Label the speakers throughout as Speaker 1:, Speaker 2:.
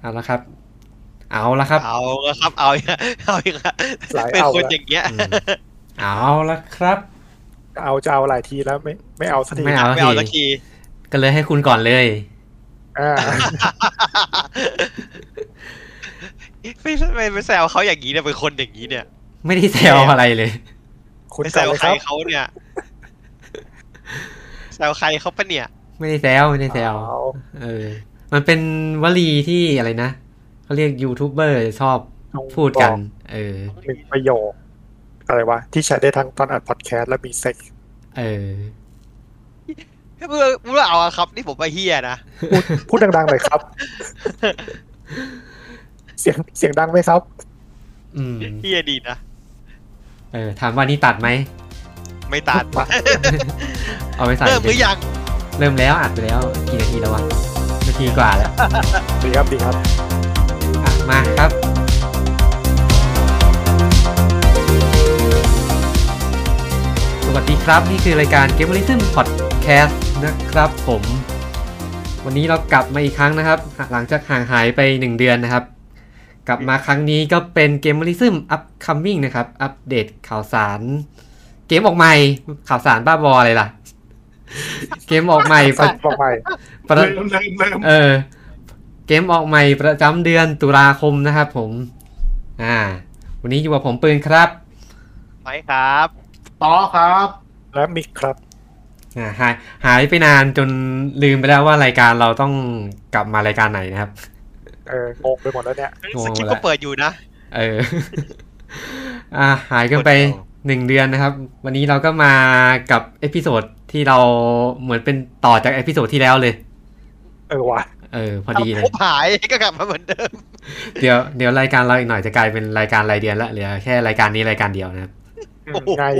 Speaker 1: เอาละครับ เอาละครับ
Speaker 2: เอาละครับ เอาอีกแล้วเอาอีกแล้ว
Speaker 3: หลาย
Speaker 2: เป็น
Speaker 3: เอา
Speaker 2: คน
Speaker 3: ละ
Speaker 2: อย่างเงี้ย
Speaker 4: อืม
Speaker 1: เอาละครับ
Speaker 3: เอาจะเอาหลายทีแล้วไม่ไม่เอาสักที
Speaker 1: ไม่เอา
Speaker 2: ไม่เอาสักที
Speaker 1: ก็เลยให้คุณก่อนเลย
Speaker 3: อ่า
Speaker 2: ไม่ไม่ไม่แซวเขาอย่างนี้เนี่ยเป็นคนอย่างนี้เนี่ย
Speaker 1: ไม่ได้แซวอะไรเลย
Speaker 3: คุณ
Speaker 2: ไม่แซ
Speaker 3: ก่
Speaker 2: ว
Speaker 3: อนเลย
Speaker 2: ใค
Speaker 3: ค
Speaker 2: ร
Speaker 3: รับ
Speaker 2: เขาเนี่ยแซวใครเขาปะเนี่ย
Speaker 1: ไม่ได้แซวไม่ได้แซว
Speaker 3: เอา
Speaker 1: เออ มันเป็นวลีที่อะไรนะเขาเรียกยูทูบเบอร์ชอบพูดกัน เออ
Speaker 3: หนึ่งประโยค อะไรวะ ที่ใช้ได้ทั้งตอนอัดพอดแคสต์และมีเซ็กซ์
Speaker 1: เออ
Speaker 2: เมื่อเมื่อเอาอะครับ นี่ผมไปเฮียนะ
Speaker 3: พูดพูดดังๆหน่อย ครับ เสียงเสียงดังไหมครับ
Speaker 1: อืม
Speaker 2: เฮียดีนะ
Speaker 1: เออ ถามว่านี่ตัดไหม
Speaker 2: ไม่ตัด
Speaker 1: เอาไปใส่
Speaker 2: เริ่มหรือยัง
Speaker 1: เริ่มแล้วอัดไปแล้ว กี่นาทีแล้ววะ นาทีกว่าแล้ว
Speaker 3: ดีครับดีครับ
Speaker 1: อ่ะ มาครับ สวัสดีครับ นี่คือรายการ g a m e r i s m Podcast นะครับผม วันนี้เรากลับมาอีกครั้งนะครับ หลังจากห่างหายไป 1 เดือนนะครับ กลับมาครั้งนี้ก็เป็น g a m e r i s m Upcoming นะครับ อัปเดตข่าวสาร เกมออกใหม่ ข่าวสารบ้าบออะไรล่ะ เกมออกใหม่ประ
Speaker 3: บอกใหม่
Speaker 1: ประ
Speaker 3: เริ่มเริ่มเริ่ม
Speaker 1: เออ เกมออกใหม่ประจำเดือนตุลาคมนะครับผม อ่า วันนี้อยู่กับผมปืนครับ
Speaker 2: ไหมครับ
Speaker 5: ต่อครับ
Speaker 3: แล้วมิกครับ
Speaker 1: อ่าหายหายไปนานจนลืมไปแล้วว่ารายการเราต้องกลับมารายการไหนนะครับ
Speaker 3: เอองงไปหมดแล้วเนี่ย
Speaker 1: ง
Speaker 2: ส
Speaker 1: ง
Speaker 2: กิป
Speaker 1: แล้ว
Speaker 2: ก็เปิดอยู่นะ
Speaker 1: เออ อ่าหายกันไป
Speaker 2: กดเอา
Speaker 1: หนึ่งเดือนนะครับ วันนี้เราก็มากับเอพิโซดที่เราเหมือนเป็นต่อจากเอพิโซดที่แล้วเลย
Speaker 3: เออว่ะ
Speaker 1: เออ พอดีเล
Speaker 2: ทำ
Speaker 1: ย
Speaker 2: ครบหายก็กลับมาเหมือนเดิม
Speaker 1: เดี๋ยวเดี๋ยวรายการเราอีกหน่อยจะกลายเป็นรายการรายเดือนละเหลือแค่รายการนี้รายการเดียวนะครับ
Speaker 3: อืม
Speaker 2: โอ้โห
Speaker 3: ง่าย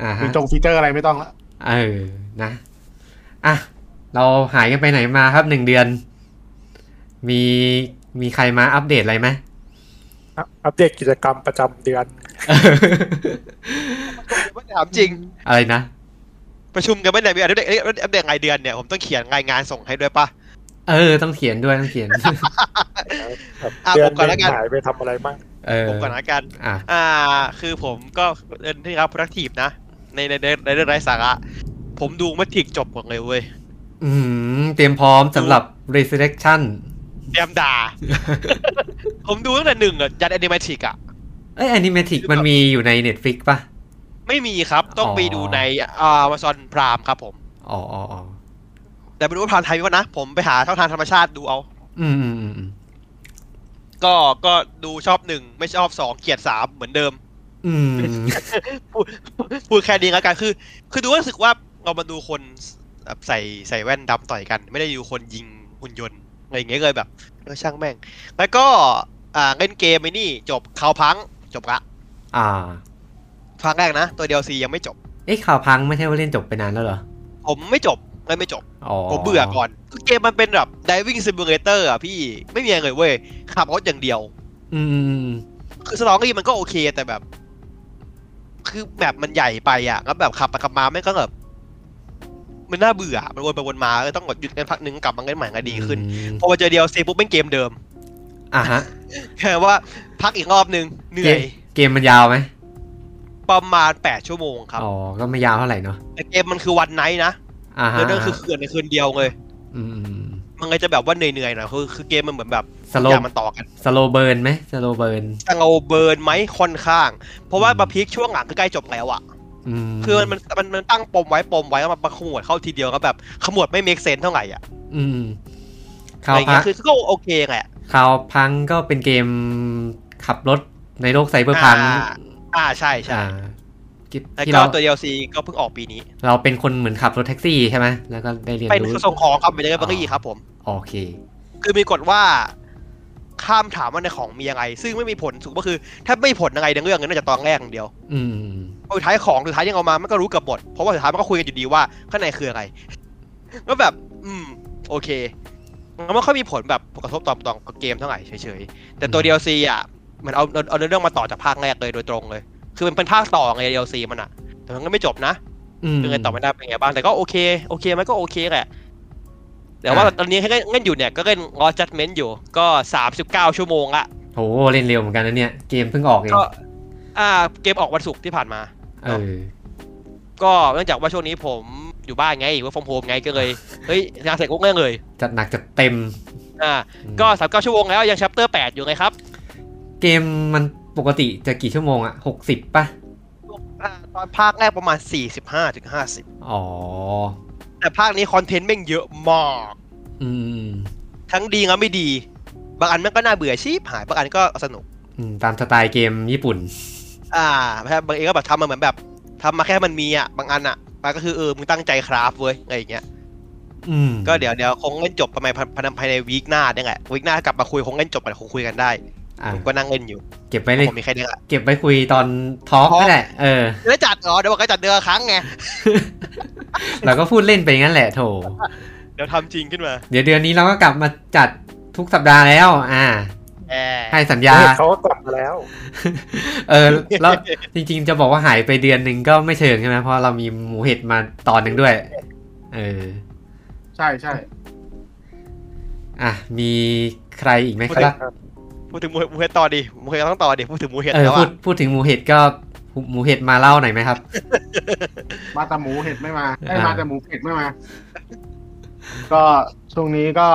Speaker 1: อ่า
Speaker 5: มี
Speaker 1: ฮะ
Speaker 5: จงฟีเจอร์อะไรไม่ต้องละ
Speaker 1: เออ นะ อ่ะ เราหายกันไปไหนมาครับหนึ่งเดือน มี มีใครมาอัปเดตอะไรไหม
Speaker 3: อัปอัปเดตกิจกรรมประจำเดือน
Speaker 2: ไม่ถามจริง
Speaker 1: อะไรนะ
Speaker 2: ประชุมกันไม่ได้มีอัปเดตอัปเดตรายเดือนเนี่ย ผมต้องเขียนรายงานส่งให้ด้วยป่ะ
Speaker 1: เออ ต้องเขียนด้วย ต้องเขียน
Speaker 3: แบบ
Speaker 2: อ่ะ
Speaker 3: เดือน
Speaker 2: ผมก่อนแล้วกัน
Speaker 3: หายไปทำอะไรบ้าง
Speaker 1: เออ
Speaker 2: ผมก่อนละกัน
Speaker 1: อ่ะ
Speaker 2: อ่า คือผมก็เดินที่ครับ productive นะ ในในในในเรื่องไร้สาระ ผมดูมัทิกจบหมดเลยเว้ย
Speaker 1: อืม เตรียมพร้อมสำหรับ resurrection
Speaker 2: เตรียม ด่า ผมดูตั้งแต่หนึ่งอะยันแอนิเมติกอะ
Speaker 1: เอ้ย animatic มันมีอยู่ใน Netflix ป่ะ
Speaker 2: ไม่มีครับ ต้องไปดูในอ่ามาซอนพรามครับผม
Speaker 1: อ๋ออ๋ออ๋อ
Speaker 2: แต่ไม่รู้ว่าพรามไทยมีปะนะ ผมไปหาช่องทางธรรมชาติดูเอา
Speaker 1: อืมอืมอืมอืม
Speaker 2: ก็ก็ดูชอบหนึ่งไม่ชอบสองเกลียดสามเหมือนเดิม
Speaker 1: อืม
Speaker 2: พูดแค่นี้แล้วกันคือ คือดูรู้สึกว่าเรามาดูคนแบบใส่ใส่แว่นดำต่อยกัน ไม่ได้ดูคนยิงหุ่นยนต์อะไรอย่างเงี้ยเลยแบบเออช่างแม่ง แล้วก็อ่าเล่นเกมไอ้นี่จบข่าวพังจบละ
Speaker 1: อ่า
Speaker 2: พังแรกนะ ตัวเดียวซียังไม่จบ
Speaker 1: เอ้ยข่าวพังไม่ใช่ว่าเล่นจบไปนานแล้วเหรอ
Speaker 2: ผมไม่จบเลยไม่จบ
Speaker 1: อ๋อ
Speaker 2: ผมเบื่อก่อนคือเกมมันเป็นแบบ diving simulator อ่ะพี่ไม่มีอะไรเลยเว้ย ขับรถอย่างเดียว
Speaker 1: อืมอืมอืม
Speaker 2: คือสตอรี่มันก็โอเคแต่แบบ คือแบบมันใหญ่ไปอ่ะแล้วแบบขับไปขับมาไม่งก็แบบมันน่าเบื่ออะมันวนไปวนมาเลยต้องกดหยุดกันพักหนึงกลับมาเล่นใหม่ก็ดีขึ้น
Speaker 1: อืม
Speaker 2: พอมาเจอเดียวซีปุ๊บเป็นเกมเดิม
Speaker 1: อ่ะฮะ
Speaker 2: แค่ว่าพักอีกรอบนึงเหนื่อย
Speaker 1: เกมมันยาวไหม
Speaker 2: ประมาณ 8 ชั่วโมงครับ
Speaker 1: อ๋อ ก็ไม่ยาวเท่าไหร่เนาะ
Speaker 2: แต่เกมมันคือวันไนท์นะ
Speaker 1: อ่าฮะ
Speaker 2: แล้วนั่นคือคืนในคืนเดียวเลย
Speaker 1: อืม
Speaker 2: มันก็จะแบบว่าเหนื่อยๆหน่อยคือคือเกมมันเหมือนแบบ
Speaker 1: สโล
Speaker 2: อย่างมันต่อกัน
Speaker 1: สโลเบิร์นไหมสโลเบิร์น
Speaker 2: แต่เราเบิร์นไหมค่อนข้าง เพราะว่ามาพีคช่วงหลังคือใกล้จบแล้วอ่ะ
Speaker 1: อืม
Speaker 2: คือมันมันมันมันตั้งปมไว้ปมไว้แล้วมันมาขมวดเข้าทีเดียวก็แบบขมวดไม่เมคเซนเท่าไหร่อ่ะ
Speaker 1: อืม
Speaker 2: อะ
Speaker 1: ข่าว
Speaker 2: ไรอย่าง
Speaker 1: พั
Speaker 2: เงี้
Speaker 1: ง
Speaker 2: ยคือก็โอเคแหละ
Speaker 1: ข่าวพังก็เป็นเกมขับรถในโลกไซเบอร์พัง
Speaker 2: อ่า อ่าใช่ใช่
Speaker 1: อ่า
Speaker 2: แล้ว
Speaker 1: ที่
Speaker 2: ก็
Speaker 1: เรา
Speaker 2: ตัว DLC ก็เพิ่งออกปีนี้
Speaker 1: เราเป็นคนเหมือนขับรถแท็กซี่ใช่ไหม แล้วก็ได้เรียน
Speaker 2: เป็น
Speaker 1: รู้
Speaker 2: ส่งของครับเป็นเดลิเวอรี่ครับผม
Speaker 1: โอเค
Speaker 2: คือมีกฎว่าข้ามถามว่าในของมีอะไร ซึ่งไม่มีผลสุดก็คือ ถ้าไม่มีผลอะไรในเรื่องนั้นนอกจากตอนแรกอย่างเดียว
Speaker 1: อืม
Speaker 2: เอาสุดท้ายของสุดท้ายยังเอามามันก็รู้เกับหมดเพราะว่าสุดท้ายมันก็คุยกันอยู่ดีว่าข้างในคืออะไร ก็แบบ อืม โอเคมันไม่ค่อยมีผลแบบกระทบต่อต่อเกมเท่าไหร่เฉยๆแต่ตัว
Speaker 1: อืม
Speaker 2: DLC อ่ะเหมันเอาเอาเอาเรื่องมาต่อจากภาคแรกเลยโดยตรงเลย คือมันเป็นภาคต่อไง DLC มันอ่ะ แต่มันก็ไม่จบนะ
Speaker 1: อืม
Speaker 2: ยังไงต่อไม่ได้เป็นไงบ้างแต่ก็โอเคโอเคมันก็โอเคแหละ แต่ว่า
Speaker 1: อ่า
Speaker 2: ตอนนี้ให้เล่นเล่นอยู่เนี่ยก็เล่น Lost Judgment อยู่ก็ 39 ชั่วโมงละ
Speaker 1: โหเล่นเร็วเหมือนกันนะเนี่ย เกมเพิ่งออกเอง
Speaker 2: ก็อ่าเกมออกวันศุกร์ที่ผ่านมา
Speaker 1: เออ
Speaker 2: ก็เนื่องจากว่าช่วงนี้ผมอยู่บ้านไงว่าฟอมโฮมไงก็เลยเฮ้ยงานเสร็จก็เล่นเลย
Speaker 1: จัดหนักจัดเต็ม
Speaker 2: อ่า
Speaker 1: อืม
Speaker 2: ก็39ชั่วโมงแล้วยังชัปเตอร์8อยู่ไงครับ
Speaker 1: เกมมันปกติจะกี่ชั่วโมงอะหกสิบป่ะ
Speaker 2: อ่าตอนภาคแรกประมาณ 45-50
Speaker 1: อ๋อ
Speaker 2: แต่ภาคนี้คอนเทนต์แม่งเยอะมาก
Speaker 1: อืม
Speaker 2: ทั้งดีและไม่ดี บางอันมันก็น่าเบื่อชีพหาย บางอันก็สนุก
Speaker 1: อืม ตามสไตล์เกมญี่ปุ่น
Speaker 2: อ่าบางเองก็แบบทำมาเหมือนแบบทำมาแค่มันมีอ่ะ บางอันอ่ะมันก็คือเออ มึงตั้งใจคราฟเว้ยอะไรอย่างเงี้ย
Speaker 1: อืม
Speaker 2: ก็เดี๋ยวเดี๋ยวคงเล่นจบประมาณพันภายในวีคหน้าเนี่ยแหละวีคหน้ากลับมาคุยคงเล่นจบกันคงคุยกันได้
Speaker 1: อ่ะ
Speaker 2: ผมก็นั่งเล่นอยู่
Speaker 1: เก็บไว้เลย
Speaker 2: ผมมีใครเดือ
Speaker 1: เก็บไว้คุยตอนทอล์กนั่นแหละ เออ
Speaker 2: เดือจัดเหรอ เดี๋ยวบอกก็จัดเดือนละครั้งไง
Speaker 1: เราก็พูดเล่นไปงั้นแหละโถ
Speaker 2: เดี๋ยวทำจริงขึ้นมา
Speaker 1: เดี๋ยวเดือนนี้เราก็กลับมาจัดทุกสัปดาห์แล้ว อ่า
Speaker 2: แอร์
Speaker 1: ให้สัญญา
Speaker 3: เฮ้ยเขาก็กลับมาแล้ว
Speaker 1: เออ แล้วจริงๆจะบอกว่าหายไปเดือนหนึ่งก็ไม่เชิงใช่ไหมเพราะเรามีหมูเห็ดมาตอนหนึ่งด้วย เออ
Speaker 5: ใช่ใช่
Speaker 1: อ่ะ มีใครอีกไหมครับ
Speaker 2: พูดถึงมูมูเฮดต่อดิมูเฮดต้องต่อดิพูดถึงมูเฮด
Speaker 1: เออ
Speaker 2: แล้ว
Speaker 1: พู
Speaker 2: อ่ะ
Speaker 1: ดพูดถึงหมูเห็ดก็หมูเห็ดมาเล่าหน่อยไหมครับ
Speaker 5: มาแต่หมูเห็ดไม่มาไอ้ย
Speaker 1: อ่าม
Speaker 5: มาแต่หมูเห็ดไม่มา ก็ช่วงนี้ก็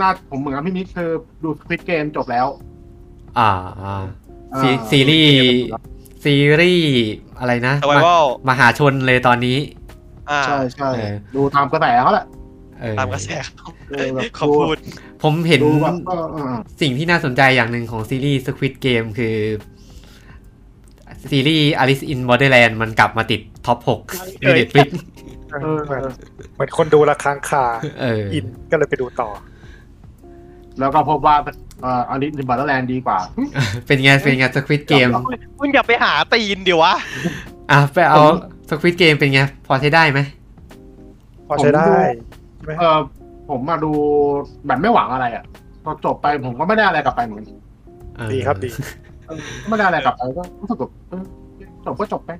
Speaker 5: น่าผมเหมือนกับพี่นิดคือดูสควิตเกมจบแล้ว
Speaker 1: อ่าอ่า
Speaker 5: อ่า
Speaker 1: ซีซีรีส์ซีรีส์อะไรนะ
Speaker 2: สวาย
Speaker 1: ม
Speaker 2: วัล
Speaker 1: มหาชนเลยตอนนี้
Speaker 2: อ่า
Speaker 5: ใช่ใช่
Speaker 1: เออ
Speaker 5: ดูตามกระแสเขาแหละ
Speaker 1: เออ
Speaker 2: ตามกระแส
Speaker 5: เออแบบ
Speaker 2: ขอบคุณ
Speaker 1: ผมเห็น
Speaker 5: ดูแบบก็เออ
Speaker 1: สิ่งที่น่าสนใจอย่างหนึ่งของซีรีส์ Squid Game คือ ซีรีส์ Alice in Borderland มันกลับมาติดท็อป 6 ใน Netflix
Speaker 5: เออเออ
Speaker 3: เหมือนคนดูระคางคา
Speaker 1: เออ
Speaker 3: อินก็เลยไปดูต่อ
Speaker 5: แล้วก็พบว่าเอ่ออันนี้ในบัตเตอร์แลนด์ดีกว่า
Speaker 1: เป็นไง เป็นไง Squid Game
Speaker 2: คุณอย่าไปหาตีนเดี๋ยววะ
Speaker 1: อ่ะ ไปเอา Squid Game เป็นไง พอใช้ได้ไหม
Speaker 3: พอใช้ได้
Speaker 5: ผมดู เออผมมาดูแบบไม่หวังอะไรอ่ะพอจบไปผมก็ไม่ได้อะไรกลับไปเหมือนกัน
Speaker 1: เออ
Speaker 3: ดีครับดี
Speaker 5: เออไม่ได้อะไรกลับไปก็รู้สึกแบบเออจบก็จบไป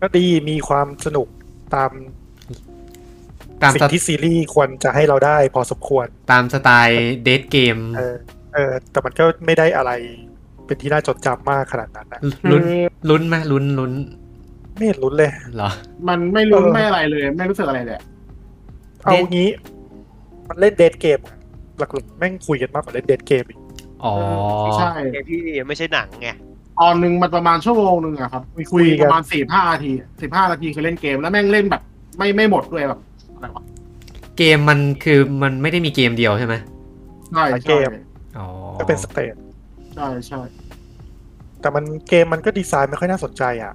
Speaker 3: ก็ดีมีความสนุกตาม
Speaker 1: ตาม
Speaker 3: สิ่
Speaker 1: ส
Speaker 3: งที่ซีรีส์ควรจะให้เราได้พอสมควร
Speaker 1: ตามสไตล์เดทเกม
Speaker 3: เออ เออ แต่มันก็ไม่ได้อะไรเป็นที่น่าจดจำมากขนาดนั้นนะ
Speaker 5: คื
Speaker 1: ลุ้น
Speaker 5: อ
Speaker 1: ลุ้นไหมลุ้นลุ้น
Speaker 3: ไม่เห็นลุ้นเลย
Speaker 1: เหรอ
Speaker 5: มันไม่รู้
Speaker 3: เออ
Speaker 5: ไม่อะไรเลย ไม่รู้สึกอะไรเลยอะ
Speaker 3: เอา
Speaker 1: เดท
Speaker 3: งี้ มันเล่นเดทเกมหลักๆแม่งคุยกันมากกว่าเล่นเดทเกมอีก
Speaker 1: อ๋อ
Speaker 5: ใช่
Speaker 2: ไงพี่ไม่ใช่หนังไง
Speaker 5: ตอนหนึ่งมันประมาณชั่วโมงหนึ่งอะครับ
Speaker 3: มีคุย
Speaker 5: ป
Speaker 3: กัน
Speaker 5: ระมาณสี่ห้านาทีสิบห้านาทีคือเล่นเกมแล้วแม่งเล่นแบบ ไม่ไม่หมดด้วยแบบอะไรวะ
Speaker 1: เกมมันคือมันไม่ได้มีเกมเดียวใช่ไหม
Speaker 5: ใช่ใช่
Speaker 1: อ๋อ
Speaker 3: ก็เป็นสเตจ
Speaker 5: ใช่ใช่
Speaker 3: แต่มันเกมมันก็ดีไซน์ไม่ค่อยน่าสนใจอ่ะ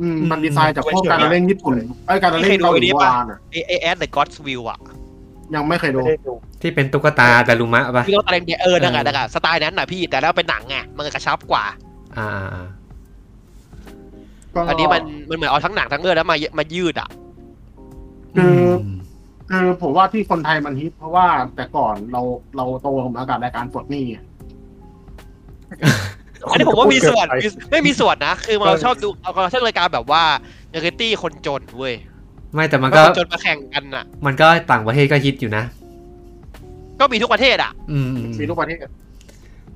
Speaker 5: อืมมันดีไซน์จากพวกการเล่นญี่ปุ่นไอ้ยการเล่นเกาหลีโบราณอะ
Speaker 2: ไอไอแอดเดอะก็อดสวิลอะ
Speaker 5: ยังไม่เคยดู
Speaker 3: ไม่ได้ดู
Speaker 1: ที่เป็นตุ๊กตาดารุมะป่ะ
Speaker 2: พี่ต้องอะไรเนี่ยเออดังอะ
Speaker 1: เออ
Speaker 2: ดังอะสไตล์นั้นน่ะพี่แต่แล้วเป็นหนังไงมันกระชับกว่า
Speaker 1: อ่าอ่าอ่า
Speaker 2: อันนี้มันมันเหมือนเอาทั้งหนังทั้งเรื่องแล้วมามายืดอะ
Speaker 5: คือ
Speaker 1: ม
Speaker 5: คือผมว่าที่คนไทยมันฮิตเพราะว่าแต่ก่อนเราเราโตกับอากาศรายการปลดหนี้ไง
Speaker 2: อันนี้ผมว่ามีส่วน
Speaker 3: เกิน
Speaker 2: มี
Speaker 3: ไป
Speaker 2: ไม่มีส่วนนะ คือเรา
Speaker 3: เออ
Speaker 2: ชอบดูเราชอบรายการแบบว่าเรียลิตี้คนจนเว้ย
Speaker 1: ไม่แต่มัน
Speaker 2: ค
Speaker 1: ก็
Speaker 2: นจนมาแข่งกันน่ะ
Speaker 1: มันก็ต่างประเทศก็ฮิตอยู่นะ
Speaker 2: ก็มีทุกประเทศอะ
Speaker 1: อืมอืม
Speaker 5: มีทุกประเทศ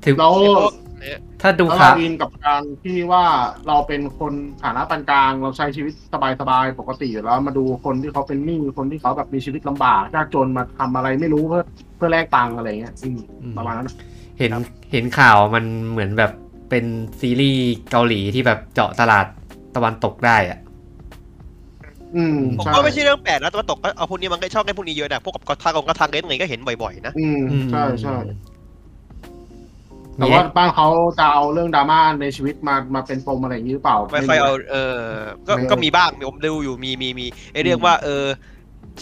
Speaker 1: ถึง
Speaker 5: แล้ว
Speaker 2: ไอ้พวกเนี่ย
Speaker 1: ถ้าดู
Speaker 5: แล้ว
Speaker 1: ข่า
Speaker 5: เรา
Speaker 1: ว
Speaker 5: อินกับการที่ว่าเราเป็นคนฐานะปานกลางเราใช้ชีวิตสบายๆปกติอยู่แล้วมาดูคนที่เขาเป็นหนี้คนที่เขาแบบมีชีวิตลำบากยากจนมาทำอะไรไม่รู้เพื่อเพื่อแลกตังค์อะไรเงี้ยอืม
Speaker 1: อืม
Speaker 5: ประมาณนั้นนะ
Speaker 1: เห็นเห็นข่าวมันเหมือนแบบเป็นซีรีส์เกาหลีที่แบบเจาะตลาดตะวันตกได้อะ
Speaker 5: อืม
Speaker 2: ผม
Speaker 5: ใช่
Speaker 2: ก็ไม่ใช่เรื่องแปลกนะตะวันตกก็เอาพวกนี้มันก็ชอบเล่นพวกนี้เยอะนะพวกกับกระทางกระทางเล่นไงก็เห็นบ่อยๆนะ
Speaker 5: อืม
Speaker 1: อืม
Speaker 5: ใช่ใช่แต่
Speaker 1: มี
Speaker 5: ว่าบ้านเขาจะเอาเรื่องดราม่าในชีวิตมามาเป็นปมอะไรอย่างนี้หรือเปล่า
Speaker 2: ไม่ค่อย
Speaker 5: รู้
Speaker 2: เอาเออก็
Speaker 5: ไม่
Speaker 2: ก็มีบ้างมีผมดูอยู่มีมีมีไอเรื่องว่าเออ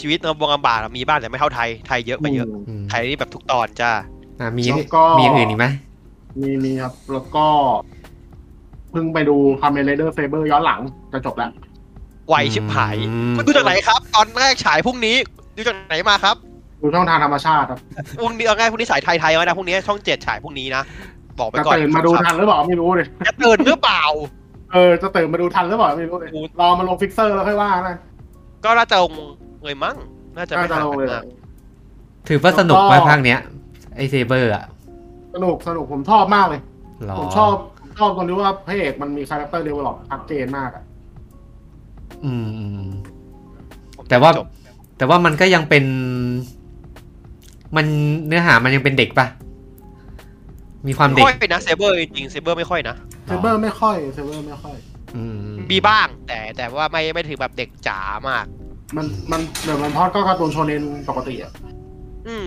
Speaker 2: ชีวิตเราบงลำบากอะมีบ้างแต่ไม่เท่าไทยไทยเยอะไปเยอะ
Speaker 5: ม
Speaker 1: อืม
Speaker 2: ไทยนี่แบบทุกตอนจ้า
Speaker 1: อ่ะมี
Speaker 5: แล้วก็
Speaker 1: มีอย่างอื่นอีกไหม
Speaker 5: มีมีครับแล้วก็เพิ่งไปดูคาเมเลเดอร์เฟเบอร์ย้อนหลังจะจบแล้ว
Speaker 2: ไวชิบหาย
Speaker 1: อืม
Speaker 2: คุณดูจากไหนครับ ตอนแรกฉายพรุ่งนี้ ดูจากไหนมาครับ
Speaker 5: ดูช่องทางธรรมชาติครับ
Speaker 2: พรุ่งนี้เอาง่ายพรุ่งนี้สายไทยไทยแล้วนะพรุ่งนี้ช่องเจ็ดฉายพรุ่งนี้นะ บอกไป
Speaker 5: จะ
Speaker 2: ก่อน
Speaker 5: ตื่นมาดูทันหรือเปล่าไม่รู้เลย
Speaker 2: จะตื่นหรือเปล่า
Speaker 5: เออจะตื่นมาดูทันหรือเปล่าไม่รู้เลย
Speaker 2: โอ้
Speaker 5: รอมาลงฟิกเซอร์แล้วค่อยว่านะ
Speaker 2: ก็น่าจะลงเลยมั้ง น่าจะ
Speaker 5: น่า
Speaker 2: ไม่
Speaker 5: จะ
Speaker 2: ต่าง
Speaker 5: ลง
Speaker 2: กัน
Speaker 5: เลยเหร
Speaker 2: มา
Speaker 5: อก
Speaker 1: ถือว่าสนุกไหมภาคเนี้ยไอเซเบอร์อะ
Speaker 5: สนุกสนุกผมชอบมากเลย
Speaker 1: หรอ
Speaker 5: ผมชอบชอบตรงที่ว่าพระเอกมันมีคาแรคเตอร์เดเวลลอปชัดเจนมากอะ
Speaker 1: อืมอืม แต่ว่า
Speaker 2: จบ
Speaker 1: แต่ว่ามันก็ยังเป็น มันเนื้อหามันยังเป็นเด็กปะมีความเด็ก
Speaker 2: ค่อยนะเซเบอร์จริงเซเบอร์ไม่ค่อยนะ
Speaker 5: เซเบอร์ไม่ค่อยเซเบอร์ไม่ค่อย
Speaker 1: อืม
Speaker 2: มีบ้างแต่แต่ว่าไม่ไม่ถือแบบเด็กจ๋ามาก
Speaker 5: มันมันเดี๋ยวมันพอดก็การ์ตูนโชเนนปกติอ่ะ
Speaker 2: อืม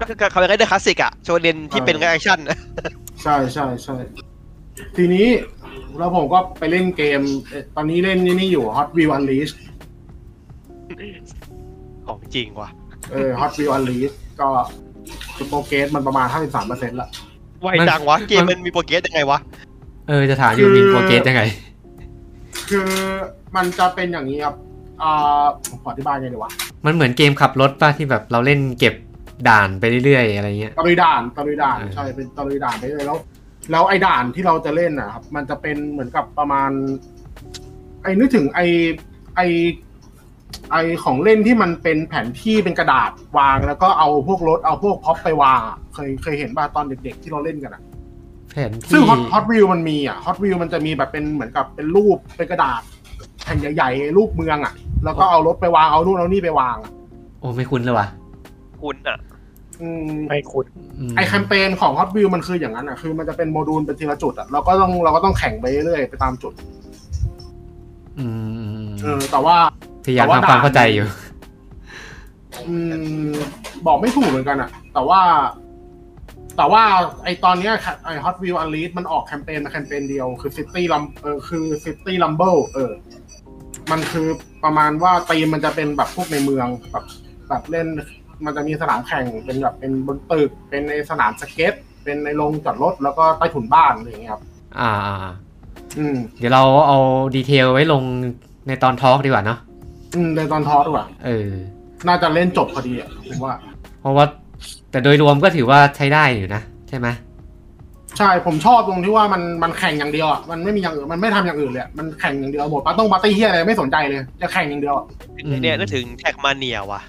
Speaker 2: ก็คือเขาเรียกได้คลาสสิกอะโชว์เรียนที่เป็น
Speaker 5: เออ
Speaker 2: แอคชั่น นะ
Speaker 5: ใช่ใช่ใช่ทีนี้แล้วผมก็ไปเล่นเกมเอ่อตอนนี้เล่นนี่นี่อยู่ Hot Wheel Unleashed
Speaker 2: ของจริงว่ะ
Speaker 5: เออ Hot Wheel Unleashed ก็จุดโปรเกรสมันประมาณ 53%ละ
Speaker 2: ไวจังวะเกมมันมีโปรเกรสยังไงวะ
Speaker 1: เออจะถามอยู่
Speaker 5: คือ
Speaker 1: มีโปรเกรสยังไง
Speaker 5: คือมันจะเป็นอย่างนี้ครับอ่าผมขออธิบายไงดีวะ
Speaker 1: มันเหมือนเกมขับรถป่ะที่แบบเราเล่นเก็บด่านไปเรื่อยๆอะไรเงี้ย
Speaker 5: ตะลุยด่านตะลุยด่าน
Speaker 1: เออ
Speaker 5: ใช่เป็นตะลุยด่านไปเลยแล้ว แล้วไอ้ด่านที่เราจะเล่นนะครับ มันจะเป็นเหมือนกับประมาณ ไอ้นึกถึงไอ้ไอ้ไอ้ของเล่นที่มันเป็นแผนที่เป็นกระดาษวาง แล้วก็เอาพวกรถเอาพวกพ็อปไปวางอะเคยเคยเห็นป่ะตอนเด็กๆที่เราเล่นกันอะ
Speaker 1: แผนที่
Speaker 5: ซึ่งฮอตฮอตวิวมันมีอ่ะฮอตวิวมันจะมีแบบเป็นเหมือนกับเป็นรูปเป็นกระดาษแผ่นใหญ่ๆ รูปเมืองอ่ะ แล้วก็เอารถไปวางเอานู่นเอานี่ไปวางอะ
Speaker 1: โอ้ไม่คุ้นเลยว่ะ
Speaker 2: คุณอะ
Speaker 5: อืม
Speaker 3: ไม่คุณ
Speaker 1: ม
Speaker 5: ไอแคมเปญของฮอตวิวมันคืออย่างนั้นอ่ะคือมันจะเป็นโมดูลเป็นทีละจุดอ่ะเราก็ต้องเราก็ต้องแข่งไปเรื่อยๆไปตามจุด
Speaker 1: อืมอืม
Speaker 5: เอ
Speaker 1: อืม
Speaker 5: อแต่ว่า
Speaker 1: พยายาม
Speaker 5: แต่ว่า
Speaker 1: ทำความเข้าใจ
Speaker 5: ด่าน
Speaker 1: อยู่
Speaker 5: อืมบอกไม่ถูกเหมือนกันอ่ะ แต่ว่า แต่ว่าไอตอนเนี้ยไอฮอตวิวอันลีดมันออกแคมเปญมาแคมเปญเดียวคือซิตี้ลัมเออคือซิตี้ลัมเบิลเออ มันคือประมาณว่าตีมมันจะเป็นแบบพวกในเมืองแบบแบบเล่น มันจะมีสนามแข่งเป็นแบบเป็นบนตึก เป็นในสนามสเก็ต เป็นในโรงจอดรถ แล้วก็ใต้ถุนบ้านอะไรอย่างเงี้ยครับ
Speaker 1: อ่า
Speaker 5: อืม
Speaker 1: เดี๋ยวเราเอาดีเทลไว้ลงในตอนทอล์กดีกว่าเนาะ
Speaker 5: อืมในตอนทอสดีกว่า
Speaker 1: เออ
Speaker 5: น่าจะเล่นจบพอดีอ่ะผมว่า
Speaker 1: เพราะว่าแต่โดยรวมก็ถือว่าใช้ได้อยู่นะ ใช่ไหม
Speaker 5: ใช่ผมชอบตรงที่ว่ามันมันแข่งอย่างเดียวอ่ะมันไม่มีอย่างอื่นมันไม่ทำอย่างอื่นเลยอะมันแข่งอย่างเดียวหมดปาต้องปาร์ตี้เฮียอะไรไม่สนใจเลย จะแข่งอย่างเดียวอะ
Speaker 2: เนี่ยนึก็ถึงแท็กมาเนียว่ะ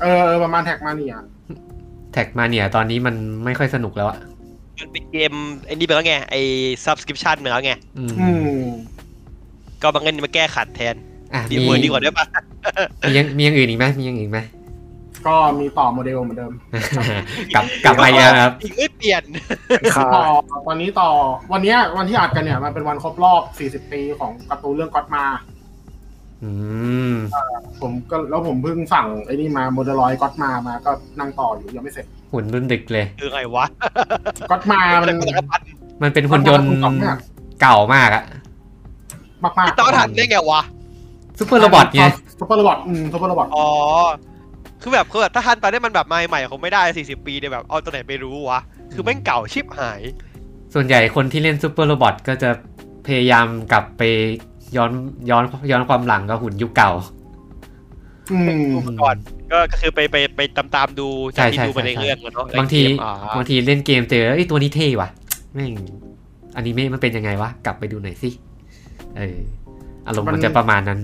Speaker 5: เออเออประมาณแท็กมาเนี่ย
Speaker 1: แท็กมาเนี่ยตอนนี้มันไม่ค่อยสนุกแล้วอะ
Speaker 2: มันเป็นเกมไอ้นี่ไปแล้วไง ไอ้ subscription ไปแล้วไง
Speaker 1: อืม
Speaker 5: อืม
Speaker 2: ก็บางเงินมาแก้ขัดแทน
Speaker 1: อ่ะ
Speaker 2: ดี
Speaker 1: มี
Speaker 2: เวอร์ดีกว่าด้วยปะ
Speaker 1: มียังมีอย่างอื่นอีกไหมมีอย่างอื่นอีก ไหม
Speaker 5: ก็มีต่อโมเดลเหมือนเดิม
Speaker 1: กลับกลับมาอีกแล้วนะครับ
Speaker 2: อีกไม่เปลี่ยน
Speaker 3: ค่ะ
Speaker 5: ต่อวันนี้ต่อวันเนี้ยวันที่อัดกันเนี่ยมันเป็นวันครบรอบ 40 ปีของการ์ตูนเรื่องก็อดมา
Speaker 1: อืม
Speaker 5: ผมก็แล้วผมเพิ่งสั่งไอ้นี่มาโมเดลลอยก็อดมามาก็นั่งต่ออยู่ยังไม่เสร็จ
Speaker 1: หุ่นรุ่นดึกเลย
Speaker 2: คือไงวะ
Speaker 5: ก็อดมามัน
Speaker 2: จักรพรรดิ
Speaker 1: มันเป็นหุ่นยนต์เก่ามากอะ
Speaker 5: มากมาก
Speaker 2: ไอ้ต้อทันได้ไงวะ
Speaker 1: ซูเปอร์โรบอทไง
Speaker 5: ซุปเปอร์โรบอทอืมซุปเปอร์โรบอท
Speaker 2: อ๋อ คือแบบคือแบบถ้าทันไปได้มันแบบใหม่ใหม่ๆคงไม่ได้ 40 ปีเนี่ยแบบเอาตัวไหนไปรู้วะ คือแม่งเก่าชิบหาย
Speaker 1: ส่วนใหญ่คนที่เล่นซูเปอร์โรบอทก็จะพยายามกลับไปย้อนย้อนย้อนความหลังกับหุ่นยุคเก่า
Speaker 5: อืม
Speaker 2: ดูมาก่อน ก็ก็คือไปไปไปตามตามๆดูจาก
Speaker 1: ใช่
Speaker 2: ที่
Speaker 1: ใช่
Speaker 2: ดูมาใน
Speaker 1: ใช่
Speaker 2: เรื่องแล้วเนาะ
Speaker 1: บางที
Speaker 2: ในเกมอ๋อบ
Speaker 1: างทีเล่นเกมเจอไอ้ยตัวนี้เท่ว่ะแม่งอนิเมะมันเป็นยังไงวะ กลับไปดูหน่อยสิ เออ อารมณ์
Speaker 5: มั
Speaker 1: มัน
Speaker 5: น
Speaker 1: จะประมาณนั้น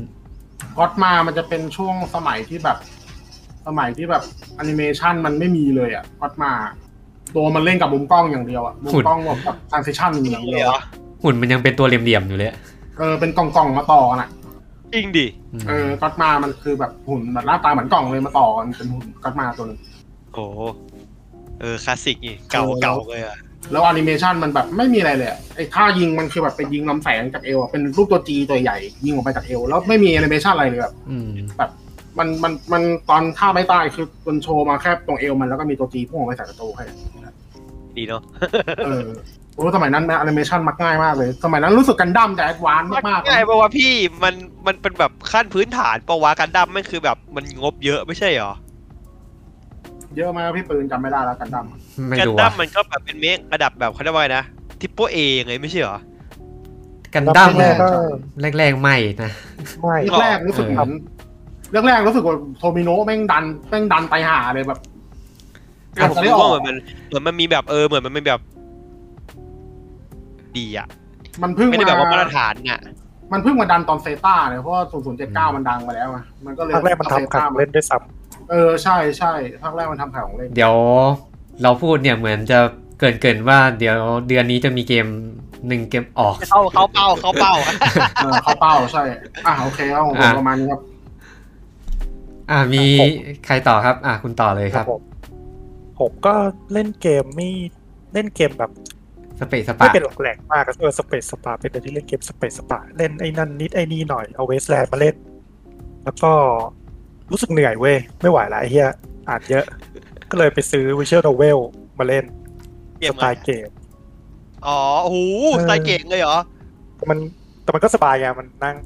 Speaker 5: ก็อดมามันจะเป็นช่วงสมัยที่แบบ สมัยที่แบบแอนิเมชันมันไม่มีเลยอ่ะก็อดมา ตัวมันเล่นกับมุมกล้องอย่างเดียวอ่ะ มุมกล้องแบบกับทรานซิชันอย่าง
Speaker 2: เล
Speaker 5: เดี
Speaker 2: ย
Speaker 5: ย
Speaker 2: เห
Speaker 5: ว
Speaker 2: รอ
Speaker 5: อะ
Speaker 1: หุ่นมันยังเป็นตัวเหลี่ยมๆอยู่เลยอะ
Speaker 5: เออเป็นกล่องกล่องๆมาต่อกันอ่ะ
Speaker 2: จริงดิ
Speaker 1: อืม
Speaker 5: เออก็อดมามันคือแบบหุ่นแบบหน้าตาเหมือนกล่องเลยมาต่อกันเป็นหุ่นก็อดมาตัวนึง
Speaker 2: โอ้โหเออคลาสสิกอีกเก่า
Speaker 5: เออ
Speaker 2: เก่าเลยอ่ะ
Speaker 5: แล้วแอนิเมชันมันแบบไม่มีอะไรเลยอะไอ้ท่ายิงมันคือแบบเป็นยิงลำแสงจากเอวอะเป็นรูปตัวจีตัวใหญ่ยิงออกไปจากเอวแล้วไม่มีแอนิเมชันอะไรเลยแบบ
Speaker 1: อืม
Speaker 5: มันมันมันตอนท่าไม่ตายคือมันโชว์มาแค่ตรงเอวมันแล้วก็มีตัวจีพุ่งออกไปใส่กระโจมให้
Speaker 2: ดีเนาะ
Speaker 5: เออโอ้สมัยนั้นแอนิเมชันมักง่ายมากเลย สมัยนั้นรู้สึกกันดั้มจะแอดวานซ์มากๆ
Speaker 2: ง่ายปะวะพี่มันมันเป็นแบบขั้นพื้นฐานปะวะการดั้มแม่งคือแบบมันงบเยอะไม่ใช่เหรอ
Speaker 5: เยอะมากพี่ปืนจำไม่ได้แล้วกันดั้ม
Speaker 1: ไม่
Speaker 2: การ
Speaker 1: รู้
Speaker 2: ดั้
Speaker 1: อะ
Speaker 2: มมันก็แบบเป็นเมฆระดับแบบเขาเรียกว่าไงนะทิปโปเอไงไม่ใช่เหรอ
Speaker 1: กันดั้ม
Speaker 3: แรกๆก็
Speaker 1: แรกๆไม่นะ
Speaker 3: ไม่
Speaker 5: แรกๆรู้สึกเหมือนแรกๆรู้สึกว่าโทมิโนะแม่งดันแม่งดันไปหาเลยแบบ
Speaker 2: ก็ผมรู้ว่าเห
Speaker 5: อาจจะได้ออก
Speaker 2: มือนมันเหมือนมันมีแบบเออเหมือนมันเป็นแบบ ดีอ่ะ
Speaker 5: มันเพิ่ง
Speaker 2: ไม่ได้
Speaker 5: มา
Speaker 2: แบบว่ามาตรฐานอ่ะ
Speaker 5: มันเพิ่งมาดันตอนเซต้าเนี่ยเพราะว่า 0079 มันดังไปแล้วอะมันก็เลย
Speaker 3: ภาคแรกมันทำขับเล่นด้วยซ้
Speaker 5: เ เออใช่ใช่ภาคแรกมันทำขายของเล่น
Speaker 1: เดี๋ยวเราพูดเนี่ยเหมือนจะเกรินเกรินๆว่าเดี๋ยวเดือนนี้จะมีเกมหนึ่งเกมออก
Speaker 2: เขาเขาเป้าเขาเป้า
Speaker 5: เออเข้าเป้าใช่ อ่ะโอเคเอาของผม
Speaker 1: อ่ะ
Speaker 5: ประมาณนี้ครับ
Speaker 1: อ่ามีใครต่อครับ อ่าคุณต่อเลยครับ
Speaker 3: ผมผมก็เล่นเกมไม่เล่นเกมแบบ
Speaker 1: สเปซสปา
Speaker 3: ไม่เป็นหลักแหลกมากอะเออสเปซสปาเป็นเดือนที่เล่นเกมสเปซสปาเล่นไอ้นั่นนิดไอ้นี่หน่อยเอาเวสแลนด์มาเล่น แล้วก็รู้สึกเหนื่อยเว้ย ไม่ไหวละไอ้เฮียอ่านเยอะ ก็เลยไปซื้อวิเชอร์โนเวลมาเล่น
Speaker 2: เกม
Speaker 3: ส
Speaker 2: อะไร
Speaker 3: ไตล์เกม
Speaker 2: อ๋อโอ้โหสไตล์เก่งเลยเหรอ
Speaker 3: แต่มันแต่มันก็สบายไงมันนั่ง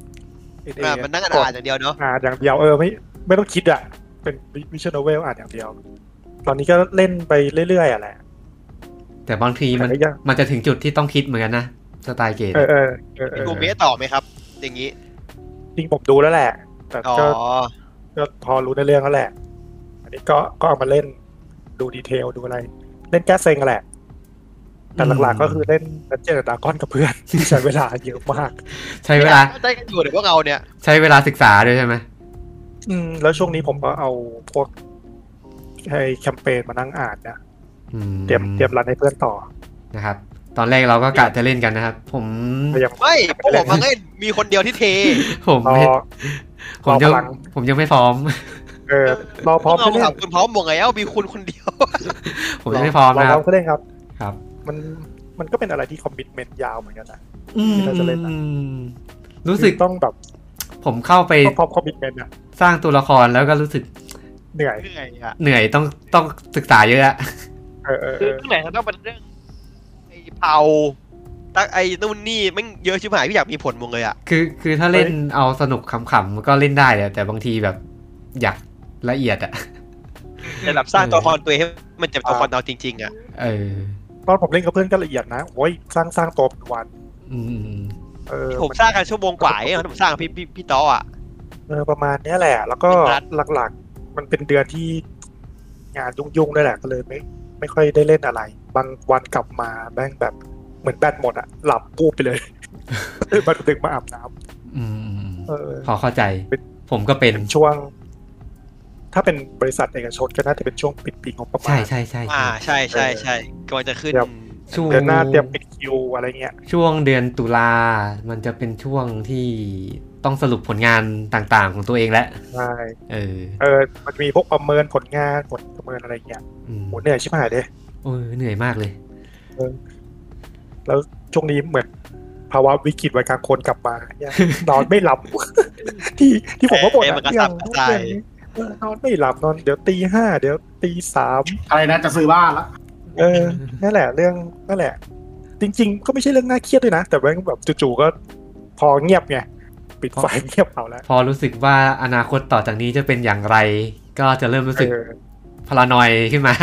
Speaker 3: NA
Speaker 2: อ่ะมันนั่งอ่านอย่างเดียวเนาะ
Speaker 3: อ่านอย่างเดียวเออไม่ไม่ต้องคิดอ่ะ เป็นวิชวลโนเวลอ่านอย่างเดียว ตอนนี้ก็เล่นไปเรื่อยๆอ่ะแหละ
Speaker 1: แต่บางทีมัน
Speaker 3: แต่ก็ยัง
Speaker 1: มันจะถึงจุดที่ต้องคิดเหมือนกันนะสไตล์เกม
Speaker 3: เออเออเออเอ
Speaker 2: มี
Speaker 3: อ
Speaker 2: กูเมสต่อไหมครับ อย่างนี้
Speaker 3: จริงผมดูแล้วแหละ แต่
Speaker 2: อ๋อ
Speaker 3: ก็ก็พอรู้ในเรื่องแล้วแหละ อันนี้ก็ก็เอามาเล่นดูดีเทลดูอะไร เล่นแก้เซ็งอะแหละ แต่หลักๆก็คือเล่นดันเจียนดาก้อนกับเพื่อน ที่ใช้เวลาเยอะมาก
Speaker 1: ใช้เวลา
Speaker 2: ได้กันอยู่เดี๋ยวพวกเราเนี่ย
Speaker 1: ใช้เวลาศึกษาด้วยใช่ไหม
Speaker 3: อืมแล้วช่วงนี้ผมก็เอาพวกไอ้แคมเปญมานั่งอ่านนะ
Speaker 1: อื
Speaker 3: เตรียมเตรียมรันให้เพื่อนต่อ
Speaker 1: นะครับ ตอนแรกเราก็กะจะเล่นกันนะครับ ผม
Speaker 3: พยายาม
Speaker 2: ไม่พวกผมมาเล่นมีคนเดียวที่เท
Speaker 1: ผม
Speaker 3: รอ
Speaker 1: ไม่ผมยัง
Speaker 3: รอพลัง
Speaker 1: ผมยังไม่พร้อม
Speaker 3: เออรอพ
Speaker 2: พร้
Speaker 3: ร้อ
Speaker 2: อ
Speaker 3: ม
Speaker 2: ม
Speaker 3: ไปเล่
Speaker 2: เรา
Speaker 3: น
Speaker 2: ถามคุณพร้อมหมดแล้วมีคุณคนเดียว
Speaker 1: ผมยังไม่พร้อมนะครั
Speaker 3: เรา
Speaker 1: บ
Speaker 3: ก็เล่นครับ
Speaker 1: ครับ
Speaker 3: มันมันก็เป็นอะไรที่คอมมิ t เมนต์ยาวเหมือนกันนะ
Speaker 1: อืม
Speaker 3: ที่เราจะเล่นนะ
Speaker 1: รู้สึก
Speaker 3: ต้องแบบ
Speaker 1: ผมเข้าไป
Speaker 3: ต้องพร้อมคอมมิ t เมนต์อ่ะ
Speaker 1: สร้างตัวละครแล้วก็รู้สึก
Speaker 3: เหนื่อย
Speaker 2: เหนื่อยอ่ะ
Speaker 1: เหนื่อยต้องต้องศึกษาเยอะอะ
Speaker 3: เออเออ
Speaker 2: คื
Speaker 3: เอ
Speaker 2: อ
Speaker 3: อ
Speaker 2: เรื่องไหนต้องเป็นเรื่องไอ้เผาตักไอ้นู่นนี่แม่งเยอะชิบหายพี่อยากมีผลหมดเลยอ่ะ
Speaker 1: คือคือถ้าเล่นเอาสนุกขำๆก็เล่นได้แหละแต่บางทีแบบอยากละเอียดอะ
Speaker 2: แต่แบบสร้างตัวละครตัวเองให้มันจะเป็นตัวละครเราจริงๆอ่ะ
Speaker 1: เออ
Speaker 3: ตอนผมเล่นกับเพื่อนก็ละเอียดนะโอ้ยสร้างสร้างตัวเป็นวัน
Speaker 1: อืม
Speaker 3: เออ
Speaker 2: ผมสร้างกันชั่วโมงกว่าเองผมสร้างกับพี่พี่พี่ต้ออ่ะ
Speaker 3: เออประมาณเนี้ยแหละ แล้วก็
Speaker 2: รัด
Speaker 3: หลักๆ มันเป็นเดือนที่งานยุ่งๆด้วยแหละก็เลยไม่ ไม่ค่อยได้เล่นอะไร บางวันกลับมาแม่งแบบเหมือนแบตหมดอ่ะ หลับปูบไป เลยมาดึกมาอาบน้
Speaker 1: อืมอืม
Speaker 3: ำเออ
Speaker 1: พอเข้าใจ
Speaker 3: เป็น
Speaker 1: ผมก็เป็น
Speaker 3: เป็นช่วง ถ้าเป็นบริษัทเอกชนก็น่าจะเป็นช่วงปิดปีงบประมา
Speaker 1: ใช่
Speaker 3: ณ
Speaker 1: ใช่ใช่
Speaker 2: อ่า
Speaker 1: ใช่
Speaker 2: ใช่ใช่ใช่กำลังจะขึ้น
Speaker 3: ครับ
Speaker 1: ช่วง
Speaker 3: เดือนหน้าเตรียมปิดคิวอะไรเงี้ย
Speaker 1: ช่วงเดือนตุลา มันจะเป็นช่วงที่ต้องสรุปผลงานต่างๆ ของตัวเองแล้ว
Speaker 3: ใช่
Speaker 1: เออ
Speaker 3: เออ มันจะมีพวกประเมินผลงานผลประเมินอะไรเงี้ย
Speaker 1: อืม
Speaker 3: โหเหนื่อยชิบหายเลย
Speaker 1: โอ้ยเหนื่อยมากเลย
Speaker 3: แล้วช่วงนี้เหมือนภาวะวิกฤตวัยกลางคนกลับมาเนี่ย นอนไม่หลับ ที่ที่ผมก็บ่น
Speaker 2: เอ๊ะมันก
Speaker 3: นะ
Speaker 2: ระ
Speaker 3: เรื่
Speaker 2: สั
Speaker 3: อบ ง
Speaker 2: กระส่าย
Speaker 3: เรื่องนอนไม่หลับนอนเดี๋ยวตีห้าเดี๋ยวตีสาม
Speaker 5: อะไรนะจะซื้อบ้านละ
Speaker 3: เออ นั่นแหละ เรื่องนั่นแหละ จริง ๆ ก็ไม่ใช่เรื่องน่าเครียดด้วยนะ แต่ว่าแบบจู่ๆก็พอเงียบไงปิดไฟเงียบเอา แล้ว
Speaker 1: พอรู้สึกว่าอนาคตต่อจากนี้จะเป็นอย่างไร ก็จะเริ่มรู้สึก
Speaker 3: เออ
Speaker 1: พลานอยขึ้นมา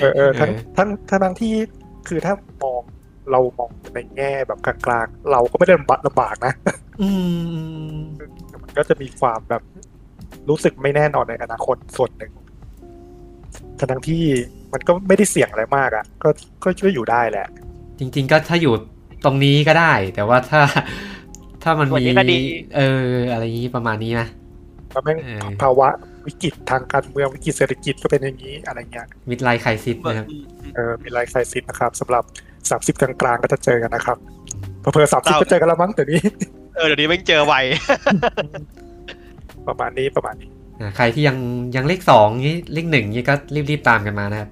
Speaker 3: เออเออทั้ง
Speaker 1: เออ
Speaker 3: ทั้งทั้งทั้งที่คือถ้ามองเรามองในแง่แบบกลางๆ เราก็ไม่ได้ลำบากลำบากนะ
Speaker 1: อืม
Speaker 3: แต่มันก็จะมีความแบบรู้สึกไม่แน่นอนในอนาคตส่วนหนึ่งทั้งทั้งที่มันก็ไม่ได้เสี่ยงอะไรมากอะ่ะ ก็ก็ช่วยอยู่ได้แหละ
Speaker 1: จริง ๆ ก็ถ้าอยู่ตรงนี้ก็ได้ แต่ว่าถ้า ถ้ามัน
Speaker 2: ส่วน
Speaker 1: มี
Speaker 2: นี้ก็ดี
Speaker 1: เออ อะไรอย่างนี้ประมาณนี้นะ
Speaker 3: แล้วแม่ง
Speaker 1: เออ
Speaker 3: ภาวะวิกฤตทางการเมืองวิกฤตเศรษฐกิจก็เป็นอย่างนี้อะไรเงี้ย
Speaker 1: มิดไลน์ไคซิสนะครับ
Speaker 3: เออมีไลฟ์ไซซิสนะครับสำหรับสามสิบกลางๆก็จะเจอกันนะครับเพิ่สามสิบก็เจอกันและมั้งแต่นี้
Speaker 2: เออเดี๋ยวนี้แม่งเจอไว
Speaker 3: ประมาณนี้ประมาณนี้
Speaker 1: อ่าใครที่ยังยังเลขสองนี้เลขหนึ่งนี้ก็รีบๆตามกันมานะครับ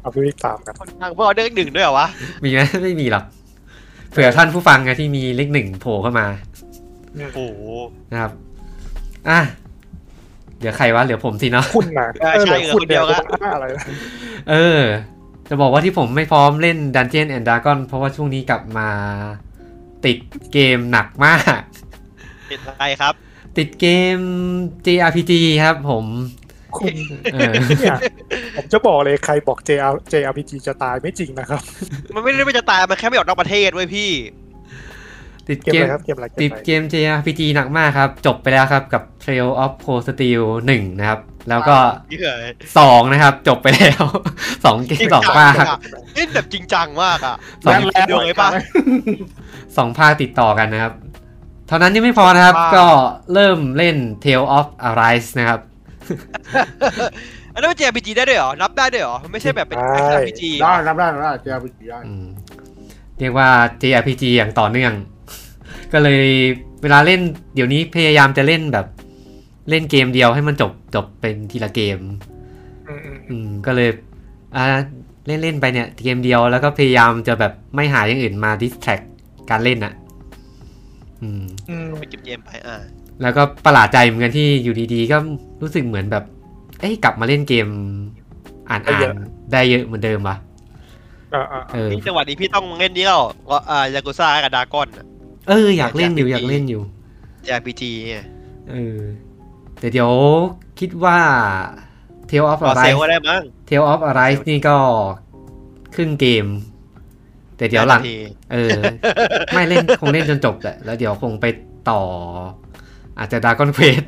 Speaker 3: เอาพี่ตามกัน
Speaker 2: คนทางพวกเราเลือกหนึ่งด้วยเหรอวะ
Speaker 1: มีไหม ไม่มีหรอกเผื่อท่านผู้ฟังไงที่มีเลขหนึ่งโผล่เข้ามา
Speaker 2: โอ้โห
Speaker 1: นะครับอ่ะเดี๋ยวใครวะเหลือผมสิเนาะ
Speaker 3: คุณนะ
Speaker 2: ใช่ใช่
Speaker 3: ออหลือคุณ
Speaker 2: เออคนเดียว
Speaker 3: จะ
Speaker 2: ละ
Speaker 3: บ้าอะไรนะ
Speaker 1: เออ จะบอกว่าที่ผมไม่พร้อมเล่น Dungeon and Dragon เพราะว่าช่วงนี้กลับมาติดเกมหนักมาก
Speaker 2: เป็นไรครับ
Speaker 1: ติดเกม JRPG ครับผม
Speaker 3: คุณ
Speaker 1: เอ อ
Speaker 3: เนี่ยผมจะบอกเลยใครบอก JR JRPG จะตายไม่จริงนะครับ
Speaker 2: มันไม่ได้ว่าจะตาย มันแค่ไม่ออกนอกประเทศเว้ยพี่
Speaker 1: ติด
Speaker 3: เกม
Speaker 1: เกม
Speaker 3: อะไรครับเกมอะไรเก
Speaker 1: ติ
Speaker 3: ม
Speaker 1: ด
Speaker 3: อะไร
Speaker 1: เกม JRPG หนักมากครับ จบไปแล้วครับกับ Trail of Cold Steel 1 นะครับ แล้วก็
Speaker 2: นี่เลย
Speaker 1: 2 นะครับ จบไปแล้ว 2 เกมสองภาค
Speaker 2: เล่นแบบจริงจังมากอ่ะ
Speaker 1: สอง
Speaker 2: แรงๆหน่อยป่ะ
Speaker 1: สองภาคติดต่อกันนะครับ เท่านั้นยังไม่พอนะครับ ก็เริ่มเล่น Tale of Arise นะครับ
Speaker 2: อันนั้นเป็น JRPG ได้ด้วยเหรอ นับได้ด้วยเหรอ มันไม่ใช่แบบเป็น
Speaker 3: ได้
Speaker 2: JRPG
Speaker 5: ได้รับได้รับได้เจอไปกี่ได้
Speaker 1: อืมเรียกว่า JRPG อย่างต่อเนื่อง ก็เลยเวลาเล่นเดี๋ยวนี้พยายามจะเล่นแบบเล่นเกมเดียวให้มันจบจบเป็นทีละเกม
Speaker 3: อืมอืม
Speaker 1: อืมก็เลยอ่าเล่นเล่นๆไปเนี่ยเกมเดียวแล้วก็พยายามจะแบบไม่หาอย่างอื่นมาดิสแทรกการเล่นอะอืม
Speaker 3: อืม
Speaker 2: เป็นเกมๆไปอ่า
Speaker 1: แล้วก็ประหลาดใจเหมือนกันที่อยู่ดีๆ ก็รู้สึกเหมือนแบบ เอ้ยกลับมาเล่นเกม อ่านๆได้เยอะเหมือนเดิมว่ะ
Speaker 3: อ่าอ่า
Speaker 1: เออ
Speaker 2: นี่จังหวะนี้พี่ต้องเล่นนี่แล้วก็อ่ายากุซ่ากับดากอน
Speaker 1: เอออยากเล่นอยู่อยากเล่นอยู่
Speaker 2: JRPG เนี่ย
Speaker 1: เออแต่เดี๋ยวคิดว่า Tale of
Speaker 2: รอเซล
Speaker 1: Arise
Speaker 2: ก็ได้มั้ง
Speaker 1: Tale of Arise นี่ก็ครึ่งเกม แต่เดี๋ยวหลัง
Speaker 2: นาที
Speaker 1: เออ ไม่เล่นคงเล่นจนจบแหละแล้วเดี๋ยวคงไปต่อ อาจจะดากอนเควส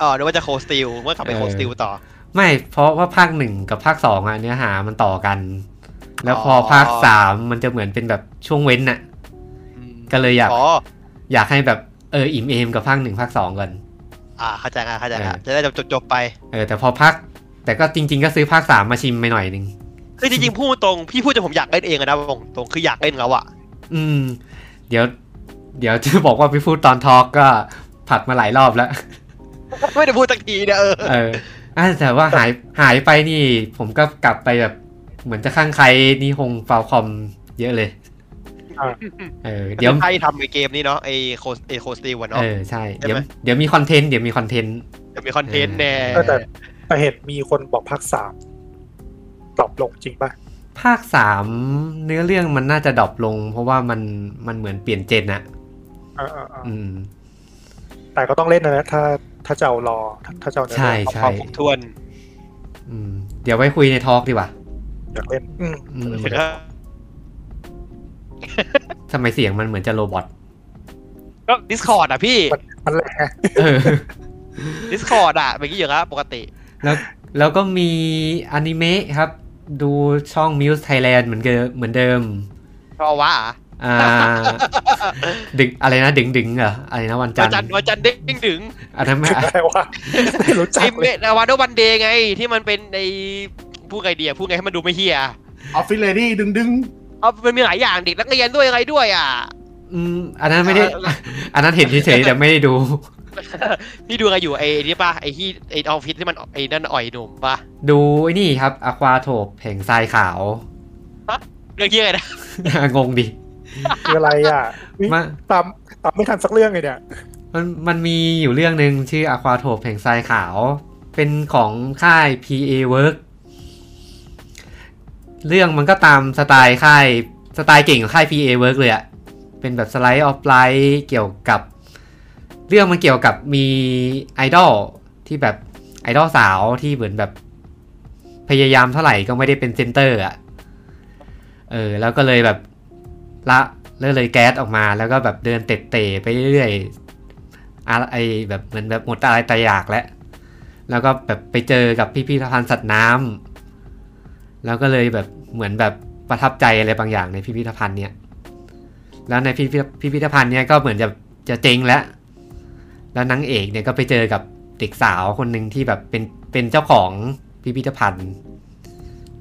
Speaker 2: อ๋อนึกว่าจะโคสติลเมื่อกลับไป
Speaker 1: เออ
Speaker 2: โคสติลต่อ
Speaker 1: ไม่เพราะว่าภาคหนึ่งกับภาคสองอะเนื้อหามันต่อกัน แล้วพออ
Speaker 2: อ
Speaker 1: ภาคสามมันจะเหมือนเป็นแบบช่วงเว้นน่ะ
Speaker 2: อ
Speaker 1: ก็เลยอยาก
Speaker 2: อ๋อ
Speaker 1: อยากให้แบบเอออิ่มเอมกับภาคหนึ่งภาคสองก่อน
Speaker 2: อ่าเข้าใจละเข้าใจละ
Speaker 1: เออ
Speaker 2: จะได้จบจบๆไป
Speaker 1: เออแต่พอภาคแต่ก็จริง ๆ ก็ซื้อภาคสามมาชิมไปหน่อยหนึ่ง
Speaker 2: คือจริงๆพูดตรงพี่พูดจนผมอยากเล่นเองอะนะบอกตรงคืออยากเล่นแล้วอะ
Speaker 1: อืม เดี๋ยว เดี๋ยวจะบอกว่าไปพูดตอนทอล์กก็ผัดมาหลายรอบแล้ว
Speaker 2: ไม่ได้พูดสักทีเนี่ยเออ
Speaker 1: เอออ่ะแต่ว่าหายหายไปนี่ ผมก็กลับไปแบบ เหมือนจะข้างใครนี่ฮงฟาวคอมเยอะเลย เออเดี๋ยว
Speaker 2: ใครทำไอเกมนี้เนาะไอโคสไอโคสติวัน
Speaker 1: เอ
Speaker 2: เนาะ
Speaker 1: อใช่
Speaker 2: ใช่
Speaker 1: เดี๋ยว
Speaker 2: ไหม
Speaker 1: เดี๋ยวมีคอนเทนต์เดี๋ยวมีคอนเทนต์
Speaker 2: จะมีคอนเทนต์
Speaker 1: เอ
Speaker 2: แน่
Speaker 1: อ
Speaker 3: เออแต่แต่เห็นมีคนบอกภาคสามตอบลงจริงป่ะ
Speaker 1: ภาคสามเนื้อเรื่องมันน่าจะดรอปลง เพราะว่ามันมันเหมือนเปลี่ยนเจนอะ
Speaker 3: อ่าอ่าอ่า
Speaker 1: อืม
Speaker 3: แต่ก็ต้องเล่นนะนะถ้าถ้าจะเอารอถ้าถ้าจะเอาเนื้อ
Speaker 1: ใช่
Speaker 3: เรื่อง
Speaker 1: ใช่
Speaker 2: ความครบถ้วน
Speaker 1: อืม เดี๋ยวไว้คุยในทอล์กดีกว่า
Speaker 3: อยากเล่นอืม
Speaker 1: อืม
Speaker 2: ถึงก็
Speaker 1: ทำไมเสียงมันเหมือนจะโรบอท
Speaker 2: ก็ Discord อ่ะพี่
Speaker 3: มันแหละ
Speaker 1: เออ
Speaker 2: Discord อ่ะเมื่อกี้อย่างละปกติ
Speaker 1: แล้วแล้วก็มีอนิเมะครับ ดูช่อง Muse Thailand เหมือนเดิมเหมือนเดิม
Speaker 2: เพราะว่าอะ
Speaker 1: อ่า ดึงอะไรนะดึงดึงเหรออะไรนะวันจั
Speaker 2: วัน น
Speaker 1: ท
Speaker 2: จันท
Speaker 1: ร์
Speaker 2: ร์วันจันทร์เด้งถึง
Speaker 1: อันนั้นไม่
Speaker 3: อะไรวะไม่รู้จั
Speaker 2: ไอก
Speaker 3: เล
Speaker 2: เม
Speaker 3: ย
Speaker 2: ะวันวันเดย์ไง ที่มันเป็นในพูดไงเดียพูดไงให้มันดูไม่เฮีย
Speaker 5: ออฟฟิศเลดี้ดึงดึง
Speaker 2: เอามันมีหลายอย่างเด็กนักเรียนด้วยอะไรด้วยอ่ะ
Speaker 1: อืมอันนั้นไม่ได้ อันนั้นเห็นเฉยๆแต่ไม่ได้ดู
Speaker 2: พี่ดูอะไรอยู่ไอ้นี่ป่ะไอ้ที่ไอ้ออฟฟิศที่มันไอ้นั่นอ่อยหนุ่มป่ะ
Speaker 1: ดูไอ้นี่ครับอควาโถบแห่งทรายขาว
Speaker 2: เรื่องที่อะไรนะ
Speaker 1: งงดิ
Speaker 3: คืออะไรอ่ะอุ๊ย
Speaker 1: มัน
Speaker 3: ตามตามไม่ทันสักเรื่องเลยเนี่ย
Speaker 1: มันมันมีอยู่เรื่องหนึ่งชื่ออควาโถบแห่งทรายขาว เป็นของค่าย PA Work เรื่องมันก็ตามสไตล์ค่ายสไตล์เก่งของค่าย PA Work เลยอะเป็นแบบสไลด์ออฟไลท์เกี่ยวกับ เรื่องมันเกี่ยวกับมีไอดอลที่แบบไอดอลสาวที่เหมือนแบบ พยายามเท่าไหร่ก็ไม่ได้เป็นเซนเตอร์อะเออ แล้วก็เลยแบบละเลิกเลยแก๊สออกมาแล้วก็แบบเดินเตะเตะๆไปเรื่อยๆอะไอแบบเหมือนแบบหมดอะไรตายอยากแล้ว แล้วก็แบบไปเจอกับพิพิธภัณฑ์สัตว์น้ำแล้วก็เลยแบบเหมือนแบบประทับใจอะไรบางอย่างในพิพิธภัณฑ์เนี่ย แล้วในพิพิธพิพิธภัณฑ์เนี่ยก็เหมือนจะจะเจงแล้ว แล้วนางเอกเนี่ยก็ไปเจอกับเด็กสาวคนหนึ่งที่แบบเป็นเป็นเจ้าของพิพิธภัณฑ์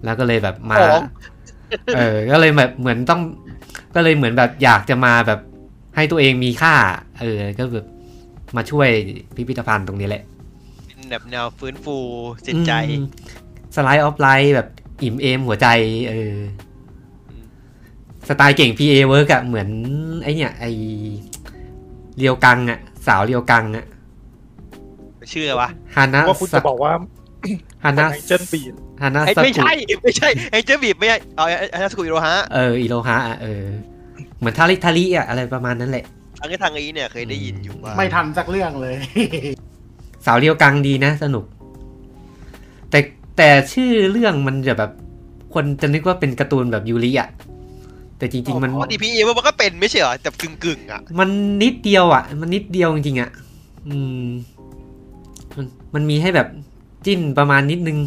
Speaker 1: แล้วก็เลยแบบมา
Speaker 2: ของ
Speaker 1: เออ ก็เลยแบบเหมือนต้อง ก็เลยเหมือนแบบอยากจะมาแบบให้ตัวเองมีค่า เออ ก็แบบมาช่วยพิพิธภัณฑ์ตรงนี้แหละ
Speaker 2: เป็นแบบแนวฟื้นฟูจิตใจ
Speaker 1: อืมสไลด์ออฟไลน์แบบอิ่มเอมหัวใจเอออ
Speaker 2: ม
Speaker 1: สไตล์เก่ง PA work อะเหมือน ไอเนี่ย ไอเรียวกังอะสาวเรียวกังอะ
Speaker 2: ชื่ออะไรวะ
Speaker 1: ฮานะ
Speaker 3: ว่าคุณจะบอกว่า
Speaker 1: ฮานะ
Speaker 3: เจิ้นบีด
Speaker 1: ฮานะ
Speaker 2: ไอ้ไม่ใช่ไม่ใช่ไอ้เจบีบไม่ใช่เอาไอ้ไอ้สกุลอิโรฮะ
Speaker 1: เออ อิโรฮะอะเออ เหมือนทาริทาริอะอะไรประมาณนั้นแหละ
Speaker 2: อันนี้ทางนี้เนี่ยเคยได้ยินอยู่ว่า
Speaker 5: ๆไม่ทันสักเรื่องเลย
Speaker 1: สาวเรียวกังดีนะ สนุก แต่แต่ชื่อเรื่องมันจะแบบ คนจะนึกว่าเป็นการ์ตูนแบบยูริอะแต่จริง ๆ มัน
Speaker 2: อ๋อ DPA มันก็เป็นไม่ใช่เหรอแต่กึ่งกึ่งๆอ่ะ
Speaker 1: มันนิดเดียวอ่ะ มันนิดเดียวจริงๆอ่ะ อืม มันมันมีให้แบบจิ้นประมาณนิดนึง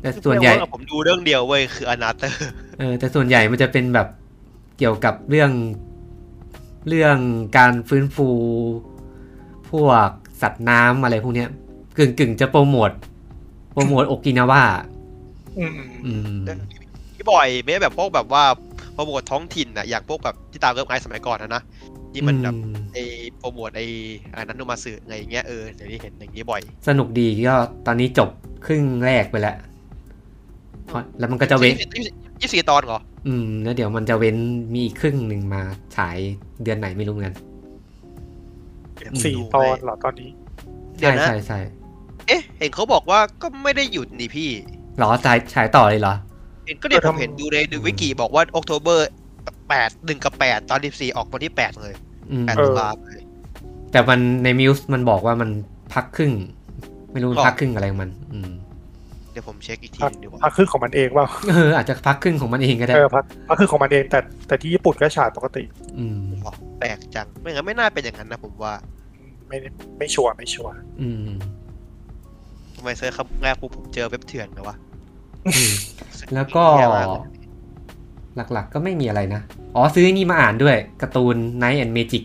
Speaker 1: แต่ส่วนใหญ่
Speaker 2: เรื่องผมดูเรื่องเดียวเว้ยคืออนาเตอร์
Speaker 1: เออ แต่ส่วนใหญ่มันจะเป็นแบบเกี่ยวกับเรื่องเรื่องการฟื้นฟู พวกสัตว์น้ำอะไรพวกเนี้ย กึ่งกึ่งจะโปรโมทโปรโมทโอกินาวา
Speaker 3: อืม
Speaker 1: อืม
Speaker 2: ที่บ่อยไม่แบบพวกแบบว่าโปรโมทท้องถิ่นอะอย่างพวกแบบที่ตามเว็บไซต์สมัยก่อนนะนะที่มันแบบไอโปรโมทไออันนั้นนุมาสึอะไรอย่างเงี้ยเออเดี๋ยวนี้เห็นอย่างนี้บ่อย
Speaker 1: สนุกดีก็ตอนนี้จบครึ่งแรกไปแล้ว แล้วมันก็จะเว้น
Speaker 2: ยี่สิบสี่ตอนเหรอ
Speaker 1: อืม แล้วเดี๋ยวมันจะเว้นมีอีกครึ่งหนึ่งมาฉายเดือนไหนไม่รู้เหมือนกัน
Speaker 3: สี่ตอนเหรอตอนนี้
Speaker 2: เดี๋ย
Speaker 1: ใช่
Speaker 2: วนะ
Speaker 1: ใช่ใช่
Speaker 2: เอ๊ะ เห็นเขาบอกว่าก็ไม่ได้หยุดนี่พี่
Speaker 1: หรอฉายฉายต่อเลยเหรอ
Speaker 2: เห็นก็เนี่ย
Speaker 3: เออ
Speaker 2: ผ
Speaker 3: ทำ
Speaker 2: มเห็นดูในดูวิกิบอกว่าออก o b เบอร์แปดหนึ่งกับแปดตอนสิบสี่ออกวันที่แปดเลย
Speaker 1: อืม
Speaker 2: แปด
Speaker 3: เอ
Speaker 2: ตุ
Speaker 3: อ
Speaker 2: ลาเลย
Speaker 1: แต่มันในมิวส์มันบอกว่ามันพักครึ่ง ไม่รู้มัน
Speaker 2: หรอ
Speaker 1: พักครึ่งอะไรของมัน อืม
Speaker 2: เดี๋ยวผมเช็คอีกทีหนึ่งดีกว่า
Speaker 3: พักครึ่งของมันเองว่า
Speaker 1: เออ อาจจะพักครึ่งของมันเองก็ได้
Speaker 3: เออพักพักครึ่งของมันเองแต่แต่ที่ญี่ปุ่นก็ฉายปกติ
Speaker 1: อืม
Speaker 2: อ๋อแปลกจัง ไม่งั้นไม่น่าเป็นอย่างนั้นนะผมว่า
Speaker 3: ไม่ไม่ชัวร์ไม่ชัวร์
Speaker 1: อืม
Speaker 2: ทำไมเซิร์ชคำแรกปุ๊บผมเจอเว็บเถื่อนเลยวะ
Speaker 1: อืม แล้วก็
Speaker 2: เหี้ยมากเลย
Speaker 1: หลักๆก็ไม่มีอะไรนะ อ๋อ ซื้อไอนี่มาอ่านด้วยการ์ตูน Night and Magic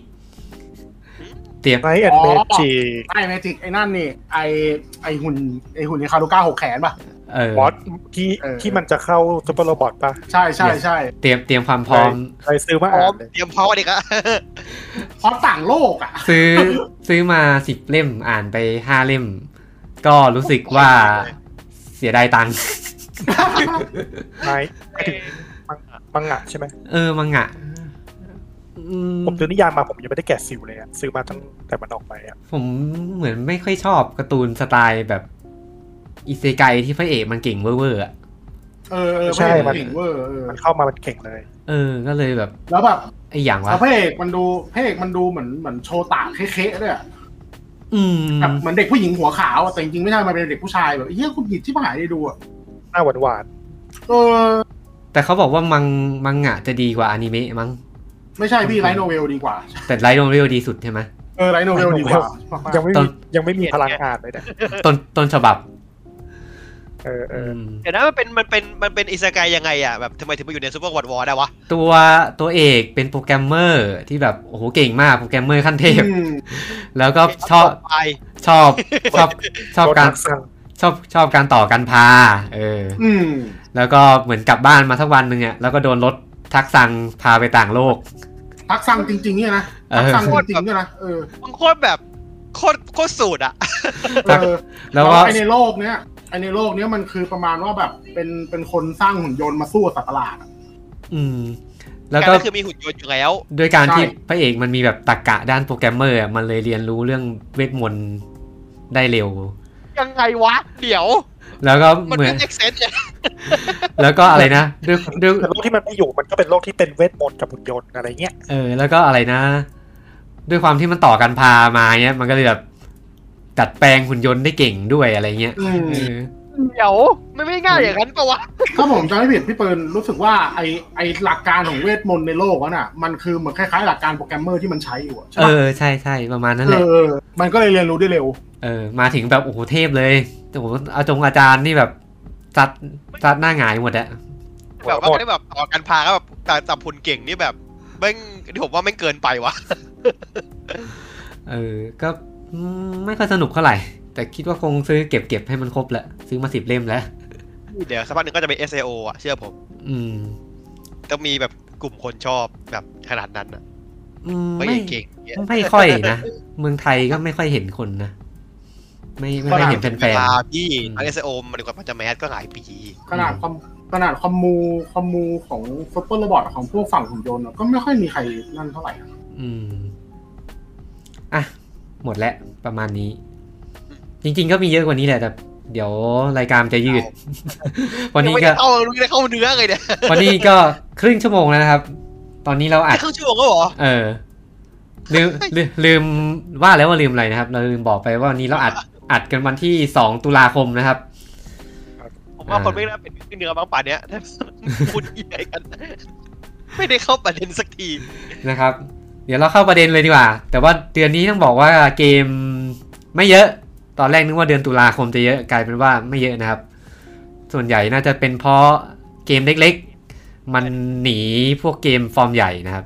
Speaker 1: เตรียม
Speaker 3: ไนท์แอนด์เมจิ
Speaker 5: ไอ้เมจิกไอ้นั่นนี่ไอ้ไอ้หุ่นไอ้หุ่นในคารุก้าหกแขนป่ะ
Speaker 1: เออ
Speaker 3: บอสที่
Speaker 5: เออ
Speaker 3: ที่มันจะเข้าซูเปอร์โรบอทปะ
Speaker 5: ใช่ใช่
Speaker 1: Yes
Speaker 5: ใช่
Speaker 1: เตรียมเตรียมความพร้อม
Speaker 3: ไปซื้อมา
Speaker 2: พร้อน
Speaker 3: อ่า
Speaker 2: ม
Speaker 3: เลย
Speaker 2: เตรียมพร้อมดิครับ
Speaker 5: เพราะต่างโลกอ่ะ
Speaker 1: ซื้อซื้อมาสิบเล่มอ่านไปห้าเล่ม ก็รู้สึกว่าเสียดายตังค์
Speaker 3: ไน ท์ไม่ถึงมังมังงะใช่ไหม
Speaker 1: เออ มังงะอืม
Speaker 3: ผมซื้อนิยามมาผมยังไม่ได้แกะซิลเลยอะซื้อมาตั้งแต่มันออกไปอะ
Speaker 1: ผมเหมือนไม่ค่อยชอบการ์ตูนสไตล์แบบ อิเซไกที่พระเอกมันเก่งเว่อร์ๆอะ
Speaker 5: เออเออ
Speaker 3: ใช่มัน
Speaker 5: เก่งเวอร์เออ
Speaker 3: มันเข้ามามันเก่งเลย
Speaker 1: เออ ก็เลยแบบ
Speaker 5: แล้วแบบ
Speaker 1: ไอ้อย่างวะ
Speaker 5: แล้วพระเอกมันดูพระเอกมันดูเหมือนเหมือนโชว์ต่างเค้ๆด้วยอะ
Speaker 1: อืม
Speaker 5: แบบเหมือนเด็กผู้หญิงหัวขาวอะแต่จริงๆไม่ใช่มันเป็นเด็กผู้ชายแบบเฮียคุณหยิบที่หายได้ดูอะ
Speaker 3: หน้าหวานหวาน
Speaker 5: เออ
Speaker 1: แต่เขาบอกว่ามังมังงะจะดีกว่าอนิเมะมั้ง
Speaker 5: ไม่ใช่พี่ไลท์โนเวลดีกว่า
Speaker 1: แต่ไลท์โนเรียลดีสุดใช่ ไหม
Speaker 5: เออไลท์โนเวลดีกว่า
Speaker 3: ๆยังไม่
Speaker 1: ตอ
Speaker 3: มี
Speaker 1: น
Speaker 3: ยังไม่มีพลังงานเลยเนี่ย
Speaker 1: ต้นต้นฉบับ
Speaker 3: เออเออ
Speaker 1: ม
Speaker 2: เดี๋ยวนะมันเป็นมันเป็นมันเป็นอิสกายยังไงอ่ะแบบทำไมถึงมาอยู่ในซูเปอร์วอร์ดวอร์ได้วะ
Speaker 1: ตัวตัวเอกเป็นโปรแกรมเมอร์ที่แบบโอ้โหเก่งมากโปรแกรมเมอร์ขั้นเทพ
Speaker 5: อืม
Speaker 1: แล้วก็ชอบ
Speaker 2: ไป
Speaker 1: ชอบชอบชอบ
Speaker 3: โดน
Speaker 1: การ
Speaker 3: นักสั่ง
Speaker 1: ชอบชอบการต่อกันพา เออ
Speaker 5: อืม
Speaker 1: แล้วก็เหมือนกลับบ้านมาสักวันหนึ่งอ่ะแล้วก็โดนรถทักซังพาไปต่างโลก
Speaker 5: ทักซังจริงๆเนี่ยนะ
Speaker 1: เอ
Speaker 5: ทัก
Speaker 1: อ
Speaker 5: ซังจริงๆเนี่ยนะเออ
Speaker 2: มันโคตรแบบโคตรโคตรสูตรอ่ะ
Speaker 1: ทัก
Speaker 5: เออ
Speaker 1: แล้วก็
Speaker 5: ไอในโลกเนี้ยไอในโลกเนี้ยมันคือประมาณว่าแบบเป็นเป็นคนสร้างหุ่นยนต์มาสู้กับสัตว์ประหลาดอะ
Speaker 1: อืม แล้วก็
Speaker 2: ต่คือมีหุ่นยนต์อยู่แล้ว
Speaker 1: ด้วยการที่
Speaker 5: ใช่
Speaker 1: พระเอกมันมีแบบตรกกะด้านโปรแกรมเมอร์อะมันเลยเรียนรู้เรื่องเวทมนต์ได้เร็ว
Speaker 2: ยังไงวะ เดี๋ยว
Speaker 1: แล้วก็
Speaker 2: มัน
Speaker 1: เหมือ
Speaker 2: ไม่
Speaker 1: น
Speaker 2: เอ็กเซนต์เลย
Speaker 1: แล้วก็อะไรนะด้วยด้วย
Speaker 3: แต่โลกที่มันไม่อยู่มันก็เป็นโลกที่เป็นเวทมนต์กับหุ่นยนต์อะไรเงี้ย
Speaker 1: เออ แล้วก็อะไรนะ ด้วยความที่มันต่อกันพามาเนี้ย มันก็เลยแบบดัดแปลงหุ่นยนต์ได้เก่งด้วยอะไรเงี้ย
Speaker 5: อืม
Speaker 1: เออ
Speaker 2: เดี๋ยว ไม่ไม่ง่ายอย่างนั้นปะวะ
Speaker 5: ถ้าผมจำไม่ผิดพี่เปิลรู้สึกว่าไอไอหลักการของเวทมนต์ในโลกนั้นอ่ะมันคือเหมือนคล้ายๆ หลักการโปรแกรมเมอร์ที่มันใช้อยู่อะใช่
Speaker 1: เอ
Speaker 5: ปะ
Speaker 1: อ ใช่ใช่ประมาณนั้น
Speaker 5: เอ
Speaker 1: แหละ
Speaker 5: อ มันก็เลยเรียนรู้ได้เร็ว
Speaker 1: เออ มาถึงแบบ โอ้โห เทพเลยโอ้โหอาจงอาจารย์นี่แบบซัดซัดหน้าหงายหมดอะ
Speaker 2: แบบว่า
Speaker 3: โหด
Speaker 2: ไม่ได้แบบต่อกันพาก็แบบแต่จับหุ่นเก่งนี่แบบแม่งที่ผมว่าแม่งเกินไปวะ
Speaker 1: เออ ก็อืมไม่ค่อยสนุกเท่าไหร่ แต่คิดว่าคงซื้อเก็บเก็บให้มันครบแหละ ซื้อมาสิบเล่มแล้ว
Speaker 2: เดี๋ยวสักพักหนึ่งก็จะเป็น SAO อ่ะ เชื่อผม
Speaker 1: อืม
Speaker 2: ต้องมีแบบกลุ่มคนชอบแบบขนาดนั้นอ่ะ
Speaker 1: อืม
Speaker 2: ไม่
Speaker 1: ไม่
Speaker 2: เก่งๆเงี้ย
Speaker 1: ไม่ค่อยนะ เมืองไทยก็ไม่ค่อยเห็นคนนะ ไม่ไม่ค่อยเห็นแฟ
Speaker 2: เวน ลา
Speaker 1: ๆ
Speaker 2: พี่
Speaker 1: อืม
Speaker 2: อัน SAO มันกว่ามันจะแมสก็หลายปี
Speaker 5: ขนาดคอมขนาดคอมมูคอมมูของซุปเปอร์โรบอทของพวกฝั่งหุ่นยนต์อะก็ไม่ค่อยมีใครนั่นเท่าไหร่อะ
Speaker 1: อืม อ่ะ หมดแล้ว ประมาณนี้ จริงๆก็มีเยอะกว่านี้แหละ แต่เดี๋ยวรายการจะยืด
Speaker 2: เอา
Speaker 1: วันนี้
Speaker 2: ยัง
Speaker 1: ก็
Speaker 2: ไม่ได้เข้ารู้ได้เข้าเนื้อเลยเนี่ย
Speaker 1: วันนี้ก็ครึ่งชั่วโมงแล้วนะครับ ตอนนี้เราอั
Speaker 2: แค่
Speaker 1: ด
Speaker 2: ครึ่งชั่วโมงก็เหรอ
Speaker 1: เออ ลืมลืมลืมว่าแล้วว่าลืมอะไรนะครับ เราลืมบอกไปว่าวันนี้เราอัดอัดกันวันที่สองตุลาคมนะครับ
Speaker 2: ผมว่า
Speaker 1: อ่า
Speaker 2: คนไม่น่าเป็นเนื้อบ้างป่านเนี้ย ถ้าพูดยังไงกัน ไม่ได้เข้าประเด็นสักที
Speaker 1: นะครับ เดี๋ยวเราเข้าประเด็นเลยดีกว่า แต่ว่าเดือนนี้ต้องบอกว่าเกมไม่เยอะ ตอนแรกนึกว่าเดือนตุลาคมจะเยอะกลายเป็นว่าไม่เยอะนะครับ ส่วนใหญ่น่าจะเป็นเพราะเกมเล็กๆ มันหนีพวกเกมฟอร์มใหญ่นะครับ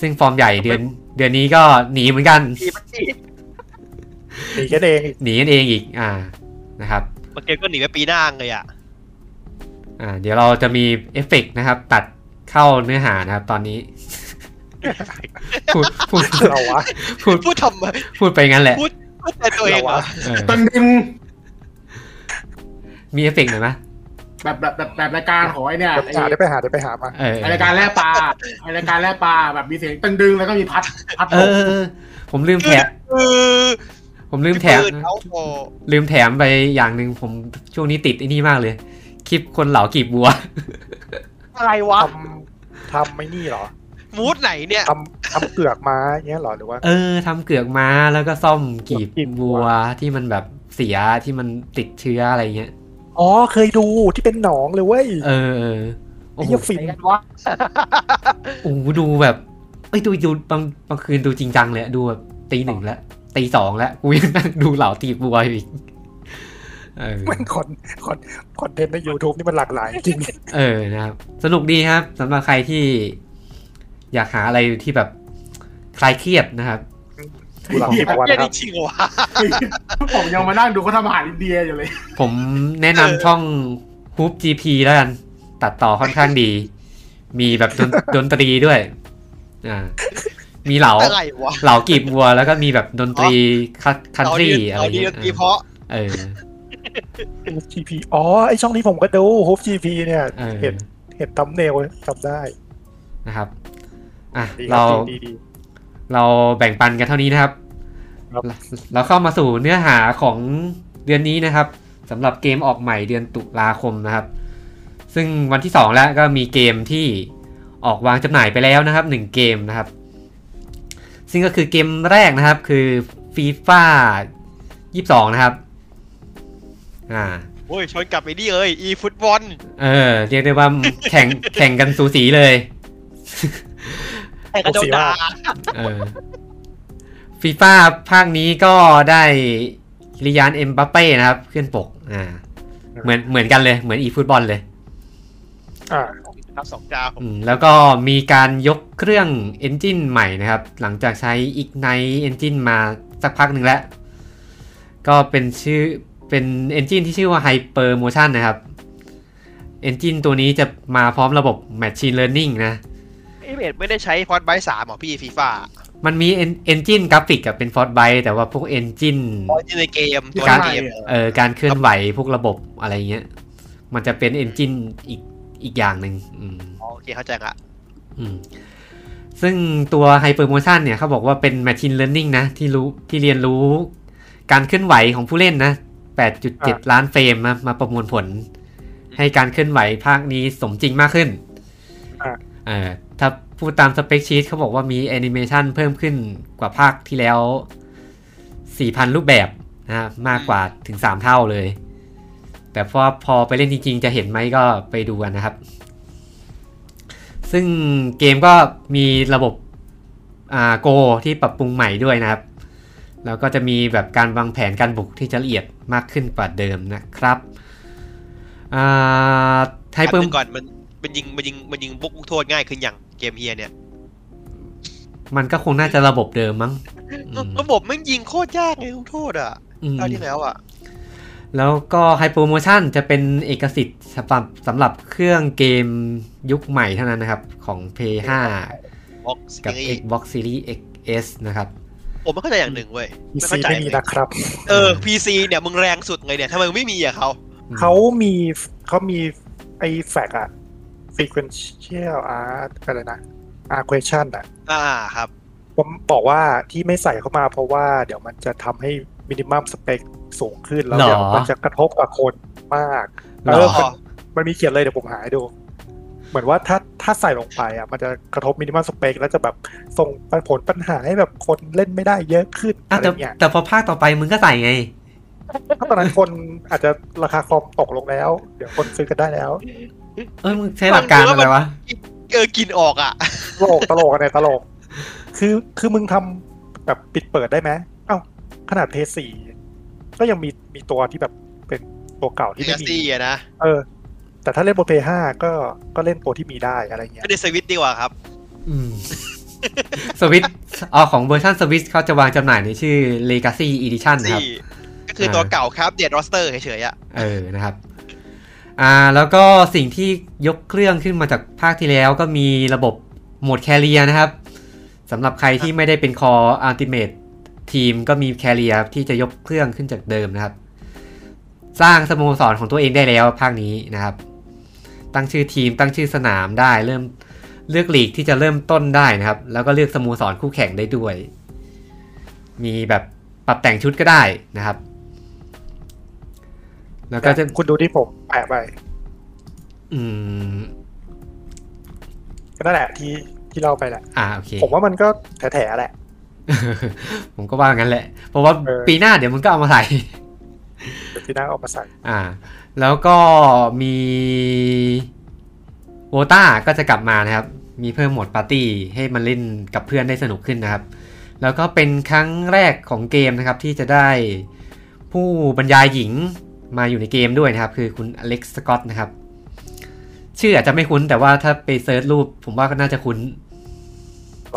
Speaker 1: ซึ่งฟอร์มใหญ่เดือนเดือนนี้ก็หนีเหมือนกัน
Speaker 3: หนีกันเองอีก
Speaker 1: หนีกันเองอีกอ่านะครับ
Speaker 2: บางเกมก็หนีไปปีหน้าเลยอ่ะ
Speaker 1: อ่าเดี๋ยวเราจะมีเอฟเฟกต์นะครับ ตัดเข้าเนื้อหานะครับ ตอนนี้ พูดพูด
Speaker 3: เราวะ
Speaker 1: พูด
Speaker 2: พูดทำไม
Speaker 1: พูดไปงั้นแหละ
Speaker 2: พูดแต่ตัวเองเหรอ
Speaker 1: เออ
Speaker 5: ตึงดึง
Speaker 1: มีเอฟเฟกต์หน่อยไหม
Speaker 5: แบบแบบแบบแบบรายการของไอเนี่ย
Speaker 3: เดี๋ยวไปหา
Speaker 5: ไอ้
Speaker 3: เดี๋ยวไปหาเดี๋ยวไปหามา
Speaker 1: เออ
Speaker 5: ไอ้รายการแล่ปลาไอ้รายการแล่ปลาแบบมีเสียงตึงดึงแล้วก็มีพัดพัด
Speaker 1: เอ
Speaker 5: ล
Speaker 1: อ
Speaker 5: ม
Speaker 1: เออเออผมลืมแถม
Speaker 2: คือ
Speaker 1: ผมลืมแถม
Speaker 2: ปืนเขาโผล่
Speaker 1: ลืมแถมไปอย่างหนึ่งผมช่วงนี้ติดไอ้นี่มากเลย คลิปคนเหลากีบบัว
Speaker 2: อะไรวะ
Speaker 3: ทำทำไม่นี่เหรอ
Speaker 2: มูดไหนเนี่ย
Speaker 3: ทำทำเปลือกม้าเงี้ยเหรอ หรือว่า
Speaker 1: เออทำเกือกม้าแล้วก็ซ่อมกีบบัวที่มันแบบเสียที่มันติดเชื้ออะไรเงี้ย
Speaker 3: อ๋อ เคยดูที่เป็นหนองเลยเว้ย
Speaker 1: เออเออโอ้
Speaker 3: ไอ้
Speaker 1: โห
Speaker 3: เหี้ยฟิน
Speaker 1: โอ้โหดูแบบเอ้ยดูดูบางบางคืนดูจริงจังเลยอะดูแบบตีหนึ่งแล้วตีสองแล้วกูยังนั่งดูเหล่าตีบัวอยู่อีกเออ
Speaker 3: แมันคอนคอนคอนเทนต์ใน YouTube นี่มันหลากหลายจริง
Speaker 1: เออนะครับ สนุกดีครับสำหรับใครที่ อยากหาอะไรที่แบบคลายเครียดนะครับ
Speaker 3: กูหลับทุกวัน
Speaker 2: เนี่ยจ
Speaker 3: ครับ
Speaker 2: ริงเหรอวะ
Speaker 5: ผมยังมานั่งดูเขาทำอาหารอินเดียอยู่เลย
Speaker 1: ผมแนะนำช่อง Hoop GP แล้วกัน ตัดต่อค่อนข้างดี มีแบบดนดนตรีด้วยอ่ามีเหล่า
Speaker 2: อะไรวะ
Speaker 1: เหล่ากีบบัว แล้วก็มีแบบดนตรีคันทรีอะไร
Speaker 2: เราดี
Speaker 1: เงี้ย
Speaker 2: ดนตรีเพราะ
Speaker 1: เออ
Speaker 3: Hoop GP อ๋อ ไอช่องนี้ผมก็ดู Hoop GP เนี่ย
Speaker 1: เออ
Speaker 3: เห็นเห็นตัมเนลจำได้
Speaker 1: นะครับ อ่ะ
Speaker 3: ดีค
Speaker 1: เรา
Speaker 3: บดีดีดี
Speaker 1: เราแบ่งปันกันเท่านี้นะครับ
Speaker 3: ครับ
Speaker 1: เราเข้ามาสู่เนื้อหาของเดือนนี้นะครับสำหรับเกมออกใหม่เดือนตุลาคมนะครับ ซึ่งวันที่ 2 แล้วก็มีเกมที่ออกวางจำหน่ายไปแล้วนะครับ 1 เกมนะครับ ซึ่งก็คือเกมแรกนะครับคือ FIFA 22 นะครับ อ่า
Speaker 2: โอ้ยชนกลับไปนี่เลย อีฟุตบอล
Speaker 1: เออ เรียกได้ว่าแข่ง แข่งกันสูสีเลย
Speaker 2: แต่กระโดดด่า
Speaker 1: ฟีฟ่าภาคนี้ก็ได้ลิยานเอ็มบัปเป้นะครับ ขึ้นปก อ่า เหมือนเหมือนกันเลยเหมือนอีฟุตบอลเลย
Speaker 3: อ่า
Speaker 2: ครับสองจาผม
Speaker 1: อืมแล้วก็มีการยกเครื่องเอนจินใหม่นะครับ หลังจากใช้ Ignite Engine มาสักพักหนึ่งแล้ว ก็เป็นชื่อเป็นเอนจินที่ชื่อว่า Hyper Motion นะครับเอนจินตัวนี้จะมาพร้อมระบบ Machine Learning นะ
Speaker 2: เอเมดไม่ได้ใช้ฟอนต์ไบสามหรอพี่ฟีฟ่า
Speaker 1: มันมีเอนจินกราฟิกกับเป็นฟอร์ดไบแต่ว่าพวกเอนจิน
Speaker 2: ตอนที่ในเกมตัว
Speaker 1: การ
Speaker 2: เกม
Speaker 1: เออการเคลื่อนไหวพวกระบบอะไรเงี้ย มันจะเป็นเอนจินอีกอีกอย่างหนึ่งอืม
Speaker 2: อ๋อโอเคเข้าใจละ
Speaker 1: อืมซึ่งตัวไฮเปอร์โมชันเนี่ยเขาบอกว่าเป็น Machine Learning นะ ที่รู้ที่เรียนรู้ การเคลื่อนไหวของผู้เล่นนะ 8.7 ล้านเฟรมมามาประมวลผล ให้การเคลื่อนไหวภาคนี้สมจริงมากขึ้น
Speaker 3: อ่ะ
Speaker 1: เออถ้าพูดตามสเปคชีตเขาบอกว่ามีแอนิเมชันเพิ่มขึ้นกว่าภาคที่แล้ว 4,000 รูปแบบนะฮะมากกว่าถึง 3 เท่าเลย แต่พอพอไปเล่นจริงๆ จะเห็นไหมก็ไปดูกันนะครับ ซึ่งเกมก็มีระบบอ่าโกที่ปรับปรุงใหม่ด้วยนะครับ แล้วก็จะมีแบบการวางแผนการบุกที่จะละเอียดมากขึ้นกว่าเดิมนะครับอ่าไฮ
Speaker 2: ให้
Speaker 1: เปอ
Speaker 2: เพิ่
Speaker 1: ร์
Speaker 2: มก่อนมันมันยิงมันยิงมันยิงบุกลูกโทษง่ายขึ้นอย่างเกมเฮียเนี่ย
Speaker 1: มันก็คงน่าจะระบบเดิมมั้งอืม
Speaker 2: ระบบแม่งยิงโคตรยากเลยลูกโทษอ่ะ
Speaker 1: อืม
Speaker 2: เท่าที่แล้วอ่ะ
Speaker 1: แล้วก็ไฮโปรโมชั่นจะเป็นเอกสิทธิ์สำหรับสำหรับเครื่องเกมยุคใหม่เท่านั้นนะครับ ของ p 5
Speaker 2: Box
Speaker 1: กับ
Speaker 2: Series
Speaker 1: Xbox Series XS นะครับ
Speaker 2: ผมไม่เข้าใจอย่างหนึ่งเว้ย
Speaker 3: พี
Speaker 2: ไม่
Speaker 3: ซี
Speaker 2: เข้าใจ
Speaker 3: ไม่มี
Speaker 2: เลย
Speaker 3: นะครับ
Speaker 2: เออ PC เนี่ยมึงแรงสุดเลยเนี่ยทำไมมึงไม่มีอ่ะเขา
Speaker 3: เขามีเขามีไอแฟกอะ sequential art อะไรนะ a r question อะ
Speaker 2: อ่าครับ
Speaker 3: ผมบอกว่าที่ไม่ใส่เข้ามาเพราะว่าเดี๋ยวมันจะทำให้ minimum spec สูงขึ้น แล้ว
Speaker 1: หรอ
Speaker 3: เดี๋ยวมันจะกระทบกับคนมาก
Speaker 1: หร
Speaker 3: เอ
Speaker 1: อ
Speaker 3: อ มันมีเขียนเลยเดี๋ยวผมหาให้ดู เหมือนว่าถ้าถ้าใส่ลงไปอะมันจะกระทบ minimum spec แล้วจะแบบส่งผลปัญหาให้แบบคนเล่นไม่ได้เยอะขึ้น
Speaker 1: อ่ะ
Speaker 3: อะไร
Speaker 1: แต่
Speaker 3: เงี้ย
Speaker 1: แต่พอภาคต่อไปมึงก็ใส่ไง
Speaker 3: ถ้าตอนนั้นคนอาจจะราคาคอมตกลงแล้ว เดี๋ยวคนซื้อกันได้แล้ว
Speaker 1: เอ้ยมึงใช้หลักการอะไรวะ
Speaker 2: เออ กินออกอ่ะ
Speaker 3: ตลกตลกอะไรตลก คือคือมึงทำแบบปิดเปิดได้ไหมเอ้า ขนาดเพสี่ก็ยังมีมีตัวที่แบบเป็นตัวเก่าที่
Speaker 2: ที่
Speaker 3: ไม่
Speaker 2: ไม่
Speaker 3: มี
Speaker 2: มีอะนะ
Speaker 3: เออ แต่ถ้าเล่นบนเพย์ห้าก็ก็เล่นตัวที่มีได้อะไรเงี้ ย
Speaker 2: ไม่ได้สวิตช์ดีกว่าครับ
Speaker 1: อืม สวิตช์ส อ๋อของเวอร์ชันสวิสเขาจะวางจำหน่ายในชื่อ Legacy Edition นะครับ
Speaker 2: สี่ก็คือตัวเก่าครับเดียดรอสเตอร์เฉยๆอ่ะ
Speaker 1: เออ นะครับ อ่า แล้วก็สิ่งที่ยกเครื่องขึ้นมาจากภาคที่แล้วก็มีระบบโหมดแคเรียนะครับ สำหรับใครที่ไม่ได้เป็นคออัลติเม e ทีมก็มีแคเรียที่จะยกเครื่องขึ้นจากเดิมนะครับ สร้างสโมสรของตัวเองได้แล้วภาคนี้นะครับ ตั้งชื่อทีมตั้งชื่อสนามได้เริ่มเลือกลีกที่จะเริ่มต้นได้นะครับ แล้วก็เลือกสโมสรคู่แข่งได้ด้วย มีแบบปรับแต่งชุดก็ได้นะครับ แล้วก็จะ
Speaker 3: คุณดูที่ผมแปะไป
Speaker 1: อืม
Speaker 3: ก็นั่นแหละที่ที่เล่าไปแหละ
Speaker 1: อ่า โอเค
Speaker 3: ผมว่ามันก็แถะๆแหละ
Speaker 1: ผมก็ว่างั้นแหละ เพราะว่า
Speaker 3: เออ
Speaker 1: ปีหน้าเดี๋ยวมันก็เอามาใส่
Speaker 3: เดี๋ยวที่น่าเอามาใส่
Speaker 1: อ่า แล้วก็มีโวต้าก็จะกลับมานะครับ มีเพิ่มโหมดปาร์ตี้ให้มันเล่นกับเพื่อนได้สนุกขึ้นนะครับ แล้วก็เป็นครั้งแรกของเกมนะครับ ที่จะได้ผู้บรรยายหญิงมาอยู่ในเกมด้วยนะครับ คือคุณอเล็กซ์สกอตนะครับ ชื่ออาจจะไม่คุ้นแต่ว่าถ้าไปเซิร์ชรูป ผมว่าก็น่าจะคุ้น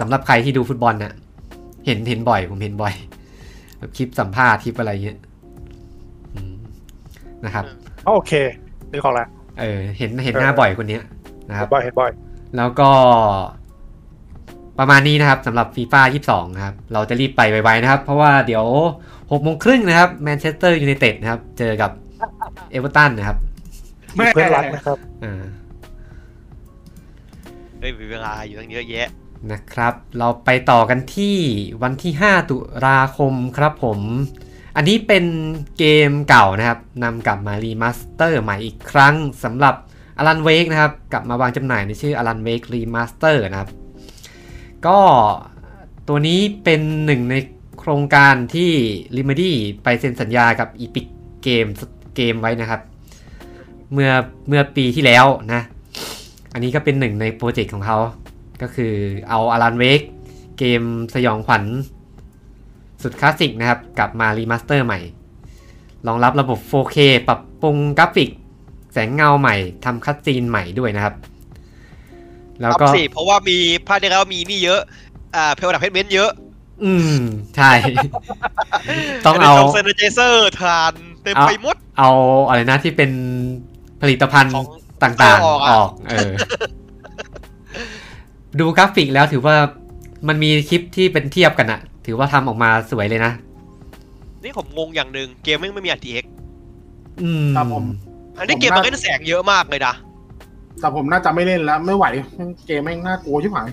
Speaker 1: สำหรับใครที่ดูฟุตบอลน่ะ เห็นเห็นบ่อย ผมเห็นบ่อยแบบคลิปสัมภาษณ์คลิปอะไรเงี้ยอืมนะครับ
Speaker 3: อ๋อโอเคนึกออกแล้ว
Speaker 1: เออเห็นเห็นหน้าบ่อยคนเนี้ยนะค
Speaker 3: เห็
Speaker 1: รับ
Speaker 3: นบ่อยเห็นบ่อย
Speaker 1: แล้วก็ประมาณนี้นะครับสำหรับฟีฟ่า22 นะครับ เราจะรีบไปไวๆนะครับ เพราะว่าเดี๋ยว6โมงครึ่งนะครับแมนเชสเตอร์ยูไนเต็ดนะครับ เจอกับเอเวอร์ตันนะครับ
Speaker 3: มีเพื่อนรักนะครับ
Speaker 1: อ่า
Speaker 2: เฮ้ยมีเวลาอยู่ตั้งเยอะแยะ
Speaker 1: นะครับ เราไปต่อกันที่วันที่ 5 ตุลาคมครับผม อันนี้เป็นเกมเก่านะครับนำกลับมารีมาสเตอร์ใหม่อีกครั้งสำหรับอลันเวกนะครับ กลับมาวางจำหน่ายในชื่ออลันเวกรีมาสเตอร์นะครับ ก็ตัวนี้เป็นหนึ่งในโครงการที่ Remedy ไปเซ็นสัญญากับ Epic Games เกมไว้นะครับ เมื่อเมื่อปีที่แล้วนะ อันนี้ก็เป็นหนึ่งในโปรเจกต์ของเขา ก็คือเอาอลันเวกเกมสยองขวัญสุดคลาสสิกนะครับ กลับมารีมาสเตอร์ใหม่ รองรับระบบ 4K ปรับปรุงกราฟิก แสงเงาใหม่ทำคัตซีนใหม่ด้วยนะครับ แล้ว
Speaker 2: อัพ
Speaker 1: ก็
Speaker 2: สิเพราะว่ามีภาคที่แล้วมีนี่เยอะอ่าเพลดับเพชรเมนเยอะ
Speaker 1: อืม ใช่ ต้องเอา
Speaker 2: เซนเจเซอร์ทานเต็มไปหมด
Speaker 1: เอาอะไรนะที่เป็นผลิตภัณฑ์
Speaker 2: ของ
Speaker 1: ต่างๆ
Speaker 2: เอาออกอะ
Speaker 1: ออก เอ อ ดูกราฟิกแล้วถือว่ามันมีคลิปที่เป็นเทียบกันอะถือว่าทำออกมาสวยเลยนะ
Speaker 2: นี่ผมงงอย่างหนึ่งเกมแม่งไม่มี RTX
Speaker 1: อืม
Speaker 5: ครับผม
Speaker 2: อันนี้เกมมันเล่นแสงเยอะมากเลยนะ
Speaker 5: แต่ผมน่าจะไม่เล่นแล้วไม่ไหวเกมแม่งน่ากลัวชิบหาย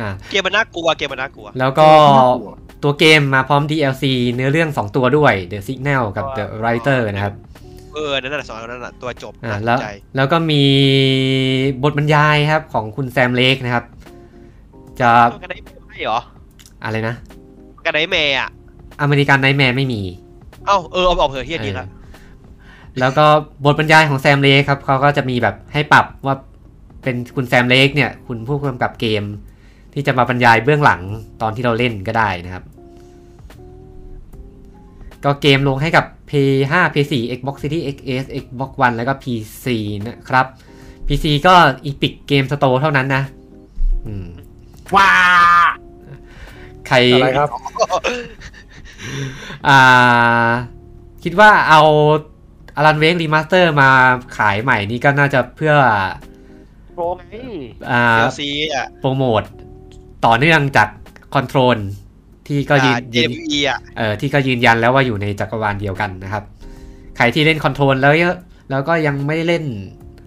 Speaker 1: อ่า
Speaker 2: เกมมันน่ากลัวเกมมันน่ากลัว
Speaker 1: แล้วก็
Speaker 5: น่ากลัว
Speaker 1: ตัวเกมมาพร้อม DLC เนื้อเรื่อง 2 ตัวด้วย The Signal กับ The Writer นะครับ
Speaker 2: เออนั่นน่ะสองนั่นน่ะตัวจบ
Speaker 1: อ่าแล้
Speaker 2: น่าสน
Speaker 1: ว
Speaker 2: ใจ
Speaker 1: แล้วก็มีบทบรรยายครับของคุณแซมเลกนะครับ จะ
Speaker 2: กันไดแมร์ให้เหรอ
Speaker 1: อะไรนะ
Speaker 2: กันไดแมร์อ่ะ
Speaker 1: อเมริกันไนท์แมร์ไม่มี
Speaker 2: เอ้าเออเอาออกเถอะเฮียดีละ
Speaker 1: เออแล้วก็บทบรรยายของแซมเลกครับเขาก็จะมีแบบให้ปรับว่าเป็นคุณแซมเลกเนี่ย คุณผู้กำกับเกม ที่จะมาบรรยายเบื้องหลังตอนที่เราเล่นก็ได้นะครับ ก็เกมลงให้กับ P5 P4 Xbox Series XS Xbox One แล้วก็ PC นะครับ PC ก็ Epic Game Store เท่านั้นนะ อืม
Speaker 5: ว้า
Speaker 1: ใคร
Speaker 3: อะไรครับ
Speaker 1: อ่าคิดว่าเอาอ l ันเวกรีมาสเตอร์มาขายใหม่นี่ก็น่าจะเพื่อ
Speaker 2: โปรไง
Speaker 1: อ่า
Speaker 2: DLC อ่ะ
Speaker 1: โปรโมทต่อเนื่องจากคอนโทรลที่ก็ยืน
Speaker 2: เจ
Speaker 1: ยืน
Speaker 2: มอีอ่ะ
Speaker 1: เอ่อที่ก็ยืนยันแล้วว่าอยู่ในจักรวาลเดียวกันนะครับ ใครที่เล่นคอนโทรลแล้วแล้วก็ยังไม่ได้เล่น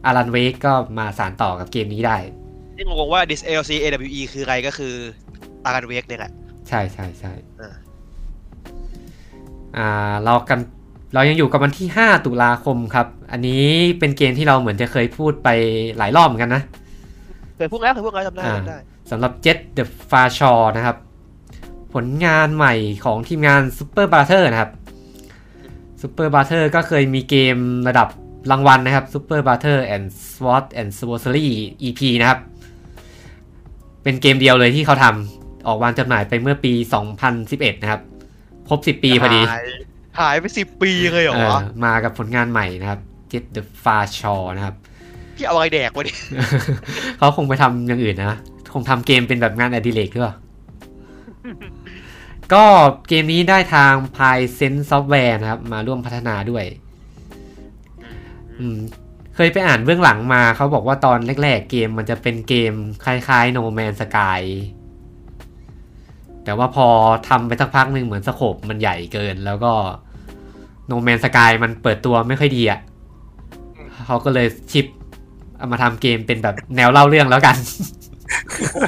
Speaker 1: อ l ันเวกก็มาสานต่อกับเกมนี้ได้
Speaker 2: ที่งงว่า this DLC AWE คืออะไรก็คือตากันเวกเนี่ยแหละ
Speaker 1: ใช่ใช่ใช่
Speaker 2: เออ
Speaker 1: อ่า เรากัน เรายังอยู่กับวันที่ 5 ตุลาคมครับ อันนี้เป็นเกมที่เราเหมือนจะเคยพูดไปหลายรอบเหมือนกันนะ
Speaker 2: เคยพูดแล้วเคยพูดแล้วจำได้จำได้
Speaker 1: สำหรับ Jet the f a s h o r นะครับ ผลงานใหม่ของทีมงาน Super b r o t h e r นะครับ Super b r o t h e r ก็เคยมีเกมระดับรางวัลนะครับ Super b r o t h e r and SWAT and s w o r c e r y EP นะครับ เป็นเกมเดียวเลยที่เขาทำออกวางจำหน่ายไปเมื่อปี 2011 นะครับ ครบ 10 ปีพอดี
Speaker 2: หายหายไปสิบปีเลยเหรอ
Speaker 1: เออมากับผลงานใหม่นะครับ Jet the f a s h o r นะครับ
Speaker 2: พี่เอาอะไรแดกวะเนี่ย
Speaker 1: เขาคงไปทำอย่างอื่นนะ คงทำเกมเป็นแบบงานอดิเรกหรือเปล่า ก็เกมนี้ได้ทาง p y s e n s e Software นะครับ มาร่วมพัฒนาด้วย อืม เคยไปอ่านเบื้องหลังมาเขาบอกว่าตอนแรกๆ เกมมันจะเป็นเกมคล้ายๆ No Man's Sky แต่ว่าพอทำไปสักพักหนึ่งเหมือนสโคปมันใหญ่เกิน แล้วก็ No Man's Sky มันเปิดตัวไม่ค่อยดีอะ่ะเขาก็เลยชิปเอามาทำเกมเป็นแบบแนวเล่าเรื่องแล้วกัน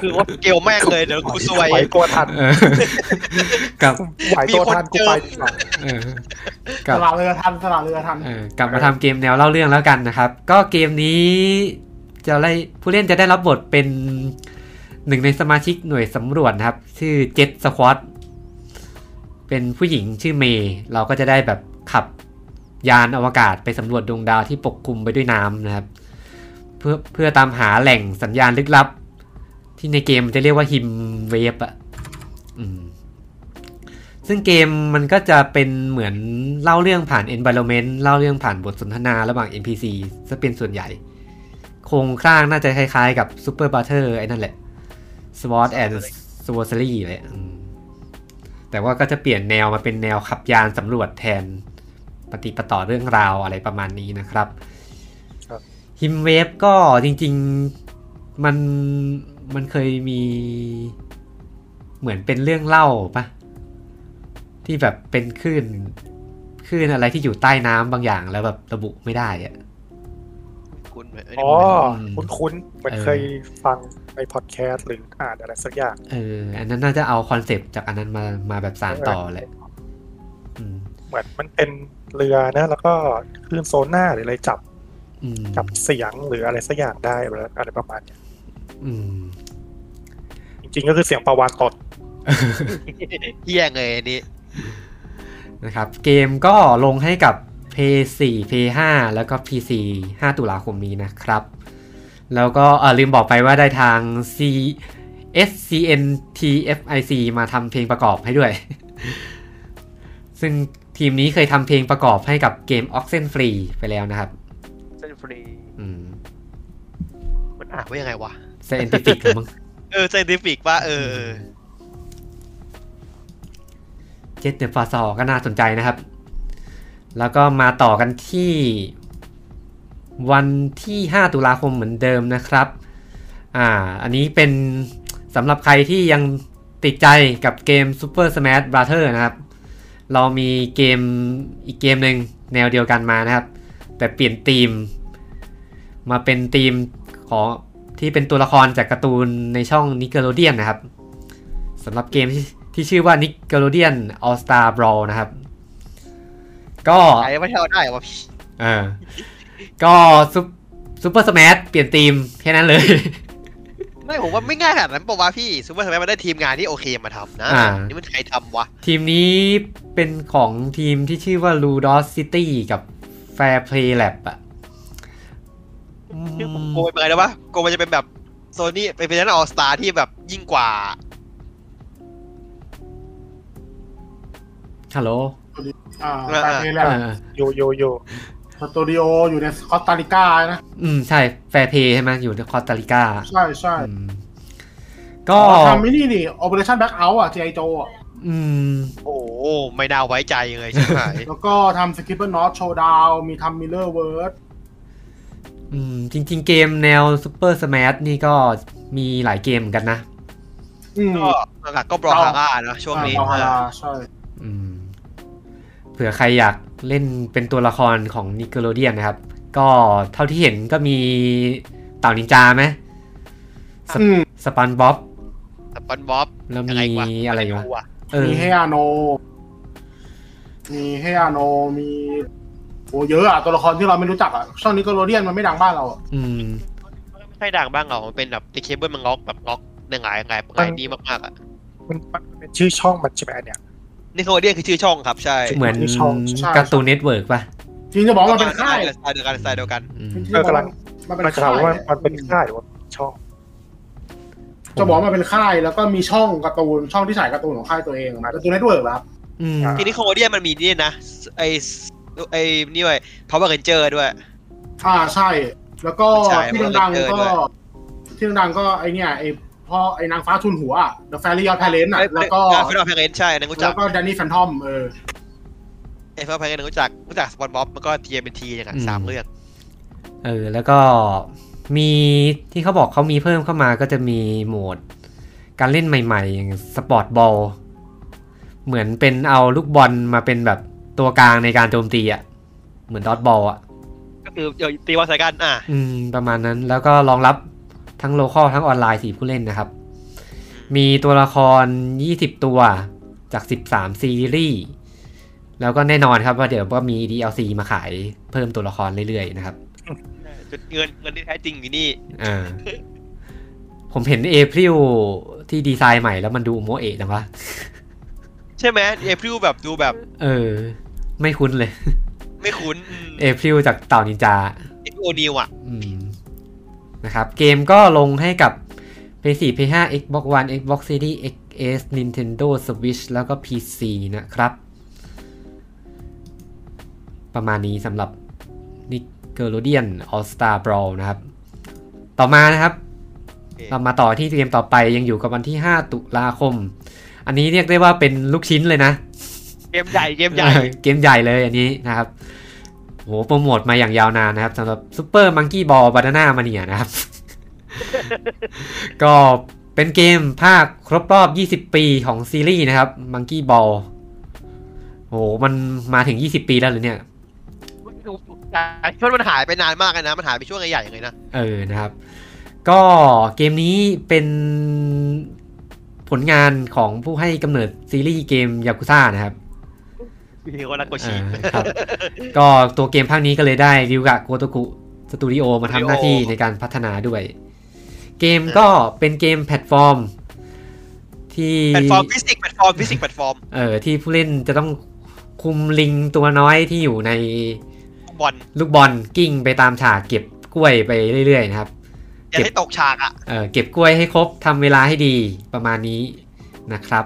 Speaker 2: คือว่าเกลแม่งเลยเดี๋ยวกูซวย
Speaker 3: ไหวตัวทัน
Speaker 1: เอ อกับ
Speaker 3: ไหวตัวทันกูไปดีกว่า
Speaker 1: เออ
Speaker 5: ส
Speaker 1: กับ
Speaker 5: ละเรือทันสละเรือทัน
Speaker 1: เออกลับมาทำเกมแนวเล่าเรื่องแล้วกันนะครับ ก็เกมนี้จะได้ผู้เล่นจะได้รับบทเป็นหนึ่งในสมาชิกหน่วยสำรวจนะครับ ชื่อเจ็ตสควอตเป็นผู้หญิงชื่อเมย์เราก็จะได้แบบขับยานอวกาศไปสำรวจดวงดาวที่ปกคลุมไปด้วยน้ำนะครับ เพื่อเพื่อตามหาแหล่งสัญญาณลึกลับ ที่ในเกมมันจะเรียกว่าฮิมเวฟอ่ะอืม ซึ่งเกมมันก็จะเป็นเหมือนเล่าเรื่องผ่าน environment เล่าเรื่องผ่านบทสนทนาระหว่าง NPC จะเป็นส่วนใหญ่ โครงสร้างน่าจะคล้ายๆกับ Super Butter ไอ้นั่นแหละ SWOT and s w o r c e r y เลยอืมแต่ว่าก็จะเปลี่ยนแนวมาเป็นแนวขับยานสำรวจแทนปฏิปต่อเรื่องราวอะไรประมาณนี้นะครับ
Speaker 3: ครับ
Speaker 1: ฮิมเวฟก็จริงๆมันมันเคยมีเหมือนเป็นเรื่องเล่าปะ ที่แบบเป็นคลื่นคลื่นอะไรที่อยู่ใต้น้ำบางอย่างแล้วแบบระบุไม่ได้อะ
Speaker 2: คุณไม่ได้
Speaker 3: อ๋อ
Speaker 2: พูดเลย
Speaker 3: คุ้นๆเหมือน
Speaker 1: เออ
Speaker 3: เคยฟังในพอดแคสต์หรืออ่านอะไรสักอย่าง
Speaker 1: เออ อันนั้นน่าจะเอาคอนเซปต์จากอันนั้นมามาแบบสานต่อแหละอืม
Speaker 3: เหมือนมันเป็นเรือนะ แล้วก็คลื่นโซน่าหรืออะไรจับ
Speaker 1: อืม
Speaker 3: จับเสียงหรืออะไรสักอย่างได้อะไรประมาณเนี้ย
Speaker 1: อืม
Speaker 3: จริงๆก็คือเสียงประวานตด
Speaker 2: เฮี้ยเลยอันนี้
Speaker 1: นะครับ เกมก็ลงให้กับ Play 4 Play 5แล้วก็ PC 5 ตุลาคมนี้นะครับ แล้วก็เออลืมบอกไปว่าได้ทาง C S C N T F I C มาทำเพลงประกอบให้ด้วย ซึ่งทีมนี้เคยทำเพลงประกอบให้กับเกม Oxen Free ไปแล้วนะครับ
Speaker 2: เซนฟรี
Speaker 1: อืม
Speaker 2: มันอ่านว่ายังไงวะ
Speaker 1: Scientific หรือมั้ง
Speaker 2: เออเซนติฟิกว่าเออเออ
Speaker 1: เจ็ดเดอะฟาซอก็น่าสนใจนะครับ แล้วก็มาต่อกันที่ วันที่ 5 ตุลาคมเหมือนเดิมนะครับ อ่า อันนี้เป็นสำหรับใครที่ยังติดใจกับเกม Super Smash Brother นะครับ เรามีเกมอีกเกมหนึ่งแนวเดียวกันมานะครับ แต่เปลี่ยนธีม มาเป็นธีมของที่เป็นตัวละครจากการ์ตูนในช่อง Nickelodeon นะครับ สำหรับเกมที่ที่ชื่อว่า Nickelodeon All Star Brawl นะครับ ก็
Speaker 2: ไอ้ไม่เท่าได้วะพี่
Speaker 1: เออ ก็ซุปซุปเปอร์สแมชเปลี่ยนธีมแค่นั้นเลย
Speaker 2: ไม่ผมว่าไม่ง่ายขนาดนั้นปะวะพี่ซูเปอร์สมัยมันได้ทีมงานที่โอเคมาทำนะ
Speaker 1: อ่า
Speaker 2: นี่มันใครทำวะ
Speaker 1: ทีมนี้เป็นของทีมที่ชื่อว่า Ludos City กับ Fair Play Lab อะ
Speaker 2: ชื่อผมโกยมาแล้ววะโกยมันจะเป็นแบบโซนี่เป็นเป็นนั้นออสตาที่แบบยิ่งกว่า
Speaker 1: ฮัลโหล
Speaker 5: อ่า
Speaker 2: เออ
Speaker 5: แฟนเพลงแห
Speaker 1: เอ
Speaker 5: ละ
Speaker 1: อ
Speaker 3: โยโยโย
Speaker 5: สตูดิโออยู่ในคอสตาริกานะ
Speaker 1: อืม ใช่ Fair Play ใช่ไหมอยู่ในคอสตาริกา
Speaker 5: ใช่ใช่
Speaker 1: อืม ก็
Speaker 5: อ๋อทำไม่นี่นี่ Operation Black Out อ่ะ G.I. Joe อ่ะ
Speaker 1: อืม
Speaker 2: โอ้โหไม่น่าไว้ใจเลยใช่ไหม
Speaker 5: แล้วก็ทำ Skipper North Showdown มีทำ Miller World
Speaker 1: อืม จริง ๆ เกมแนว Super Smash นี่ก็มีหลายเกมเหมือนกันนะ
Speaker 5: อืม
Speaker 2: ก็หลักๆก็บรอฮาร่านะช่วงนี้
Speaker 5: อ่าบาฮาราใช่
Speaker 1: อืมเผื่อใครอยากเล่นเป็นตัวละครของนิเกโลเดียนนะครับ ก็เท่าที่เห็นก็มีเต่านินจาไหมสป
Speaker 5: อืม
Speaker 1: สปันบ๊อบ
Speaker 2: สปอนบ๊อบ
Speaker 1: แล้ว
Speaker 2: ยัง
Speaker 1: มี
Speaker 2: ไงวะ
Speaker 1: อะไรอยู่
Speaker 2: ม่
Speaker 1: วะ
Speaker 2: วะ
Speaker 1: เออ
Speaker 5: มีเฮอาโน มีเฮอาโน มีโอ้เยอะอะตัวละครที่เราไม่รู้จักอะช่วงนี้ก็โรเดียนมันไม่ดังบ้านเราอะ
Speaker 1: อืม
Speaker 2: ไม่ค่อยดังบ้างเหรอมันเป็นแบบติเคเบิลมันล็อกแบบล็อกในหลายหลายหลายดีมากๆอ่ะ
Speaker 3: มันมันเป็นชื่อช่องมันใช่ไหมอันเนี่ย
Speaker 2: นี่เขาเรียกคือชื่อช่องครับใช่
Speaker 1: เหมือน
Speaker 3: มีช่องใช่
Speaker 1: การ์ตูนเน็ตเวิร์กป่ะ
Speaker 5: จริงจะบอกว่ามันเป็นค่าย
Speaker 2: สไตล์เดียวกันสไตล์เดียวกัน
Speaker 1: อืม
Speaker 5: จริงๆจะบอกว่ามันเป็น
Speaker 3: มันจะ
Speaker 5: ค่า
Speaker 3: ถาม
Speaker 5: ย
Speaker 3: ว่ามันเป็นค่ายหรือว่าช่อง
Speaker 5: จะบอกว่ามันเป็นค่ายแล้วก็มีช่องการ์ตูนช่องที่ฉายการ์ตูนของค่ายตัวเองนะการ์ตูนเน็ตเวิร์กครับ
Speaker 1: อืม
Speaker 2: ทีนี้โคเดียมันมีนี่นะไอไอนี่ด้วยพาวเวอร์เรนเจอร์ด้วย
Speaker 5: อ่าใช่ แล้วก็
Speaker 2: ใช่
Speaker 5: ที่ดัง
Speaker 2: มัน
Speaker 5: ๆ
Speaker 2: ก็
Speaker 5: ก็
Speaker 2: เลย
Speaker 5: ที่ดังๆก็ไอเนี่ยไอโพ พ่อไอ้นางฟ้าทุนหัวอะ The Fairy of Talent อ่ะ แล้วก็
Speaker 2: เฟรนด์ออฟเพลนใช่อันนั้นรู้จั
Speaker 5: แล้
Speaker 2: ก
Speaker 5: วก็ Danny Phantom เออ
Speaker 2: ไอ้เฟรนด์ออฟเพลนรู้จักรู้จักสปอนบ๊อบแล้วก็ทีเอ็นทีอย่างเงี้ย
Speaker 1: อืม
Speaker 2: สามเรื่อง
Speaker 1: เออแล้วก็มีที่เขาบอกเขามีเพิ่มเข้ามาก็จะมีโหมด การเล่นใหม่ๆ อย่างสปอร์ตบอลเหมือนเป็นเอาลูกบอลมาเป็นแบบตัวกลางในการโจมตีอะ่ะ เหมือนดอทบอลอ่ะ
Speaker 2: ก็คือเดี๋ยวตีวอลใส่กันอ่ะ
Speaker 1: อืม ประมาณนั้นแล้วก็รองรับทั้งโลคอลทั้งออนไลน์สี่ผู้เล่นนะครับ มีตัวละคร 20 ตัวจาก 13 ซีรีส์ แล้วก็แน่นอนครับว่าเดี๋ยวก็มี DLC มาขายเพิ่มตัวละครเรื่อยๆนะครับ
Speaker 2: จุดเงินเงินที่แท้จริงอยู่นี่
Speaker 1: อ่า ผมเห็นเอพริลที่ดีไซน์ใหม่แล้วมันดูโมเอะจังวะ
Speaker 2: ใช่ไหมเอพริวแบบดูแบบ
Speaker 1: เออ ไม่คุ้นเลย
Speaker 2: ไม่คุ้น
Speaker 1: เอพริลจากเต่านินจา
Speaker 2: เอพโอนิวอ่ะ
Speaker 1: อืม นะครับ เกมก็ลงให้กับ PS4 PS5 Xbox One Xbox Series XS Nintendo Switch แล้วก็ PC นะครับ ประมาณนี้สำหรับ Nickelodeon All Star Brawl นะครับ ต่อมานะครับ เรามาต่อที่เกมต่อไปยังอยู่กับวันที่ 5 ตุลาคม อันนี้เรียกได้ว่าเป็นลูกชิ้นเลยนะ
Speaker 2: เกมใหญ่เกมใหญ่
Speaker 1: เกมใหญ่เลยอันนี้นะครับโหโปรโมทมาอย่างยาวนานนะครับสำหรับซ u เปอร์มังกี้บอลบานาน่ามาเนียนะครับ ก็เป็นเกมภาคครบรอบ 20 ปีของซีรีส์นะครับมังกี้บอลโหมันมาถึง 20 ปีแล้วเหรือเนี่ย
Speaker 2: ช่วงมันหายไปนานมากเลยนะ มันหายไปช่วงใหญ่ๆเลยนะ
Speaker 1: เออ นะครับ ก็เกมนี้เป็นผลงานของผู้ให้กำเนิดซีรีส์เกมยากุซ่านะครับ
Speaker 2: มีคนรักโกชิ
Speaker 1: อ่า ครับ ก็ตัวเกมภาคนี้ก็เลยได้ริวกะโกโตกุสตูดิโอมาทำหน้าที่ในการพัฒนาด้วย เกมก็เป็นเกมแพลตฟอร์ม ที่
Speaker 2: แพลตฟอร์มฟิสิกส์แพลตฟอร์มฟิสิกส์แพลตฟอร์ม
Speaker 1: เออที่ผู้เล่นจะต้องคุมลิงตัวน้อยที่อยู่ใน
Speaker 2: บอล
Speaker 1: ลูกบอลกิ้งไปตามฉากเก็บกล้วยไปเรื่อยๆนะครับ
Speaker 2: อย่าให้ตกฉากอ่ะ
Speaker 1: เอ่อเก็บกล้วยให้ครบทำเวลาให้ดีประมาณนี้นะครับ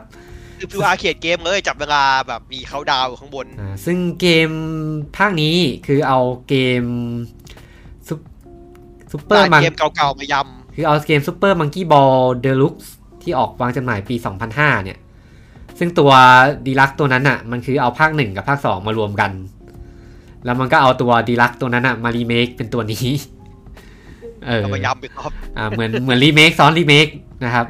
Speaker 2: คือฟิวอาร์เขตเกมเลยจับเวลาแบบมีเขาดาวน์ข้างบน
Speaker 1: อ่าซึ่งเกมภาคนี้คือเอาเกมซุปซุปเปอร์มัง
Speaker 2: เกมเก่าๆมาย
Speaker 1: คือเอาเกมซุปเปอร์มังกี้บอลเดลุกที่ออกวางจำหน่ายปี 2005 เนี่ย ซึ่งตัวดีลักตัวนั้นอ่ะ มันคือเอาภาค 1 กับภาค 2 มารวมกัน แล้วมันก็เอาตัวดีลักตัวนั้นอ่ะ มารีเมคเป็นตัวนี้ เออ
Speaker 2: ำเอามายำอีกรอบ
Speaker 1: อ่าเหมือน เหมือนรีเมคซ้อนรีเมคนะครับ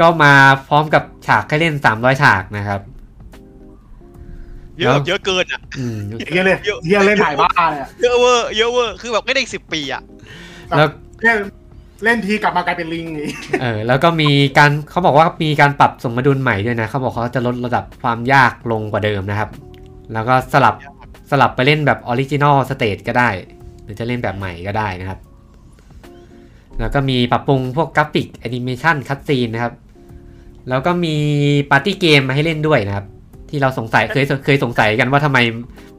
Speaker 1: ก็มาพร้อมกับฉากให้เล่น 300 ฉากนะครับ
Speaker 2: เยอะเยอะเกินอ่ะ
Speaker 1: อืม
Speaker 5: เยอะเลย
Speaker 2: เยอะ
Speaker 5: เยอะเล่นถ่ายบ้าเลยอะ
Speaker 2: เยอะเวอร์เยอะเวอร์คือแบบไม่ได้สิบปีอ่ะ
Speaker 1: แล้ว
Speaker 5: เล่นเล่นทีกลับมากลายเป็นลิงอีก
Speaker 1: เออแล้วก็มีการเขาบอกว่ามีการปรับสมดุลใหม่ด้วยนะเขาบอกเขาจะลดระดับความยากลงกว่าเดิมนะครับ แล้วก็สลับสลับไปเล่นแบบออริจินอลสเตจก็ได้ หรือจะเล่นแบบใหม่ก็ได้นะครับ แล้วก็มีปรับปรุงพวกกราฟิกแอนิเมชันคัตซีนนะครับ แล้วก็มีปาร์ตี้เกมมาให้เล่นด้วยนะครับ ที่เราสงสัยเคยเคยสงสัยกันว่าทำไม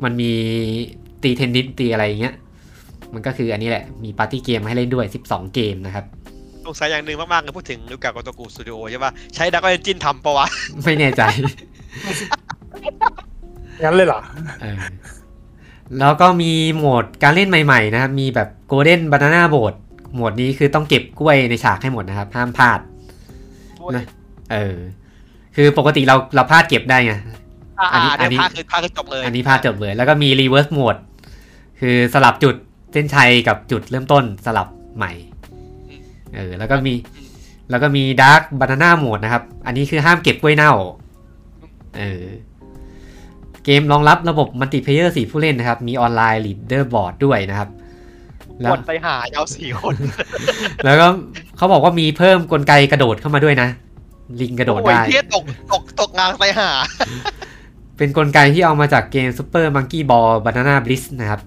Speaker 1: มันมีตีเทนนิสตีอะไรอย่างเงี้ย มันก็คืออันนี้แหละ มีปาร์ตี้เกมมาให้เล่นด้วย 12 เกมนะครับ
Speaker 2: สงสัยอย่างหนึ่งมากๆเลยพูดถึงลูกาโกโตกุสตูดิโอใช่ป่ะ ใช้ดักเอนจินทำปะวะ
Speaker 1: ไม่แน่ใจ
Speaker 3: งั้นเลยเหรอ
Speaker 1: เออแล้วก็มีโหมดการเล่นใหม่ๆนะครับ มีแบบ Golden Banana b o a t โหมดนี้คือต้องเก็บกล้วยในฉากให้หมดนะครับ ห้ามพลาดนะเออ คือปกติเราเราพลาดเก็บได้ไง
Speaker 2: อ่า
Speaker 1: อันนี้
Speaker 2: อันนี้
Speaker 1: อั
Speaker 2: ภาน ค
Speaker 1: นี้
Speaker 2: คือภาคคือจบเลย
Speaker 1: อันนี้พลาดจบเลย แล้วก็มี Reverse Mode คือสลับจุดเส้นชัยกับจุดเริ่มต้นสลับใหม่ เออ แล้วก็มี แล้วก็มี Dark Banana Mode นะครับ อันนี้คือห้ามเก็บกล้วยเน่า เออ เกมรองรับระบบมัลติเพเยอร์สี่ผู้เล่นนะครับ มีออนไลน์ลีดเดอร์บอร์ดด้วยนะครับ แล้
Speaker 2: ค
Speaker 1: วน
Speaker 2: ไปหายาวสี่คน
Speaker 1: แล้วก็เขาบอกว่ามีเพิ่มกลไกกระโดดเข้ามาด้วยนะ ลิงกระโดดได้
Speaker 2: โอ้ยเทียตกตกตกงานไปหา
Speaker 1: เป็นกลไกที่เอามาจากเกม Super Monkey Ball Banana Blitz นะครับ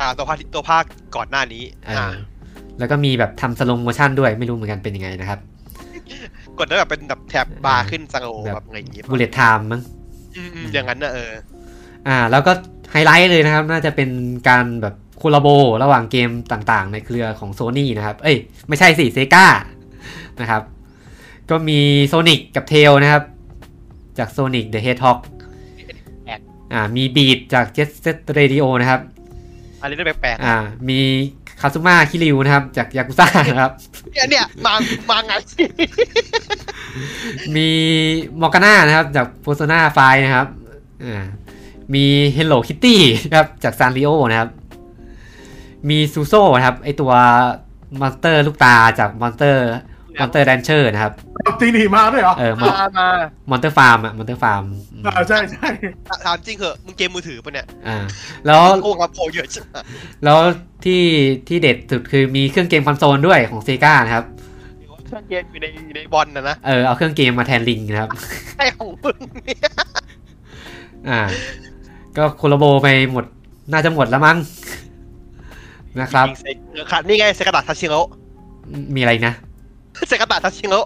Speaker 2: อ่าตัวภาคตัวภาคก่อนหน้านี้
Speaker 1: เออ
Speaker 2: อ่า
Speaker 1: แล้วก็มีแบบทำสโลโมชันด้วยไม่รู้เหมือนกันเป็นยังไงนะครับ
Speaker 2: กดแล้วแบบเป็นแบบแถบบาร์ขึ้นสังโอแบบอะไรอย่างงี้
Speaker 1: บูเลตไทม์มั้ง
Speaker 2: อืมอืมอย่างนั้นนะเออ
Speaker 1: อ่า แล้วก็ไฮไลท์เลยนะครับ น่าจะเป็นการแบบคอลลาโบระหว่างเกมต่างๆ ในเครือของ Sony นะครับ เอ้ย ไม่ใช่สิเซกานะครับ ก็มี Sonic กับ Tail นะครับ จาก Sonic the Hedgehog
Speaker 2: แปลก
Speaker 1: อ่ามีบีดจาก Jet Set Radio นะครับ
Speaker 2: อันนี้เรื่องแปลกๆ
Speaker 1: อ่ามี คาซุมาคิริวนะครับ จากยากุซ่านะครับ
Speaker 2: เนี่ยเนี่ยมามาไง
Speaker 1: มีมอร์กาน่านะครับ จากโพโซนาไฟนะครับอ่ามีเฮลโลคิตตี้นะครับ จากซานริโอนะครับ มีซูโซ่นะครับ ไอตัวมอนสเตอร์ลูกตาจากมอนสเตอร์มอนสเตอร์แดนเชอร์นะครับ
Speaker 5: ตีหนีมาด้วยเหรอ
Speaker 1: เออ
Speaker 5: มามา
Speaker 1: มอนเตอร์ฟาร์มอะมอนเตอร์ฟาร์ม
Speaker 5: อ่าใช่ใช่
Speaker 2: ถามจริงเหอะมึงเกมมือถือปะเนี่ย
Speaker 1: อ่าแล้ว
Speaker 2: โกงรับโพเยอะจังอะ
Speaker 1: แล้วที่ที่เด็ดสุดคือมีเครื่องเกมคอนโซลด้วยของเซกานะครับ
Speaker 2: เครื่องเกมอยู่ในอยู่ในบอลนะนะ
Speaker 1: เออเอาเครื่องเกมมาแทนลิงนะครับ
Speaker 2: ใช่ของมึงเนี่ย
Speaker 1: อ่า ก็โคโลโบไปหมดน่าจะหมดแล้วมั้งนะครับ
Speaker 2: ยิงเซกเออค่ะนี่ไงเซกาตะทัชชิโร่
Speaker 1: มีอะไรอีกนะ
Speaker 2: เซกาตะทัชชิโร่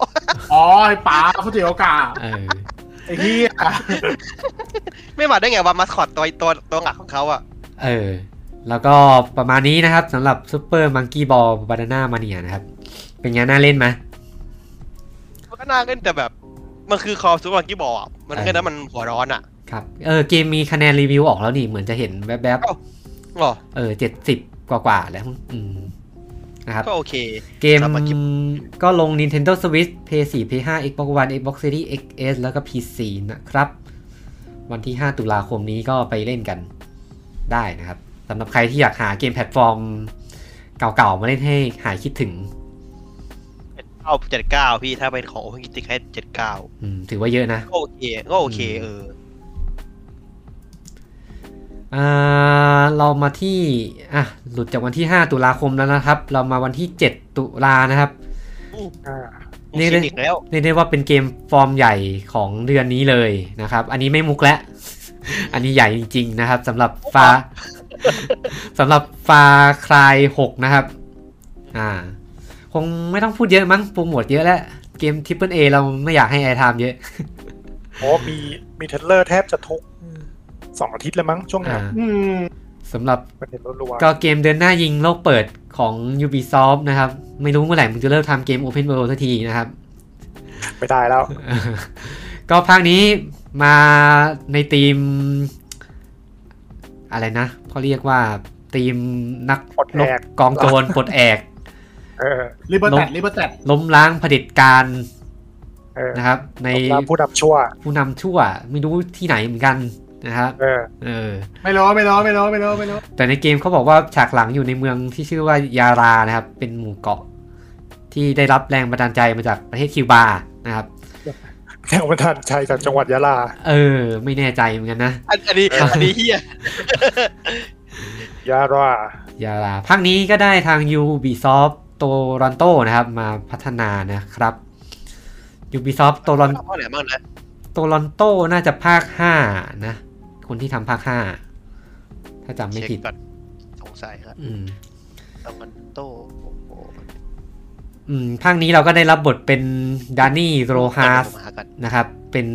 Speaker 5: อ๋อไอ้ป๋าเขาเจียวกา
Speaker 1: เออ
Speaker 5: ไอ้เหี้ย
Speaker 2: ไม่มาได้ไงว่ามาสคอตตัวตัวตัวหลักของเขาอะ
Speaker 1: เออ แล้วก็ประมาณนี้นะครับสำหรับซูเปอร์มังกี้บอลบานาน่ามาเนียนะครับ เป็นไงน่าเล่นไหม
Speaker 2: มันก็น่าเล่นแต่แบบมันคือคอซูเปอร์มังกี้บอลอะมันแค่นั้นมันหัวร้อนอะ
Speaker 1: ครับ เออ เกมมีคะแนนรีวิวออกแล้วนี่ เหมือนจะเห็นแวบ
Speaker 2: อ๋อ
Speaker 1: ๆ เออเจ็ดสิบกว่าๆ แล้ว อืม นะครับ
Speaker 2: ก็โอเค
Speaker 1: เกม
Speaker 2: สำหรับเกม
Speaker 1: ก็ลง Nintendo Switch PS4 PS5 Xbox One Xbox Series XS แล้วก็ PC นะครับ วันที่ 5 ตุลาคมนี้ก็ไปเล่นกันได้นะครับสำหรับใครที่อยากหาเกมแพลตฟอร์ม เก่าๆ มาเล่นให้หายคิดถึง
Speaker 2: เจ็ดเก้าเจ็ดเก้าพี่ถ้าเป็นของโอเพนกิติแค่เจ็ดเก้า
Speaker 1: อืม ถือว่าเยอะนะ
Speaker 2: ก็โอเคก็โอเคเออ
Speaker 1: อ่าเรามาที่อ่ะหลุดจากวันที่ 5 ตุลาคมแล้วนะครับ เรามาวันที่ 7 ตุลานะครับ
Speaker 3: อ่า
Speaker 1: นี่เล
Speaker 2: นี่
Speaker 1: ย
Speaker 2: อีกแล้ว
Speaker 1: เรียกได้ว่าเป็นเกมฟอร์มใหญ่ของเดือนนี้เลยนะครับ อันนี้ไม่มุกแล้ว อันนี้ใหญ่จริง ๆ นะครับสำหรับฟา สำหรับฟาคลาย6นะครับ อ่า คงไม่ต้องพูดเยอะมั้งโปรโมทเยอะแล้ว เกมทริปเปิลเอเราไม่อยากให้แอร์ไทม์เยอะ
Speaker 3: โอ้มีมีเทรลเลอร์แทบจะทุกสองอาทิตย์แล้วมั้งช่วงนั้
Speaker 1: อ่าน
Speaker 5: อืม
Speaker 1: สำหรับ
Speaker 3: มันเห็นรัวๆ
Speaker 1: ก็เกมเดือนหน้ายิงโลกเปิดของ Ubisoft นะครับ ไม่รู้เมื่อไหร่มึงจะเลิกทำเกม Open World สักทีนะครับ
Speaker 3: ไม่ได้แล้ว
Speaker 1: ก็ภาคนี้มาในทีม อะไรนะเขาเรียกว่าทีมนัก
Speaker 3: ปลดแอก
Speaker 1: นกกองโจรปลดแอก
Speaker 3: เออ
Speaker 5: ลิเบอร์แต
Speaker 1: ลง
Speaker 5: ดลิเบอร์แตด
Speaker 1: ล้มล้างเผด็จการ
Speaker 3: เออ
Speaker 1: นะครับ ใน
Speaker 3: ตามผู้นำชั่ว
Speaker 1: ผู้นำชั่วไม่รู้ที่ไหนเหมือนกันนะครับ
Speaker 3: เออ
Speaker 1: เออ
Speaker 5: ไม่รู้ไม่รู้ไม่รู้ไม่รู้ไม่รู้
Speaker 1: แต่ในเกมเขาบอกว่าฉากหลังอยู่ในเมืองที่ชื่อว่ายารานะครับ เป็นหมู่เกาะ ที่ได้รับแรงบันดาลใจมาจากประเทศคิวบานะครับ
Speaker 3: แนวประธานชัยจากจังหวัดยะลา
Speaker 1: เออ ไม่แน่ใจเหมือนกันนะ
Speaker 2: อันอันนี้
Speaker 1: ครับ
Speaker 2: อันนี้เฮีย
Speaker 3: ยะลา
Speaker 1: ยาลาภาคนี้ก็ได้ทาง Ubisoft Toronto นะครับ มาพัฒนานะครับ Ubisoft
Speaker 2: ตอน
Speaker 1: Toronto
Speaker 2: เท่าไหร่บ้างนะ
Speaker 1: Toronto น่าจะภาค 5 นะ คนที่ทำภาค 5 ถ้าจำไม่
Speaker 2: เช็ค
Speaker 1: ผิด
Speaker 2: ก่อนสงสัยครับ
Speaker 1: อืม
Speaker 2: ตองกันโตโอ้โห
Speaker 1: อืมภาคนี้เราก็ได้รับบทเป็นดานนี่โรฮาส
Speaker 2: เดี๋ยวผมหากัน
Speaker 1: นะครับ เป็น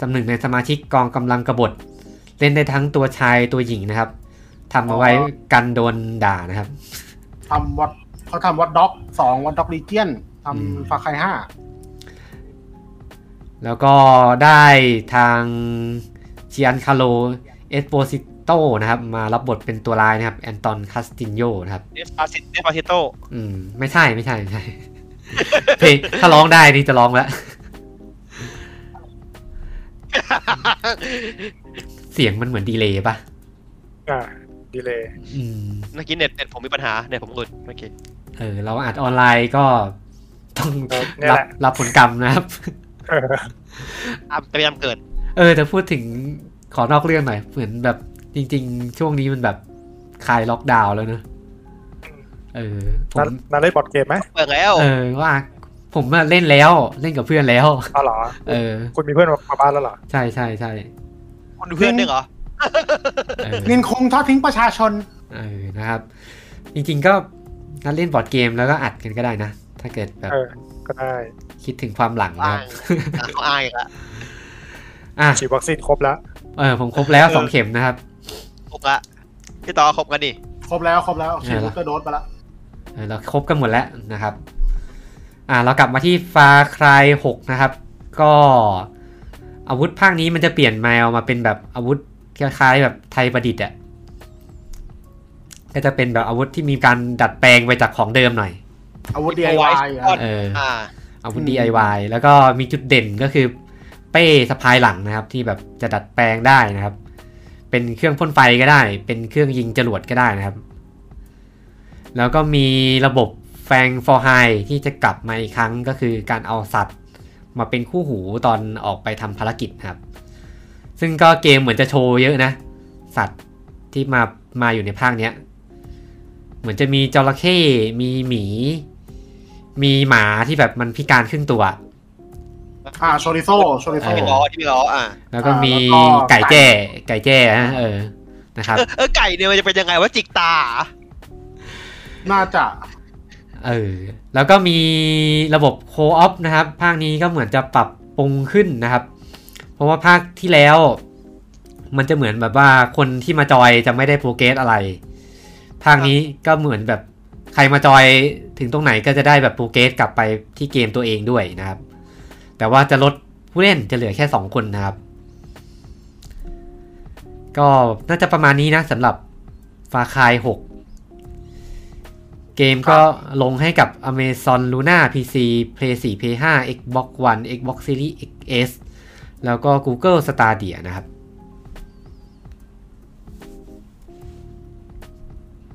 Speaker 1: ตำหนึ่งในสมาชิกกองกำลังกบฏ เล่นได้ทั้งตัวชายตัวหญิงนะครับทำเอาไว้กันโดนด่านะครับ
Speaker 5: ทำวัดเขาทำวัดด็อกสองวัดด็อกลีเจียนท
Speaker 1: อืม
Speaker 5: ำฟาคายห้า
Speaker 1: แล้วก็ได้ทางเจียนคาโลเอสโปซิโตนะครับ มารับบทเป็นตัวร้ายนะครับ แอนตอนคาสตินโยนะครับ
Speaker 2: เดสปาซิตเดสปาซิโต
Speaker 1: อืม ไม่ใช่ไม่ใช่ไม่ใช่ เพลงถ้าร้องได้นี่จะร้องแล้ว เสียงมันเหมือนดีเลย์ป่ะ
Speaker 3: อ่า ดีเลย
Speaker 1: อืม
Speaker 2: เมื่อกี้เน็ตเน็ตผมมีปัญหาเน็ตผมหลุดเมื่อกี้
Speaker 1: เออ เราอัดออนไลน์ก็ต้อง
Speaker 3: เออเนี่ย
Speaker 1: รั
Speaker 3: แห
Speaker 1: บ
Speaker 3: ละ
Speaker 1: รับผลกรรมนะครับ
Speaker 3: เออ
Speaker 2: อ้ามเตรียมเกิด
Speaker 1: เออแต่พูดถึงขอนอกเรื่องหน่อย เหมือนแบบจริง ๆ ช่วงนี้มันแบบคลายล็อกดาวน์แล้วเนอะเออผ
Speaker 3: นัน
Speaker 1: ม
Speaker 3: นันเล่นบอร์ดเกมไหม
Speaker 2: เปิดแล้ว
Speaker 1: เออว่าผมอะเล่นแล้วเล่นกับเพื่อนแล้ว
Speaker 3: อ๋อเหรอ
Speaker 1: เออ
Speaker 3: คุณมีเพื่อนมาบ้านแล้วเหรอ
Speaker 1: ใช่ใช่ใช่
Speaker 2: คุณเพื่อนด้วยเหรอ
Speaker 1: เออ
Speaker 5: นินคงทอดทิ้งประชาชน
Speaker 1: เออนะครับ จริงๆก็นัดเล่นบอร์ดเกมแล้วก็อัดกันก็ได้นะ ถ้าเกิดแบบ
Speaker 3: เออ ก็ได้
Speaker 1: คิดถึงความหลังนะ
Speaker 2: อ้า
Speaker 1: ครับ
Speaker 2: งอ่ะเขาอ้างอีกละ
Speaker 1: อ่ะ
Speaker 3: ฉีดวัคซีนครบแล้ว
Speaker 1: เออผมครบแล้วสองเข็มนะครับ
Speaker 2: ครบละพี่ต่อครบกันดิ
Speaker 5: ครบแล้วครบแล้วฉีด
Speaker 1: ไงล่ะ
Speaker 5: บูสเตอร์โดสไปแล้ว
Speaker 1: เออเราครบกันหมดแล้วนะครับ อ่าเรากลับมาที่ฟาคลาย6นะครับ ก็อาวุธภาคนี้มันจะเปลี่ยนแมวมาเป็นแบบอาวุธคล้ายๆแบบไทยประดิษฐ์อะ ก็จะเป็นแบบอาวุธที่มีการดัดแปลงไปจากของเดิมหน่อย
Speaker 5: อาวุธ
Speaker 2: เอาไว้
Speaker 5: DIY อะ
Speaker 1: เออ
Speaker 2: อ่า
Speaker 1: อาวุธ
Speaker 5: อืม
Speaker 1: DIY แล้วก็มีจุดเด่นก็คือเป้สะพายหลังนะครับ ที่แบบจะดัดแปลงได้นะครับ เป็นเครื่องพ่นไฟก็ได้ เป็นเครื่องยิงจรวดก็ได้นะครับ แล้วก็มีระบบแฟงฟอร์ไฮที่จะกลับมาอีกครั้งก็คือการเอาสัตว์ มาเป็นคู่หูตอนออกไปทำภารกิจนะครับ ซึ่งก็เกมเหมือนจะโชว์เยอะนะ สัตว์ที่มามาอยู่ในภาคเนี้ย เหมือนจะมีจระเข้มีหมี มีหมาที่แบบมันพิการครึ่งตัว
Speaker 5: อ่าโชริโซโชริโซ
Speaker 2: ที่มี
Speaker 1: เ
Speaker 2: ล้อที่มีล้ออ่า
Speaker 1: แล้วก็
Speaker 5: อ่า
Speaker 1: มี
Speaker 5: แล้วก็
Speaker 1: ไก่แจ้ ไก่แจ้นะเออนะครับ
Speaker 2: เออเออไก่เนี่ยมันจะเป็นยังไงวะจิกตาเหรอ
Speaker 5: น่าจะ
Speaker 1: เออ แล้วก็มีระบบโคออฟนะครับ ภาคนี้ก็เหมือนจะปรับปรุงขึ้นนะครับ เพราะว่าภาคที่แล้ว มันจะเหมือนแบบว่าคนที่มาจอยจะไม่ได้โปรเกรสอะไร ภาคนี้ก็เหมือนแบบใครมาจอยถึงตรงไหนก็จะได้แบบโปรเกรสกลับไปที่เกมตัวเองด้วยนะครับ แต่ว่าจะลดผู้เล่นจะเหลือแค่สองคนนะครับ ก็น่าจะประมาณนี้นะสำหรับฟาคาย6 เกมก็ลงให้กับ Amazon Luna PC Play 4 Play 5 Xbox One Xbox Series XS แล้วก็ Google Stadia นะครับ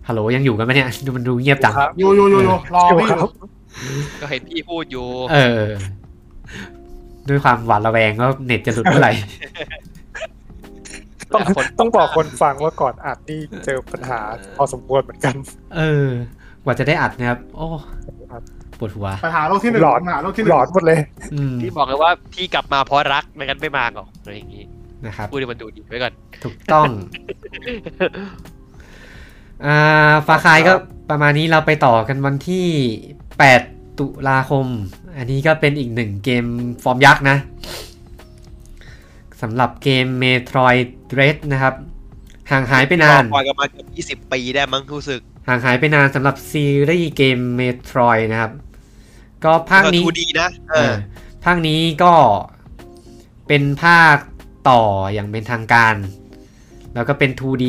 Speaker 1: ฮัลโหลยังอยู่กันไหมเนี่ย ดูมันดูเงียบจัง
Speaker 3: ครับ
Speaker 5: อยู่อยู่อยู่อยู่รอพี่
Speaker 3: ค
Speaker 5: อ ยู่
Speaker 3: รับ
Speaker 2: ก็เห็นพี่พูดอยู่
Speaker 1: เออ ด้วยความหวาดระแวงว่าเน็ตจะหลุดเมื่อไหร่
Speaker 3: ต้อง
Speaker 2: คน
Speaker 3: ต้องบอกคนฟังว่าก่อนอัดนี่เจอปัญหาพอสมควรเหมือนกัน
Speaker 1: เออ กว่าจะได้อัดนะครับ โอ้
Speaker 3: ครับ
Speaker 1: ปวดหัว
Speaker 5: ปัญหาโลกที่หนึ่ง
Speaker 3: หลอด
Speaker 5: ปัญหาโลกที่ห
Speaker 3: หล
Speaker 5: นึ่
Speaker 3: อ
Speaker 5: ง
Speaker 3: นหมดเลย
Speaker 1: อืม
Speaker 2: พี่บอกเลยว่าพี่กลับมาเพราะรักไม่งั้นไม่มาหรอกอะไรอย่างงี้
Speaker 1: นะครับ
Speaker 2: พูดให้มันดูดีไว้ก่อน
Speaker 1: ถูกต้อง อ่าฟาคายก็ประมาณนี้เราไปต่อกันวันที่ 8 ตุลาคม อันนี้ก็เป็นอีกหนึ่งเกมฟอร์มยักษ์นะสำหรับเกม Metroid Dread นะครับ ห่างหายไปนาน
Speaker 2: รอคอยกันมาเกือบ20 ปีได้มั้งรู้สึก
Speaker 1: ห่างหายไปนานสำหรับซีรีส์เกม Metroid นะครับ ก็ภาคนี้
Speaker 2: ทูดีนะเออ
Speaker 1: ภาคนี้ก็เป็นภาคต่ออย่างเป็นทางการ แล้วก็เป็น 2D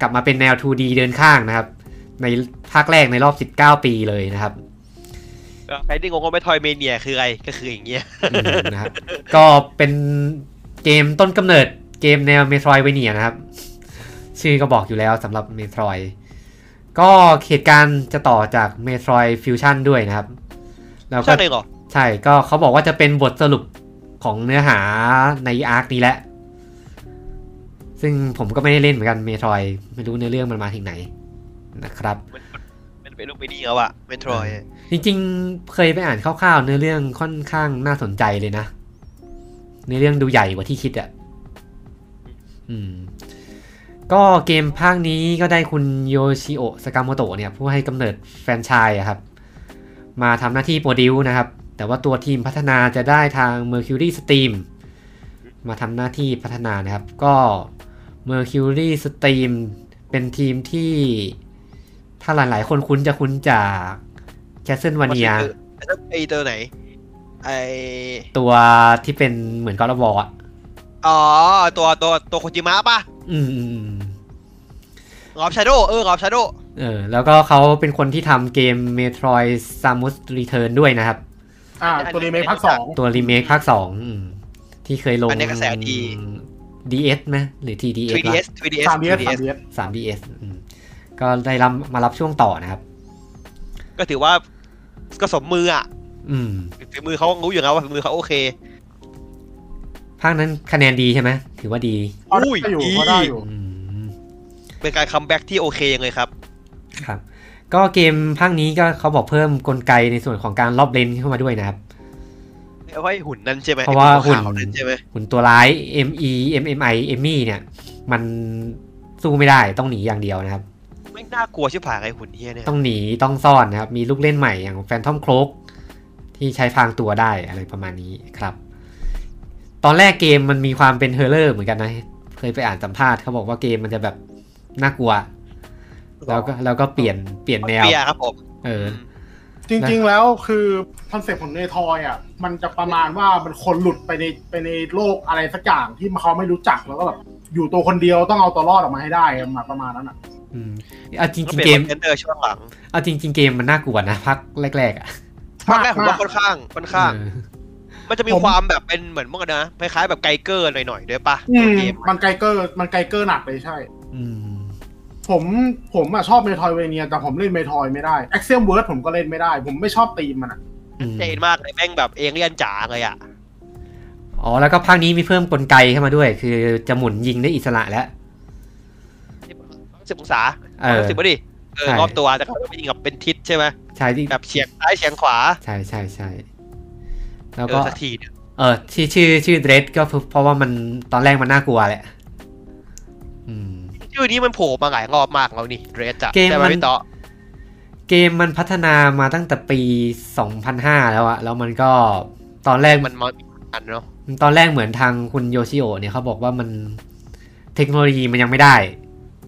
Speaker 1: กลับมาเป็นแนว 2D เดินข้างนะครับ ในภาคแรกในรอบ 19 ปีเลยนะครับ
Speaker 2: ใครที่งงว่าไม่ทอยเมเนียคืออะไรก็คืออย่างเงี้ย
Speaker 1: อืมนะครับ ก็เป็นเกมต้นกำเนิดเกมแนวเมโทรไวเนียนะครับ ชื่อก็บอกอยู่แล้วสำหรับเมโทรก็เหตุการณ์จะต่อจากเมโทรฟิวชั่นด้วยนะครับ แล้วก็
Speaker 2: ใช่เลยเหรอ
Speaker 1: ใช่ ก็เขาบอกว่าจะเป็นบทสรุปของเนื้อหาในอาร์คนี้แหละ ซึ่งผมก็ไม่ได้เล่นเหมือนกันเมทรอย ไม่รู้เนื้อเรื่องมันมาถึงไหนนะครับ
Speaker 2: มันมันเป็นลูกไปดีเขาอะเมโทรย
Speaker 1: จริงๆ เคยไปอ่านคร่าวๆ เนื้อเรื่องค่อนข้างน่าสนใจเลยนะ เนื้อเรื่องดูใหญ่กว่าที่คิดอะ่ะ อืม ก็เกมภาคนี้ก็ได้คุณโยชิโอะสากามโตะเนี่ย ผู้ให้กำเนิดแฟรนไชส์อะครับ มาทำหน้าที่โปรดิวซ์นะครับ แต่ว่าตัวทีมพัฒนาจะได้ทาง Mercury Steam มาทำหน้าที่พัฒนานะครับ ก็ Mercury Steam เป็นทีมที่ถ้าหลายๆ คนคุ้นจะคุ้นจาก Castle
Speaker 2: มัน
Speaker 1: Vania
Speaker 2: คือไอตัวไหน ไอ
Speaker 1: ตัวที่เป็นเหมือนกอล์ฟบอลอ่ะ
Speaker 2: อ๋อ ตัวตัวตัวโคจิมะป่ะ
Speaker 1: อืมอืมอืม
Speaker 2: งอบชาโดเอองอบชาโด
Speaker 1: เออ แล้วก็เขาเป็นคนที่ทำเกม Metroid Samus Return ด้วยนะครับ
Speaker 5: อ่า ตัวรีเมคภาคสอง
Speaker 1: ตัวรีเมคภาคสองอืมที่เคยลง
Speaker 2: อันนี้กระแสดี
Speaker 1: DS ไหมหรือ TDS วะ
Speaker 2: 3ds 3ds
Speaker 5: สามเดียสสามเดียส
Speaker 1: 3DS อืมก็ได้รับมารับช่วงต่อนะครับ
Speaker 2: ก็ถือว่าก็สมมืออะ
Speaker 1: อืม
Speaker 2: ฝีมือเขารู้อยู่แล้วว่าฝีมือเขาโอเค
Speaker 1: ภาคนั้นคะแนนดีใช่ไหม ถือว่าดี
Speaker 5: เขา
Speaker 2: อุ้ย
Speaker 5: ได้อยู่
Speaker 2: ดี
Speaker 5: เขาได้อยู่
Speaker 1: อืม
Speaker 2: เป็นการคัมแบ็กที่โอเคยังเลยครับ
Speaker 1: ครับก็เกมภาคนี้ก็เขาบอกเพิ่มกลไกในส่วนของการรอบเลนเข้ามาด้วยนะครับ
Speaker 2: เอาไว้หุ่นนั่นใช่ไหม
Speaker 1: เพราะว่าหุ่น
Speaker 2: ขนั่นใช่ไหม
Speaker 1: หุ่นตัวร้าย ME MMI ME เนี่ย มันสู้ไม่ได้ต้องหนีอย่างเดียวนะครับ
Speaker 2: ไม่น่ากลัวชิบหายไอหุ่นเฮียเนี่ย
Speaker 1: ต้องหนีต้องซ่อนนะครับ มีลูกเล่นใหม่อย่างแฟนทอมโครกที่ใช้พรางตัวได้อะไรประมาณนี้ครับ ตอนแรกเกมมันมีความเป็นเฮอร์เลอร์เหมือนกันนะ เคยไปอ่านสัมภาษณ์เขาบอกว่าเกมมันจะแบบน่ากลัว แล้วก็แล้วก็เปลี่ยนเปลี่ยนแนว
Speaker 2: เปียครับผม
Speaker 1: เออ
Speaker 5: จริงๆ แล้วคือคอนเซ็ปต์ของเนทอยอ่ะ มันจะประมาณว่ามันคนหลุดไปในไปในโลกอะไรสักอย่างที่เขาไม่รู้จักแล้วก็แบบอยู่ตัวคนเดียวต้องเอาตัวรอดออกมาให้ได้อะมาประมาณนั้นอ่ะ
Speaker 1: อืมอ่ะจ
Speaker 2: ก็
Speaker 1: ริง
Speaker 2: เปลี่
Speaker 1: ๆเก
Speaker 2: ยน
Speaker 1: ม
Speaker 2: คอนเทนเนอร์ช่วงหลัง
Speaker 1: อ่ะจริง ๆ เกมมันน่ากลัวนะพักแรกๆอ่ะ
Speaker 2: ภาคแรกผมว่าค่อนข้างค่อนข้าง
Speaker 1: เออ
Speaker 2: มันจะมี
Speaker 3: ผม
Speaker 2: ความแบบเป็นเหมือนเมื่อกันนะคล้ายๆแบบไกเกอร์หน่อยๆด้วยปะ
Speaker 5: อื
Speaker 2: ตัว
Speaker 5: ม
Speaker 2: เกม
Speaker 5: มันไกเกอร์มันไกเกอร์หนักเลยใช่
Speaker 1: อืม
Speaker 5: ผมผมอะชอบเมทอยเวเนียแต่ผมเล่นเมทอยไม่ได้แอคเซมเวิร์ดผมก็เล่นไม่ได้ ผมไม่ชอบตีมมันอะ
Speaker 1: อืม
Speaker 2: เจนมากเลยแม่งแบบเอเลี่ยนจ๋าเลยอ่ะ
Speaker 1: อ๋อแล้วก็ภาคนี้มีเพิ่มกลไกเข้ามาด้วย คือจะหมุนยิงได้อิสระแล้ว
Speaker 2: สิบองศา
Speaker 1: เออ
Speaker 2: สิบป่ะดิเออ
Speaker 1: ใช่
Speaker 2: รอบตัวแต่เขาไม่ยิงกับเป็นทิศใช่ไหม
Speaker 1: ใช่ที่
Speaker 2: แบบเฉียงซ้ายเฉียงขวา
Speaker 1: ใช่ใช่ใช่แล้ว
Speaker 2: เอ
Speaker 1: ก็
Speaker 2: อสักทีเนี่ย
Speaker 1: เออที่ชื่อชื่อเดรสก็เพราะว่ามันตอนแรกมันน่ากลัวแหละอืม
Speaker 2: ชื่อนี้มันโผล่มาหลายรอบมากแล้วนี่เรสอะ
Speaker 1: เกม
Speaker 2: ใช่ไห
Speaker 1: มั
Speaker 2: ม
Speaker 1: น
Speaker 2: พี่ต่อ
Speaker 1: เกมมันพัฒนามาตั้งแต่ปี 2005 แล้วอะแล้วมันก็ตอนแรก
Speaker 2: มันมาอันเนาะ
Speaker 1: ตอนแรกเหมือนทางคุณโยชิโอะเนี่ยเขาบอกว่ามันเทคโนโลยีมันยังไม่ได้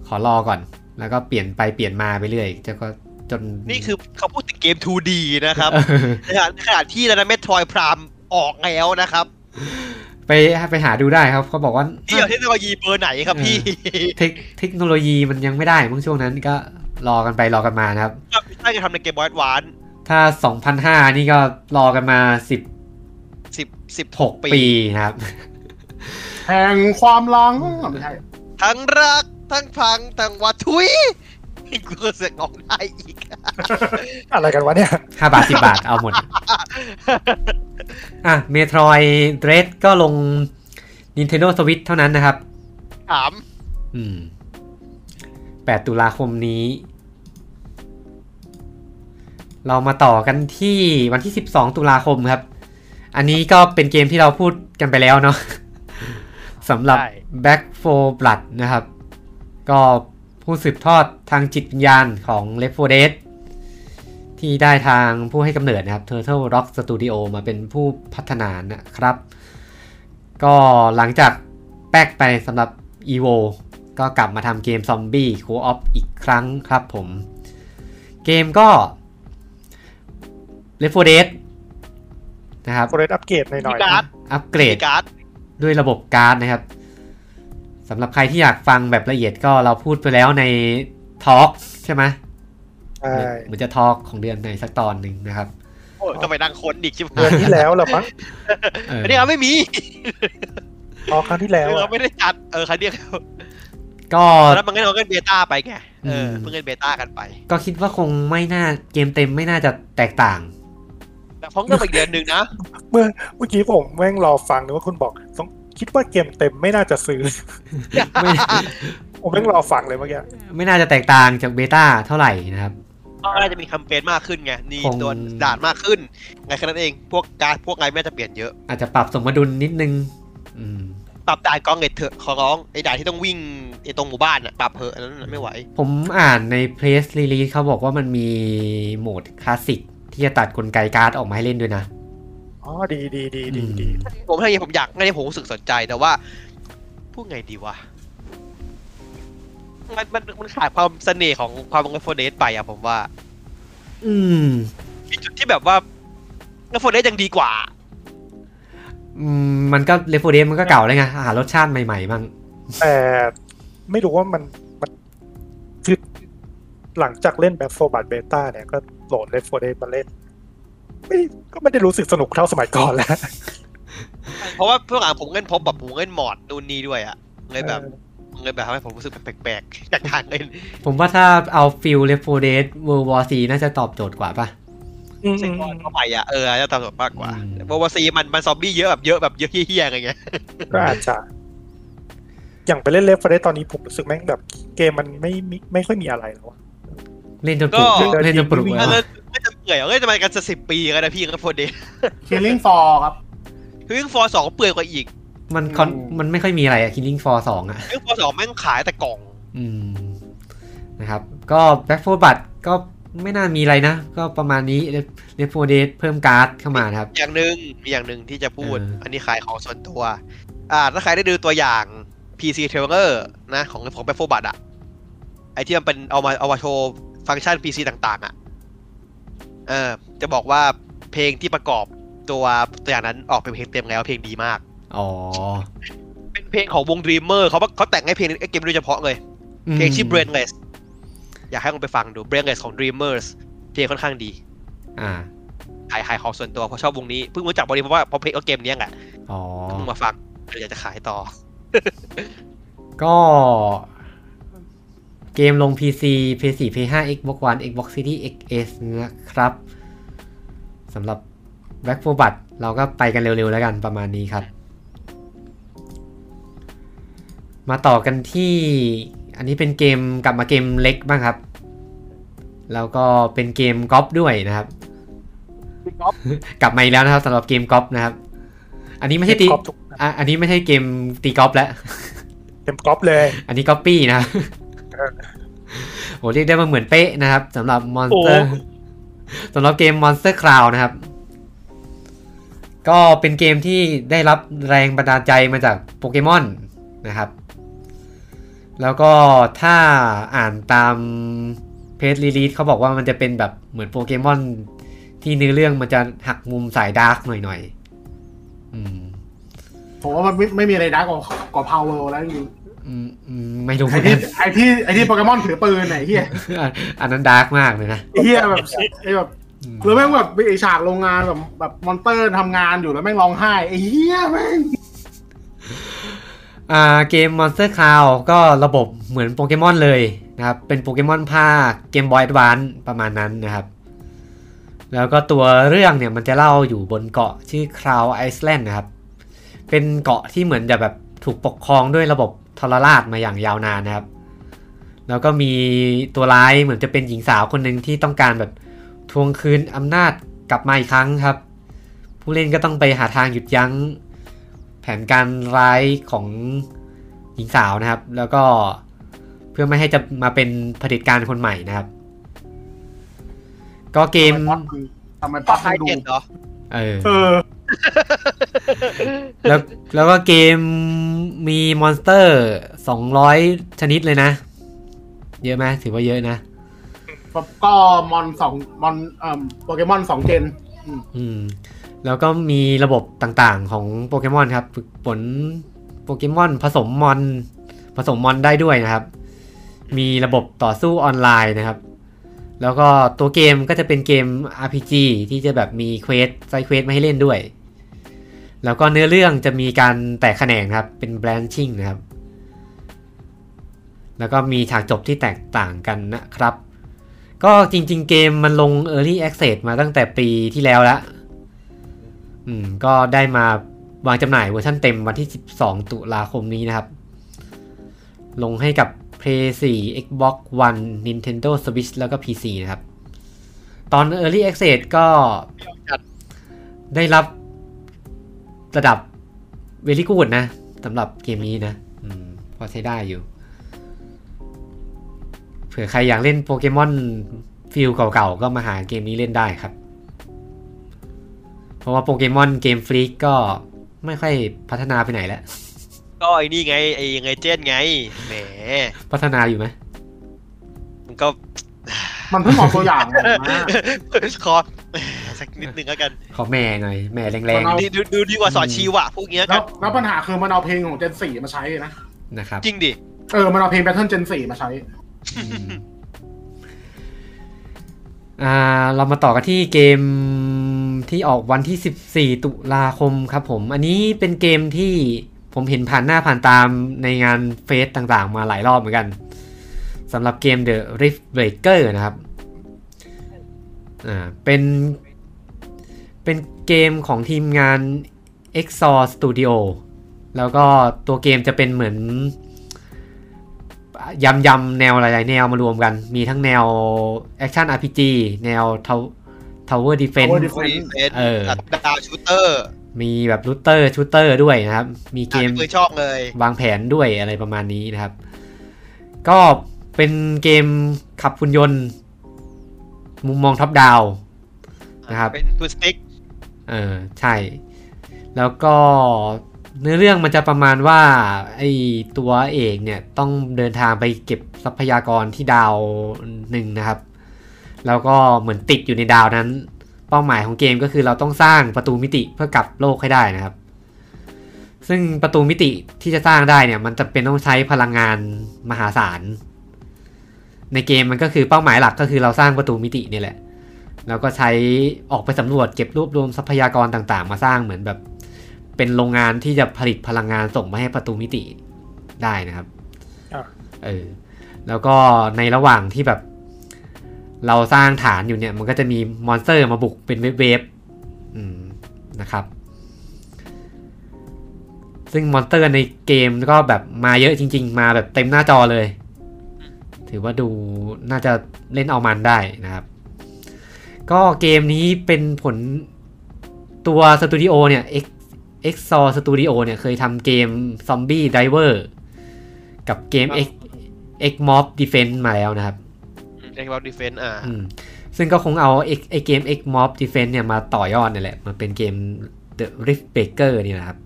Speaker 1: ขอรอก่อน แล้วก็เปลี่ยนไปเปลี่ยนมาไปเรื่อยจนก็จน
Speaker 2: นี่คือเขาพูดถึงเกม 2D นะครับ
Speaker 1: เออ
Speaker 2: ในขณะในขณะที่แล้วนะเมทรอยพรามออกแล้วนะครับ
Speaker 1: ไปไปหาดูได้ครับเขาบอกว่า
Speaker 2: นี่เอาเทคโนโลยีเบอร์ไหนครับพี่
Speaker 1: เทคเทคโนโลยีมันยังไม่ได้เมื่อช่วงนั้นก็รอกันไปรอกันมานะครับ
Speaker 2: ว่าพิซซ่าจะทำในเกมบอยส์วาน
Speaker 1: ถ้า 2005 นี่ก็รอกันมา
Speaker 2: สิบสิบหก
Speaker 1: 16
Speaker 2: ปี
Speaker 1: ปีนะครับ
Speaker 5: แห่งความหลังอ่ะไม่ใช่
Speaker 2: ทั้งรัก ทั้งพัง ทั้งวัดทุย กูก็เสียงออกได้อีก
Speaker 3: อะไรกันวะเนี่ย
Speaker 1: 5 บาท 10 บาท เอาหมด อ่ะเมโทรยเดรสก็ลง Nintendo Switch เท่านั้นนะครับ
Speaker 2: ถาม
Speaker 1: อืม 8 ตุลาคมนี้ เรามาต่อกันที่วันที่ 12 ตุลาคมครับ อันนี้ก็เป็นเกมที่เราพูดกันไปแล้วเนาะ สำหรับ
Speaker 2: ใช่
Speaker 1: Back for Blood นะครับ ก็ผู้สืบทอดทางจิตวิญญาณของ Left 4 Dead ที่ได้ทางผู้ให้กำเนิดนะครับ Turtle Rock Studio มาเป็นผู้พัฒนานะครับ ก็หลังจากแป๊กไปสำหรับ EVO ก็กลับมาทำเกมซอมบี้คูออฟอีกครั้งครับผม เกมก็ Left 4 Dead นะครับ
Speaker 3: โปรเรสอัปเกรดหน่อย
Speaker 2: การ์ด
Speaker 1: อัปเกรด
Speaker 2: การ์ด
Speaker 1: ด้วยระบบการ์ดนะครับสำหรับใครที่อยากฟังแบบละเอียดก็เราพูดไปแล้วในทอล์กใช่ไหม
Speaker 3: ๆใช่
Speaker 1: เหมือนจะทอล์กของเดือนในสักตอนหนึ่งนะครับ
Speaker 2: โอ้ยต้องไปนั่งค้นอีกใช่ไหม
Speaker 3: เดือนที่แล้วเหรอมั้ง
Speaker 1: เออ
Speaker 2: อันนี้เราไม่มี
Speaker 3: อ๋อครั้งที่แล้ว
Speaker 2: เรา
Speaker 3: อะ
Speaker 2: ไม่ได้จัด เออคันเดียว
Speaker 1: ก็
Speaker 2: แล้วมันก็เราก็เบต้าไปไง เออ
Speaker 1: ม
Speaker 2: เพิ่งเล่นเบต้ากันไป
Speaker 1: ก็คิดว่าคงไม่น่าเกมเต็มไม่น่าจะแตก ต่าง
Speaker 2: แต่พ้องต้องไปอีกเดือนหนึ่งนะ
Speaker 3: เมื่อกี้ผมแม่งรอฟังนึกว่าคุณบอกต้องคิดว่าเกมเต็มไม่น่าจะซื้อ
Speaker 1: ไม่
Speaker 3: ผมแม่งรอฟังเลยเมื่อกี้
Speaker 1: ไม่น่าจะแตกต่างจากเบต้าเท่าไหร่นะครับ
Speaker 2: ก็น่าจะมีแคมเปญมากขึ้นไง นี่
Speaker 1: คง
Speaker 2: ตัวด่านมากขึ้น ไงแค่นั้นเอง พวกการ์ดพวกไงไม่น่าจะเปลี่ยนเยอะ
Speaker 1: อาจจะปรับสมดุลนิดนึง อืม
Speaker 2: ปรับด่านกองเอ็ดเถอะ ขอร้อง ไอ้ด่านที่ต้องวิ่งไอ้ตรงหมู่บ้านน่ะปรับเถอะอันนั้นนะไม่ไหว
Speaker 1: ผมอ่านในเพ s ส release เขาบอกว่ามันมีโหมดคลาสสิกที่จะตัดกลไกการ์ดออกมาให้เล่นด้วยนะ
Speaker 3: อ๋อดีดีดีดีดี
Speaker 1: อืม
Speaker 2: ผมให้ผมอยากให้ผมรู้สึกสนใจแต่ว่าพูดไงดีวะมันมันมันขาดความเสน่ห์ของความเป็นโฟเดสไปอะผมว่า
Speaker 1: อืม
Speaker 2: มีจุดที่แบบว่าโฟเดสยังดีกว่า
Speaker 1: อืมมันก็เลฟโฟเดมันก็เก่าเลยไงอาหารรสชาติใหม่ๆบ้าง
Speaker 3: แต่ไม่รู้ว่ามันมันคือหลังจากเล่นแบบโฟบัตเบต้าเนี่ยก็โหลดเลฟโฟเดมาเล่นไม่ก็ไม่ได้รู้สึกสนุกเท่าสมัยก่อนแล้ว
Speaker 2: เพราะว่าเพื่อนหลังผมเล่นพบแบบผมเล่นมอดนู่นนี่ด้วยอะเลยแบบเลยแบบทำให้ผมรู้สึกแปลกๆจากทางเล่น
Speaker 1: ผมว่าถ้าเอาฟิลเลฟโฟเดสเวอร์วอซีน่าจะตอบโจทย์กว่าป่ะ
Speaker 3: อืม
Speaker 2: เซ็กบอลเข้าไปอะเออจะตามสดมากกว่า
Speaker 1: อืม
Speaker 2: เพราะว่าซีมันมันซอมบี้เยอะแบบเยอะแบบเยอะเฮี้ยๆอะไรเงี้ย
Speaker 3: ก็อาจจะ อย่างไปเล่นเลฟโฟเดตอนนี้ผมรู้สึกแม่งแบบ เกมมันไม่ไม่ไม่ค่อยมีอะไรแล้วอะ
Speaker 1: เล่นจนปลุก
Speaker 3: ก็
Speaker 1: เล่นจนปลุกเลย
Speaker 2: แล้ว
Speaker 1: ว่ะ
Speaker 2: ไม่จะเปื่อยเอ้ยทำไมกันจะสิบปีกันนะพี่กับโฟเดส
Speaker 5: Killing f o r ครับ
Speaker 2: คือฟอร์สองเปื่อยกว่าอีก
Speaker 1: มันคอน
Speaker 5: อืม
Speaker 1: มันไม่ค่อยมีอะไรอะคิ l ลิ่งฟอร์สองอะ
Speaker 2: คือฟอร์สองแม่งขายแต่กล่อง
Speaker 1: อืมนะครับ ก็แบ็คโฟบัตก็ไม่น่ามีอะไรนะ ก็ประมาณนี้เลฟโฟเดสเพิ่มการ์ดเข้ามานะครับ
Speaker 2: อย่างหนึ่งมีอย่างหนึ่งที่จะพูด
Speaker 1: เอออั
Speaker 2: อันนี้ขายของส่วนตัว อ่า ถ้าใครได้ดูตัวอย่าง PC Trailer นะ ของของแบฟโฟบัตอะไอที่มันเป็นเอามาเอามาโชว์ฟังก์ชัน PC ต่างๆอะเออ จะบอกว่าเพลงที่ประกอบตัวตัวอย่างนั้นออกเป็นเพลงเต็มแล้วเพลงดีมาก
Speaker 1: อ๋อ
Speaker 2: เป็นเพลงของวง Dreamer เขาเขาแต่งให้เพลงไอ้เกมโดยเฉพาะเลย
Speaker 1: อืม
Speaker 2: เพลงชื่อ Brainless อยากให้ลองไปฟังดู b r a i n l e s s ของ Dreamers เพลงค่อนข้างดี
Speaker 1: อ่า
Speaker 2: ขายขายของส่วนตัวเพราะชอบวงนี้เพิ่งรู้จักวงนี้เพราะว่าเพราะเพลงเอาเกมเนี้ยแหละ
Speaker 1: อ๋อ
Speaker 2: เพิ่งมาฟังเลยอยากจะขายต่อ
Speaker 1: ก็ เกมลง PC PS4 PS5 Xbox One Xbox Series XS นะครับสำหรับ Back for b u d เราก็ไปกันเร็วๆแล้วกันประมาณนี้ครับ มาต่อกันที่ อันนี้เป็นเกมกลับมาเกมเล็กบ้างครับ แล้วก็เป็นเกมกอล์ฟด้วยนะครับ
Speaker 5: พี่ก๊อฟ
Speaker 1: กลับมาอีกแล้วนะครับสำหรับเกมกอล์ฟนะครับ อันนี้ไม่ใช่ตี
Speaker 3: กอล์ฟทุก
Speaker 1: อ่ะอันนี้ไม่ใช่เกมตีกอล์ฟแล้ว
Speaker 3: เกมกอล์ฟเลย
Speaker 1: อันนี้ก๊อปปี้นะ โหเรียกได้มาเหมือนเป๊ะนะครับสำหรับมอนสเตอร์สำหรับเกม Monster Cloud นะครับ ก็เป็นเกมที่ได้รับแรงบันดาลใจมาจากโปเกมอนนะครับ แล้วก็ถ้าอ่านตามเพจรีลีสเขาบอกว่ามันจะเป็นแบบเหมือนโปเกมอน ที่เนื้อเรื่องมันจะหักมุมสายดาร์กหน่อยๆอืม
Speaker 5: ผมว่ามันไม่ไม่มีอะไรดักกว่ากว่าพาวเวอร์แล้วจริง
Speaker 1: อืมอืมไม่รู้
Speaker 5: ๆ
Speaker 1: เห
Speaker 5: ไอ
Speaker 1: มือน
Speaker 5: ที่
Speaker 1: กัน
Speaker 5: ไอที่ไอที่โปเกมอนถือปืนไหนเฮีย
Speaker 1: อันนั้นดาร์กมากเลยนะ
Speaker 5: ไอ้เฮียแบบไอแบบ
Speaker 1: อืม
Speaker 5: หรือแม่งแบบไอฉากโรงงานแบบแบบมอนเตอร์ทำงานอยู่แล้วแม่งร้องไห้ไอเฮียแม่ง
Speaker 1: อ่าเกม Monster Cloud ก็ระบบเหมือนโปเกมอนเลยนะครับ เป็นโปเกมอนภาคเกมบอย d วานประมาณนั้นนะครับ แล้วก็ตัวเรื่องเนี่ยมันจะเล่าอยู่บนเกาะชื่อ Cloud Island นะครับ เป็นเกาะที่เหมือนจะแบบถูกปกครองด้วยระบบทรราชมาอย่างยาวนานนะครับ แล้วก็มีตัวร้ายเหมือนจะเป็นหญิงสาวคนหนึ่งที่ต้องการแบบทวงคืนอำนาจกลับมาอีกครั้งครับ ผู้เล่นก็ต้องไปหาทางหยุดยั้ง แผนการร้ายของหญิงสาวนะครับ แล้วก็เพื่อไม่ให้จะมาเป็นเผด็จการคนใหม่นะครับ ก็เกม
Speaker 5: ทำไม
Speaker 2: ป
Speaker 5: ป๊
Speaker 2: อ
Speaker 5: อ
Speaker 2: ป
Speaker 5: ป
Speaker 2: ไฮ
Speaker 5: ให้
Speaker 2: เจ็ด
Speaker 5: ดู
Speaker 2: เหรอ
Speaker 1: เออ
Speaker 3: เออ
Speaker 1: แล้วแล้วก็เกมมีมอนสเตอร์ 200 ชนิดเลยนะ เยอะไหมถือว่าเยอะนะ
Speaker 5: ก็มอนสองมอนเอ่อโปเกมอนสองเจน
Speaker 1: อืม แล้วก็มีระบบต่างๆของโปเกมอนครับ ฝึกฝนโปเกมอนผสมมอน ผสมมอนได้ด้วยนะครับ มีระบบต่อสู้ออนไลน์นะครับ แล้วก็ตัวเกมก็จะเป็นเกม RPG ที่จะแบบมีเควสไซเควสมาให้เล่นด้วย แล้วก็เนื้อเรื่องจะมีการแตกแขนงนะครับ เป็น branching นะครับ แล้วก็มีฉากจบที่แตกต่างกันนะครับ ก็จริง ๆ เกมมันลง Early Access มาตั้งแต่ปีที่แล้วละอืม ก็ได้มาวางจำหน่ายเวอร์ชันเต็มวันที่ 12 ตุลาคมนี้นะครับ ลงให้กับ Play 4 Xbox One Nintendo Switch แล้วก็ PC นะครับ ตอน Early Access ก็ได้รับระดับ Very Good นะสำหรับเกมนี้นะ อืม พอใช้ได้อยู่ เผื่อใครอยากเล่นโปเกมอนฟิลเก่าๆ ก็มาหาเกมนี้เล่นได้ครับ เพราะว่าโปเกมอนเกมฟรีกก็ไม่ค่อยพัฒนาไปไหนแล้ว
Speaker 2: ก็ไอ้นี่ไงไอ้ไงเจนไงแหม
Speaker 1: พัฒนาอยู่ไหม
Speaker 2: มันก็
Speaker 5: มันเพิ่งออกตัวอย่างออกมา
Speaker 2: ขอแหมสักนิดนึงแล้วกัน
Speaker 1: ขอแม่หน่อย แม่แรง
Speaker 5: เอา
Speaker 2: ดูดูดูดีกว่าสอนชีวะพวกเนี้ย
Speaker 5: แล้
Speaker 2: กั
Speaker 5: วน แล้วปัญหาคือมันเอาเพลงของเจนสี่มาใช้นะ
Speaker 1: ๆ นะครับ
Speaker 2: จริงดิ
Speaker 5: เออ มันเอาเพลงแพทเทิร์นเจนสี่มาใช้
Speaker 1: อืมอ่าเรามาต่อกันที่เกมที่ออกวันที่ 14 ตุลาคมครับผม อันนี้เป็นเกมที่ผมเห็นผ่านหน้าผ่านตามในงานเฟสต่างๆ มาหลายรอบเหมือนกันสำหรับเกม The Rift Breaker นะครับอ่าเป็นเป็นเกมของทีมงาน Exor Studio แล้วก็ตัวเกมจะเป็นเหมือน ยำยำแนวหลายๆ แนวมารวมกัน มีทั้งแนวแอคชั่น RPG แนวทาวเวอร์ดิเฟน
Speaker 5: Tower Defense
Speaker 2: ฟรีเฟน
Speaker 1: เออ
Speaker 2: ดาวชูเตอร์
Speaker 1: มีแบบรูเตอร์ชูเตอร์ด้วยนะครับ มีเกม
Speaker 2: ปืนช่องเลย
Speaker 1: วางแผนด้วยอะไรประมาณนี้นะครับ ก็เป็นเกมขับหุ่นยนต์ มุมมองท็อปดาว นะครับ
Speaker 2: เป็นปืนสติ๊ก
Speaker 1: เออใช่ แล้วก็เนื้อเรื่องมันจะประมาณว่าไอตัวเอกเนี่ยต้องเดินทางไปเก็บทรัพยากรที่ดาวหนึ่งนะครับ แล้วก็เหมือนติดอยู่ในดาวนั้น เป้าหมายของเกมก็คือเราต้องสร้างประตูมิติเพื่อกลับโลกให้ได้นะครับ ซึ่งประตูมิติที่จะสร้างได้เนี่ย มันจะเป็นต้องใช้พลังงานมหาศาล ในเกมมันก็คือเป้าหมายหลักก็คือเราสร้างประตูมิตินี่แหละ แล้วก็ใช้ออกไปสำรวจเก็บรวบรวมทรัพยากรต่างๆ มาสร้างเหมือนแบบ เป็นโรงงานที่จะผลิตพลังงานส่งมาให้ประตูมิติได้นะครับ
Speaker 3: อ่า
Speaker 1: เออ แล้วก็ในระหว่างที่แบบ เราสร้างฐานอยู่เนี่ย มันก็จะมีมอนสเตอร์มาบุกเป็นเวฟๆอืมนะครับ ซึ่งมอนสเตอร์ในเกมก็แบบมาเยอะจริง ๆ มาแบบเต็มหน้าจอเลย ถือว่าดูน่าจะเล่นเอามันได้นะครับ ก็เกมนี้เป็นผลตัวสตูดิโอเนี่ย X X s o r Studio เนี่ยเคยทำเกม Zombie Diver กับเกม X X Mob Defense มาแล้วนะครับ
Speaker 2: เอ็กซ์บอลดีเฟนต์อ่า
Speaker 1: อืมซึ่งก็คงเอาไอ้ไอเกม X Mob Defense เนี่ยมาต่อยอดเนี่ยแหละ มันเป็นเกม The Rift Breaker เนี่ยนะครับ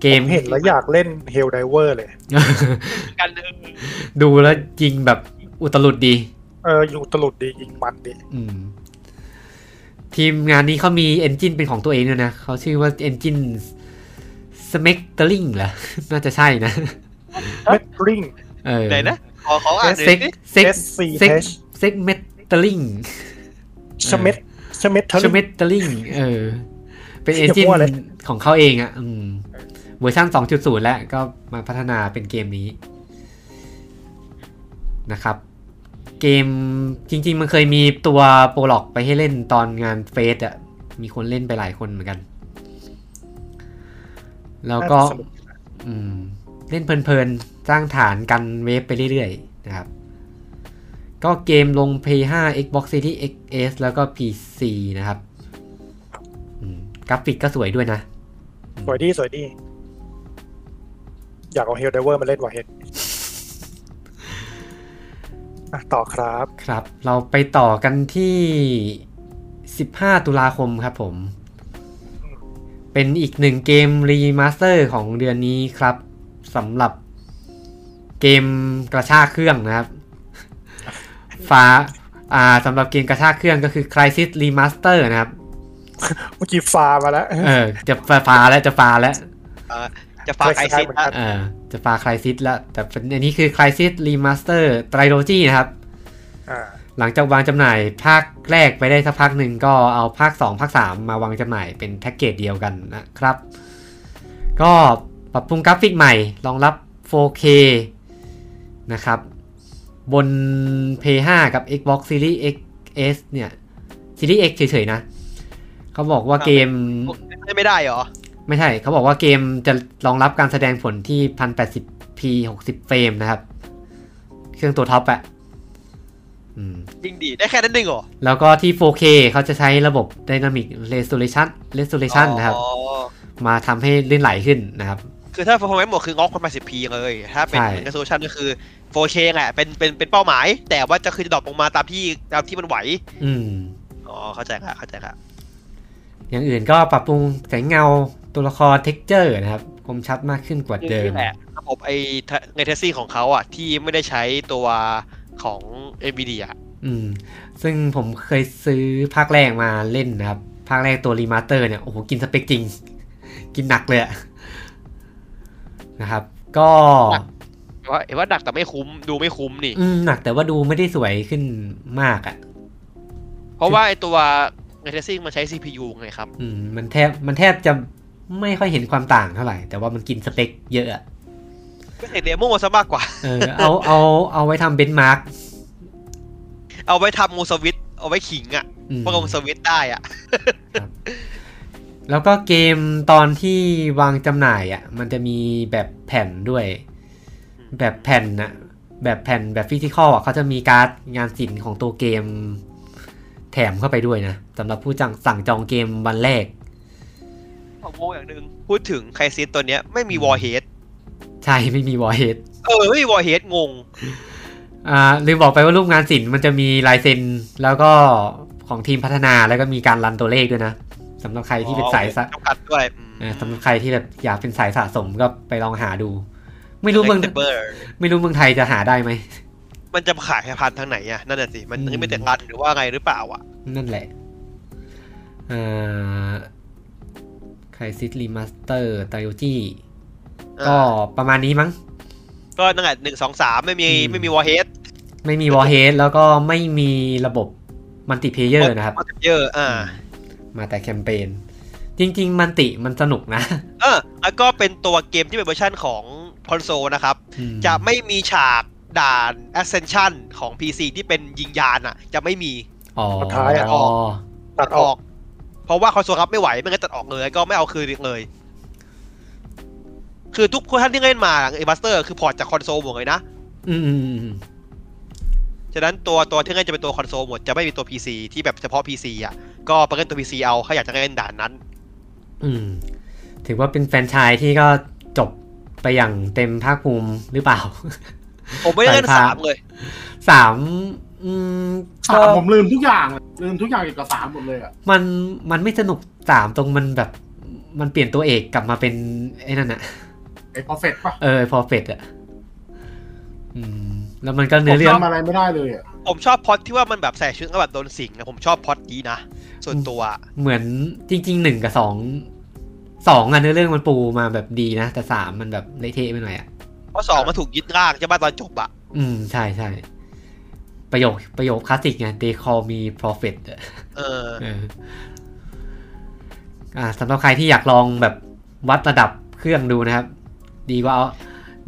Speaker 1: เกม
Speaker 3: เห็นแล้วอยากเล่นเฮลไดเวอร์เลย
Speaker 2: กันเออ
Speaker 1: ดูแล้วยิงแบบอุตลุดดี
Speaker 3: เอออยู่ตลุดดียิงมันดี
Speaker 1: อืม ทีมงานนี้เขามีเอนจินเป็นของตัวเองด้วยนะ เขาชื่อว่าเอนจิน Smectering เหรอ น่าจะใช่นะ
Speaker 3: เมทริง
Speaker 1: เออ
Speaker 2: ไหนนะขอขออ่านหน่
Speaker 1: เซ็
Speaker 2: อก ยสิ
Speaker 1: เซ็ก
Speaker 3: S C
Speaker 1: เซ็ก
Speaker 3: H
Speaker 1: เซ็กเมตลิง
Speaker 3: ชเมทชเมทท
Speaker 1: ช
Speaker 3: ริง
Speaker 1: เมตลิงเออ เป็นเอ
Speaker 3: อย่า
Speaker 1: จิน
Speaker 3: มั่วเลย
Speaker 1: ของเขาเองอ่ะ อืม เวอร์ชัน2.0 แล้วก็มาพัฒนาเป็นเกมนี้นะครับ เกมจริง ๆ มันเคยมีตัวโปรล็อกไปให้เล่นตอนงานเฟสอ่ะ มีคนเล่นไปหลายคนเหมือนกัน แล้วก็
Speaker 3: น่าจะสนุก
Speaker 1: อืม เล่นเพลินๆ สร้างฐานกันเวฟไปเรื่อยๆ นะครับ ก็เกมลง Play 5 Xbox Series XS แล้วก็ PC นะครับอืมกราฟิกก็สวยด้วยนะ
Speaker 3: สวยดีสวยดี อยากเอาเฮลไดเวอร์มาเล่นว่ะเห็นอ่ะต่อครับ
Speaker 1: ครับ เราไปต่อกันที่ 15 ตุลาคมครับผม เป็นอีกหนึ่งเกมรีมาสเตอร์ของเดือนนี้ครับสำหรับเกมกระชากเครื่อง นะครับ ฟ้าอ่าสำหรับเกมกระชากเครื่องก็คือ Crisis Remaster นะครับ
Speaker 3: เมื่อกี้ฟามาแล้ว
Speaker 1: เออ จะฟ้าแล้วจะฟ้าแล้ว
Speaker 2: จะฝากไอซิสนะ
Speaker 1: เออจะฟ้า Crisis แล้ว แต่เป็นอันนี้คือ Crisis Remaster Trilogy นะครับ
Speaker 3: อ่า
Speaker 1: หลังจากวางจำหน่ายภาคแรกไปได้สักพักหนึ่งก็เอาภาค 2 ภาค 3 มาวางจำหน่ายเป็นแพ็กเกจเดียวกันนะครับ ก็ปรับปรุงกราฟิกใหม่รองรับ 4K นะครับ บน P5 กับ Xbox Series XS เนี่ย Series X เฉยๆนะ เขาบอกว่า
Speaker 2: ครับ
Speaker 1: เกม
Speaker 2: ได้ไม่ได้เหรอ
Speaker 1: ไม่ใช่ เขาบอกว่าเกมจะรองรับการแสดงผลที่ 1080p 60 เฟรมนะครับ เครื่องตัวท็อปอะอืม
Speaker 2: ยิงดี ได้แค่นั้นหนึ่งเหรอ
Speaker 1: แล้วก็ที่ 4K เขาจะใช้ระบบ Dynamic Resolution Resolution นะครับ
Speaker 2: อ๋อ
Speaker 1: มาทำให้ลื่นไหลขึ้นนะครับ
Speaker 2: คือถ้า performance หมดคืองอกพันแปดสิบพีเลย ถ้าเป็น
Speaker 1: ใช่
Speaker 2: resolution ก็คือ 4K แหละเป็นเป็นเป็นเป้าหมาย แต่ว่าจะคือจะดรอปลงมาตามที่ตามที่มันไหว
Speaker 1: อืม
Speaker 2: อ๋อ เข้าใจละเข้าใจละ
Speaker 1: อย่างอื่นก็ปรับปรุงแสงเงาตัวละคร texture นะครับ คมชัดมากขึ้นกว่าเดิม
Speaker 2: นี่แหละระบบไอในเทสซี่ของเขาอ่ะ ที่ไม่ได้ใช้ตัวของ NVIDIA อะ
Speaker 1: อืม ซึ่งผมเคยซื้อภาคแรกมาเล่นนะครับ ภาคแรกตัวรีมาสเตอร์เนี่ย โอ้โห กินสเปคจริง กินหนักเลยอะนะครับ ก็
Speaker 2: ว่าเห็นว่าดักแต่ไม่คุ้ม ดูไม่คุ้มนี่
Speaker 1: อืม หนักแต่ว่าดูไม่ได้สวยขึ้นมากอ่ะ
Speaker 2: เพราะว่าไอตัวในเทสซี่มันใช้ CPU ไงครับ
Speaker 1: อืมมันแทบมันแทบจะไม่ค่อยเห็นความต่างเท่าไหร่ แต่ว่ามันกินสเปคเยอะอะ
Speaker 2: ก็เห็นเดโมซะมากกว่า
Speaker 1: เออ เอาเอาเอาไว้ทำเบนช์มาร์ก
Speaker 2: เอาไว้ทำงูสวิตช์เอาไว้ขิงอ่ะ
Speaker 1: อืม
Speaker 2: เพราะงูสวิตช์ได้อ่ะ
Speaker 1: แล้วก็เกมตอนที่วางจำหน่ายอ่ะ มันจะมีแบบแผ่นด้วย แบบแผ่นนะแบบแผ่นแบบฟิสิกอลอ่ะเขาจะมีการ์ดงานศิลป์ของตัวเกม แถมเข้าไปด้วยนะสำหรับผู้จังสั่งจองเกมวันแรก
Speaker 2: ผมงงอย่างหนึ่งพูดถึงไคซิสตัวเนี้ยไม่มีวอร์เฮด
Speaker 1: ใช่ไม่มีวอเฮด
Speaker 2: เออไม่มีวอร์เฮดงง
Speaker 1: อ่าลืมบอกไปว่ารูปงานศิลป์มันจะมีลายเซ็นแล้วก็ของทีมพัฒนาแล้วก็มีการรันตัวเลขด้วยนะสำหรับใครที่เป็นสายสะ
Speaker 2: จำกัดด้วยอืม
Speaker 1: เออสำหรับใครที่แบบอยากเป็นสายสะสมก็ไปลองหาดู ไม่รู้เมือง
Speaker 2: เบอร์
Speaker 1: ไม่รู้เมืองไทยจะหาได้ไหม
Speaker 2: มันจะขายพันทางไหนอ่ะ นั่นแหะสิ มัน
Speaker 1: อืม
Speaker 2: ยังไม่แต่งรันหรือว่าไงหรือเปล่าอ่ะ
Speaker 1: นั่นแหละเอ่อใครซิตรีมาสเตอร์ไตโอจี
Speaker 2: อ่า
Speaker 1: ก็ประมาณนี้มั้ง
Speaker 2: ก็นั่นแหละหนึ่งสองสามไม่มี
Speaker 1: อืม
Speaker 2: ไม่มีวอร์เฮด
Speaker 1: ไม่มีวอลเฮดแล้วก็ไม่มีระบบมัลติเพเยอร์นะครับ
Speaker 2: มัลติเพลเยอร์อ่า
Speaker 1: มาแต่แคมเปญจริง ๆ มันติมันสนุกนะ
Speaker 2: เออแล้วก็เป็นตัวเกมที่เป็นเวอร์ชันของคอนโซลนะครับ
Speaker 1: อืม
Speaker 2: จะไม่มีฉากด่าน Ascension ของ PC ที่เป็นยิงยานอ่ะ จะไม่มี
Speaker 1: อ๋อ
Speaker 3: สุดท้ายอะ
Speaker 1: อ๋อ
Speaker 3: ตัดออก
Speaker 2: เพราะว่าคอนโซลรับไม่ไหวไม่งั้นตัดออกเลย ก็ไม่เอาคืนเลย คือทุกคนท่านที่เล่นมาเอบัสเตอร์คือพอร์ตจากคอนโซลหมดเลยนะ
Speaker 1: อืมอืมอืม
Speaker 2: ฉะนั้นตัวตัวที่เล่นจะเป็นตัวคอนโซลหมด จะไม่มีตัว PC ที่แบบเฉพาะ PC อ่ะ ก็ไปเล่นตัว PC เอาถ้าอยากจะเล่นด่านนั้น
Speaker 1: อืมถือว่าเป็นแฟรนไชายที่ก็จบไปอย่างเต็มภาคภูมิหรือเปล่า
Speaker 2: ผมไม่ได้เล่นสามเลย
Speaker 1: สามอืม
Speaker 5: สามผมลืมทุกอย่างเลยลืมทุกอย่างเกี่ยวกับสามหมดเลยอ่ะ
Speaker 1: มันมันไม่สนุกสามตรงมันแบบ มันเปลี่ยนตัวเอกกลับมาเป็นไอ้นั่นอะ
Speaker 5: ไอ้พอเฟตปะ
Speaker 1: เออพอเฟดอะอืม แล้วมันก็
Speaker 5: ผ
Speaker 1: เนื้อ
Speaker 5: ม
Speaker 1: เรื่อง
Speaker 5: จำอะไรไม่ได้เลยอ่ะ
Speaker 2: ผมชอบพล็อดที่ว่ามันแบบใส่ชุดแล้วแบบโดนสิงนะผมชอบพล็อดนี้นะ ส่วนตัวอะ
Speaker 1: เหมือนจริงๆหนึ่งกับสองสองอะเนื้อเรื่องมันปูมาแบบดีนะ แต่สามมันแบบเละเทะไปหน่อยอะ
Speaker 2: เพราะสองมันถูกยึดร่างใช่ปะตอนจบอะ
Speaker 1: อืม ใช่ใช่ประโยคประโยคคลาสสิกไง they call me prophet อะ
Speaker 2: เออ
Speaker 1: เอออ่าสำหรับใครที่อยากลองแบบวัดระดับเครื่องดูนะครับ ดีว่าเอา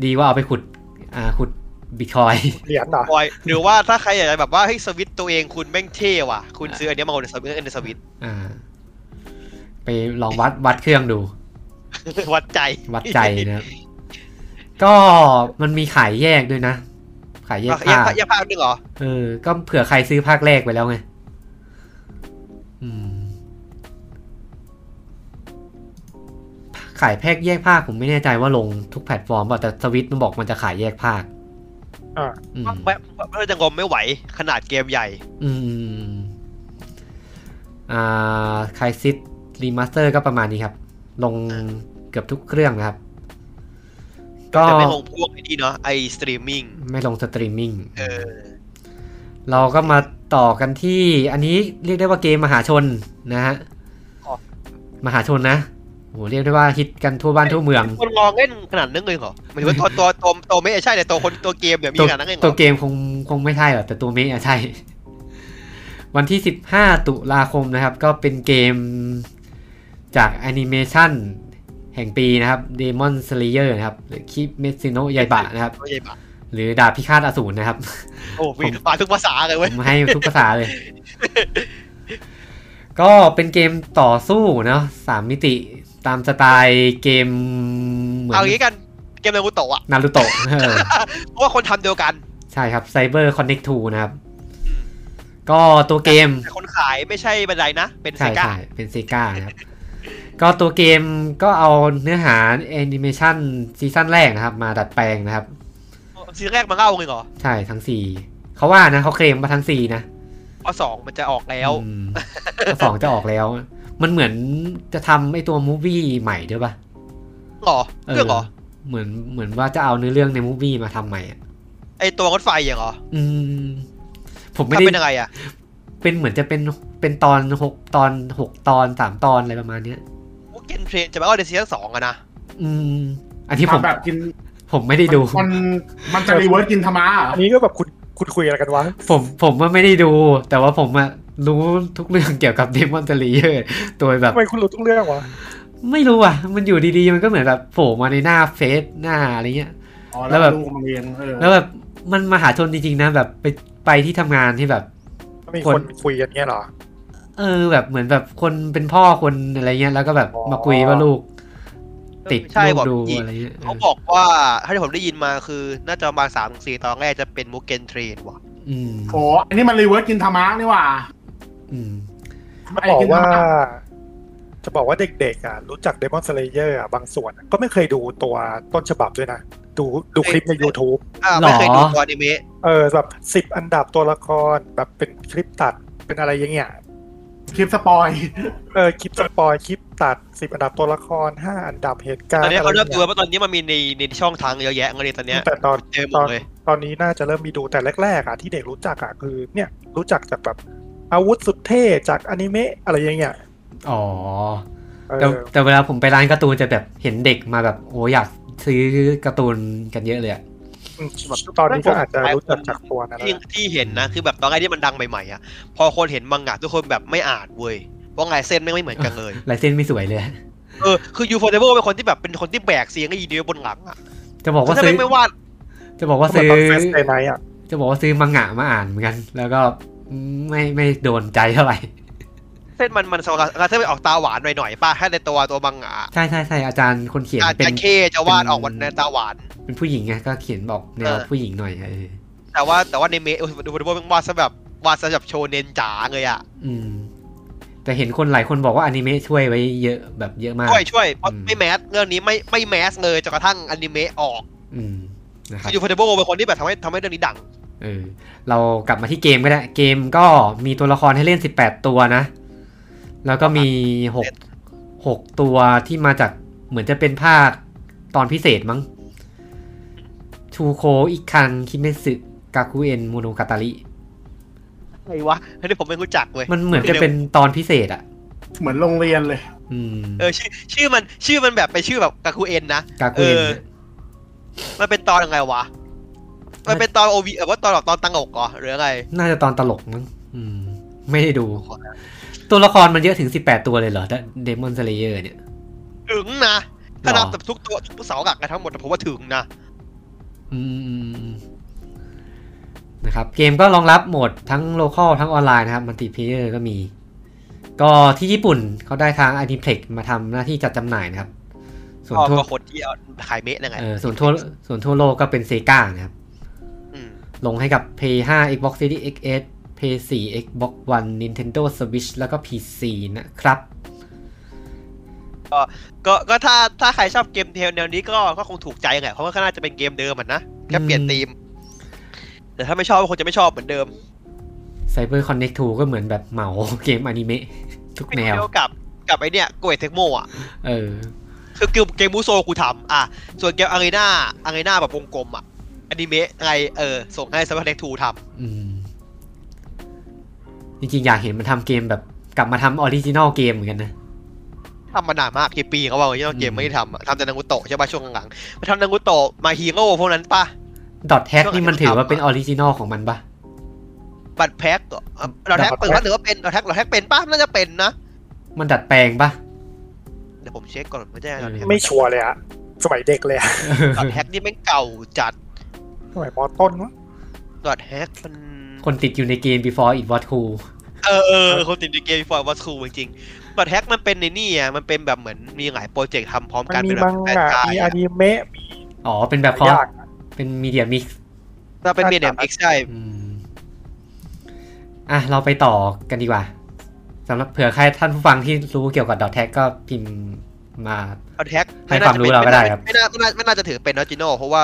Speaker 1: ดีว่าเอาไปขุด อ่าขุดบิตคอย
Speaker 3: เหรียญเหรอ
Speaker 2: บอยหรือว่าถ้าใครอยากจะแบบว่าให้ยสวิตช์ตัวเองคุณแม่งเท่ว่ะ คุณซื้ออันเนี้ยมาในสวิตช์ในสวิตช์
Speaker 1: อ่า ไปลองวัดวัดเครื่องดู
Speaker 2: วัดใจ
Speaker 1: วัดใจ นะครับ ก็มันมีขายแยกด้วยนะ ขายแย
Speaker 2: อ่ะ
Speaker 1: ก
Speaker 2: ยั
Speaker 1: ภาง ค
Speaker 2: ยังภาคหนึ่งเหรอ
Speaker 1: เออ ก็เผื่อใครซื้อภาคแรกไปแล้วไง อืม ขายแพ็กแยกภาคผมไม่แน่ใจว่าลงทุกแพลตฟอร์มเปล่ะแต่สวิตมันบอกมันจะขายแยกภาค
Speaker 3: อ่า
Speaker 1: อืม
Speaker 2: แวะแวะจะงมไม่ไหวขนาดเกมใหญ่
Speaker 1: อืม อ่าไคซิตรีมาสเตอร์ก็ประมาณนี้ครับ ลงเกือบทุกเครื่องนะครับ ก็
Speaker 2: แต่ไม่ลงพวกไอ้นี่เนาะไอสตรีมมิ่ง
Speaker 1: ไม่ลงสตรีมมิ่ง
Speaker 2: เออ
Speaker 1: เราก็มาต่อกันที่อันนี้เรียกได้ว่าเกมมหาชนนะฮะ
Speaker 2: อ๋อ
Speaker 1: มหาชนนะโหเรียกได้ว่าฮิตกันทั่วบ้านทั่วเมือง
Speaker 2: คนลองเล่นขนาดนั้นเลยเหรอหมายถึงว่าตัวตัวตัวตัวไม่ใช่แต่ตัวคนตัวเกมเนี่ยมี
Speaker 1: ตัว
Speaker 2: ขนาดนั้นเลยเหร
Speaker 1: ตัว
Speaker 2: อ
Speaker 1: เกมคงคงไม่ใช่หรอกแต่ตัวเมะอะใช่ วันที่ 15 ตุลาคมนะครับ ก็เป็นเกมจากแอนิเมชันแห่งปีนะครับ Demon Slayer นะครับหรือคิเมซิโนะยายบะนะครับ
Speaker 2: ไม่ใช่ปะ
Speaker 1: หรือดาบพิฆาตอสูรนะครับ
Speaker 2: โอ้มีมาทุกภาษาเลย
Speaker 1: ผ
Speaker 2: เว้ย
Speaker 1: มให้ทุกภาษาเลย ก็เป็นเกมต่อสู้เนาะสามมิติตามสไตล์เกมเหมือน
Speaker 2: เอางี้กันเกมนารูโตะอะ
Speaker 1: นารูโตะเออ
Speaker 2: เพราะว่าคนทำเดียวกัน
Speaker 1: ใช่ครับ Cyber Connect 2 นะครับ ก็ตัวเกม
Speaker 2: แต่คนขายไม่ใช่บันไดนะ เป็นเซ
Speaker 1: ใช่
Speaker 2: กา
Speaker 1: ใช่เป็นเซกานะครับ ก็ตัวเกมก็เอาเนื้อหาแอนิเมชันซีซั่นแรกนะครับ มาดัดแปลงนะครับ
Speaker 2: ซีนแรกมาเล่าเลยเหรอ
Speaker 1: ใช่ทั้งสี่เขาว่านะเขาเคลมมาทั้งสี่นะ
Speaker 2: เพราะสองมันจะออกแล้ว
Speaker 1: อืมแล้วสองจะออกแล้ว มันเหมือนจะทำไอตัวมูฟวี่ใหม่ด้วยปะ
Speaker 2: หรอเรื่องเหรอ
Speaker 1: เหมือนเหมือนว่าจะเอาเนื้อเรื่องในมูฟวี่มาทำใหม่อ่ะ
Speaker 2: ไอตัวรถไฟอย่างเหรอ
Speaker 1: อืม ผมไม่
Speaker 2: มัน
Speaker 1: ได้
Speaker 2: เป็นยังไงอ่ะ
Speaker 1: เป็นเหมือนจะเป็นเป็นตอนหกตอนหกตอนสามตอนอะไรประมาณเนี้ย
Speaker 2: พวกเกนเทรนจะมาเอาในซีซั่นสองอะนะ
Speaker 1: อืม อันนี้ผม
Speaker 5: ทำแบบกิน
Speaker 1: ผมไม่ได้ดู
Speaker 5: มันมันจะรีเวิร์สกินธรรมะเหรอ
Speaker 3: อันนี้ก็แบบคุณคุณคุยอะไรกันวะ
Speaker 1: ผมผมว่าไม่ได้ดู แต่ว่าผมอะรู้ทุกเรื่องเกี่ยวกับเดมอนเ l ลีเยอร์โดยแบบ
Speaker 3: ทำไมคุณรู้ทุกเรื่องวะ
Speaker 1: ไม่รู้อ่ะ มันอยู่ดีๆ มันก็เหมือนแบบโผล่มาในหน้าเฟซหน้าอะไรเงี้ย
Speaker 5: อ๋อ
Speaker 1: แล้
Speaker 5: แล้ว ว
Speaker 1: แบบ
Speaker 5: ลูกมันเรียนเออ
Speaker 1: แล้วแบบมันมาหาชนจริงๆนะแบบไปไปที่ทำงานที่แบบ
Speaker 3: มี
Speaker 1: ค
Speaker 3: คน นคุยกันเงี้ยเหรอ
Speaker 1: เออแบบเหมือนแบบคนเป็นพ่อคนอะไรเงี้ยแล้วก็แบบ
Speaker 3: อ๋อ
Speaker 1: มาคุยว่าลูก ติด
Speaker 2: ใช่
Speaker 1: ลูก
Speaker 2: บอก
Speaker 1: ดู
Speaker 2: อีก
Speaker 1: อะไรเงี้ย
Speaker 2: เขาบอกว่าถ้าที่ผมได้ยินมาคือน่าจะประมาณสามถึงสี่ตอนแรกจะเป็นมุกเกนเทรนว่ะ
Speaker 1: อืม
Speaker 5: โอ้อันนี้มันรีเวิร์สกินธรรมะนี่หว่า
Speaker 1: อืม
Speaker 5: ไม่
Speaker 3: บอก
Speaker 5: กินธร
Speaker 3: ว่า
Speaker 5: รมะ
Speaker 3: จะบอกว่าเด็กๆอ่ะรู้จักเดมอนสเลเยอร์บางส่วนอะก็ไม่เคยดูตัวต้นฉบับด้วยนะ ดูดูคลิปใน YouTube
Speaker 2: อ่าไม่เคยดูตัวอนิเมะ
Speaker 3: เออแบบสิบ10 อันดับตัวละครแบบเป็นคลิปตัดเป็นอะไรอย่างเงี้ย
Speaker 5: คลิปสปอย
Speaker 3: เออคลิปสปอยคลิปตัดสิบอันดับตัวละครห้าอันดับเหตุการ
Speaker 2: ต
Speaker 3: ณ์
Speaker 2: อนนี้เขาเริ่มดู
Speaker 3: ะไ
Speaker 2: ว่าะตอนนี้มันมีในในช่องทางเยอะแยะเลยตอนเนี้
Speaker 3: งี้ย
Speaker 2: ย
Speaker 3: แต่ตอน
Speaker 2: เจอหม
Speaker 3: ต
Speaker 2: ด
Speaker 3: อน
Speaker 2: เลย
Speaker 3: ตอนนี้น่าจะเริ่มมีดูแต่แรกๆอ่ะที่เด็กรู้จักอ่ะคือเนี่ยรู้จักจากแบบอาวุธสุดเท่จากอนิเมะอะไรอย่างเงี้ย
Speaker 1: อ๋อ
Speaker 3: เอ
Speaker 1: แต่
Speaker 3: อ
Speaker 1: แต่เวลาผมไปร้านการ์ตูนจะแบบเห็นเด็กมาแบบโอ้อยากซื้อการ์ตูนกันเยอะเลยอะ
Speaker 3: อืมแบบตอนนี้ก็อาจจะรู้จักจากตัวนะ
Speaker 2: ที่ที่เห็นนะคือแบบตอนแรกที่มันดังใหม่ๆอ่ะพอคนเห็นมังงะทุกคนแบบไม่อ่านเว้ยเพราะลายเส้นแม่งไม่เหมือนกัน เลย
Speaker 1: ลายเส้นไม่สวยเลย
Speaker 2: เออคือยูโฟเดเวลเป็นคนที่แบบเป็นคนที่แบกเสียงไอ้ยีเดียบนหลังอ่ะ
Speaker 1: จะบอกว่า
Speaker 2: ถ้า
Speaker 1: ซื้อ
Speaker 2: แม่งไม่วาด
Speaker 1: จะบอกว่า
Speaker 3: เหมือน
Speaker 1: ซื้อ
Speaker 3: ตอนเฟสเตไนท์อ่ะ
Speaker 1: จะบอกว่าซื้อมังงะมาอ่านเหมือนกัน แล้วก็ไม่ไม่โดนใจเท่าไหร่
Speaker 2: เส้นมันมันสำหรับถ้าไปออกตาหวานหน่อยๆป่ะถ้าในตัวตัวมังงะ
Speaker 1: ใช่ใช่ใช่อาจารย์คนเขียน
Speaker 2: อาจ
Speaker 1: เป็น
Speaker 2: จะเคจะวาดออกวันในตาหวาน
Speaker 1: เป็นผู้หญิงไงก็เขียนบอกแนว
Speaker 2: เออ
Speaker 1: ผู้หญิงหน่อยเออ
Speaker 2: แต่ว่าแต่ว่าในเมดูดูดูแม่งวาดซะแบบวาดซะแบบโชเนนจ๋าเลยอ่ะ
Speaker 1: อืม แต่เห็นคนหลายคนบอกว่าอนิเมะช่วยไว้เยอะแบบเยอะมาก
Speaker 2: ช่วยช่วยเพราะ
Speaker 1: อืม
Speaker 2: ไม่แมสเรื่องนี้ไม่ไม่แมสเลยจนกระทั่งอนิเมะออก
Speaker 1: อืมนะค
Speaker 2: คื
Speaker 1: รับ
Speaker 2: อยูโฟเดเวลเป็นคนที่แบบทำให้ทำให้เรื่องนี้ดัง
Speaker 1: เออเรากลับมาที่เกมก็ได้เกมก็มีตัวละครให้เล่น 18 ตัวนะ แล้วก็มี 6 6 ตัวที่มาจากเหมือนจะเป็นภาคตอนพิเศษมั้งชูโคอิคังคิเมสึกาคุเอนโมโนกาตาริ
Speaker 2: ใครวะอันนี้ผมไม่รู้จักเว้ย
Speaker 1: มันเหมือนจะเป็นตอนพิเศษอ่ะ
Speaker 5: เหมือนโรงเรียนเลย
Speaker 1: อืม
Speaker 2: เออชื่อชื่อมันชื่อมันแบบเป็นชื่อแบบกาคูเอ็นนะ
Speaker 1: กาคุเอน
Speaker 2: เออ มันเป็นตอนยังไงวะ มันเป็นตอนโอวีเออว่าตอนหลอกตอนตังอกเหรอหรืออะไร
Speaker 1: น่าจะตอนตลกมั้งอืม ไม่ได้ดู ตัวละครมันเยอะถึง 18 ตัวเลยเหรอเดมอนสเลเยอร์เนี่ย
Speaker 2: ถึงนะถ้านับ
Speaker 1: หรอ
Speaker 2: ทุกตัวทุกเสาหลักกันทั้งหมดผมว่าถึงนะ
Speaker 1: อืมอืมอืมอืมนะครับ เกมก็รองรับโหมดทั้งโลคอลทั้งออนไลน์นะครับมัลติเพเยอร์ก็มี ก็ที่ญี่ปุ่นเขาได้ทาง a n i p l e x มาทำหน้าที่จัดจำหน่ายนะครับ ส่วน
Speaker 2: ก็
Speaker 1: ทั่ว
Speaker 2: ก็คนที่เอาขายเมะนั่นไง
Speaker 1: เออส่วนทั่วส่วนทั่วโลกก็เป็นเซกานะครับ
Speaker 2: อืม
Speaker 1: ลงให้กับ p s 5 Xbox Series XS p s 4 Xbox One Nintendo Switch แล้วก็ PC นะครับ
Speaker 2: ก็ก็ถ้าถ้าใครชอบเกมเทลแนวนี้ก็ก็คงถูกใจไงเพราะว่าก็น่าจะเป็นเกมเดิมมันนะแค่เปลี่ยน
Speaker 1: อืม
Speaker 2: ธีม แต่ถ้าไม่ชอบก็คงจะไม่ชอบเหมือนเดิม
Speaker 1: Cyber Connect 2 ก็เหมือนแบบเหมาเกมอนิเมะ ทุกแนว
Speaker 2: เดียวกับกับไอเนี่ยโกเอะเทคโมอ่ะ
Speaker 1: เออ
Speaker 2: คือเกมมูโซกูทำอ่ะ ส่วนเกมอารีนาอารีนาแบบวงกลมอ่ะอนิเมะไงเออ ส่งให้ซัมเมอร์เด็กทูท
Speaker 1: อืม จริงๆ อยากเห็นมันทำเกมแบบกลับมาทำออริจินอลเกมเหมือนกันนะ
Speaker 2: ำทำมานานมากกี่ปีเขาบอกว่าเกมไม่ได้ทำอะทำแต่นางูโตะใช่ป่ะช่วงหลังๆมาทำนางูโตะมาฮีโร่พวกนั้นป่ะ
Speaker 1: ดอทแท็ก
Speaker 2: ช่วง
Speaker 1: นี่มัน
Speaker 2: ไหน
Speaker 1: ถือ
Speaker 2: ทำ
Speaker 1: ว่า
Speaker 2: อะ
Speaker 1: เป็นออริจินอลของมันปะ
Speaker 2: บัตรแพ็กเหรอเอ่อเราแท็กเปิดว่าหรือว่าเป็นเราแท็กเราแท็กเป็นป่ะน่าจะเป็นนะ
Speaker 1: มันดัดแปลงปะ
Speaker 2: เดี๋ยวผมเช็คก่อนไม่ใช่เราแท็ก
Speaker 3: ไม่ชัวร์เลยอะสมัยเด็กเลยอะ
Speaker 2: ดอทแฮกนี่แม่งเก่าจัด
Speaker 3: สมัยมอต้นมั้ง
Speaker 2: ดอทแฮกมัน
Speaker 1: คนติดอยู่ในเกม before it was cool
Speaker 2: เออเออคนติดในเกมฟอร์วัตคูจริงๆดอทแฮกมันเป็นในนี่อ่ะมันเป็นแบบเหมือนมีหลายโปรเจกต์ทำพร้อม
Speaker 3: มัน
Speaker 2: กัน
Speaker 3: มี
Speaker 2: เป็นแบ
Speaker 3: มั
Speaker 2: บ
Speaker 3: ง
Speaker 2: แฟน
Speaker 3: งะ
Speaker 2: กาย
Speaker 3: มีอ
Speaker 2: อะ
Speaker 3: นิเมะมี
Speaker 1: อ๋อ เป็นแบบ
Speaker 3: ห
Speaker 1: คอ
Speaker 3: ลาย
Speaker 1: ร์
Speaker 3: อ
Speaker 1: ส
Speaker 3: ย่าง
Speaker 1: เป็นมีเดียมิก
Speaker 2: ถ้าเป็นเมียเดมเอ็กซ์ใช่
Speaker 1: อ่ะ เราไปต่อกันดีกว่าสำหรับเผื่อใครท่านผู้ฟังที่รู้เกี่ยวกับดอทแท็กก็พิมพ์มา
Speaker 2: เอาแท็ก
Speaker 1: ให้ความรู้เราก็ได้ครับ
Speaker 2: ไม่น่าไม่น่าไม่น่าจะถือเป็นออริจินอลเพราะว่า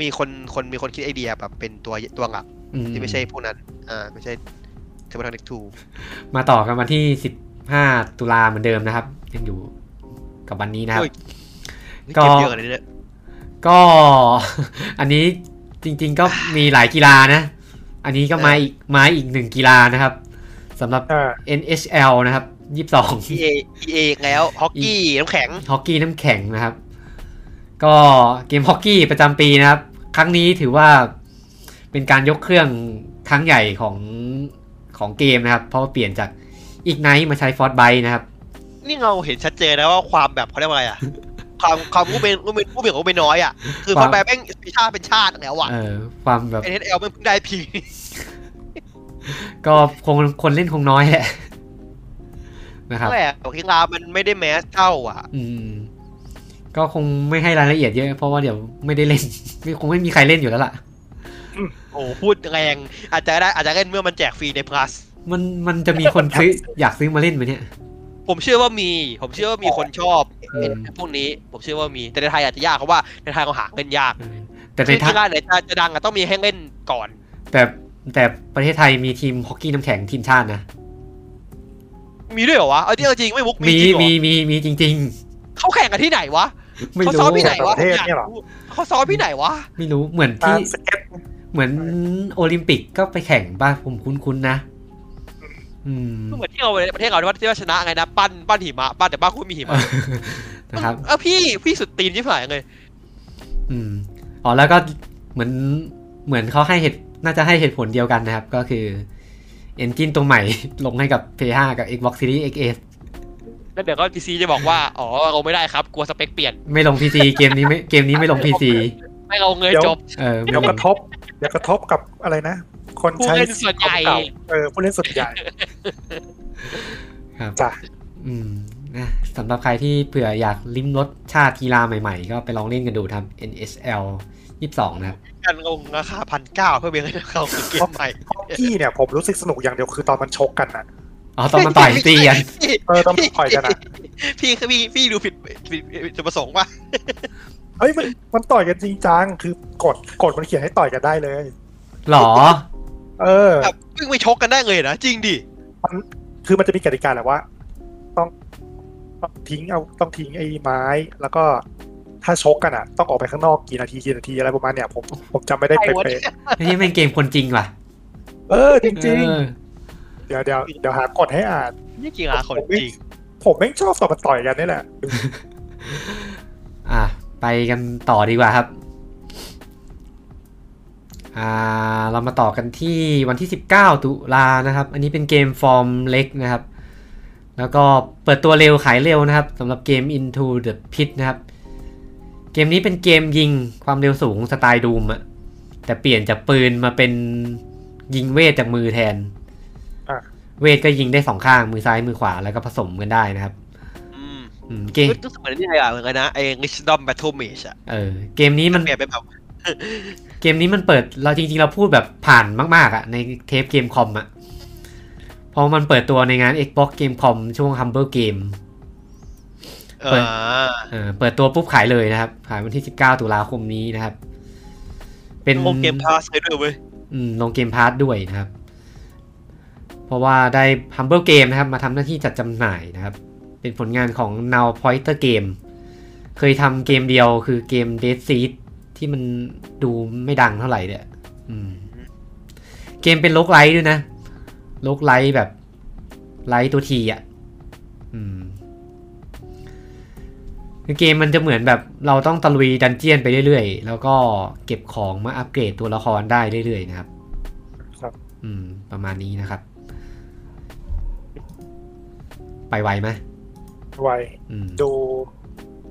Speaker 2: มีคนคนมีคนคิดไอเดียแบบเป็นตัวตัวหลัก
Speaker 1: อื
Speaker 2: ที่ไม่ใช่พวกนั้น อ่า ไม่ใช่เทอร์มินอลเน็กทู
Speaker 1: มาต่อกันวันที่ 15 ตุลาเหมือนเดิมนะครับ ยังอยู่กับวันนี้นะครับ ก็
Speaker 2: เก็บเยอะกันเลยเนี่ย
Speaker 1: ก็ อันนี้จริงๆก็มีหลายกีฬานะ อันนี้ก็มาอีกมาอีกหนึ่งกีฬานะครับสำหรับ
Speaker 3: อ่า
Speaker 1: NHL นะครับยี่สิบสอง
Speaker 2: เอเอแล้วฮอกกี้น้ำแข็ง
Speaker 1: ฮอกกี้น้ำแข็งนะครับ ก็เกมฮอกกี้ประจำปีนะครับ ครั้งนี้ถือว่าเป็นการยกเครื่องครั้งใหญ่ของของเกมนะครับ เพราะว่าเปลี่ยนจากอีกไนท์มาใช้ฟอร์ b ไบนะครับ
Speaker 2: นี่เราเห็นชัดเจนนะว่าความแบบเขาเรียกว่าอะไรอ่ะ ความความผู้เป็นผู้เป็นผู้เป็นของเป็นน้อยอ่ะ คือ
Speaker 1: ค
Speaker 2: พ
Speaker 1: วา
Speaker 2: อ
Speaker 1: ม
Speaker 2: แปลแม่งเป็นชาติเป็นชาติแล้วอ่ะ
Speaker 1: เออความแบบ
Speaker 2: เอ็นเอลมันเพิ่งได้พี
Speaker 1: ก็คงคนเล่นคงน้อยแหละนะครับ
Speaker 2: แหละกีฬามันไม่ได้แมสเท่าอ่ะ
Speaker 1: อืม ก็คงไม่ให้รายละเอียดเยอะ เพราะว่าเดี๋ยวไม่ได้เล่น ไม่คงไม่มีใครเล่นอยู่แล้วล่ะ
Speaker 2: โอ้พูดแรงอาจจะได้อาจจะเล่นเมื่อมันแจกฟรีใน plus
Speaker 1: มันมันจะมีคน ซื้ออยากซื้อมาเล่นไหมเนี่ย
Speaker 2: ผมเชื่อว่ามี ผมเชื่อว่ามีคนชอบ
Speaker 1: อืม
Speaker 2: พวกนี้ ผมเชื่อว่ามี แต่ในไทยอาจจะยากเพราะว่าในไทยเขาหาเงินยาก
Speaker 1: เออแต่ใน
Speaker 2: คือ
Speaker 1: ทาง
Speaker 2: กีฬาไหนจะจะดังอะต้องมีให้เล่นก่อน
Speaker 1: แต่แต่ประเทศไทยมีทีมฮอกกี้น้ำแข็งทีมชาตินะ
Speaker 2: มีด้วยเหรอวะ เอาจริงเอาจริงไม่มุกมี
Speaker 1: มี
Speaker 2: จริงเหร
Speaker 1: มี
Speaker 2: อ
Speaker 1: มีมีจริง
Speaker 2: เขาแข่งกันที่ไหนวะ
Speaker 1: ๆ ไม่
Speaker 2: เขาซ้อ
Speaker 1: รู้
Speaker 2: มที่ไหนวะ
Speaker 3: ประเทศเนี่ยเหรอ
Speaker 2: เขาซ้อมที่ไหนวะ
Speaker 1: ไม่รู้เหมือน
Speaker 3: ตา
Speaker 1: ที่
Speaker 3: มสเก็ต
Speaker 1: เหมือนโอลิมปิกก็ไปแข่งป่ะผมคุ้นๆนะ อืม
Speaker 2: เหมือนที่เราประเทศเราที่ว่าที่ว่าชนะไงนะปั้นปั้นหิมะปั้นแต่บ้านคุณมีหิมะ
Speaker 1: นะครับ
Speaker 2: เออพี่พี่สุดตีนที่ผ่านเลย
Speaker 1: อืมอ๋อแล้วก็ เหมือนเหมือนเขาให้เหตุน่าจะให้เหตุผลเดียวกันนะครับ ก็คือเอนจินตัวใหม่ ลงให้กับ PS5 กับ Xbox Series XS
Speaker 4: แล้วเดี๋ยวก็พีซีจะบอกว่า อ๋อเราไม่ได้ครับ กลัวสเปคเปลี่ยน
Speaker 1: ไม่ลง PC เกมนี้ไม่เกมนี้ไม่ลง PC
Speaker 4: ไม่เอาเงย
Speaker 3: เดี๋ยว
Speaker 4: จบ
Speaker 1: เออไม่
Speaker 3: เดี๋ยว
Speaker 1: ล
Speaker 3: ก
Speaker 1: ง
Speaker 3: ระทบเดี๋ยวกระทบกับอะไรนะ คนใช้
Speaker 4: ผู้เล่นส่วนใหญ่
Speaker 3: คอมเก่าเออผู้เล่นส่วนใหญ่
Speaker 1: ครับ
Speaker 3: จ้ะ
Speaker 1: อืมนะสำหรับใครที่เผื่ออยากลิ้มรสชาติกีฬาใหม่ๆ ก็ไปลองเล่นกันดูทำ NSL 22 นะครับ
Speaker 2: กันลงราคาพันเก้าเพื่อเบียงให้เขาซื้อเกมใหม่
Speaker 3: ฮอกกี้เนี่ยผมรู้สึกสนุกอย่างเดียวคือตอนมันชกกันน่ะ
Speaker 1: อ๋อตอนมันต่อยตีกัน
Speaker 3: เออตอนมันต่อยกันอ่ะ
Speaker 2: พี่พี่พี่ดูผิดผิดผิดจุดประสงค์ว่า
Speaker 3: เฮ้ยมันมันต่อยกันจริงจังคือกดกดมันเขียนให้ต่อยกันได้เลย
Speaker 1: หรอ
Speaker 3: เออ
Speaker 2: แบบเพิ่งไปชกกันได้เลยนะ จริงดิ
Speaker 3: คือมันจะมีกติกาแหละว่า ต้องต้องทิ้งเอาต้องทิ้งไอ้ไม้ แล้วก็ถ้าชกกันอ่ะ ต้องออกไปข้างนอกกี่นาทีกี่นาทีอะไรประมาณเนี่ยผมผมจำไม่ได้
Speaker 2: ใครวะ
Speaker 3: เป๊ะ
Speaker 1: อันนี้เป็นเกมคนจริงว่ะ
Speaker 3: ๆเออจริง
Speaker 1: เออ
Speaker 3: ๆเดี๋ยวเดี๋ยวเดี๋ยวหากดให้อ่าน
Speaker 2: นี่กีฬาคนจริง
Speaker 3: ผมแม่งชอบตอนมันต่อยกันนี่แหละ
Speaker 1: อ่ะ ไปกันต่อดีกว่าครับ อ่า เรามาต่อกันที่วันที่ 19 ตุลานะครับ อันนี้เป็นเกมฟอร์มเล็กนะครับ แล้วก็เปิดตัวเร็วขายเร็วนะครับสำหรับเกม Into the Pit นะครับ เกมนี้เป็นเกมยิงความเร็วสูงสไตล์ดูมอะแต่เปลี่ยนจากปืนมาเป็นยิงเวทจากมือแทน
Speaker 3: อ่ะ
Speaker 1: เวทก็ยิงได้สองข้างมือซ้ายมือขวาแล้วก็ผสมกันได้นะครับ
Speaker 2: อืม
Speaker 1: อืมเกม
Speaker 2: รู้สึกเหมือนนี่ไงอ่ะเหมือนกันนะ ไอ้ Wisdom Battle Mage อ่ะ
Speaker 1: เออเกมนี้มัน
Speaker 2: เปลี่ยนเป็นแบบ
Speaker 1: เกมนี้มันเปิดเราจริงๆ เราพูดแบบผ่านมาก ๆอะในเทปเกมคอมอะเพราะมันเปิดตัวในงาน Xbox Gamecom ช่วง Humble Game
Speaker 2: เอ
Speaker 1: เปิด
Speaker 2: อ
Speaker 1: เออเปิดตัวปุ๊บขายเลยนะครับ ขายวันที่ 19 ตุลาคมนี้นะครับ เป็น
Speaker 2: โอเกมพาสไปด้วยเว้ย
Speaker 1: อืมลงเกมพาร์ทด้วยนะครับ เพราะว่าได้ Humble Game นะครับ มาทำหน้าที่จัดจำหน่ายนะครับ เป็นผลงานของ Now Pointer Game เคยทำเกมเดียวคือเกม Dead Seed ที่มันดูไม่ดังเท่าไหร่เนี่ยอืมเกมเป็นโลกไลท์ด้วยนะโลกไลท์แบบไลท์ตัวทีอ่ะอืมคือเกมมันจะเหมือนแบบเราต้องตะลุยดันเจียนไปเรื่อยๆ แล้วก็เก็บของมาอัปเกรดตัวละครได้เรื่อยๆนะครับ
Speaker 3: ครับ
Speaker 1: อืม ประมาณนี้นะครับ ไปไวไหม
Speaker 3: ไว
Speaker 1: อืม
Speaker 3: ดู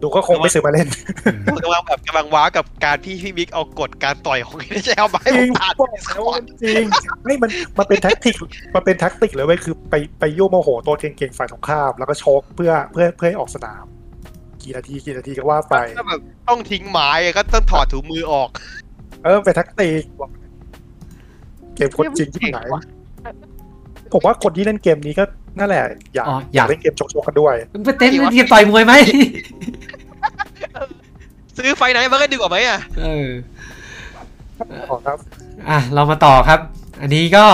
Speaker 3: ดูก็คงไม่ซื้อมาเล่น
Speaker 1: อืม
Speaker 2: กำลังแบบกำลังว้ากับการที่พี่มิกเอากฎการต่อยของ ไม่ใช่เอาไม้
Speaker 3: จริง
Speaker 2: ผ่าน
Speaker 3: บอกแล้วว่าจริงไม่มันมันเป็นแท็กติกมันเป็นแท็กติกเลยเว้ยคือไปไปโยโมโหตัวเก่งๆฝ่ายตรงข้ามแล้วก็ชกเพื่อเพื่อเพื่อให้ออกสนาม กี่นาทีกี่นาทีก็ว่าไป
Speaker 2: ถ้าแบบต้องทิ้งไม้ก็ต้องถอดถุงมือออก
Speaker 3: เออเป็นแท็กติกบอกเกมคนจริงที่ไหนผมว่าคนที่เล่นเกมนี้ก็นั่นแหละ อยาก
Speaker 1: อ๋ออ
Speaker 3: อ
Speaker 1: าย
Speaker 3: ยาก กเล่นเกมชกๆกันด้วย
Speaker 1: ไปเต้นเรียนต่อยมวยไหม
Speaker 2: ซื้อไฟไหนมันก็ดีกว่าไหมอ่ะ
Speaker 1: เออ
Speaker 3: ขอครับ
Speaker 1: อ่ะ เรามาต่อครับ อันนี้ก็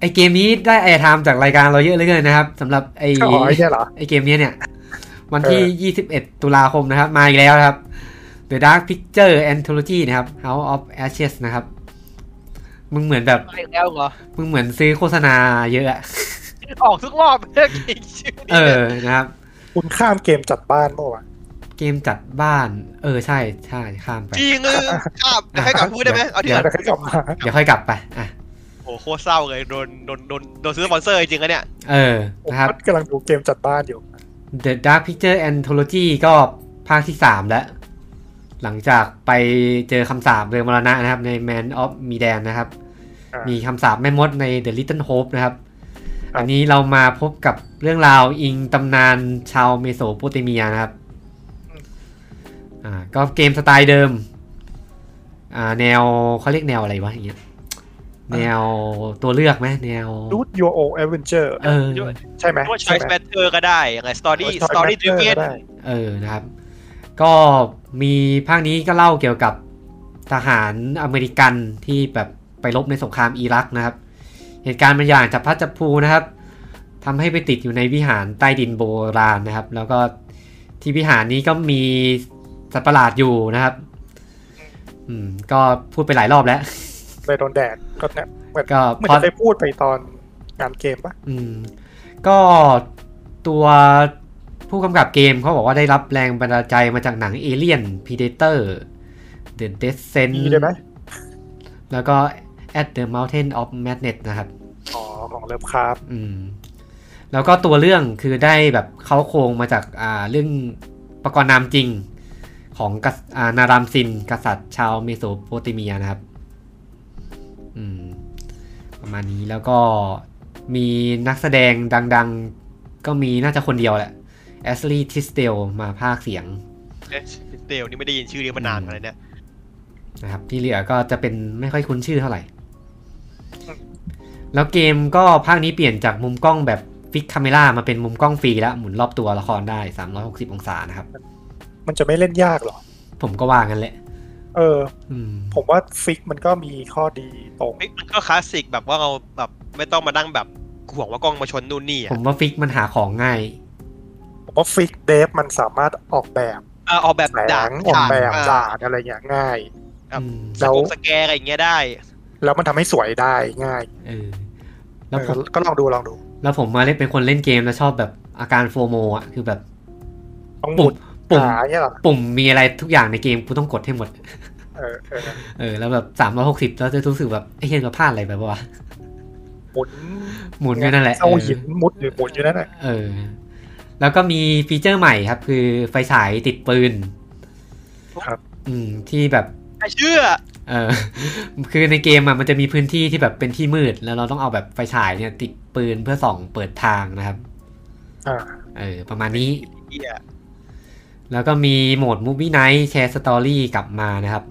Speaker 1: ไอเกมนี้ได้ไอทามจากรายการเราเยอะเหลือเกินนะครับสำหรับไอ
Speaker 3: ขอไอ้เนี่ยเหรอ
Speaker 1: ไอเกมเนี้ยเนี่ย วันที่
Speaker 3: เอ
Speaker 1: 21 ตุลาคมนะครับ มาอีกแล้วนะครับ The Dark Picture Anthology นะครับ House of Ashes นะครับ มึงเหมือนแบบ
Speaker 4: ไปแล้วเหรอ
Speaker 1: มึงเหมือนซื้อโฆษณาเยอะอะ
Speaker 4: ออกทุกรอบเลิกอีกชื่อ
Speaker 1: เออ นะครับ
Speaker 3: คุณข้ามเกมจัดบ้านเมื่อวาน
Speaker 1: เกมจัดบ้าน เออ ใช่ใช่ข้ามไป
Speaker 2: จริงเออครับเดี๋ยวให้กลับพูดได้ไหมเอาที่
Speaker 1: เดี๋ย
Speaker 2: ก่อ
Speaker 1: ว
Speaker 2: น
Speaker 3: แล้วก็กลับมา
Speaker 1: เดี๋ยวค่อยกลับไป อ่ะ
Speaker 2: โอ้โหโคตรเศร้าเลยโดนโดนโดนโดนซื้อสปอนเซอร์จริงๆอะเนี่ย
Speaker 1: เออ
Speaker 3: ผม
Speaker 1: นะครับ
Speaker 3: กำลังดูเกมจัดบ้านอยู่
Speaker 1: The Dark Picture Anthology ก็ภาคที่ 3 แล้ว หลังจากไปเจอคำสาปเรืองมรณะนะครับ ใน Man of Medan นะครับ
Speaker 3: อ่ามี
Speaker 1: มีคำสาปแม่มดใน The Little Hope นะครับ
Speaker 3: ครับ
Speaker 1: อันนี้เรามาพบกับเรื่องราวอิงตำนานชาวเมโสโปเตเมียนะครับ อ่า ก็เกมสไตล์เดิม อ่า แนวเขาเรียกแนวอะไรวะอย่างเงี้ย แนวตัวเลือกไหมแนว
Speaker 3: รูท your own adventure
Speaker 1: เออ
Speaker 3: ใช่ไหม
Speaker 2: ว่า
Speaker 3: ใช่ไห
Speaker 2: choice
Speaker 3: ม
Speaker 2: matter ก็ได้อะไร story
Speaker 3: Choice
Speaker 2: story
Speaker 3: Matter
Speaker 2: driven
Speaker 3: ก็ได้
Speaker 1: เออ นะครับ ก็มีภาคนี้ก็เล่าเกี่ยวกับทหารอเมริกันที่แบบไปรบในสงครามอิรักนะครับ เหตุการณ์บางอย่างจับพลัดจับพลูนะครับทำให้ไปติดอยู่ในวิหารใต้ดินโบราณนะครับ แล้วก็ที่วิหารนี้ก็มีสัตว์ประหลาดอยู่นะครับ อืม ก็พูดไปหลายรอบแล้ว
Speaker 3: ไปโดนแดดก็เนี่ยเหมือน
Speaker 1: ก็
Speaker 3: เหมือน
Speaker 1: พอ
Speaker 3: จะไปพูดไปตอนงานเกมปะ
Speaker 1: อืมก็ตัวผู้กำกับเกมเขาบอกว่าได้รับแรงบันดาลใจมาจากหนัง Alien Predator The Descent
Speaker 3: มีได้ไหม
Speaker 1: แล้วก็ at the mountain of madness นะครับ
Speaker 3: อ๋อของเลิฟครับ
Speaker 1: อืม แล้วก็ตัวเรื่องคือได้แบบเขาโครงมาจากอ่าเรื่องประกรณ์นามจริงของกษัตริย์อ่านารามซิน กษัตริย์ชาวเมโสโปเตเมียนะครับ อืม ประมาณนี้แล้วก็มีนักแสดงดังๆ ก็มีน่าจะคนเดียวแหละแอสลีย์ทิสเตลมาภาคเสียง
Speaker 2: เดลนี่ไม่ได้ยินชื่อนี้มานานอะไรเนี่ย
Speaker 1: นะครับที่เหลือก็จะเป็นไม่ค่อยคุ้นชื่อเท่าไหร่ แล้วเกมก็ภาคนี้เปลี่ยนจากมุมกล้องแบบฟิกคาเมล่ามาเป็นมุมกล้องฟรีแล้ว หมุนรอบตัวละครได้ 360 องศานะครับ
Speaker 3: มันจะไม่เล่นยากหรอ
Speaker 1: ผมก็ว่างั้นแหละ
Speaker 3: เออ
Speaker 1: อืม
Speaker 3: ผมว่าฟิกมันก็มีข้อดีตรง
Speaker 2: เฮ้ยมันก็คลาสสิกแบบว่าเราแบบไม่ต้องมานั่งแบบห่วงว่ากล้องมาชนนู่นนี่
Speaker 1: ผ
Speaker 2: อ่ะ
Speaker 1: มว่าฟิกมันหาของง่าย
Speaker 3: ผมว่าฟิกเดฟมันสามารถออกแบบ
Speaker 2: อ่ะออกแบบ
Speaker 3: แส
Speaker 2: ด่าง
Speaker 3: ออกแบบ
Speaker 2: อ่ะ
Speaker 3: ด่านอะไรอย่างง่าย
Speaker 2: ครับ
Speaker 1: อืม
Speaker 2: ส
Speaker 3: แล้ว
Speaker 2: กงสแกนอะไรอย่างเงี้ยได้
Speaker 3: แล้วมันทำให้สวยได้ง่าย
Speaker 1: เออ แล้วผม
Speaker 3: เออก็ลองดูลองดู
Speaker 1: แล้วผมมาเล่นเป็นคนเล่นเกมแล้วชอบแบบอาการโฟโมอ่ะ คือแบบ
Speaker 3: ต้องห
Speaker 1: ปุ่
Speaker 3: มุ
Speaker 1: ม
Speaker 3: น
Speaker 1: ปุ่ม
Speaker 3: หาเนี่ยเหรอ
Speaker 1: ปุ่มมีอะไรทุกอย่างในเกมกูต้องกดให้หมด
Speaker 3: เออเออ
Speaker 1: เออ แล้วแบบ 360 แล้วจะรู้สึกแบบไอ้เหี้ยกับพลาดอะไรไปปะวะ
Speaker 3: หมุน
Speaker 1: หมุนอยู่นั่นแหละ
Speaker 3: เอา
Speaker 1: เออ
Speaker 3: หินมุดหรือหมุนอยู่นั่นแหละ
Speaker 1: เออ แล้วก็มีฟีเจอร์ใหม่ครับ คือไฟฉายติดปืน
Speaker 3: ครับ
Speaker 1: อืม ที่แบบ
Speaker 2: ไม่เชื่อ
Speaker 1: เออ คือในเกมอะมันจะมีพื้นที่ที่แบบเป็นที่มืด แล้วเราต้องเอาแบบไฟฉายเนี่ย ติดปืนเพื่อส่องเปิดทางนะครับ
Speaker 3: อ่า
Speaker 1: เออ ประมาณนี้
Speaker 2: เหี้ย
Speaker 1: แล้วก็มีโหมด Movie Night Share Story กลับมานะครับ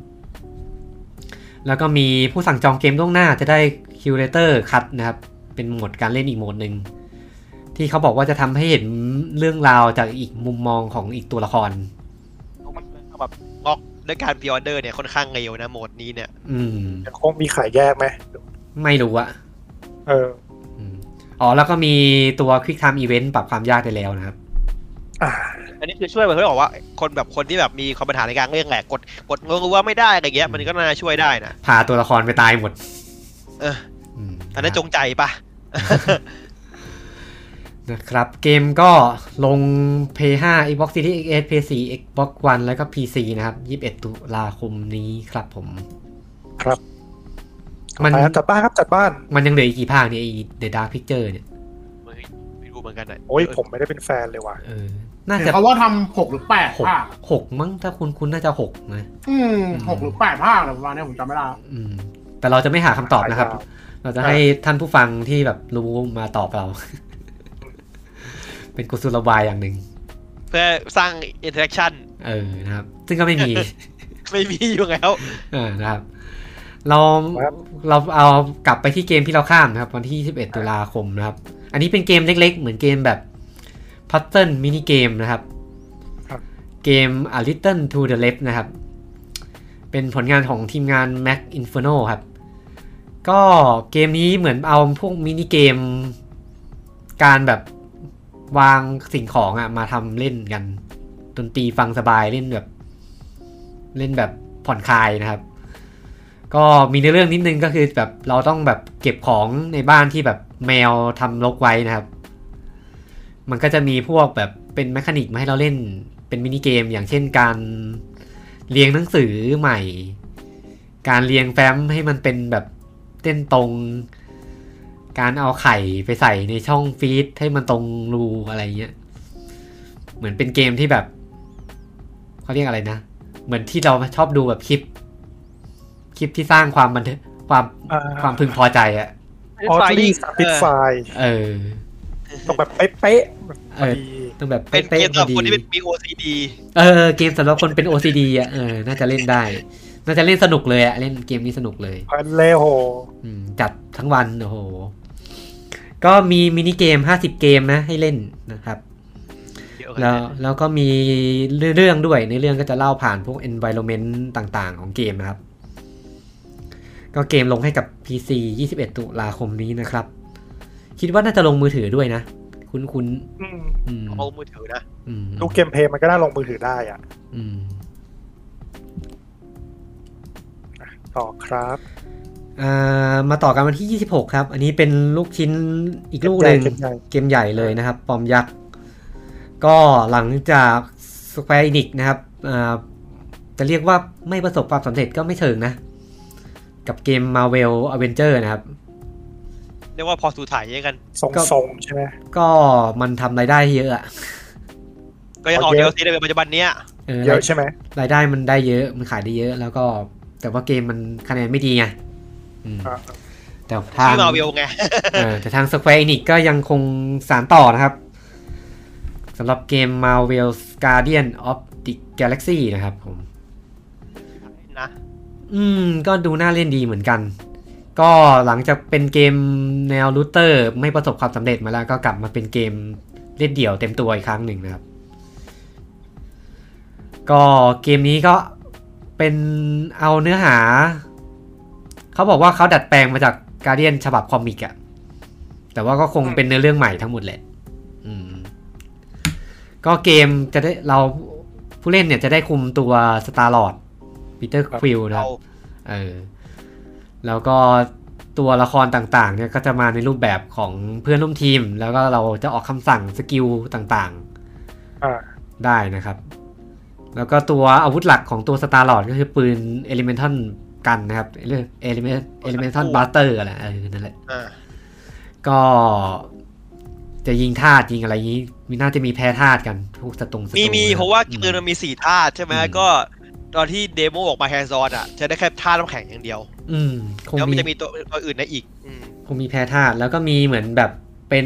Speaker 1: แล้วก็มีผู้สั่งจองเกมล่วงหน้าจะได้ Curator Cut นะครับ เป็นโหมดการเล่นอีกโหมดหนึ่ง ที่เขาบอกว่าจะทำให้เห็นเรื่องราวจากอีกมุมมองของอีกตัวละคร
Speaker 2: มันแบบบล็อกด้วยการพิออเดอร์เนี่ยค่อนข้างเร็วนะโหมดนี้เนี่ย
Speaker 1: อืม
Speaker 3: ยังคงมีขายแยกไหม
Speaker 1: ไม่รู้อะ
Speaker 3: เออ
Speaker 1: อืมอ๋อ แล้วก็มีตัว Quick Time Event ปรับความยากได้แล้วนะครับ
Speaker 3: อ่า
Speaker 2: อันนี้คือช่วยแบบเขาบอกว่าคนแบบคนที่แบบมีความปัญหาในการเรื่องแหละกดกดงงว่าไม่ได้อะไรเงี้ยมันก็น่าช่วยได้นะ
Speaker 1: พาตัวละครไปตายหมด
Speaker 2: เออ
Speaker 1: ม
Speaker 2: อันนั้นจงใจปะ
Speaker 1: นะครับเกมก็ลง p l a y 5 Xbox Series X p l a y 4 Xbox One แล้วก็ PC นะครับ 21 ตุลาคมนี้ครับผม
Speaker 3: ครับ
Speaker 1: มัน
Speaker 3: ไปครับจัดบ้านครับจัดบ้าน
Speaker 1: มันยังเหลืออีกกี่ภาคเนี่ยไอ้ The Dark Picture เนี่ย
Speaker 2: เฮ้ยไม่รู้เหมือนกันนะ
Speaker 3: โอ้ยผมไม่ได้เป็นแฟนเลยว่ะ
Speaker 1: เออน่า
Speaker 5: เห็
Speaker 1: จะ
Speaker 5: นเขาว่าทำหกหรือแปด
Speaker 1: หก
Speaker 5: ภาค
Speaker 1: หกมั้งถ้าคุณคุณน่าจะหกนะ
Speaker 5: อืมหกหรือแปดภาคอะไรประมาณเนี้ยผมจำไม่ได้
Speaker 1: อืม แต่เราจะไม่หาคำตอบนะครับ
Speaker 3: หายาว
Speaker 1: เราจะให้ท่านผู้ฟังที่แบบรู้มาตอบเรา เป็นกุศโลบายอย่างหนึ่ง
Speaker 2: เพื่อสร้างอินเทอร์แอคชั่น
Speaker 1: เออนะครับ ซึ่งก็ไม่มี
Speaker 2: ไม่มีอยู่แล้ว
Speaker 1: เออนะครับ เรา
Speaker 3: ครับ
Speaker 1: เราเอากลับไปที่เกมที่เราข้ามนะครับ วันที่ 21 ตุลาคมนะครับ อันนี้เป็นเกมเล็กๆ เหมือนเกมแบบพัตเทิลมินิเกมนะครับ เกม A Little to the Left นะครับ เป็นผลงานของทีมงาน Mac Inferno ครับ ก็เกมนี้เหมือนเอาพวกมินิเกม การแบบวางสิ่งของอะมาทำเล่นกันดนตรีฟังสบายเล่นแบบ เล่นแบบผ่อนคลายนะครับ ก็มีในเรื่องนิดนึงก็คือแบบเราต้องแบบเก็บของในบ้านที่แบบแมวทำรกไว้นะครับ มันก็จะมีพวกแบบเป็นแมคานิกมาให้เราเล่นเป็นมินิเกมอย่างเช่นการเรียงหนังสือใหม่ การเรียงแฟ้มให้มันเป็นแบบเต้นตรง การเอาไข่ไปใส่ในช่องฟีดให้มันตรงรูอะไรเงี้ย เหมือนเป็นเกมที่แบบเขาเรียกอะไรนะ เหมือนที่เราชอบดูแบบคลิป คลิปที่สร้างความบันเทิงความ
Speaker 3: อ่
Speaker 1: ความพึงพอใจอะ
Speaker 3: ออที่สปิดไฟ
Speaker 1: เออ
Speaker 3: ต้องแบบเป๊ะๆพ
Speaker 1: เอ
Speaker 3: อ
Speaker 1: อ
Speaker 3: ดี
Speaker 1: ต้องแบบ
Speaker 2: เป็นเกมสำหรับ
Speaker 1: พอดี
Speaker 2: คนที่เป็นมี OCD
Speaker 1: เออเกมสำหรับคนเป็น OCD อ่ะเออ น่าจะเล่นได้ น่าจะเล่นสนุกเลยอ่ะ เล่นเกมนี้สนุกเลย
Speaker 3: พันเลโห
Speaker 1: อืม จัดทั้งวัน โอ้โห ก็มีมินิเกม 50 เกมนะ ให้เล่นนะครับ
Speaker 2: เยอะ
Speaker 1: แล้ว
Speaker 2: นะ
Speaker 1: แล้วก็มีเรื่องด้วยในเรื่องก็จะเล่าผ่านพวก environment ต่างๆ ของเกมนะครับ ก็เกมลงให้กับ PC 21 ตุลาคมนี้นะครับ คิดว่าน่าจะลงมือถือด้วยนะ คุ้นคุ้น
Speaker 3: อืม
Speaker 1: ๆอืม
Speaker 2: เอามือถือนะ
Speaker 1: อืม
Speaker 3: ดูเกมเพลย์มันก็น่าลงมือถือได้อ่ะ
Speaker 1: อืม
Speaker 3: ต่อครับ
Speaker 1: อ่ามาต่อกันวันที่ 26 ครับ อันนี้เป็นลูกชิ้นอีกลูกหนึ่ง
Speaker 3: เกมใหญ่
Speaker 1: เกมใหญ่เลยนะครับ ปอมยักษ์ ก็หลังจาก Square Enix นะครับอ่าจะเรียกว่าไม่ประสบความสำเร็จก็ไม่เชิงนะ กับเกม Marvel Avenger นะครับ
Speaker 2: เรียกว่าพอสูถ่ายเยอะกัน
Speaker 3: ทรง
Speaker 1: ก็
Speaker 3: ทรงใช่ไหม
Speaker 1: ก็มันทำรายได้เยอะอะ
Speaker 2: ก็ยังออกเด
Speaker 3: เอาเย
Speaker 2: ล
Speaker 3: อะ
Speaker 2: ซีได้เป็นปัจจุบันเนี้ย
Speaker 1: เออ
Speaker 3: เย
Speaker 1: รา
Speaker 3: อะ
Speaker 1: ย
Speaker 3: ใช่ไหม
Speaker 1: รายได้มันได้เยอะมันขายได้เยอะ แล้วก็แต่ว่าเกมมันคะแนนไม่ดีไงอืม
Speaker 3: อ่า
Speaker 1: แต่ทาง
Speaker 2: ชื่อมาเวลไง
Speaker 1: เออแต่ทาง Square Enix ก็ยังคงสารต่อนะครับสำหรับเกม Marvel Guardian of the Galaxy นะครับผม
Speaker 2: นะ
Speaker 1: อืม ก็ดูน่าเล่นดีเหมือนกัน ก็หลังจากเป็นเกมแนวลูเตอร์ ไม่ประสบความสำเร็จมาแล้วก็กลับมาเป็นเกมเล่นเดี่ยวเต็มตัวอีกครั้งหนึ่งนะครับ ก็เกมนี้ก็เป็นเอาเนื้อหา เขาบอกว่าเขาดัดแปลงมาจากการเดียนฉบับคอมิกอะแต่ว่าก็คงเป็นเนื้อเรื่องใหม่ทั้งหมดแหละ อืม ก็เกมจะได้เราผู้เล่นเนี่ยจะได้คุมตัวสตาร์ลอดปีเตอร์ควิลนะค
Speaker 2: เรา
Speaker 1: รับ เออแล้วก็ตัวละครต่างๆเนี่ยก็จะมาในรูปแบบของเพื่อนร่วมทีม แล้วก็เราจะออกคำสั่งสกิลต่าง
Speaker 3: อ่า
Speaker 1: ๆได้นะครับ แล้วก็ตัวอาวุธหลักของตัวสตาร์ลอดก็คือปืน Elemental กันนะครับเรียก Element Elemental Blaster อะไรเออนั่นแหละ
Speaker 2: อ่า
Speaker 1: ก็จะยิงธาตุยิงอะไรอย่างนี้ มีน่าจะมีแพ้ธาตุกันพวกสตรงสตรู
Speaker 2: มีมี
Speaker 1: นะครับ
Speaker 2: เพราะว่า
Speaker 1: อืม
Speaker 2: ปืนมันมีสี่ธาตุใช่ไหม
Speaker 1: อืม
Speaker 2: ก็ตอนที่เดโมออกมาแฮร์ซอนอ่ะจะได้แค่ธาตุน้ำแข็งอย่างเดียว
Speaker 1: อืมคง
Speaker 2: แล้วมั
Speaker 1: มี
Speaker 2: นจะมีตัวตัวอื่นนะอีกอืม
Speaker 1: คงมีแพ้ธาตุแล้วก็มีเหมือนแบบเป็น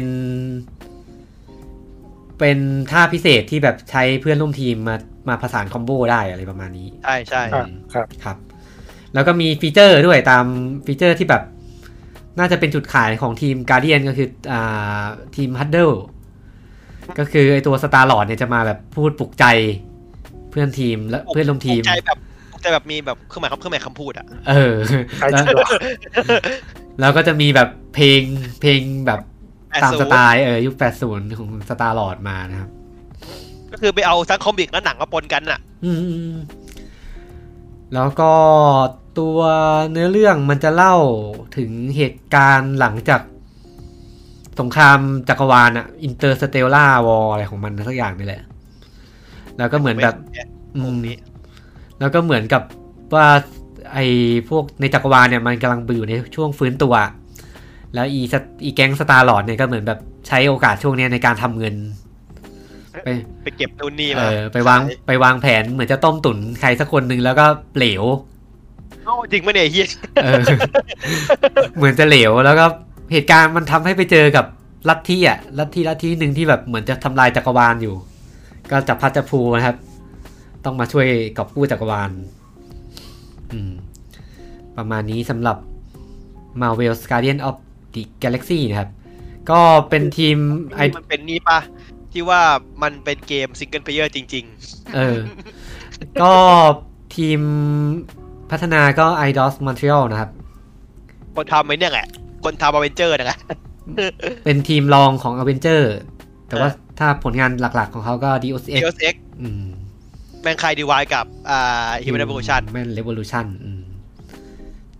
Speaker 1: เป็นท่าพิเศษที่แบบใช้เพื่อนร่วมทีมมามาผสานคอมโบได้อะไรประมาณนี้
Speaker 2: ใช่ใช่
Speaker 1: อ่ะ
Speaker 3: อ่าครับ
Speaker 1: ครับ แล้วก็มีฟีเจอร์ด้วยตามฟีเจอร์ที่แบบน่าจะเป็นจุดขายของทีมการเดียนก็คืออ่าทีมฮัตเดิลก็คือไอตัวสตาร์ลอดเนี่ยจะมาแบบพูดปลุกใจเพื่อนทีมและเพื่อนร่วมทีม
Speaker 2: ใจแบบใจแบบมีแบบเครื่องหมายคำเครื่องหมายคำพูดอ่ะ
Speaker 1: เออ
Speaker 3: ใคร
Speaker 1: แล้ว
Speaker 3: เชื่อ
Speaker 1: แล้วก็จะมีแบบเพลงเพลงแบบ ตาม
Speaker 2: 80
Speaker 1: สไตล์เออยุค 80 ของสตาร์ลอร์ดมานะครับ
Speaker 2: ก็คือไปเอาทั้งคอมิกและหนังมาปนกันอ่ะ
Speaker 1: อืมๆแล้วก็ตัวเนื้อเรื่องมันจะเล่าถึงเหตุการณ์หลังจากสงครามจักรวาลอะอินเตอร์สเตลล่าวออะไรของมันสักอย่างนี่แหละ แล้วก็เหมือนแบบอืมแล้วก็เหมือนกับว่าไอ้พวกในจักรวาลเนี่ยมันกำลังอยู่ในช่วงฟื้นตัว แล้วอีสตอีแก๊งสตาร์ลอร์ดเนี่ยก็เหมือนแบบใช้โอกาสช่วงเนี้ยในการทำเงินไป
Speaker 2: ไปเก็บนู่นนี่
Speaker 1: เอ
Speaker 2: มา
Speaker 1: อไปวางไปวางแผนเหมือนจะต้มตุ๋นใครสักคนหนึ่งแล้วก็เหลว
Speaker 2: เอ้าจริงปะเนี่ยไอ้เฮีย
Speaker 1: เออ เหมือนจะเหลวแล้วก็เหตุการณ์มันทำให้ไปเจอกับลัทธิอ่ะลัทธิลัทธิหนึ่งที่แบบเหมือนจะทำลายจักรวาลอยู่ ก็จับพัดจับพลูนะครับ ต้องมาช่วยกอบกู้จักรวาล อืม ประมาณนี้สำหรับ Marvel Guardian of the Galaxy นะครับ ก็เป็นทีมไอ
Speaker 2: มันเป็นนี่ปะที่ว่ามันเป็นเกมซิงเกิลเพลเยอร์จริง
Speaker 1: เออ ก็ทีมพัฒนาก็ IDOS Montreal นะครับ
Speaker 2: ๆ คนทำไอ้เนี่ยแหละ คนทำอเวนเจอร์นะแหละ
Speaker 1: เป็นทีมรองของ Avenger แต่ว่าถ้าผลงานหลักๆของเขาก็ DOSX
Speaker 2: Deus Ex
Speaker 1: อืม
Speaker 2: แมงคายดีวายกับอ่าฮิมเนอร์โบชัน
Speaker 1: Human Revolution อืม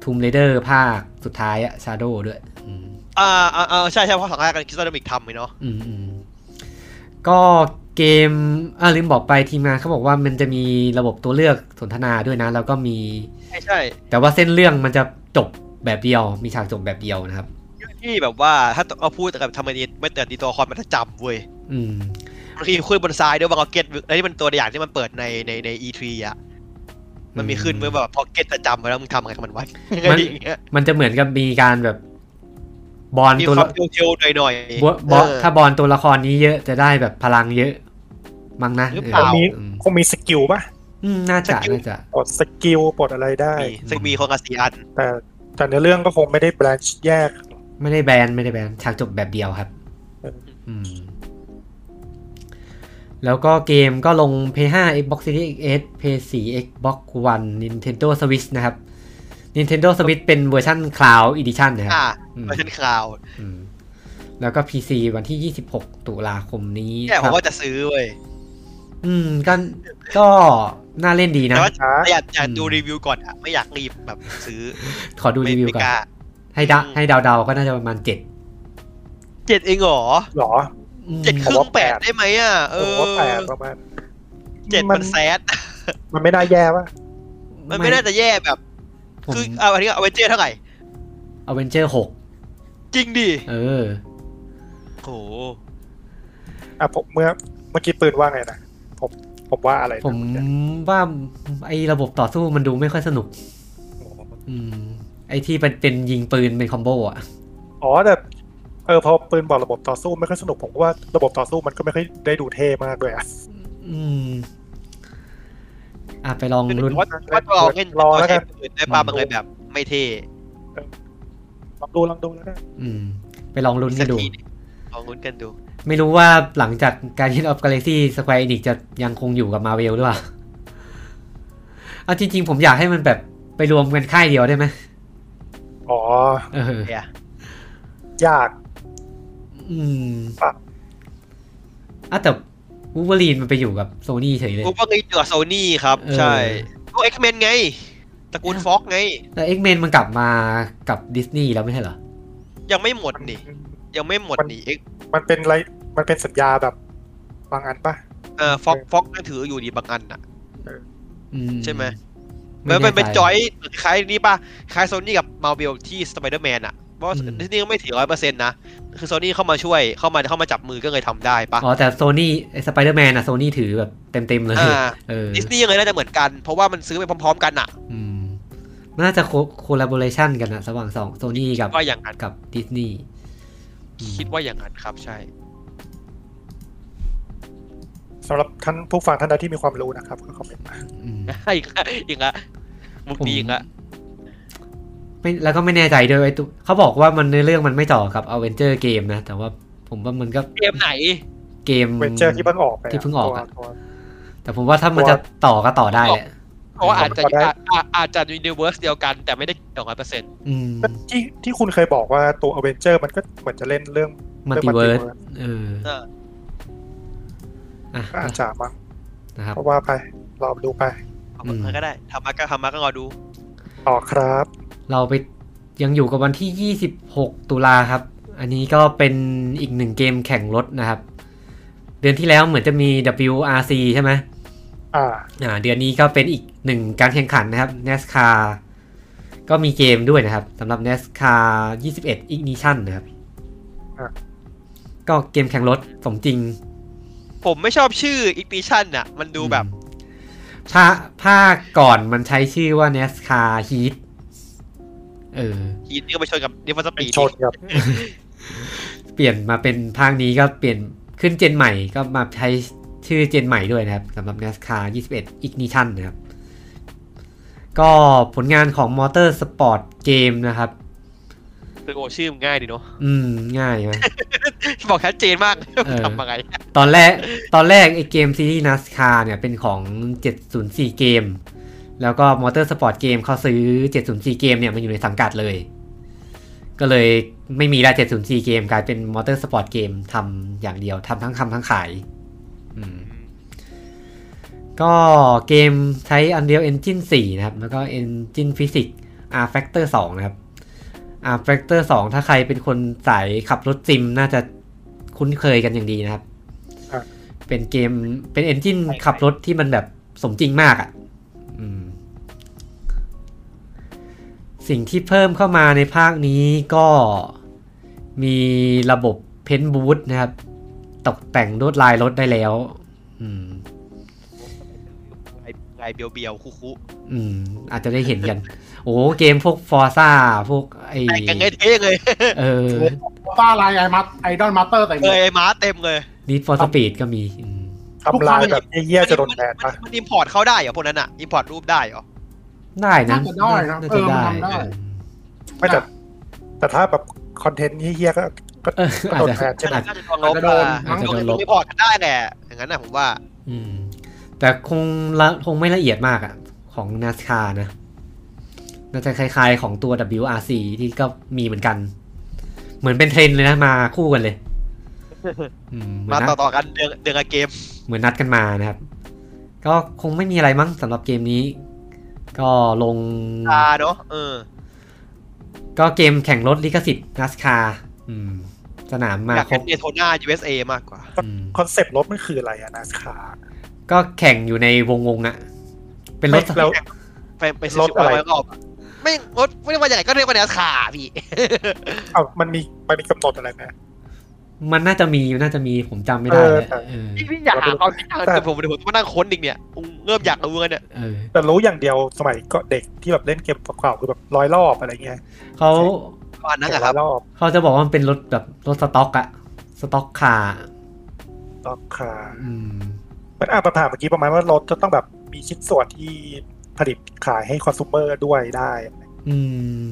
Speaker 1: Tomb Raider ภาคสุดท้ายอะ Shadow ด้วย อืม
Speaker 2: อ่าอ่าอ่าใช่ใช่เพราะสองแรกกันคิดว่าดมิกทำไหมเนาะ
Speaker 1: อืมอืมก็เกมอ่าลืมบอกไปทีมงานเขาบอกว่ามันจะมีระบบตัวเลือกสนทนาด้วยนะ แล้วก็มี
Speaker 2: ใช่ใช่
Speaker 1: แต่ว่าเส้นเรื่องมันจะจบแบบเดียว มีฉากจบแบบเดียวนะครับ
Speaker 2: ที่แบบว่าถ้าเอาพูดแต่กับทำไมนี่ไม่เตือนดีตัวละครมันจะจำเว้ย
Speaker 1: อืม
Speaker 2: บางทีขึ้นบนทรายด้วยบางก็เก็ตอันนี้มันตัวอย่างที่มันเปิดในในใน E3 อ่ะมันมีขึ้นเว้ยแบบพอเก็ตจะจำไว้แล้วมึงทำอะไรกับมันไว้
Speaker 1: มั
Speaker 2: มัน น
Speaker 1: มันจะเหมือนกับมีการแบบบอล
Speaker 2: มี
Speaker 1: ตัว
Speaker 2: ควา
Speaker 1: ละ
Speaker 2: มเทียวๆหน่อยๆ
Speaker 1: บอบอก
Speaker 2: เออ
Speaker 1: ถ้าบอลตัวละครนี้เยอะจะได้แบบพลังเยอะมั้งนะ
Speaker 2: หรือเปล่า
Speaker 1: เ
Speaker 3: มี
Speaker 1: อืม
Speaker 3: คงมีสกิลป่ะ
Speaker 1: อืมน่าจะ
Speaker 2: สกิล
Speaker 1: น่าจะ
Speaker 3: ปลดสกิลปลดอะไรได้
Speaker 2: มีซึ่งมีคนกับสีอัน
Speaker 3: แต่แต่ในอเรื่องก็คงไม่ได้แบรนช์แยก
Speaker 1: ไม่ได้แบนไม่ได้แบนฉากจบแบบเดียวครับ
Speaker 3: เออ
Speaker 1: อืม แล้วก็เกมก็ลง PS5 Xbox Series X PS4 Xbox One Nintendo Switch นะครับ Nintendo Switch เป็นเวอร์ชัน Cloud Edition นะครับ
Speaker 2: อ่า
Speaker 1: อืม
Speaker 2: เวอร์ชันคลาวด์
Speaker 1: อืมแล้วก็ PC วันที่ 26 ตุลาคมนี้
Speaker 2: เนี่ย
Speaker 1: ค
Speaker 2: ผ
Speaker 1: รั
Speaker 2: ม
Speaker 1: บ
Speaker 2: ก็จะซื้อเว้ย
Speaker 1: อืมก็ก็น่าเล่นดีนะ
Speaker 2: แต่ว่า
Speaker 3: ช้า
Speaker 2: แต่อยากอยาก
Speaker 1: อืม
Speaker 2: ดูรีวิวก่อนอะไม่อยากรีบแบบซื้อ
Speaker 1: ขอดูรีวิวก่อน ให้ดะให้เดาๆก็น่าจะประมาณเจ็ด
Speaker 2: เจ็ดเองเหรอ
Speaker 3: หรอ
Speaker 1: อืม
Speaker 2: เจ็ดครึ่งแปดได้ไหมอ่ะ เออ
Speaker 3: ผมว่าแปดประมาณ
Speaker 2: เจ็ดมันแซด
Speaker 3: มันไม่น่าแย่ป่ะ
Speaker 2: มันไม่น่าจะแย่แบบ
Speaker 1: ผม
Speaker 2: คือเอาอันนี้เอาเวนเจอร์เท่าไหร่
Speaker 1: อเวนเจอร์หก
Speaker 2: จริงดิ
Speaker 1: เออ
Speaker 2: โอ้โห
Speaker 3: อ่ะผมเมื่อเมื่อกี้ปืนว่าไงนะผมผมว่าอะไรนะ
Speaker 1: ผมว่าไอ้ระบบต่อสู้มันดูไม่ค่อยสนุก
Speaker 3: โอ้โห
Speaker 1: อืม ไอ้ที่เป็นเป็นยิงปืนเป็นคอมโบอ่ะ
Speaker 3: อ๋อแต่เออพอปืนบอกระบบต่อสู้ไม่ค่อยสนุกผมก็ว่าระบบต่อสู้มันก็ไม่ค่อยได้ดูเท่มากด้วยอ่ะ
Speaker 1: อืม อ่ะไปลอง
Speaker 2: คือ
Speaker 1: รุ่น
Speaker 2: ว่าว่าลองเล่น
Speaker 3: รอ
Speaker 2: ตัว
Speaker 3: แล้ว
Speaker 2: ใช้
Speaker 3: กัน
Speaker 2: ปืนได้ป่ะมันเลยแบบไม่เท่
Speaker 3: ลองดูลองดูแล้วกัน
Speaker 1: อืม ไปลองรุ่น
Speaker 2: สั
Speaker 1: ให้
Speaker 2: ก
Speaker 1: ดู
Speaker 2: ทีดิลองลุ้นกันดู
Speaker 1: ไม่รู้ว่าหลังจากการยินออฟกาแล็กซี่สควอเอนิกจะยังคงอยู่กับมาเวลหรือเปล่าเอาจริง ๆ ผมอยากให้มันแบบไปรวมกันค่ายเดียวได้ไหม
Speaker 3: อ๋อ
Speaker 1: เออ
Speaker 3: ยาก
Speaker 1: อืม
Speaker 3: ปะ
Speaker 1: อ่ะแต่วูเวอรีนมันไปอยู่กับโซนี่เฉยเลย
Speaker 2: กูว่าไงเจอโซนี่ครับ
Speaker 1: เออ
Speaker 2: ใช่พวกเอ็กเมนไงตระกูลฟ็อกไง
Speaker 1: แต่เอ็กเมนมันกลับมากับดิสนีย์แล้วไม่ใช่เหรอ
Speaker 2: ยังไม่หมดนี่ ยังไม่หมดนี่เอ็ก
Speaker 3: มันเป็นไรมันเป็นสัญญาแบบบางอันปะ
Speaker 2: เอ่อฟ็อกฟ็อกก็ถืออยู่ดีบางอันอ่ะ
Speaker 1: อื
Speaker 2: ใช่ไหม
Speaker 1: แน่
Speaker 2: แล้ว
Speaker 1: ใจ
Speaker 2: มันเป็นจอยคล้ายนี่ป่ะ คล้ายโซนี่กับมาเวลที่สไปเดอร์แมนอ่ะ เพราะ
Speaker 1: อืม
Speaker 2: ดิสนีย์ก็ไม่ถือร้อยเปอร์เซ็นต์นะ คือโซนี่เข้ามาช่วยเข้ามาเข้ามาจับมือก็เลยทำได้ป่ะ
Speaker 1: อ๋อแต่โซนี่สไปเดอร์แมนอะโซนี่ถือแบบเต็มๆเลย
Speaker 2: อ่า
Speaker 1: เออ
Speaker 2: ดิสนีย์เลยน่าจะเหมือนกัน เพราะว่ามันซื้อไปพร้อมๆกันอ่ะ
Speaker 1: อืมมันน่าจะโคลาบอเรชันกันอะระหว่างสองโซนี่กับ
Speaker 2: ว่าอย่างนั้น
Speaker 1: กับดิสนีย์
Speaker 2: คิดว่าอย่างนั้นครับ ใช่
Speaker 3: สำหรับท่านผู้ฟังท่านใดที่มีความรู้นะครับก็คอมเมนต์มา
Speaker 1: อืม
Speaker 2: อีกละอีกละมุกนี้อีกละ
Speaker 1: ไม่แล้วก็ไม่แน่ใจด้วยไอ้ตัวเขาบอกว่ามันในอเรื่องมันไม่ต่อกับอเวนเจอร์เกมนะ แต่ว่าผมว่ามันก็
Speaker 2: เกมไหน
Speaker 1: เกม
Speaker 3: เวนเจอร์ที่เพิ่งออกไปะ
Speaker 1: ที่เพิ่งออกอะ
Speaker 3: ตัว
Speaker 1: แต่ผมว่าถ้ามันจะต่อก็ต่อได้แหละ
Speaker 4: เพราะว่าอาจจะ
Speaker 3: ได้
Speaker 4: อาอาอาจจะอยู่ในเวอร์สเดียวกัน แต่ไม่ได้เกี่ยวร้อยเปอร์เซ็นต์
Speaker 1: อืม
Speaker 3: ตัวที่ที่คุณเคยบอกว่าตัวอเวนเจอร์มันก็เหมือนจะเล่นเรื่อง
Speaker 1: มัลติเวิร์ส
Speaker 3: multiverse
Speaker 1: เออ
Speaker 2: เออ
Speaker 1: อ่ะ
Speaker 3: ก็อาจจะมั้ง
Speaker 1: นะครับ
Speaker 3: เพราะว่าไปรอดูไป
Speaker 2: เอา
Speaker 1: อืม
Speaker 2: มันก็ได้ทำมาก็ทำมาก็รอดู
Speaker 3: ต่อครับ
Speaker 1: เราไปยังอยู่กับวันที่ 26 ตุลาครับ อันนี้ก็เป็นอีกหนึ่งเกมแข่งรถนะครับ เดือนที่แล้วเหมือนจะมี WRC ใช่ไหม
Speaker 3: อ่า
Speaker 1: อ่าเดือนนี้ก็เป็นอีกหนึ่งการแข่งขันนะครับ NASCAR ก็มีเกมด้วยนะครับสำหรับ NASCAR 21 Ignition นะครับ
Speaker 3: อ่ะ
Speaker 1: ก็เกมแข่งรถสมจริง
Speaker 2: ผมไม่ชอบชื่ออีกปีชั่นอ่ะ มันดูแบบ
Speaker 1: อืมภาภาคก่อนมันใช้ชื่อว่า NASCAR Heat เออ
Speaker 2: อีนี่ก็ไปชนกับเดฟวอนส
Speaker 3: ไป
Speaker 2: ปีด
Speaker 3: ชนกับ
Speaker 1: เปลี่ยนมาเป็นภาคนี้ก็เปลี่ยนขึ้นเจนใหม่ก็มาใช้ชื่อเจนใหม่ด้วยนะครับสำหรับ NASCAR 21 Ignition นะครับ ก็ผลงานของ Motor Sport Game นะครับ
Speaker 2: คือโอชื่อมันง่ายดีเนาะ
Speaker 1: อืม ง่ายไหม
Speaker 2: บอกชัดเจนมาก
Speaker 1: เออ
Speaker 2: ทำอะไร
Speaker 1: ตอนแรกตอนแรกไอเกมซีรีส์ NASCAR เนี่ยเป็นของ 704 เกม แล้วก็ Motorsport Game เขาซื้อ 704 เกมเนี่ยมันอยู่ในสังกัดเลย ก็เลยไม่มีละ704 เกมกลายเป็น Motorsport Game ทำอย่างเดียวทำทั้งทำทั้งขาย อืม ก็เกมใช้ Unreal Engine 4 นะครับ แล้วก็ Engine Physics R Factor 2 นะครับ R Factor 2 ถ้าใครเป็นคนสายขับรถซิมน่าจะคุ้นเคยกันอย่างดีนะครับ
Speaker 3: อ่ะ
Speaker 1: เป็นเกมเป็น Engine ขับรถที่มันแบบสมจริงมากอะ่ะอืม สิ่งที่เพิ่มเข้ามาในภาคนี้ก็มีระบบเพนบูธนะครับ ตกแต่งลวดลายรถได้แล้ว อืม
Speaker 2: ลายเบียวๆคุคุ
Speaker 1: อืม อาจจะได้เห็นกัน โอ้เกมพวกฟอร์ซ่าพวกไอ
Speaker 2: แต่งกันไงเท่เลย
Speaker 1: เออ
Speaker 5: ต้าลายไอมัตไอดอลมาสเตอร์แต่ง
Speaker 2: เออไอ้ม้าเต็มเลย
Speaker 1: นิดฟอร์สปีดก็มีอืม
Speaker 3: ทำลายแบบเยี่ยๆจะโดนแบน
Speaker 2: มั
Speaker 3: ปะ
Speaker 2: มันอิมพอร์ตเข้าได้เหรอพวกนั้นอ่ะอิมพอร์ตรูปได้เหรอ
Speaker 1: ได้นะ
Speaker 5: น่าจะได้นะ
Speaker 1: น่า
Speaker 5: เอ
Speaker 1: จะ
Speaker 5: อมัน
Speaker 1: ได้
Speaker 5: ทำได้
Speaker 3: ไม่แต่แต่ถ้าแบบคอนเทนต์เยี่ยๆก็ก็
Speaker 1: เออ
Speaker 3: ก็
Speaker 1: อาจ
Speaker 3: โดน
Speaker 1: จะ
Speaker 3: แบนใช่ไหม
Speaker 1: อาจจะ
Speaker 2: น่าจะลองลบ
Speaker 5: อาจ
Speaker 1: อาจจะ
Speaker 2: มั้ง
Speaker 5: จะโดน
Speaker 1: โดนลบ
Speaker 2: อิมพอร์ตได้แหละอย่างนั้นนะผมว่า
Speaker 1: อืม แต่คงละคงไม่ละเอียดมากอะของ NASCAR นะ น่าจะคล้ายๆของตัว WRC ที่ก็มีเหมือนกัน เหมือนเป็นเทรนด์เลยนะ มาคู่กันเลย อืมเหมือ
Speaker 2: มาน
Speaker 1: นัด
Speaker 2: ต่อๆกันเดือนเดือนละเกม
Speaker 1: เหมือนนัดกันมานะครับ ก็คงไม่มีอะไรมั้งสำหรับเกมนี้ ก็ลง
Speaker 2: ตาเนาะเออ
Speaker 1: ก็เกมแข่งรถลิขสิทธิ์นัสคาอืม สนามมา
Speaker 2: อยาก
Speaker 1: คร
Speaker 2: เป็
Speaker 1: บ
Speaker 2: นเดโทน่า USA มากกว่า
Speaker 1: อืม
Speaker 3: คอนเซปต์รถมันคืออะไรอะนาสคา
Speaker 1: ก็แข่งอยู่ในวงวงๆอะเป็นรถ
Speaker 3: แล้ว
Speaker 2: ไปไปซื้อ
Speaker 3: รถอะไร
Speaker 2: ไว้รอบ ไม่รถไม่ได้มาจากไหนก็เรียกว่าแนวขาพี่
Speaker 3: เอ้ามันมีมันมีกำหนดอะไรไหม
Speaker 1: มันน่าจะมีมันน่าจะมีผมจำไม่ได้
Speaker 3: เออ
Speaker 1: เลย
Speaker 3: แต่
Speaker 1: เออ
Speaker 2: พี่พี่อยากหาความคิดทางแต่ผมเดี๋ยวผมต้องมานั่งค้นอีกเนี่ยเริ่มอยากรู้แล้วเนี่ย
Speaker 1: เออ
Speaker 3: แต่รู้อย่างเดียวสมัยก็เด็กที่แบบเล่นเกมเก่าๆคือแบบร้อยรอบอะไรเงี้ย
Speaker 1: เขา
Speaker 2: ประมาณนั้นอะครั
Speaker 3: ร้อบ ยรอบ
Speaker 1: เขาจะบอกว่ามันเป็นรถแบบรถสต็อกอะสต็อกคาร์
Speaker 3: รอบครา
Speaker 1: อืม
Speaker 3: มันอ่านปัญหาเมื่อกี้ประมาณว่ารถจะต้องแบบมีชิ้นส่วนที่ผลิตขายให้คอน sumer ด้วยได้
Speaker 1: อืม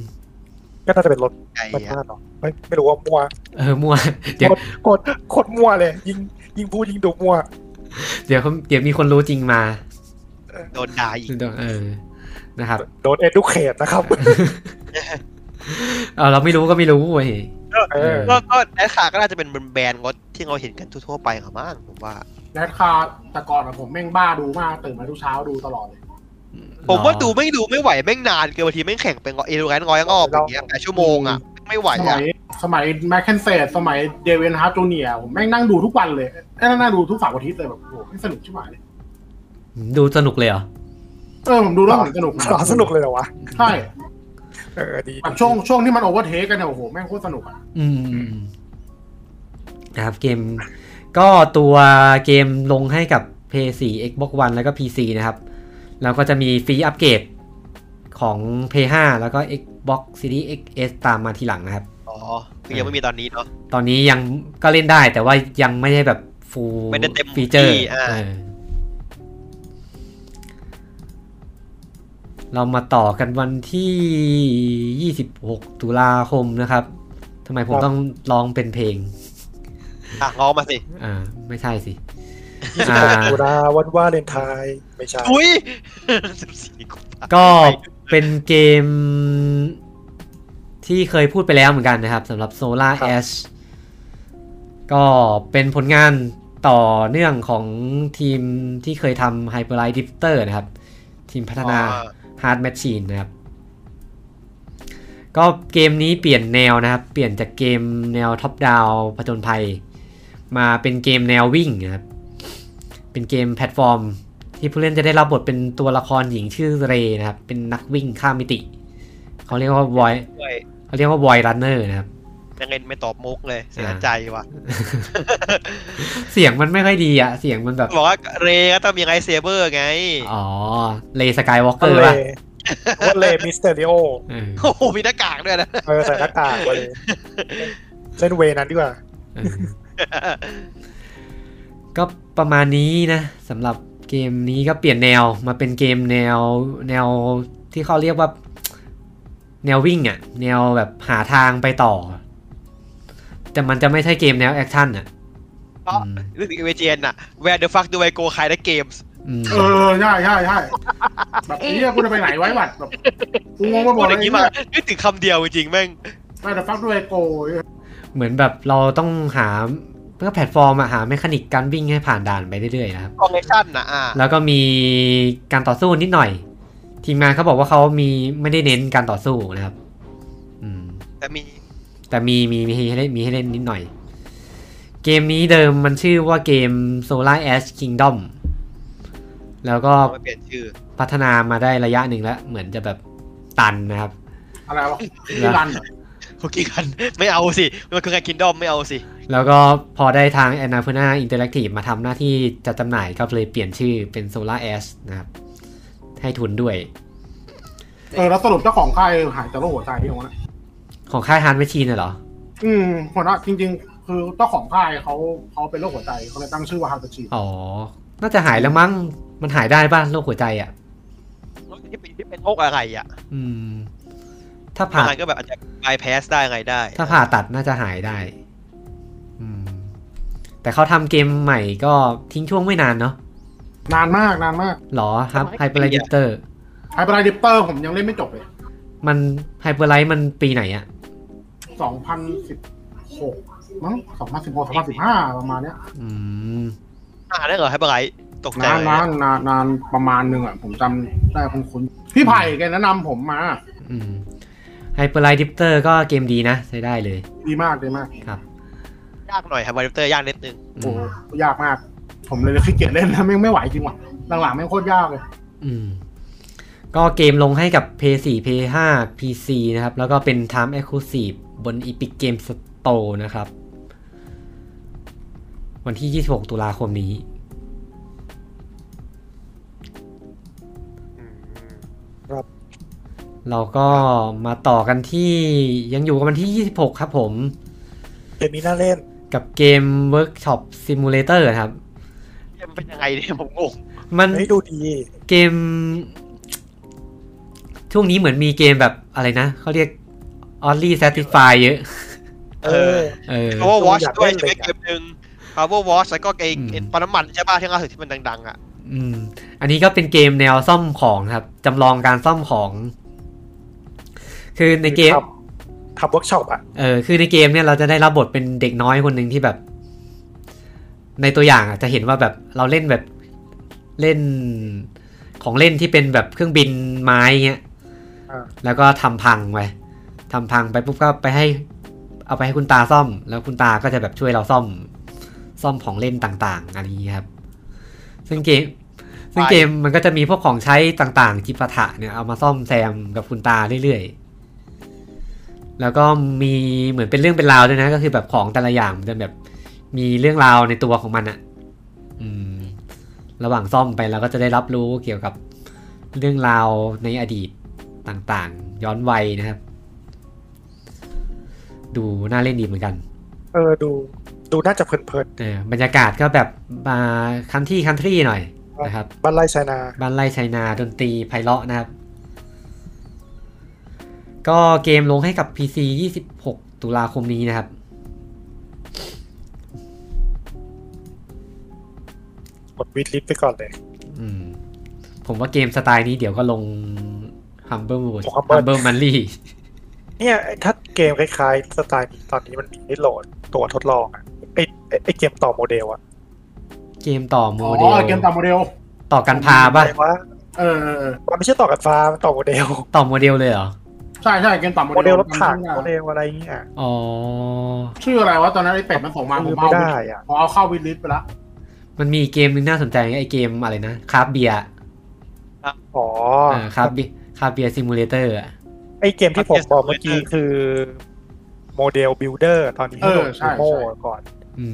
Speaker 3: ก็น่าจะเป็นรถ
Speaker 2: ไอ้
Speaker 3: มัน
Speaker 2: อะ
Speaker 3: น่าเนาะไม่ไม่รู้ว่ามั่ว
Speaker 1: เออมั่ว เดี๋ยว
Speaker 3: โคตรโคตรมั่วเลย ยิ่งยิ่งพูดยิ่งดูมั่ว
Speaker 1: เดี๋ยวเขาเดี๋ยวมีคนรู้จริงมา
Speaker 2: โดนด่าอีก
Speaker 1: เออนะครับ
Speaker 3: โดนเอ็ดูเคทนะครับ
Speaker 1: เออเราไม่รู้ก็ไม่รู้เว้ย
Speaker 3: เออ
Speaker 2: ก็ก็แอดคาร์ก็น่าจะเป็นแบรนด์รถที่เราเห็นกันทั่วๆไปครับมั้งผมว่า
Speaker 5: แรดคาร์แต่ก่อนอะผมแม่งบ้าดูมากตื่นมาทุกเช้าดูตลอดเลย
Speaker 2: ผมว่าดูไม่ดูไม่ไหวแม่งนานเกินบางทีแม่งแข่งเป็นเอลูแกนร้อยงอบอย่างเงี้ยแปดชั่วโมงอ่ะไม่ไหว
Speaker 5: ส
Speaker 2: อ่ะ
Speaker 5: มัยสมัยแมคเคนเซตสมัยเดวินฮาร์จูเนียผมแม่งนั่งดูทุกวันเลยเอ้ยนั่งดูทุกเสาร์อาทิตย์เลยแบบโอ้โหแม่งสนุกชิบหายเลย
Speaker 1: ดูสนุกเลยเหรอ
Speaker 5: เออผมดูแล้วผมสนุกนะ
Speaker 3: หรอสนุกเลยเหรอวะ
Speaker 5: ใช่
Speaker 3: เออดี
Speaker 5: แบบช่วงช่วงที่มันโอเวอร์เทคกันเนี่ยโอ้โหแม่งโคตรสนุกอะ
Speaker 1: อืมอืมอืมนะครับเกม ก็ตัวเกมลงให้กับ PS4 Xbox One แล้วก็ PC นะครับ แล้วก็จะมีฟรีอัปเกรดของ PS5 แล้วก็ Xbox Series XS ตามมาทีหลังนะครับ
Speaker 2: อ๋อคือยังไม่มีตอนนี้เนาะ
Speaker 1: ตอนนี้ยังก็เล่นได้แต่ว่ายังไม่ได้แบบฟูล
Speaker 2: ไม่ได้เต็ม
Speaker 1: ฟีเจอร์
Speaker 2: ที่อ่า
Speaker 1: เออเรามาต่อกันวันที่ 26 ตุลาคมนะครับทำไมผมต้องร้องเป็นเพลง
Speaker 2: อ่ะงอมาสิ
Speaker 1: อ่า ไม่ใช่สิ
Speaker 3: ยี่สิบหกตุลาวันวาเลนไทน์ไม่ใช่
Speaker 2: อุ้ย สิบสี่กุมภา
Speaker 1: ก็เป็นเกมที่เคยพูดไปแล้วเหมือนกันนะครับสำหรับ Solar Ash ก็เป็นผลงานต่อเนื่องของทีมที่เคยทำ Hyperlight Drifter นะครับ ทีมพัฒนา
Speaker 2: อ๋อ
Speaker 1: Hard Machine นะครับ ก็เกมนี้เปลี่ยนแนวนะครับ เปลี่ยนจากเกมแนวท็อปดาวผจญภัย มาเป็นเกมแนววิ่งนะครับ เป็นเกมแพลตฟอร์ม ที่ผู้เล่นจะได้รับบทเป็นตัวละครหญิงชื่อเรย์นะครับ เป็นนักวิ่งข้ามมิติ เขาเรียกว่าบอย
Speaker 2: ด้วย
Speaker 1: เขาเรียกว่าบอยรันเนอร์นะครับ
Speaker 2: ยังเล่นไม่ตอบมุกเลยเสียใจว่ะ
Speaker 1: เสียงมันไม่ค่อยดีอะเสียงมันแบบ
Speaker 2: บอกว่าเรย์ก็ต้องมีไงเซเบอร์ไง
Speaker 1: อ๋อ เรย์สกายวอล์กเกอนร์
Speaker 3: วัเล
Speaker 1: ป่ะ
Speaker 3: วันเลมิสเตอริโอ
Speaker 1: เออ
Speaker 2: โอ้โหมีหน้ากากด้วยนะ
Speaker 3: เออใส่หน้ากากมาเลยเล่นเวนั้นดีกว่า
Speaker 1: เออ ก็ประมาณนี้นะสำหรับเกมนี้ก็เปลี่ยนแนวมาเป็นเกมแนวแนวที่เขาเรียกว่าแนววิ่งอะ่ะ แนวแบบหาทางไปต่อ แต่มันจะไม่ใช่เกมแนวแอคชั่นอ่ะอืม
Speaker 2: รู้สึกเอเวเจนอะ Where the fuck do I go ใครนะเกมส์
Speaker 1: อืม
Speaker 5: เออใช่ใช่ใช่แบบนี้ยกูจะไปไหนไว้หวัดแบบกูงงไปหม
Speaker 2: พู
Speaker 5: ด
Speaker 2: ด
Speaker 5: เล
Speaker 2: อย ย่างนี้มานึกถึงคำเดียวจริงๆแม่ง
Speaker 5: ไม่แต่ฟักด้วยโกย
Speaker 1: เหมือนแบบเราต้องหาเพื่อแพลตฟอร์มอะหาเมคานิกการวิ่งให้ผ่านด่านไปเรื่อยๆนะครับ
Speaker 2: คอมเมชั่นนะอ่า
Speaker 1: แล้วก็มีการต่อสู้นิดหน่อย ทีมงานเขาบอกว่าเขามีไม่ได้เน้นการต่อสู้นะครับ อืม
Speaker 2: แต่มี
Speaker 1: แต่มีมีมีให้เล่นมีให้เล่นนิดหน่อย เกมนี้เดิมมันชื่อว่าเกม Solar Ash Kingdom แล้วก็
Speaker 2: ไม่เปลี่ยนชื่อ
Speaker 1: พัฒนามาได้ระยะหนึ่งแล้ว เหมือนจะแบบตันนะครับ
Speaker 5: อะไรวะที่รันเหรอ
Speaker 2: คุกกี้กัน ไม่เอาสิ มันคือการคินดอมไม่เอาสิ
Speaker 1: แล้วก็พอได้ทาง a n a p u r n a Interactive มาทำหน้าที่จัดจำหน่ายก็เลยเปลี่ยนชื่อเป็น Solar Ash นะครับ ให้ทุนด้วย
Speaker 5: เออแล้วสรุปเจ้าของค่ายหายจากโรคหัวใจที่ตรงนั้นอะ
Speaker 1: ของค่าย Hard Machine น่ะเหรอ
Speaker 5: อืมหัวหน้าจริง ๆ คือเจ้าของค่ายเขาเขาเป็นโรคหัวใจเขาเลยตั้งชื่อว่าฮาร์ดชี
Speaker 1: อ๋อ น่าจะหายแล้วมั้ง มันหายได้ป่ะโรคหัวใจอะ่ะ
Speaker 2: ที่เป็นที่เป็นโรคอะไรอ่ะ
Speaker 1: อืม ถ้าผ่า
Speaker 2: อะไรก็แบบอาจจะบายพสได้ไงได้
Speaker 1: ถ้าผ่าตัดน่าจะหายได้ อืม แต่เขาทำเกมใหม่ก็ทิ้งช่วงไม่นานเนาะ
Speaker 5: นานมากนานมาก
Speaker 1: หรอครับไฮเปอร์ไลท์ดิเตอร์
Speaker 5: ไฮเปอร์ไลดิปเตอร์ผมยังเล่นไม่จบเลย
Speaker 1: มันไฮเปอร์ไลท์มันปีไหนอะ
Speaker 5: สองพันสิบหกมั้งสองพันสิบหกสองพันสิบห้าประมาณเนี้ย
Speaker 1: อืม
Speaker 2: อ่านั่นเหรอไฮเปอร์ไลท์ตกใจ
Speaker 5: นาน
Speaker 2: เลย
Speaker 5: นาน
Speaker 2: นะ
Speaker 5: นานนานประมาณหนึ่งอ่ะ ผมจำได้คุ้นๆพี่ไผ่แกแนะนำผมมา
Speaker 1: อืมไฮเปอร์ไลท์ดิเตอร์ก็เกมดีนะ ใช้ได้เลย
Speaker 5: ดีมากดีมาก
Speaker 1: ครับ
Speaker 2: ยากหน่อยไฮเปอร์ไลท์ยากนิดนึง
Speaker 1: อื
Speaker 5: โอ้
Speaker 1: ม
Speaker 5: ยากมาก ผมเลยขี้เกียจเล่นนะไม่งไม่ไหวจริงว่ะ หลังๆไม่งโคตรยากเลย
Speaker 1: อืม ก็เกมลงให้กับ PS4 PS5 PC นะครับ แล้วก็เป็น Time Exclusive บน Epic Game Store นะครับ วันที่ 26 ตุลาคมนี้
Speaker 2: อืม
Speaker 1: เราก็มาต่อกันที่ยังอยู่กับวันที่ 26 ครับผม
Speaker 3: เกมนี้น่าเล่น
Speaker 1: กับเกม Workshop Simulator นะครับ
Speaker 2: เนี่ยมันเป็นยังไงเนี่ยผมงง
Speaker 1: มัน
Speaker 3: เฮ้ยดูดี
Speaker 1: เกม ช่วงนี้เหมือนมีเกมแบบอะไรนะ เขาเรียก Only Satisfy เยอะ
Speaker 3: เออ
Speaker 1: เออ
Speaker 2: Power Watch
Speaker 3: อยาก
Speaker 2: ด้
Speaker 3: เล่
Speaker 2: วย
Speaker 3: น
Speaker 2: ใช่ไหม
Speaker 3: เลยอะ
Speaker 2: เกมหนึ่ง Power Watch แล้วก็เกม
Speaker 1: อืม
Speaker 2: เอ็นปั๊มน้ำมันใช่ป่ะที่ล่าสุดที่มันดังๆอ่ะ
Speaker 1: อืม อันนี้ก็เป็นเกมแนวซ่อมของนะครับจำลองการซ่อมของ คือในเกม
Speaker 3: ทำทำเวิร์กช็อปอ่ะ
Speaker 1: เออคือในเกมเนี่ยเราจะได้รับบทเป็นเด็กน้อยคนหนึ่งที่แบบ ในตัวอย่างอ่ะจะเห็นว่าแบบเราเล่นแบบเล่นของเล่นที่เป็นแบบเครื่องบินไม้เงี้ย
Speaker 3: อ่า
Speaker 1: แล้วก็ทำพังไปทำพังไปปุ๊บก็ไปให้ เอาไปให้คุณตาซ่อม แล้วคุณตาก็จะแบบช่วยเราซ่อม ซ่อมของเล่นต่างๆอะไรอย่างนี้ครับ ซึ่งเกม ซึ่งเกมมันก็จะมีพวกของใช้ต่างๆ จิปาถะเนี่ยเอามาซ่อมแซมกับคุณตาเรื่อยๆ แล้วก็มีเหมือนเป็นเรื่องเป็นราวด้วยนะ ก็คือแบบของแต่ละอย่างมันจะแบบมีเรื่องราวในตัวของมันอะอืม ระหว่างซ่อมไปเราก็จะได้รับรู้เกี่ยวกับเรื่องราวในอดีตต่างๆ ย้อนวัยนะครับ ดูน่าเล่นดีเหมือนกัน
Speaker 3: เออดูดูน่าจะเพลิน
Speaker 1: เออบรรยากาศก็แบบมาคันที่คันทรีหน่อยนะครับ
Speaker 3: ๆบ้านไร่ชายนา
Speaker 1: บ้านไร่ชัยนาดนตรีไพเราะนะครับ ก็เกมลงให้กับ PC 26 ตุลาคมนี้นะครับ
Speaker 3: กดวิดลิสต์ไปก่อนเลย
Speaker 1: อืม ผมว่าเกมสไตล์นี้เดี๋ยวก็ลง Humble w o r l d
Speaker 3: ลง Humble
Speaker 1: Humble Monthly
Speaker 3: เนี่ยไอ้ถ้าเกมคล้ายๆ สไตล์นี้ตอนนี้มันมีให้โหลดตัวทดลองอะไอไอ้ไอเกมต่อโมเดลอะ
Speaker 1: เกมต่อโม
Speaker 5: อ๋
Speaker 1: เดล
Speaker 5: อเกมตามโมเดล
Speaker 1: ต่อกันพาป่ะ
Speaker 3: อะไรว่า
Speaker 5: เออเออเออ
Speaker 3: มันไม่ใช่ต่อกันฟ้ามันต่อโมเดล
Speaker 1: ต่อโมเดลเลยเหรอ
Speaker 5: ใช่ใช่เกมตาม
Speaker 3: โม
Speaker 5: โม
Speaker 3: เด
Speaker 5: เด
Speaker 3: ล
Speaker 5: ล
Speaker 3: รถถัง
Speaker 5: จำ
Speaker 3: โมเด
Speaker 5: ไม่
Speaker 3: ล
Speaker 5: ได้
Speaker 3: อะไรอย่างเงี้ย
Speaker 1: อ๋อ
Speaker 5: ชื่ออะไรวะตอนนั้นไอ้เป็ดมันส่งมาผ
Speaker 3: ลื
Speaker 5: ม
Speaker 3: ม
Speaker 5: เอา
Speaker 3: ไม่ได้อ่ะ
Speaker 5: ผมเอาเข้าวินลิสต์ไปละ
Speaker 1: มันมีเกมหนึงน่าสนใจไอเกมอะไรนะคราฟเบีย
Speaker 3: อ๋ออ
Speaker 1: คราฟเบียคราฟเบียซิมูเลเตอร์
Speaker 3: ไอเกมที่ผมบอกเมื่อกี้คือโมเดลบิลเดอร์ตอนนี้ให้โหลด
Speaker 5: เออใช่
Speaker 3: ดูโม
Speaker 5: ใช่
Speaker 3: ก่อน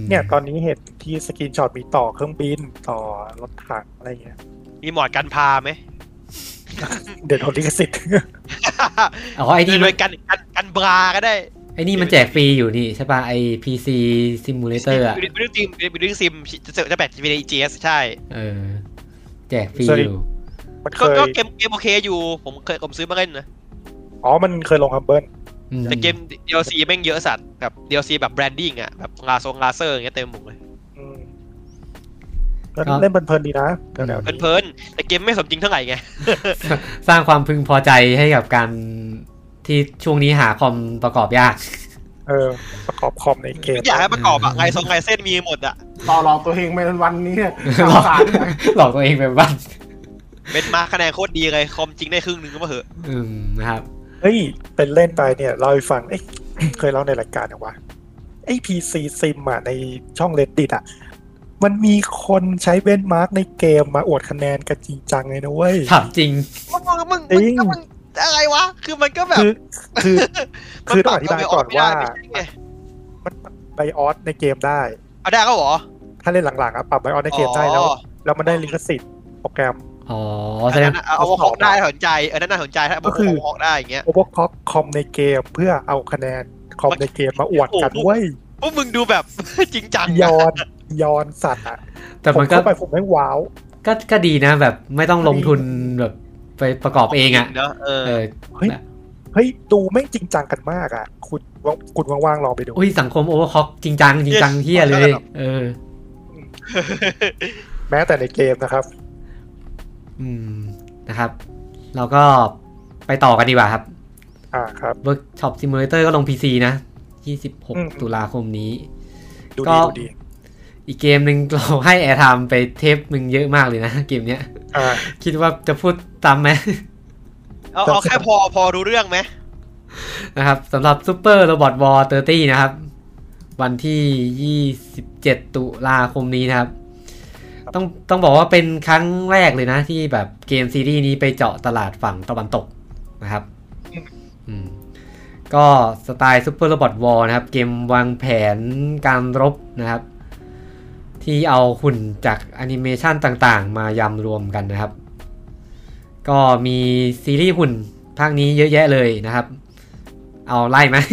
Speaker 3: เนี่ยตอนนี้เห็นที่สกรีนช็อตมีต่อเครื่องบินต่อรถถังอะไรอย่างเงี้ย
Speaker 2: มีหมอดกันพาไหม
Speaker 3: เดี๋ยวโดนลิขสิทธิ์
Speaker 1: อ๋อไอ นี่
Speaker 2: เล
Speaker 1: มัน
Speaker 2: ยกันกันกันบราก็ได้
Speaker 1: ไอนี่มันแจกฟรีอยู่นี่ใช่ป่ะไอพีซีซิมูเลเตอร์อ่ะ
Speaker 2: บิลดิ้งซิมบิลดิ้งซิมจะจะแบบเป็น EGS ใช่
Speaker 1: เออ แจกฟรี
Speaker 3: สวัสดี
Speaker 1: อยู่
Speaker 3: มันเค
Speaker 2: ก็
Speaker 3: ย
Speaker 2: ก็เกมเกมโอเคอยู่ ผมเคยผมซื้อมาเล่นนะ
Speaker 3: อ๋อมันเคยลงฮัมเบิล
Speaker 1: อื
Speaker 2: แต่เกม DLC แม่งเยอะสัตว์แบบ DLC แบบแบรนดิ้งอ่ะ แบบลาทรงลาเซอร์อย่างเงี้ยเต็มหมดเลย
Speaker 3: อืมก็เล่นเพลินๆดีนะแถวๆนี้
Speaker 2: เพลินๆแต่เกมไม่สมจริงเท่าไหร่ไง
Speaker 1: สร้างความพึงพอใจให้กับการที่ช่วงนี้หาคอมประกอบยาก
Speaker 3: เออประกอบคอมในเกม
Speaker 2: อยากให้ประกอบอะไงทรงไงเส้นมีหมดอะ
Speaker 5: ต่อรองตัวเองไม่ทัน วันนี้เนี่ย
Speaker 1: หล
Speaker 5: สา
Speaker 1: อก
Speaker 5: สารหน่อย
Speaker 1: หลอกตัวเองไปบ้าง
Speaker 2: เป็นมาร์คคะแนนโคตรดีเลยคอมจริงได้ครึ่งหนึงก็มาเหอะ
Speaker 1: อืมนะครับ
Speaker 3: เฮ้ย เป็นเล่นไปเนี่ยเล่าให้ฟัง เอ้ย เคยเล่าในรายการเหรอวะไอ้พีซีซิมอ่ะ ในช่องเลดดิตอ่ะ มันมีคนใช้เบนมาร์กในเกมมาอวดคะแนนกันจริงจังเลยนะเว้ย
Speaker 1: ถามจริง
Speaker 2: มึงมึง
Speaker 3: จริ
Speaker 2: มึง
Speaker 3: ง
Speaker 2: มึงอะไรวะ คือมันก็แบบ
Speaker 3: คือ คือ
Speaker 2: มัน
Speaker 3: คือต้
Speaker 2: ป
Speaker 3: อง
Speaker 2: รั
Speaker 3: อบ ธิ
Speaker 2: เไป
Speaker 3: บายก่อน
Speaker 2: ไม่
Speaker 3: ว่า
Speaker 2: ได้ไม่ใช่ไง
Speaker 3: มันไบออสในเกมได้
Speaker 2: เอาได้ก็หรอ
Speaker 3: ถ้าเล่นหลังๆอ่ะปรับไบออสในเกมได้แล้ว
Speaker 2: อ๋อ
Speaker 3: แล้วมันได้ลิขสิทธิ์โปรแกรม
Speaker 1: อ๋อแส
Speaker 2: อัน
Speaker 1: ด
Speaker 2: นั้
Speaker 1: ง
Speaker 2: นอะเอาเอาฮอกได้น่าสนใจเออนั่นน่าสนใจถ้าเอา
Speaker 3: ก็คือ
Speaker 2: เอาฮอกได้อย่างเงี้ย
Speaker 3: โอเวอร์คอคอมในเกมเพื่อเอาคะแนนคอมในเกมมาอวดกันเว้ย
Speaker 2: พวกมึงดูแบบ จริงจัง
Speaker 3: ย
Speaker 2: อะ
Speaker 3: อนยอนสัตว์อ่ะ
Speaker 1: แต่
Speaker 3: ผม
Speaker 1: มันก็
Speaker 3: เข้าไปผมไม่ว้าว
Speaker 1: ก็ก็ดีนะแบบไม่ต้องลงทุนแบบไปประกอบเองอ่ะ
Speaker 2: เนอะเออ
Speaker 1: เออ
Speaker 3: เฮ้ย เฮ้ย ดูแม่งจริงจังกันมากอ่ะ คุณว่างคุณว่างๆลองไปดู
Speaker 1: อุ้ยสังคมโอเวอร์คอกจริงจังจริงจังเฮียเลย เออ
Speaker 3: แม้แต่ในเกมนะครับ
Speaker 1: อืมนะครับ เราก็ไปต่อกันดีกว่าครับ
Speaker 3: อ่าครับ
Speaker 1: Workshop Simulator ก็ลง PC นะ
Speaker 3: อืม
Speaker 1: 26 ตุลาคมนี้
Speaker 3: ดู
Speaker 1: ก็
Speaker 3: ดีดูดี
Speaker 1: อีกเกมหนึ่ง เราให้แอร์ไทม์ไปเทปหนึ่งเยอะมากเลยนะ เกมเนี้ย
Speaker 3: อ่า
Speaker 1: คิดว่าจะพูดตามไหม
Speaker 2: เอาเอาแค่พอพอรู้เรื่องไหม
Speaker 1: นะครับสำหรับ Super Robot War 30 นะครับ วันที่ 27 ตุลาคมนี้นะครับ ต้องต้องบอกว่าเป็นครั้งแรกเลยนะ ที่แบบเกมซีรีส์นี้ไปเจาะตลาดฝั่งตะวันตกนะครับ อืม ก็สไตล์ซูเปอร์โรบอทวอลนะครับ เกมวางแผนการรบนะครับ ที่เอาหุ่นจากแอนิเมชันต่างๆ มายำรวมกันนะครับ ก็มีซีรีส์หุ่นภาคนี้เยอะแยะเลยนะครับ เอาไล่ไหม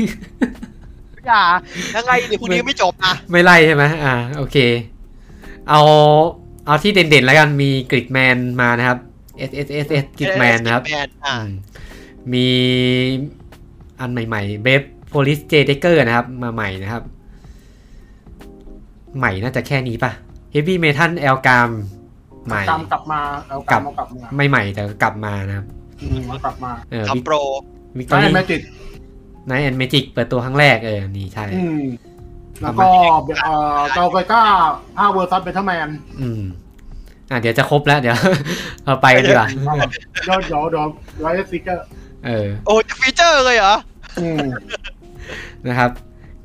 Speaker 2: อย่ายังไงเดี๋ยวพรุ่งนี้ไม่จบนะ
Speaker 1: ไม่ไล่ใช่ไหมอ่า โอเค เอา เอาที่เด่นๆ แล้วกัน มีกริดแมนมานะครับ S S S S กริดแมนนะครับ
Speaker 2: แมนอ่า
Speaker 1: อืมมีอันใหม่ๆเบฟโพลิสเจเดเกอร์นะครับ มาใหม่นะครับ ใหม่น่าจะแค่นี้ปะเฮฟวี่เมทัลแอลกามใหม่
Speaker 5: กำกลับมาเอากำเอากลับมา
Speaker 1: ไม่ใหม่แต่กลับมานะครับ
Speaker 5: อืมเอากลับมา
Speaker 1: เออ
Speaker 2: ทำโปร
Speaker 1: วิกตอ
Speaker 5: ใช่
Speaker 1: รี่
Speaker 5: แมจิก
Speaker 1: ไนแอนเมจิกเปิดตัวครั้งแรกเออ นี่ใช่
Speaker 5: อืมแล้วก็เอ่อเกาไกก้าห้าเวอร์ซัสเบทแมน
Speaker 1: อืม อ่ะเดี๋ยวจะครบแล้ว เดี๋ยว เราไปกันดีกว่า
Speaker 5: เดี๋ยว เดี๋ยวเดี๋ยวไรซิกเกอร์
Speaker 1: เออ
Speaker 2: โอ้ยฟีเจอร์เลยเหรอ
Speaker 5: อืม
Speaker 1: นะครับ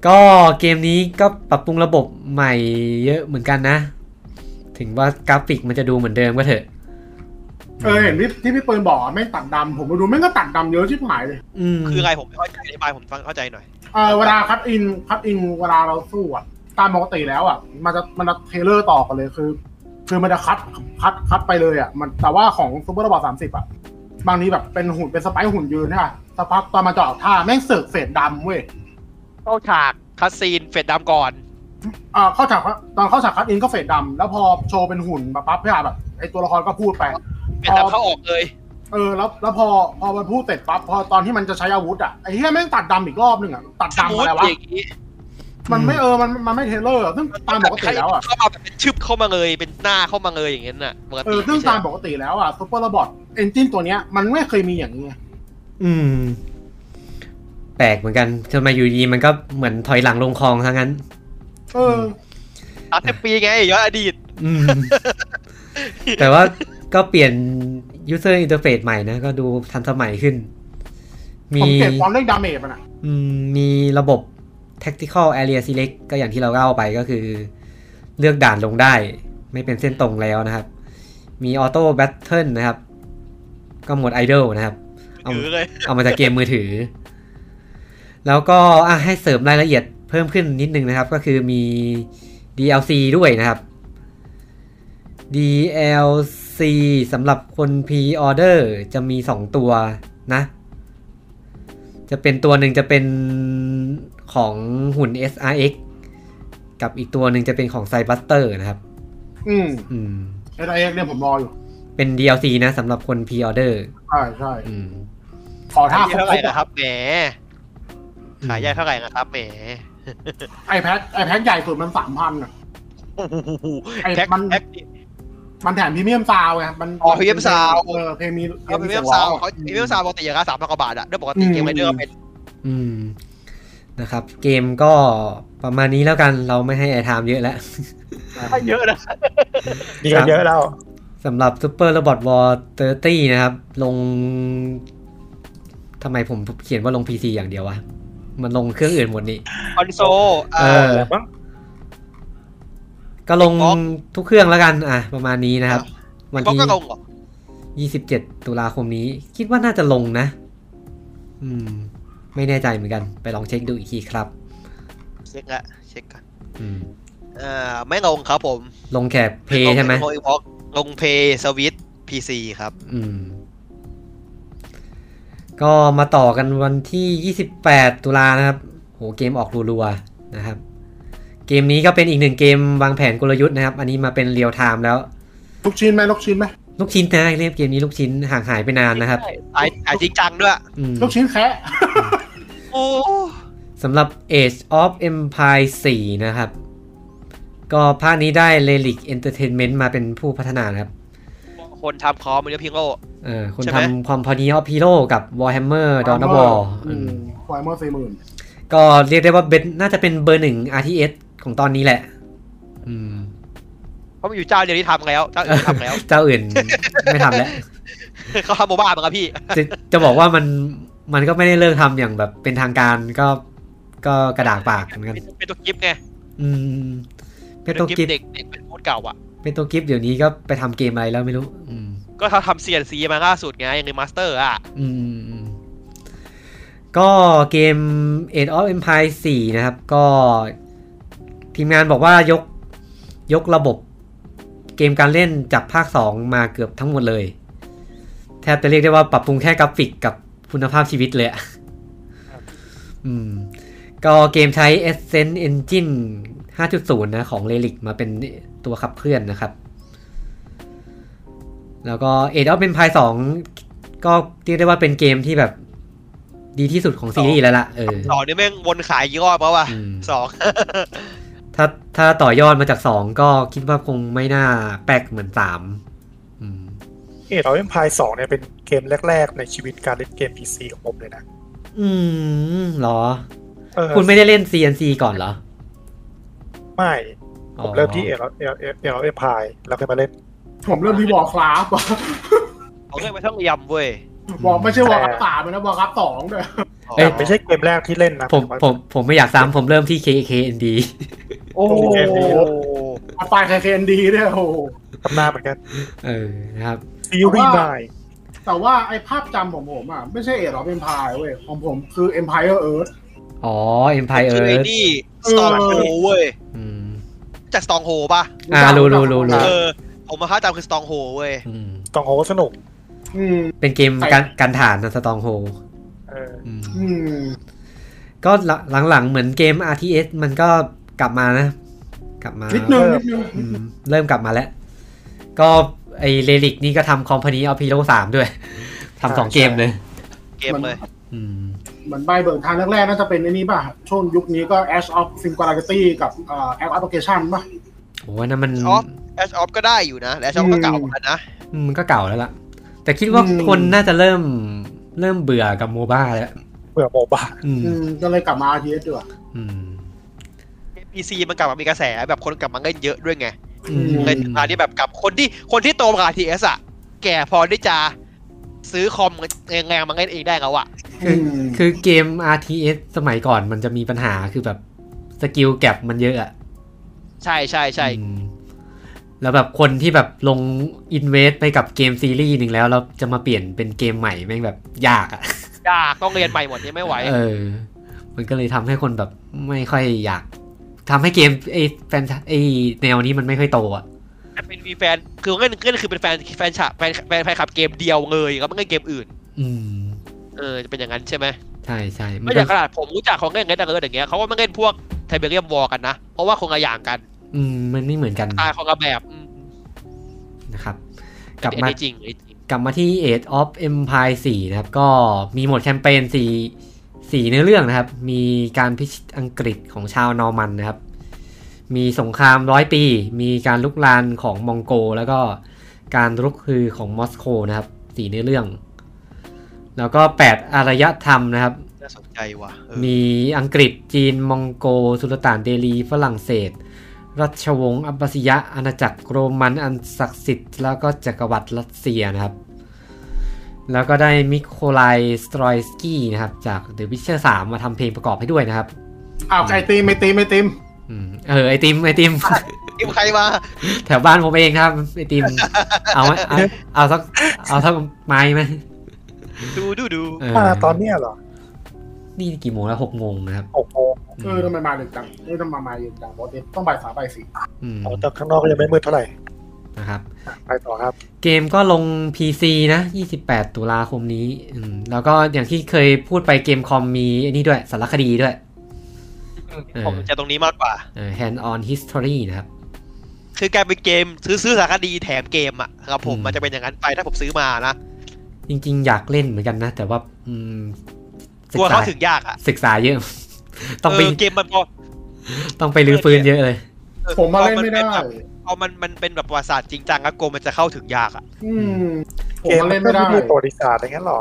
Speaker 1: ก็เกมนี้ก็ปรับปรุงระบบใหม่เยอะเหมือนกันนะ ถึงว่ากราฟิกมันจะดูเหมือนเดิมก็เถอะ
Speaker 5: เออเห็นที่ที่พี่เปิลบอกอะแม่งตัดดำผมมาดูแม่งก็ตัดดำเยอะชิบหายเลย
Speaker 1: อืม
Speaker 2: คืออะไรผมไม่เข้าใจอธิบายผมฟังเข้าใจหน่อย
Speaker 5: เออเวลาคัดอินคัดอินเวลาเราสู้อะตามปกติแล้วอะมันจะมันจะเทเลอร์ต่อกันเลยคือ คือมันจะคัดคัดคัดไปเลยอะมันแต่ว่าของซูเปอร์ระบอดสามสิบอะบางทีแบบเป็นหุ่นเป็นสไปค์หุ่นยืนใช่ป่ะสักพักตอนมาเจาะท่าแม่งเสือกเศษดำเว้ย
Speaker 4: เข้าฉากคัสซีนเฟดดำก่อน
Speaker 5: เออเข้าฉากตอนเข้าฉากคัดอินก็เศษดำแล้วพอโชว์เป็นหุ่นมาปั๊บพี่อาแบบไอตัวละครก็พูดไป
Speaker 4: เฟดดำเข้าออกเลย
Speaker 5: เออแล้วแล้วพอพอมันพูดเสร็จปั๊บพอตอนที่มันจะใช้อาวุธอ่ะไอ้เหี้ยแม่งตัดดำอีกรอบหนึ่งอ่ะตัด
Speaker 4: สมมติ
Speaker 5: ดำอะไรวะ
Speaker 4: อย่างนี้
Speaker 5: มันไม่เออมันมันไม่เทเลอร์อะซึ่งตามปกติแล้วอ่ะ
Speaker 4: เข้ามาแบบเป็นชึบเข้ามาเลยเป็นหน้าเข้ามาเลยอย่างนั้นน่ะปก
Speaker 5: เอ
Speaker 4: ติ
Speaker 5: อซึ่ง
Speaker 4: ไม่ใช่
Speaker 5: ตามปกติแล้วอ่ะซูเปอร์โรบอทเอนจินตัวเนี้ยมันไม่เคยมีอย่างนี้ไง
Speaker 1: อืม แปลกเหมือนกันทำไมอยู่ดีมันก็เหมือนถอยหลังลงคลองทั้งนั้น
Speaker 5: เออ
Speaker 2: อาเทปีไงย้อนอดีต
Speaker 1: อื ม แต่ว่าก็เปลี่ยน user interface ใหม่นะ ก็ดูทันสมัยขึ้น มี
Speaker 5: ผมเก็บความเรื่องดาเมจมันอ่ะ
Speaker 1: อืมมีระบบ tactical area select ก็อย่างที่เราเล่าไปก็คือ เลือกด่านลงได้ ไม่เป็นเส้นตรงแล้วนะครับ มี auto battle นะครับ ก็หมวด idle นะครับ เอา
Speaker 2: ถือเลย
Speaker 1: เอามาจากเกมมือถือ แล้วก็อ่ะให้เสริมรายละเอียดเพิ่มขึ้นนิดนึงนะครับ ก็คือมี DLC ด้วยนะครับ DLC สำหรับคน Pre-Order จะมี 2 ตัวนะ จะเป็นตัวหนึ่งจะเป็นของหุ่น SRX กับอีกตัวหนึ่งจะเป็นของไซบัสเตอร์นะครับ
Speaker 5: อืม
Speaker 1: อืม
Speaker 5: เอไอเอ็กเนี่ยผมรออยู่
Speaker 1: เป็น DLC นะสำหรับคน Pre-Order
Speaker 5: ใช่ใช่
Speaker 1: อืม
Speaker 5: ขอท่า
Speaker 2: ขายแยกเท่า
Speaker 5: ครบค
Speaker 2: ไห
Speaker 5: ร
Speaker 2: ร่
Speaker 5: บอะ
Speaker 2: นะครับแหมขายแยกเท่าไหร่นะครับแหม
Speaker 5: ไอแพ็คไอแพ็คใหญ่สุดมันสามพันอ่ะ
Speaker 2: โอ้โห
Speaker 5: ไอ้
Speaker 2: แท็ก
Speaker 5: มัน
Speaker 2: แท็ก
Speaker 5: มันแถมพรีเมียมซาวด์ไงมัน
Speaker 2: อ๋อ premium sound
Speaker 5: เออเพลงมี
Speaker 2: เขาเป็นเวลซาวเขาเป็นเวลซาวปกติราคาสามพันกว่าบาทอะด้วยปกติเกมไรเดอร์เป็น
Speaker 1: อืม นะครับ เกมก็ประมาณนี้แล้วกันเราไม่ให้แอร์ไทม์เยอะแล้ว
Speaker 2: ไม่เยอะนะ
Speaker 3: มีกันเยอะแล้ว
Speaker 1: สำหรับซูเปอร์ระบอดวอร์เตอร์ตี้นะครับ ลงทำไมผมเขียนว่าลง PC อย่างเดียววะ มันลงเครื่องอื่นหมดนี่
Speaker 2: คอนโซลเอ
Speaker 1: เอ
Speaker 2: อ
Speaker 1: อ
Speaker 3: แล้วมั้ง
Speaker 1: ก็ลง
Speaker 2: บล็อก
Speaker 1: ทุกเครื่องแล้วกัน อ่ะ ประมาณนี้นะครับ วัน
Speaker 2: ก็
Speaker 1: ที่
Speaker 2: ก็ลงเหรอ
Speaker 1: ยี่สิบเจ็ดตุลาคมนี้ คิดว่าน่าจะลงนะ อืม ไม่แน่ใจเหมือนกัน ไปลองเช็คดูอีกทีครับ
Speaker 2: เช็คละเช็คกัน
Speaker 1: อืม
Speaker 2: เอ่อไม่ลงครับผม
Speaker 1: ลงแค่เพย์ใช่ไหม
Speaker 2: ลงอีพ็อกลงเพย์สวิตพีซีครับ
Speaker 1: อืม ก็มาต่อกันวันที่ 28 ตุลานะครับ โห เกมออกรัวๆ นะครับ เกมนี้ก็เป็นอีกหนึ่งเกมวางแผนกลยุทธ์นะครับ อันนี้มาเป็นเรียลไทม์แล้ว
Speaker 5: ลูกชิ้นไหมลูกชิ้นไหม
Speaker 1: ลูกชิ้นนะเรียกเกมนี้ลูกชิ้นห่างหายไปนานนะครับ
Speaker 2: ไอ้ไอ้จริงจังด้วย
Speaker 1: อืม
Speaker 5: ลูกชิ้นแคะ
Speaker 2: โอ้
Speaker 1: สำหรับ Age of Empire 4 นะครับ ก็ภาคนี้ได้ Relic Entertainment มาเป็นผู้พัฒนานะครับ
Speaker 2: คนทำคอมมันเรียกพิงโล
Speaker 1: เออคน
Speaker 2: ใช่ไหม
Speaker 1: ทำความพอดีออฟพีโรกับ Warhammer Dawn of War อืม
Speaker 5: ควายเมื่อสี่หมื่น
Speaker 1: ก็เรียกได้ว่าเป็นน่าจะเป็นเบอร์หนึ่ง RTS ของตอนนี้แหละ อืม
Speaker 2: เพราะมันอยู่เจ้าเดียวที่ทำแล้วเจ้าอื่นไม่ ทำแล้ว
Speaker 1: เจ้าอื่นไม่ทำแล้ว
Speaker 2: เขาทำโมบ้ามั้งครับพี่
Speaker 1: จะจะบอกว่ามันมันก็ไม่ได้เลิกทำอย่างแบบเป็นทางการก็ก็กระดากปากเหมือนกัน
Speaker 4: เป็นเป็นตัวกิฟต์ไง
Speaker 1: อืมเพ
Speaker 4: เป็น
Speaker 1: โต
Speaker 4: ตัวกิฟต์
Speaker 1: กิฟ
Speaker 4: เด็กเด็กเป็นพูดเก่าอ่ะ
Speaker 1: เป็นตัวกิฟต์เดี๋ยวนี้ก็ไปทำเกมอะไรแล้วไม่รู้ อืม
Speaker 4: ก็เขาทำเซียนซีมาล่าสุดไงอย่างในมาสเตอร์อ่ะ
Speaker 1: อืมอืมอืมก็เกม Age of Empire 4 นะครับ ก็ทีมงานบอกว่ายกยกระบบเกมการเล่นจากภาค 2 มาเกือบทั้งหมดเลย แทบจะเรียกได้ว่าปรับปรุงแค่กราฟิกกับคุณภาพชีวิตเลยอะ
Speaker 3: ครับ
Speaker 1: อืม ก็เกมใช้ Essence Engine 5.0 นะ ของ Relic มาเป็นตัวขับเคลื่อนนะครับ แล้วก็ Age of Empire 2 ก็เรียกได้ว่าเป็นเกมที่แบบดีที่สุดของซีรีส์แล้วล่ะเออ
Speaker 2: สองนี่แม่งวนขายกี่รอบแล้ววะ
Speaker 1: อืม
Speaker 2: สอง
Speaker 1: ถ้าถ้าต่อยอดมาจาก 2 ก็คิดว่าคงไม่น่าแปลกเหมือน 3 อืม
Speaker 3: เอทอเอ็มพายสองเนี่ยเป็นเกมแรก ๆ ในชีวิตการเล่นเกม PC ของผมเลยนะ
Speaker 1: อืมเหรอ
Speaker 3: เออ
Speaker 1: คุณไม่ได้เล่น CNC ก่อนเหรอ
Speaker 3: ไม่
Speaker 1: อ๋
Speaker 3: ผ
Speaker 1: อ
Speaker 3: มเริ่มที่เอทอเอ็มพายแล้วค่อยมาเล่น
Speaker 5: ผมเริ่มที่วอลคราฟ
Speaker 2: เอาเรื่องไปท่องเยำเว้ย
Speaker 5: บอกไม่ใช่วอลคราฟสามนะวอลคราฟสองด้วย
Speaker 1: เอ้ย
Speaker 3: ไม่ใช่เกมแรกที่เล่นนะ
Speaker 1: ผม
Speaker 3: หาย
Speaker 1: ผ
Speaker 3: ถึง
Speaker 1: ม
Speaker 3: ว่า
Speaker 1: ผมไม่อยากซ้ำผมเริ่มที่ KKND
Speaker 5: โอ้โห
Speaker 3: เกมดี
Speaker 5: อัลฟายเคนดีด้วยโอ้โห
Speaker 3: ทำหน้าเหมือนกัน
Speaker 1: เออนะครับ
Speaker 3: ซีรีส์ได
Speaker 5: แต่ว่า แต่ว่าไอภาพจำของผมอ่ะ ไม่ใช่เอ e อ f เ m มพายเว้ย ของผมคือ Empire Earth
Speaker 1: อ๋อ Empire
Speaker 2: ชื่อไอ้
Speaker 1: Earth
Speaker 2: นี่สตองโฮเว้ย
Speaker 1: อืม
Speaker 2: จากสตองโฮป่ะ
Speaker 1: อ่ารู้รู้รู้รู้
Speaker 2: เออ ผมมาค้าจำคือสตองโฮเว้ย
Speaker 1: อืม
Speaker 3: ต้องโหสนุก
Speaker 5: อืม
Speaker 1: เป็นเกมการการฐานนะสตองโฮ
Speaker 3: เออ
Speaker 5: อืม
Speaker 1: ก็หลังๆเหมือนเกม RTS มันก็กลับมานะ กลับมา
Speaker 5: นิดนึงนิดนึง
Speaker 1: อืมเริ่มกลับมาแล้ว ก็ไอเรลิกนี่ก็ทำคอมพานีเอาพีโรสามด้วย ทำสองเกมเลย
Speaker 2: เกมเลย
Speaker 1: อืม
Speaker 5: เหมือนใบเบิกทางแรกๆน่าจะเป็นไอ้นี่ป่ะ ช่วงยุคนี้ก็ Ash of Singularity กับเอ่อ App Application ป่ะ
Speaker 1: โอ้ยนั่นมัน
Speaker 2: อ๋อ แอชออฟก็ได้อยู่นะแต่แอชออฟก็เก่าเหมือนกันนะ
Speaker 1: มมันก็เก่าแล้วล่ะ แต่คิดว่า
Speaker 5: อืม
Speaker 1: คนน่าจะเริ่มเริ่มเบื่อกับโมบ้าแล้ว
Speaker 3: เบื่อโมบ้า
Speaker 1: อืม
Speaker 5: อืม ก็เลยกลับมา RTS ดีกว่า
Speaker 1: อืม
Speaker 2: PC มันกลับมามีกระแสแบบคนกลับมาเล่นเยอะด้วยไง
Speaker 1: อืม
Speaker 2: เล่นมาที่แบบกับคนที่คนที่โตมากับ RTS อะแก่พอที่จะซื้อคอมแรงๆมาเล่นเองได้แล้วอะ
Speaker 1: คือ
Speaker 5: อืม
Speaker 1: คือเกม RTS สมัยก่อนมันจะมีปัญหาคือแบบสกิลแก็บมันเยอะอะ
Speaker 2: ใช่ใช่ใช่
Speaker 1: อืมแล้วแบบคนที่แบบลงอินเวสไปกับเกมซีรีส์หนึ่งแล้วเราจะมาเปลี่ยนเป็นเกมใหม่แม่งแบบยากอะ
Speaker 4: ยากต้องเรียนใหม่หมดเนี่ยไม่ไหว
Speaker 1: ่ะ เออ มันก็เลยทำให้คนแบบไม่ค่อยอยากทำให้เกมไอ้แฟนไอ้แนวนี้มันไม่ค่อยโตอะ่ะ
Speaker 4: เป็นมีแฟน คือเล่นเล่นคือเป็นแฟนแฟนฉะแฟนแฟนแฟนคลับเกมเดียวเลยแล้วไม่เล่นเกมอื่น
Speaker 1: อืม
Speaker 4: เออจะเป็นอย่างนั้นใช่ไหม
Speaker 1: ใช่ใช่มัน
Speaker 4: ไม่อย่าง
Speaker 1: ก็
Speaker 4: ขนาดผมรู้จักของเล่นเล่นดังเอิร์ดอย่างเงี้ยเขาก็ไม่เล่นพวกไทเบเรียมวอลกันนะ เพราะว่าคงละอย่างกัน
Speaker 1: อืมมันไม่เหมือนกัน
Speaker 4: ตายของละแบบอืม
Speaker 1: นะครับ ก
Speaker 4: อั
Speaker 1: ลั
Speaker 4: น
Speaker 1: บ
Speaker 4: นี้อัน
Speaker 1: มา
Speaker 4: นี้จริงอันนี้จริง
Speaker 1: กลับมาที่ Age of Empire 4 นะครับ ก็มีโหมดแคมเปญสี่สี่เนื้อเรื่องนะครับ มีการพิชิตอังกฤษของชาวนอร์มันนะครับ มีสงครามร้อยปี มีการลุกลานของมองโก แล้วก็การลุกคือของมอสโกนะครับสี่เนื้อเรื่อง แล้วก็ 8 อารยธรรมนะครับ
Speaker 2: น่าสนใจว่ะเออ
Speaker 1: มีอังกฤษจีน มองโก สุลต่านเดลี ฝรั่งเศส ราชวงศ์อับบาสิยะ อาณาจักรโรมันอันศักดิ์สิทธิ์ แล้วก็จักรวรรดิรัสเซียนะครับ แล้วก็ได้มิโคไลสตรอยสกี้นะครับ จาก The Witcher 3 มาทำเพลงประกอบให้ด้วยนะครับ
Speaker 5: อ้าวไอติมไอติมไอติม
Speaker 1: อืมเออ ไอติม ไอติม
Speaker 2: นี่ใครมา
Speaker 1: แถวบ้านผมเองครับ ไอติม เอาไหมเอาเอาสักเอาสักไม้ไหม
Speaker 2: ดูดูดู
Speaker 1: เออ
Speaker 3: มาตอนเนี้ยเหรอ
Speaker 1: นี่กี่โมงแล้วหกโมงนะครับ
Speaker 3: โอ้โห
Speaker 5: เออทำไมมาดึกจังเออทำไมมาเย็นจังปกติต้องบ่ายสามบ่ายสี่
Speaker 1: อืม
Speaker 3: แต่ข้างนอกก็ยังไม่มืดเท่าไหร่
Speaker 1: นะครับ
Speaker 3: ไปต่อครับ
Speaker 1: เกมก็ลง PC นะ 28 ตุลาคมนี้อืมแล้วก็อย่างที่เคยพูดไปเกมคอมมีอันนี้ด้วยสารคดีด้วย เออ
Speaker 2: ผมจะตรงนี้มากกว่า
Speaker 1: เออ Hand on History นะครับ
Speaker 2: คือการเป็นเกมซื้อซื้อสารคดีแถมเกมอ่ะครับผม
Speaker 1: อืม
Speaker 2: มันจะเป็นอย่างนั้นไปถ้าผมซื้อมานะ
Speaker 1: จริงๆ อยากเล่นเหมือนกันนะ แต่ว่าอืม
Speaker 2: กลัวเข้าถึงยากอ่ะ
Speaker 1: ศึกษาเยอะ ต้อง
Speaker 2: เอ
Speaker 1: ไป
Speaker 2: อเกมมันพอ
Speaker 1: ต้องไปรื้อฟื้นเยอะเลย
Speaker 2: ออ
Speaker 5: ผมมาเล่นไม่
Speaker 2: พอ
Speaker 5: ได้
Speaker 2: เป็นแบบพอมันมันเป็นแบบประวัติศาสตร์จริงจังอะโกมมันจะเข้าถึงยากอ่ะ
Speaker 5: อืม ผม
Speaker 3: เกม
Speaker 5: มา
Speaker 3: เล่นไม่
Speaker 5: เล่นไม่
Speaker 3: ได้
Speaker 5: ได้
Speaker 3: ประวัติศาสตร์อะไรเงี้ยหรอ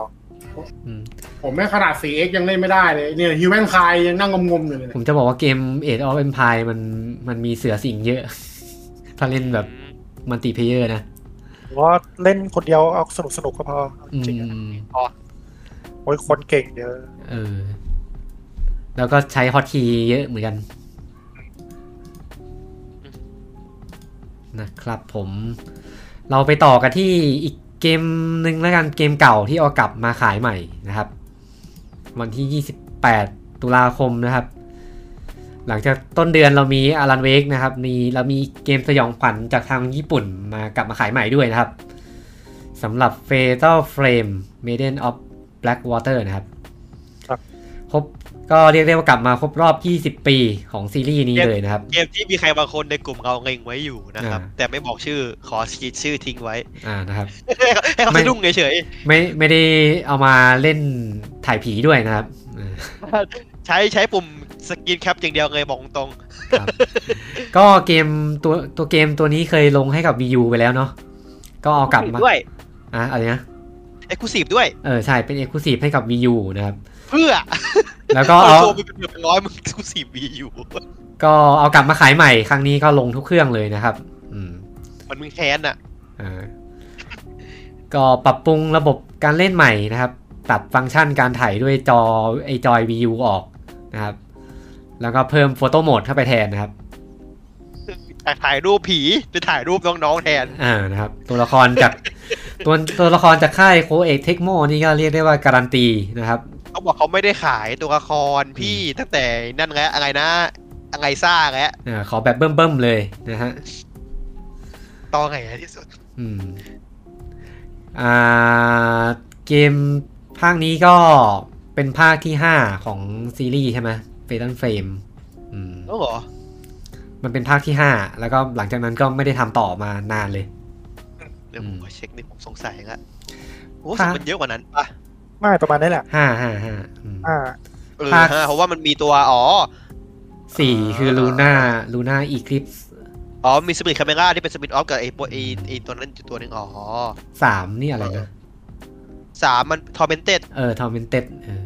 Speaker 1: อืม
Speaker 5: ผมแม่งขนาด 4x ยังเล่นไม่ได้เลย เนี่ย Human c ค i ยังนั่งงมๆอยู่เลย
Speaker 1: ผ
Speaker 5: เนี่ย
Speaker 1: มจะบอกว่าเกม Age of Empire มันมันมีเสือสิงเยอะ ถ้าเล่นแบบมัลติเพเยอร์นะ
Speaker 3: ว่าเล่นคนเดียวเอาสนุกสนุกๆก็พอเอาจ
Speaker 1: อื
Speaker 3: ริงๆอะ
Speaker 1: ม
Speaker 3: โอ้ยคนเก่งเยอะ
Speaker 1: เออ แล้วก็ใช้ฮอตคีย์เยอะเหมือนกัน นะครับผมเราไปต่อกันที่อีกเกมหนึ่งแล้วกันเกมเก่าที่เอากลับมาขายใหม่นะครับ วันที่ 28 ตุลาคมนะครับ หลังจากต้นเดือนเรามีอารันเวกนะครับมีเรามีเกมสยองขวัญจากทางญี่ปุ่นมากลับมาขายใหม่ด้วยนะครับสำหรับ Fatal Frame Maiden of Blackwater นะครับ
Speaker 3: ครับ
Speaker 1: ครบก็เรียกได้ว่ากลับมาครบรอบ 20 ปีของซีรีส์นี้เลยนะครับ
Speaker 2: เกมที่มีใครบางคนในกลุ่มเราเงงไว้อยู่นะครับ
Speaker 1: อ่า
Speaker 2: แต่ไม่บอกชื่อขอสกิดชื่อทิ้งไว้
Speaker 1: อ่านะครับ
Speaker 2: ให้เขาให้เขา
Speaker 1: ไม่
Speaker 2: สะดุ้งเฉย
Speaker 1: ไม่ไม่ได้เอามาเล่นถ่ายผีด้วยนะครับอ่า
Speaker 2: ๆใช้ใช้ปุ่มสกินแคปอย่างเดียวเลยบอกตรง
Speaker 1: ครับ ก็เกมตัวตัวเกมตัวนี้เคยลงให้กับ Wii U ไปแล้วเนาะก็เอากลับมา
Speaker 2: ด้วย
Speaker 1: อ่ะอะไรนะ
Speaker 2: เอ็กซ์คลูซีฟด้วย
Speaker 1: เออใช่เป็นเอกลูซีให้กับ Wii U นะครับ
Speaker 2: เพื่อ
Speaker 1: แล้วก็
Speaker 2: เอา
Speaker 1: เอา
Speaker 2: ตัวไปเป็นแบบร้อยมึงเอ็กซ์คลูซีฟมีอยู่
Speaker 1: ก็เอากลับมาขายใหม่ครั้งนี้ก็ลงทุกเครื่องเลยนะครับ อืม
Speaker 2: มันมึงแค้นอ่ะ
Speaker 1: อ่าก็ปรับปรุงระบบการเล่นใหม่นะครับ ตัดฟังก์ชันการถ่ายด้วยจอไอจอย VU ออกนะครับ แล้วก็เพิ่มโฟโต้โหมดเข้าไปแทนนะครับ
Speaker 2: อยากถ่ายรูปผีจะถ่ายรูปน้องๆแทน
Speaker 1: อ่านะครับ ตัวละครจาก ตัวตัวละครจากค่ายโคเอกเทคโมนี่ก็เรียกได้ว่าการันตีนะครับ
Speaker 2: เขาบอกเขาไม่ได้ขายตัวละครพี่ตั้งแต่นั่นแล้วอะไรนะ อะไรซ่าแล้ว
Speaker 1: อ่าขอแบบเบิ่มๆเลยนะฮะ
Speaker 2: ตอนไหนอะที่สุด
Speaker 1: อืม อ่า เกมภาคนี้ก็เป็นภาคที่ 5 ของซีรีส์ใช่ไหมเฟตันเฟรมอืม
Speaker 2: แล้วเหรอ
Speaker 1: มันเป็นภาคที่ 5 แล้วก็หลังจากนั้นก็ไม่ได้ทำต่อมานานเลย
Speaker 2: เดี๋ยวผม
Speaker 1: อืม
Speaker 2: ขอเช็คนิดผมสงสัยละผมว่าสึก
Speaker 1: ภาค
Speaker 2: มันเยอะกว่านั้นปะ
Speaker 3: ไม่ประมาณนี้แหละ
Speaker 1: ห้าห้าห้าอืม
Speaker 3: อ่า
Speaker 2: เออ
Speaker 1: ภาค
Speaker 2: ฮะเพราะว่ามันมีตัว อ๋อ
Speaker 1: สี่คือลูน่าลูน่าอีคลิป
Speaker 2: อ๋อ มีสปิทคาเมล่าที่เป็นสปิทออฟกับไอ้ปไอ้ไอ้ตัวนั้นอยู่ตัวหนึ่งอ๋อ
Speaker 1: สามนี่อะไรนะ
Speaker 2: สามมันทอร์เมนเต็ด
Speaker 1: เออทอมเมนเต็ดเออ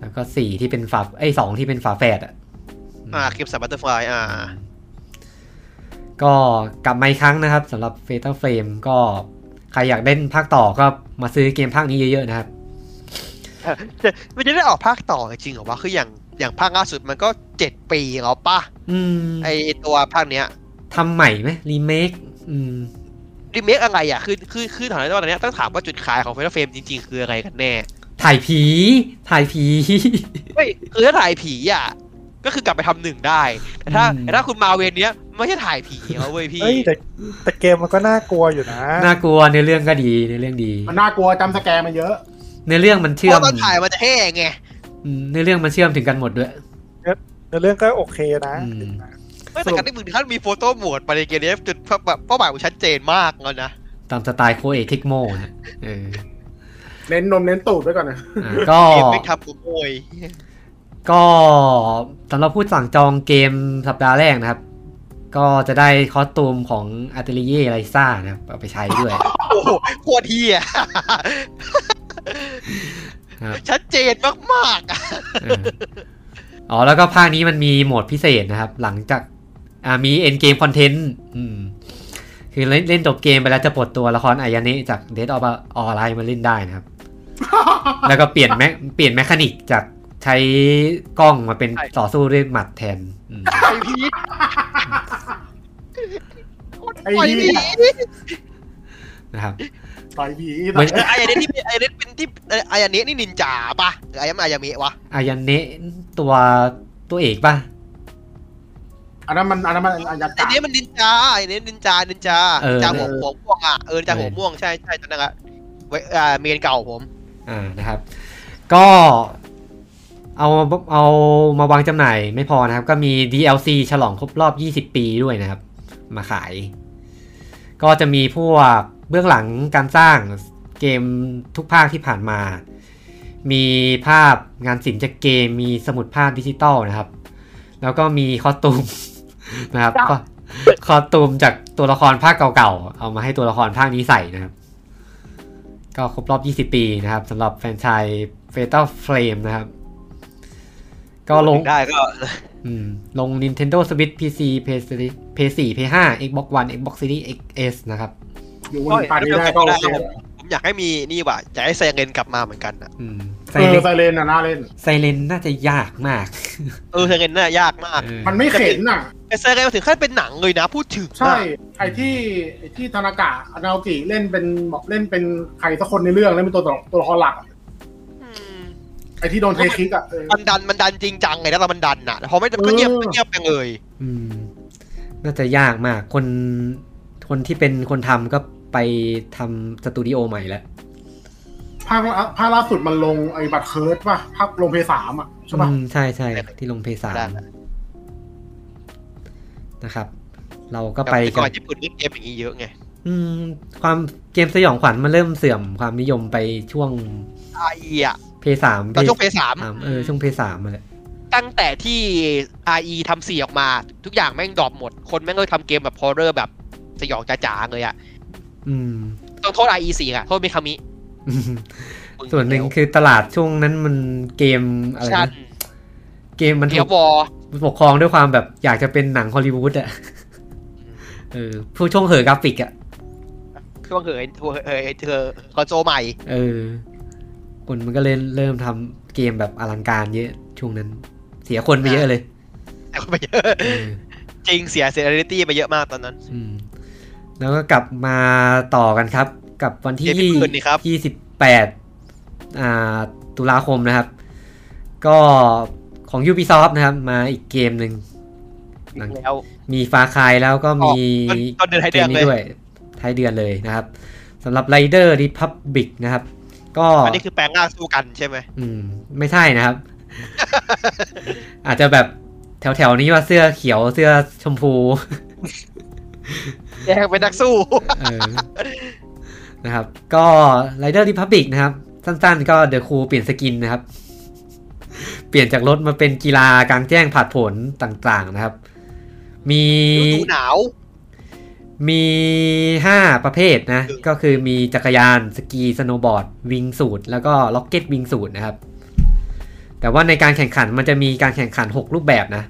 Speaker 1: แล้วก็สี่ที่เป็นฝาไอ้ยสองที่เป็นฝาแฝดอ่ะม
Speaker 2: อ่าคลิปสามบัตเตอร์ฟลายอ่า
Speaker 1: ก็กลับมาอีกครั้งนะครับสำหรับ Fatal Frame ก็ใครอยากเล่นภาคต่อก็มาซื้อเกมภาคนี้เยอะๆนะครับ
Speaker 2: มันจะได้ออกภาคต่อจริงเหรอวะ คืออย่างอย่างภาคล่าสุดมันก็เจ็ดปีแล้วป่ะ
Speaker 1: อืม
Speaker 2: ไอ้ตัวภาคเนี้ย
Speaker 1: ทำใหม่ไหมรีเมคอืม
Speaker 2: รีเมคอะไรอ่ะ คือ คือ คือถามได้ว่าตอนเนี้ยต้องถามว่าจุดขายของเฟรเฟรมจริง ๆ คืออะไรกันแน่
Speaker 1: ถ่ายผี ถ่ายผี
Speaker 2: ไม่คือถ้าถ่ายผีอ่ะ ก็คือกลับไปทำหนึ่งได้ แต่ถ้า
Speaker 1: อืม
Speaker 2: แต่ถ้าคุณมาเวรเนี้ยไม่ใช่ถ่ายผีเขาเว้ยพี่
Speaker 3: เอ้ยแต่แต่เกมมันก็น่ากลัวอยู่นะ
Speaker 1: น่ากลัวในอเรื่องก็ดีในอเรื่องดี
Speaker 5: มันน่ากลัวจำสแกร์มันเยอะ
Speaker 1: ในอเรื่องมัน
Speaker 2: เพ
Speaker 1: เชื่อม
Speaker 2: ราะตอนถ่ายมันจะแห้งไง
Speaker 1: อืมในอเรื่องมันเชื่อมถึงกันหมดด้วย
Speaker 3: ในเรื่องก็โอเคนะ
Speaker 1: อืม
Speaker 2: ไม่แต่การที่มึงถึงขั้นมีโฟโต้โหมดมาในเกมนี้จุดแบบเป้าหมายของชัดเจนมากแล้วนะ
Speaker 1: ตามสไตล์โคเอกเทคโมนะเออ
Speaker 5: เน้นนมเน้นตูดไว้ก่อนนะ
Speaker 1: อ่ะก็
Speaker 2: เกมไม่งทำกูโวย
Speaker 1: ก็สำหรับผู้สั่งจองเกมสัปดาห์แรกนะครับ ก็จะได้คอสตูมของอาเตลิเย่ไรซ่านะครับเอาไปใช้ด้วย
Speaker 2: โอ้โหโคตรเฮีย
Speaker 1: ครับ
Speaker 2: ชัดเจนมากๆอะ
Speaker 1: เอออ๋อ แล้วก็ภาคนี้มันมีโหมดพิเศษนะครับ หลังจากอ่ามีเอ็นเกมคอนเทนต์อืมคือเล่นเล่นจบเกมไปแล้วจะปลดตัวละครอายาเนะจากเด a ออฟออนไลน์มาเล่นได้นะครับ แล้วก็เปลี่ยนแมคเปลี่ยนแมคานิกจากใช้กล้องมาเป็นต่อสู้ด้วยหมัดแทนอืม
Speaker 2: ไอพีท
Speaker 5: ไอ้
Speaker 2: ไอ
Speaker 5: เหี้
Speaker 2: พี
Speaker 5: ย
Speaker 2: ท
Speaker 1: นะครับ
Speaker 5: ต่อยผี
Speaker 1: เหมือน
Speaker 2: เออไออันเนี้ยที่เป็นไออันเนี้ยเป็นที่เอ่อไออันเนี้ยนี่นินจาปะหรือไออันอายาเมะวะ
Speaker 1: อายาเนะตัวตัวเอกป่ะ
Speaker 5: อันนั้นมันอันนั้นมันอา
Speaker 2: ไอก
Speaker 5: ยาาศ
Speaker 2: เนี้ยมันนินจาไอเนี้ยนินจานินจา
Speaker 1: เออ
Speaker 2: จาหัวหัวม่วงอ่ะเออจาหัวม่วงใช่ใช่ตอนนั้นอะไว้อ่าเมนเก่าผม
Speaker 1: อ่านะครับ ก็เอาเอามาวางจำหน่ายไม่พอนะครับ ก็มี DLC ฉลองครบรอบ 20 ปีด้วยนะครับ มาขาย ก็จะมีพวกเบื้องหลังการสร้างเกมทุกภาคที่ผ่านมา มีภาพงานศิลป์จากเกมมีสมุดภาพดิจิตอลนะครับ แล้วก็มีคอสตูม นะครับก็คอสตูมจากตัวละครภาคเก่าๆ เอามาให้ตัวละครภาคนี้ใส่นะครับ ก็ครบรอบ 20 ปีนะครับสำหรับแฟรนไชาย Fatal Frame นะครับ ก็ลง
Speaker 2: ได้ก็
Speaker 1: อืมลง Nintendo Switch PC PS4 PS4 PS5 Xbox One Xbox Series XS นะครับ
Speaker 5: อยู่บนปานี้ได้ก็โอเค
Speaker 2: ผมอยากให้มีนี่ว่ะอยากให้ไซเรนกลับมาเหมือนกันอะ
Speaker 1: อืมไซ
Speaker 5: เอ
Speaker 1: เล
Speaker 5: อน ไซเรนน่ะน่าเล่น
Speaker 1: ไซเลนน่าจะยากมาก
Speaker 2: เออไซเรนน่ายากมาก
Speaker 1: เออ
Speaker 5: มันไม่เข็นน่ะ
Speaker 2: ไอเซอร์ไงมาถึงขั้นเป็นหนังเลยนะ พูดถึงอะ
Speaker 5: ใช่ ไอ้ที่ไอ้ที่ธนากะอนาโอกิเล่นเป็นบอกเล่นเป็นใครสักคนในเรื่องเล่นเป็นตัวตัวตัวละครหลักอะ
Speaker 2: อืม
Speaker 5: ไอ้ที่โดนเทคิกอ่ะเออ
Speaker 2: มันดันมันดันจริงจังไงนะแต่มันดันอ่ะแต่พอไม่ดันก็เงียบ
Speaker 5: เออ
Speaker 2: ก็เงียบไปเลย
Speaker 1: อืม น่าจะยากมาก คน คนที่เป็นคนทำก็ไปทำสตูดิโอใหม่แล้ว
Speaker 5: ภาคละภาคล่าสุดมันลงไอ้บัตรเคิร์ดป่ะภาคลงเพสามอ่ะใช่ป่ะ
Speaker 1: อืมใช่ใช่
Speaker 2: ได้
Speaker 1: ที่ลงเพสาม
Speaker 2: ได้ละ
Speaker 1: นะครับ เราก็ไป
Speaker 2: แต่
Speaker 1: กั
Speaker 2: ก่อน
Speaker 1: น
Speaker 2: ญี่ปุ่นเล่นเกมอย่างนี้เยอะไง
Speaker 1: อืม ความเกมสยองขวัญมันเริ่มเสื่อมความนิยมไปช่วง
Speaker 2: ไอ้อะ
Speaker 1: เพสาม
Speaker 2: ตอนช่วงเพย์สาม
Speaker 1: เออช่วงเพสามมาแหละ
Speaker 4: ตั้งแต่ที่ RE ทำสีออกมา ทุกอย่างแม่งดรอปหมด คนแม่งก็ทำเกมแบบฮอร์เรอร์แบบสยองจ๋าๆเลยอะ
Speaker 1: อืม
Speaker 4: ต้องโทษ RE สี่อะโทษมิคามิมึ
Speaker 1: ส่วนหนึ่งคือตลาดช่วงนั้นมันเกมอะไร
Speaker 4: ชัน
Speaker 1: นะเกมมัน
Speaker 4: เที
Speaker 1: ถู
Speaker 4: ย
Speaker 1: ก
Speaker 4: วอร์
Speaker 1: ปกครองด้วยความแบบอยากจะเป็นหนังฮอลลีวูดอ่ะ เออผู้ช่วงเหอกราฟิกอ่ะ
Speaker 4: ช่วงเหยเธอเธอเธอคอนโซลใหม่
Speaker 1: เออ คนมันก็เลยเริ่มทำเกมแบบอลังการเยอะ ช่วงนั้น เสียคนไปเยอะเลย
Speaker 2: แต่ก็ไปเยอะ
Speaker 1: เออ
Speaker 2: จริงเสียเซเรตี้ไปเยอะมากตอนนั้น
Speaker 1: อืม แล้วก็กลับมาต่อกันครับ กับวันที่
Speaker 2: เกมที่เปิดนี่ครับ
Speaker 1: ยี่สิบแปดอ่าตุลาคมนะครับ ก็ของ Ubisoft นะครับ มาอีกเกมหนึ่งหลัง
Speaker 4: แล้ว
Speaker 1: มีฟาคายแล้วก็มี
Speaker 2: อ๋อก็เดือนท้ายเดือนเลย
Speaker 1: กมด้วยท้ายเดือนเลยนะครับสำหรับ Rider Republic นะครับ ก็
Speaker 2: อันนี้คือแปลงร่างสู้กันใช่ไหม
Speaker 1: มไม่ใช่ นะครับ อาจจะแบบแถวๆนี้ว่าเสื้อเขียวเสื้อชมพู
Speaker 2: แยกเป็นนักสู้
Speaker 1: เออนะครับ ก็ Rider Republic นะครับ สั้นๆ ก็เดอะครูเปลี่ยนสกินนะครับ เปลี่ยนจากรถมาเป็นกีฬากลางแจ้งผาดโผลต่างๆนะครับ มี
Speaker 2: ฤดูหนาว
Speaker 1: มี 5 ประเภทนะ
Speaker 2: คือ
Speaker 1: ก็คือมีจักรยานสกีสโนว์บอร์ด วิงสูตรแล้วก็ล็อกเก็ตวิงสูตรนะครับ แต่ว่าในการแข่งขันมันจะมีการแข่งขัน 6 รูปแบบนะ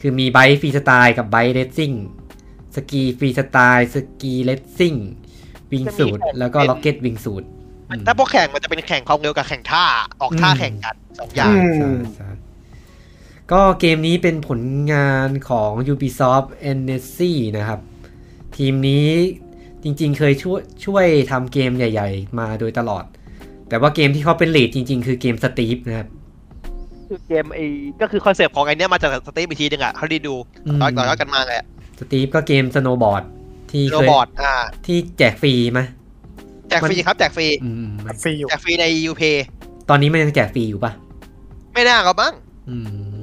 Speaker 1: คือมีไบค์ฟรีสไตล์กับไบค์เรซซิ่งสกีฟรีสไตล์สกีเรซซิ่งวิงสูตรแล้วก็ล็อกเก็ตวิงสูตร
Speaker 2: ถ้าพวกแข่งมันจะเป็นแข่งความเร็วกับแข่งท่าออกท่า
Speaker 1: อืม
Speaker 2: แข่งกันสองอย่าง
Speaker 5: อืม
Speaker 1: ก็เกมนี้เป็นผลงานของ Ubisoft e n e s y นะครับ ทีมนี้จริงๆเคยช่วยช่วยทำเกมใหญ่ๆ มาโดยตลอด แต่ว่าเกมที่เขาเป็นลีดจริงๆ คือเกม Steve นะครับ
Speaker 2: คือเกมไอ้ก็คือคอนเซปต์ของไอ้เนี้ยมาจากสเตปอีกทีหนึงอ่ะเขาได้ดู
Speaker 1: อืม
Speaker 2: ต่อยต่อยอดกันมาไง
Speaker 1: Steve ก็เกม Snowboard ที่
Speaker 2: โร
Speaker 1: เคย
Speaker 2: บอทอ่า
Speaker 1: ที่แจกฟรีไหม
Speaker 2: แจกฟรีครับแจกฟรี
Speaker 1: อืม
Speaker 3: ฟรีอยู่
Speaker 2: แจกฟรีในยูเพ
Speaker 1: ตอนนี้มันยังแจกฟรีอยู่ปะ
Speaker 2: ไม่น่าครับมั้ง
Speaker 1: อืม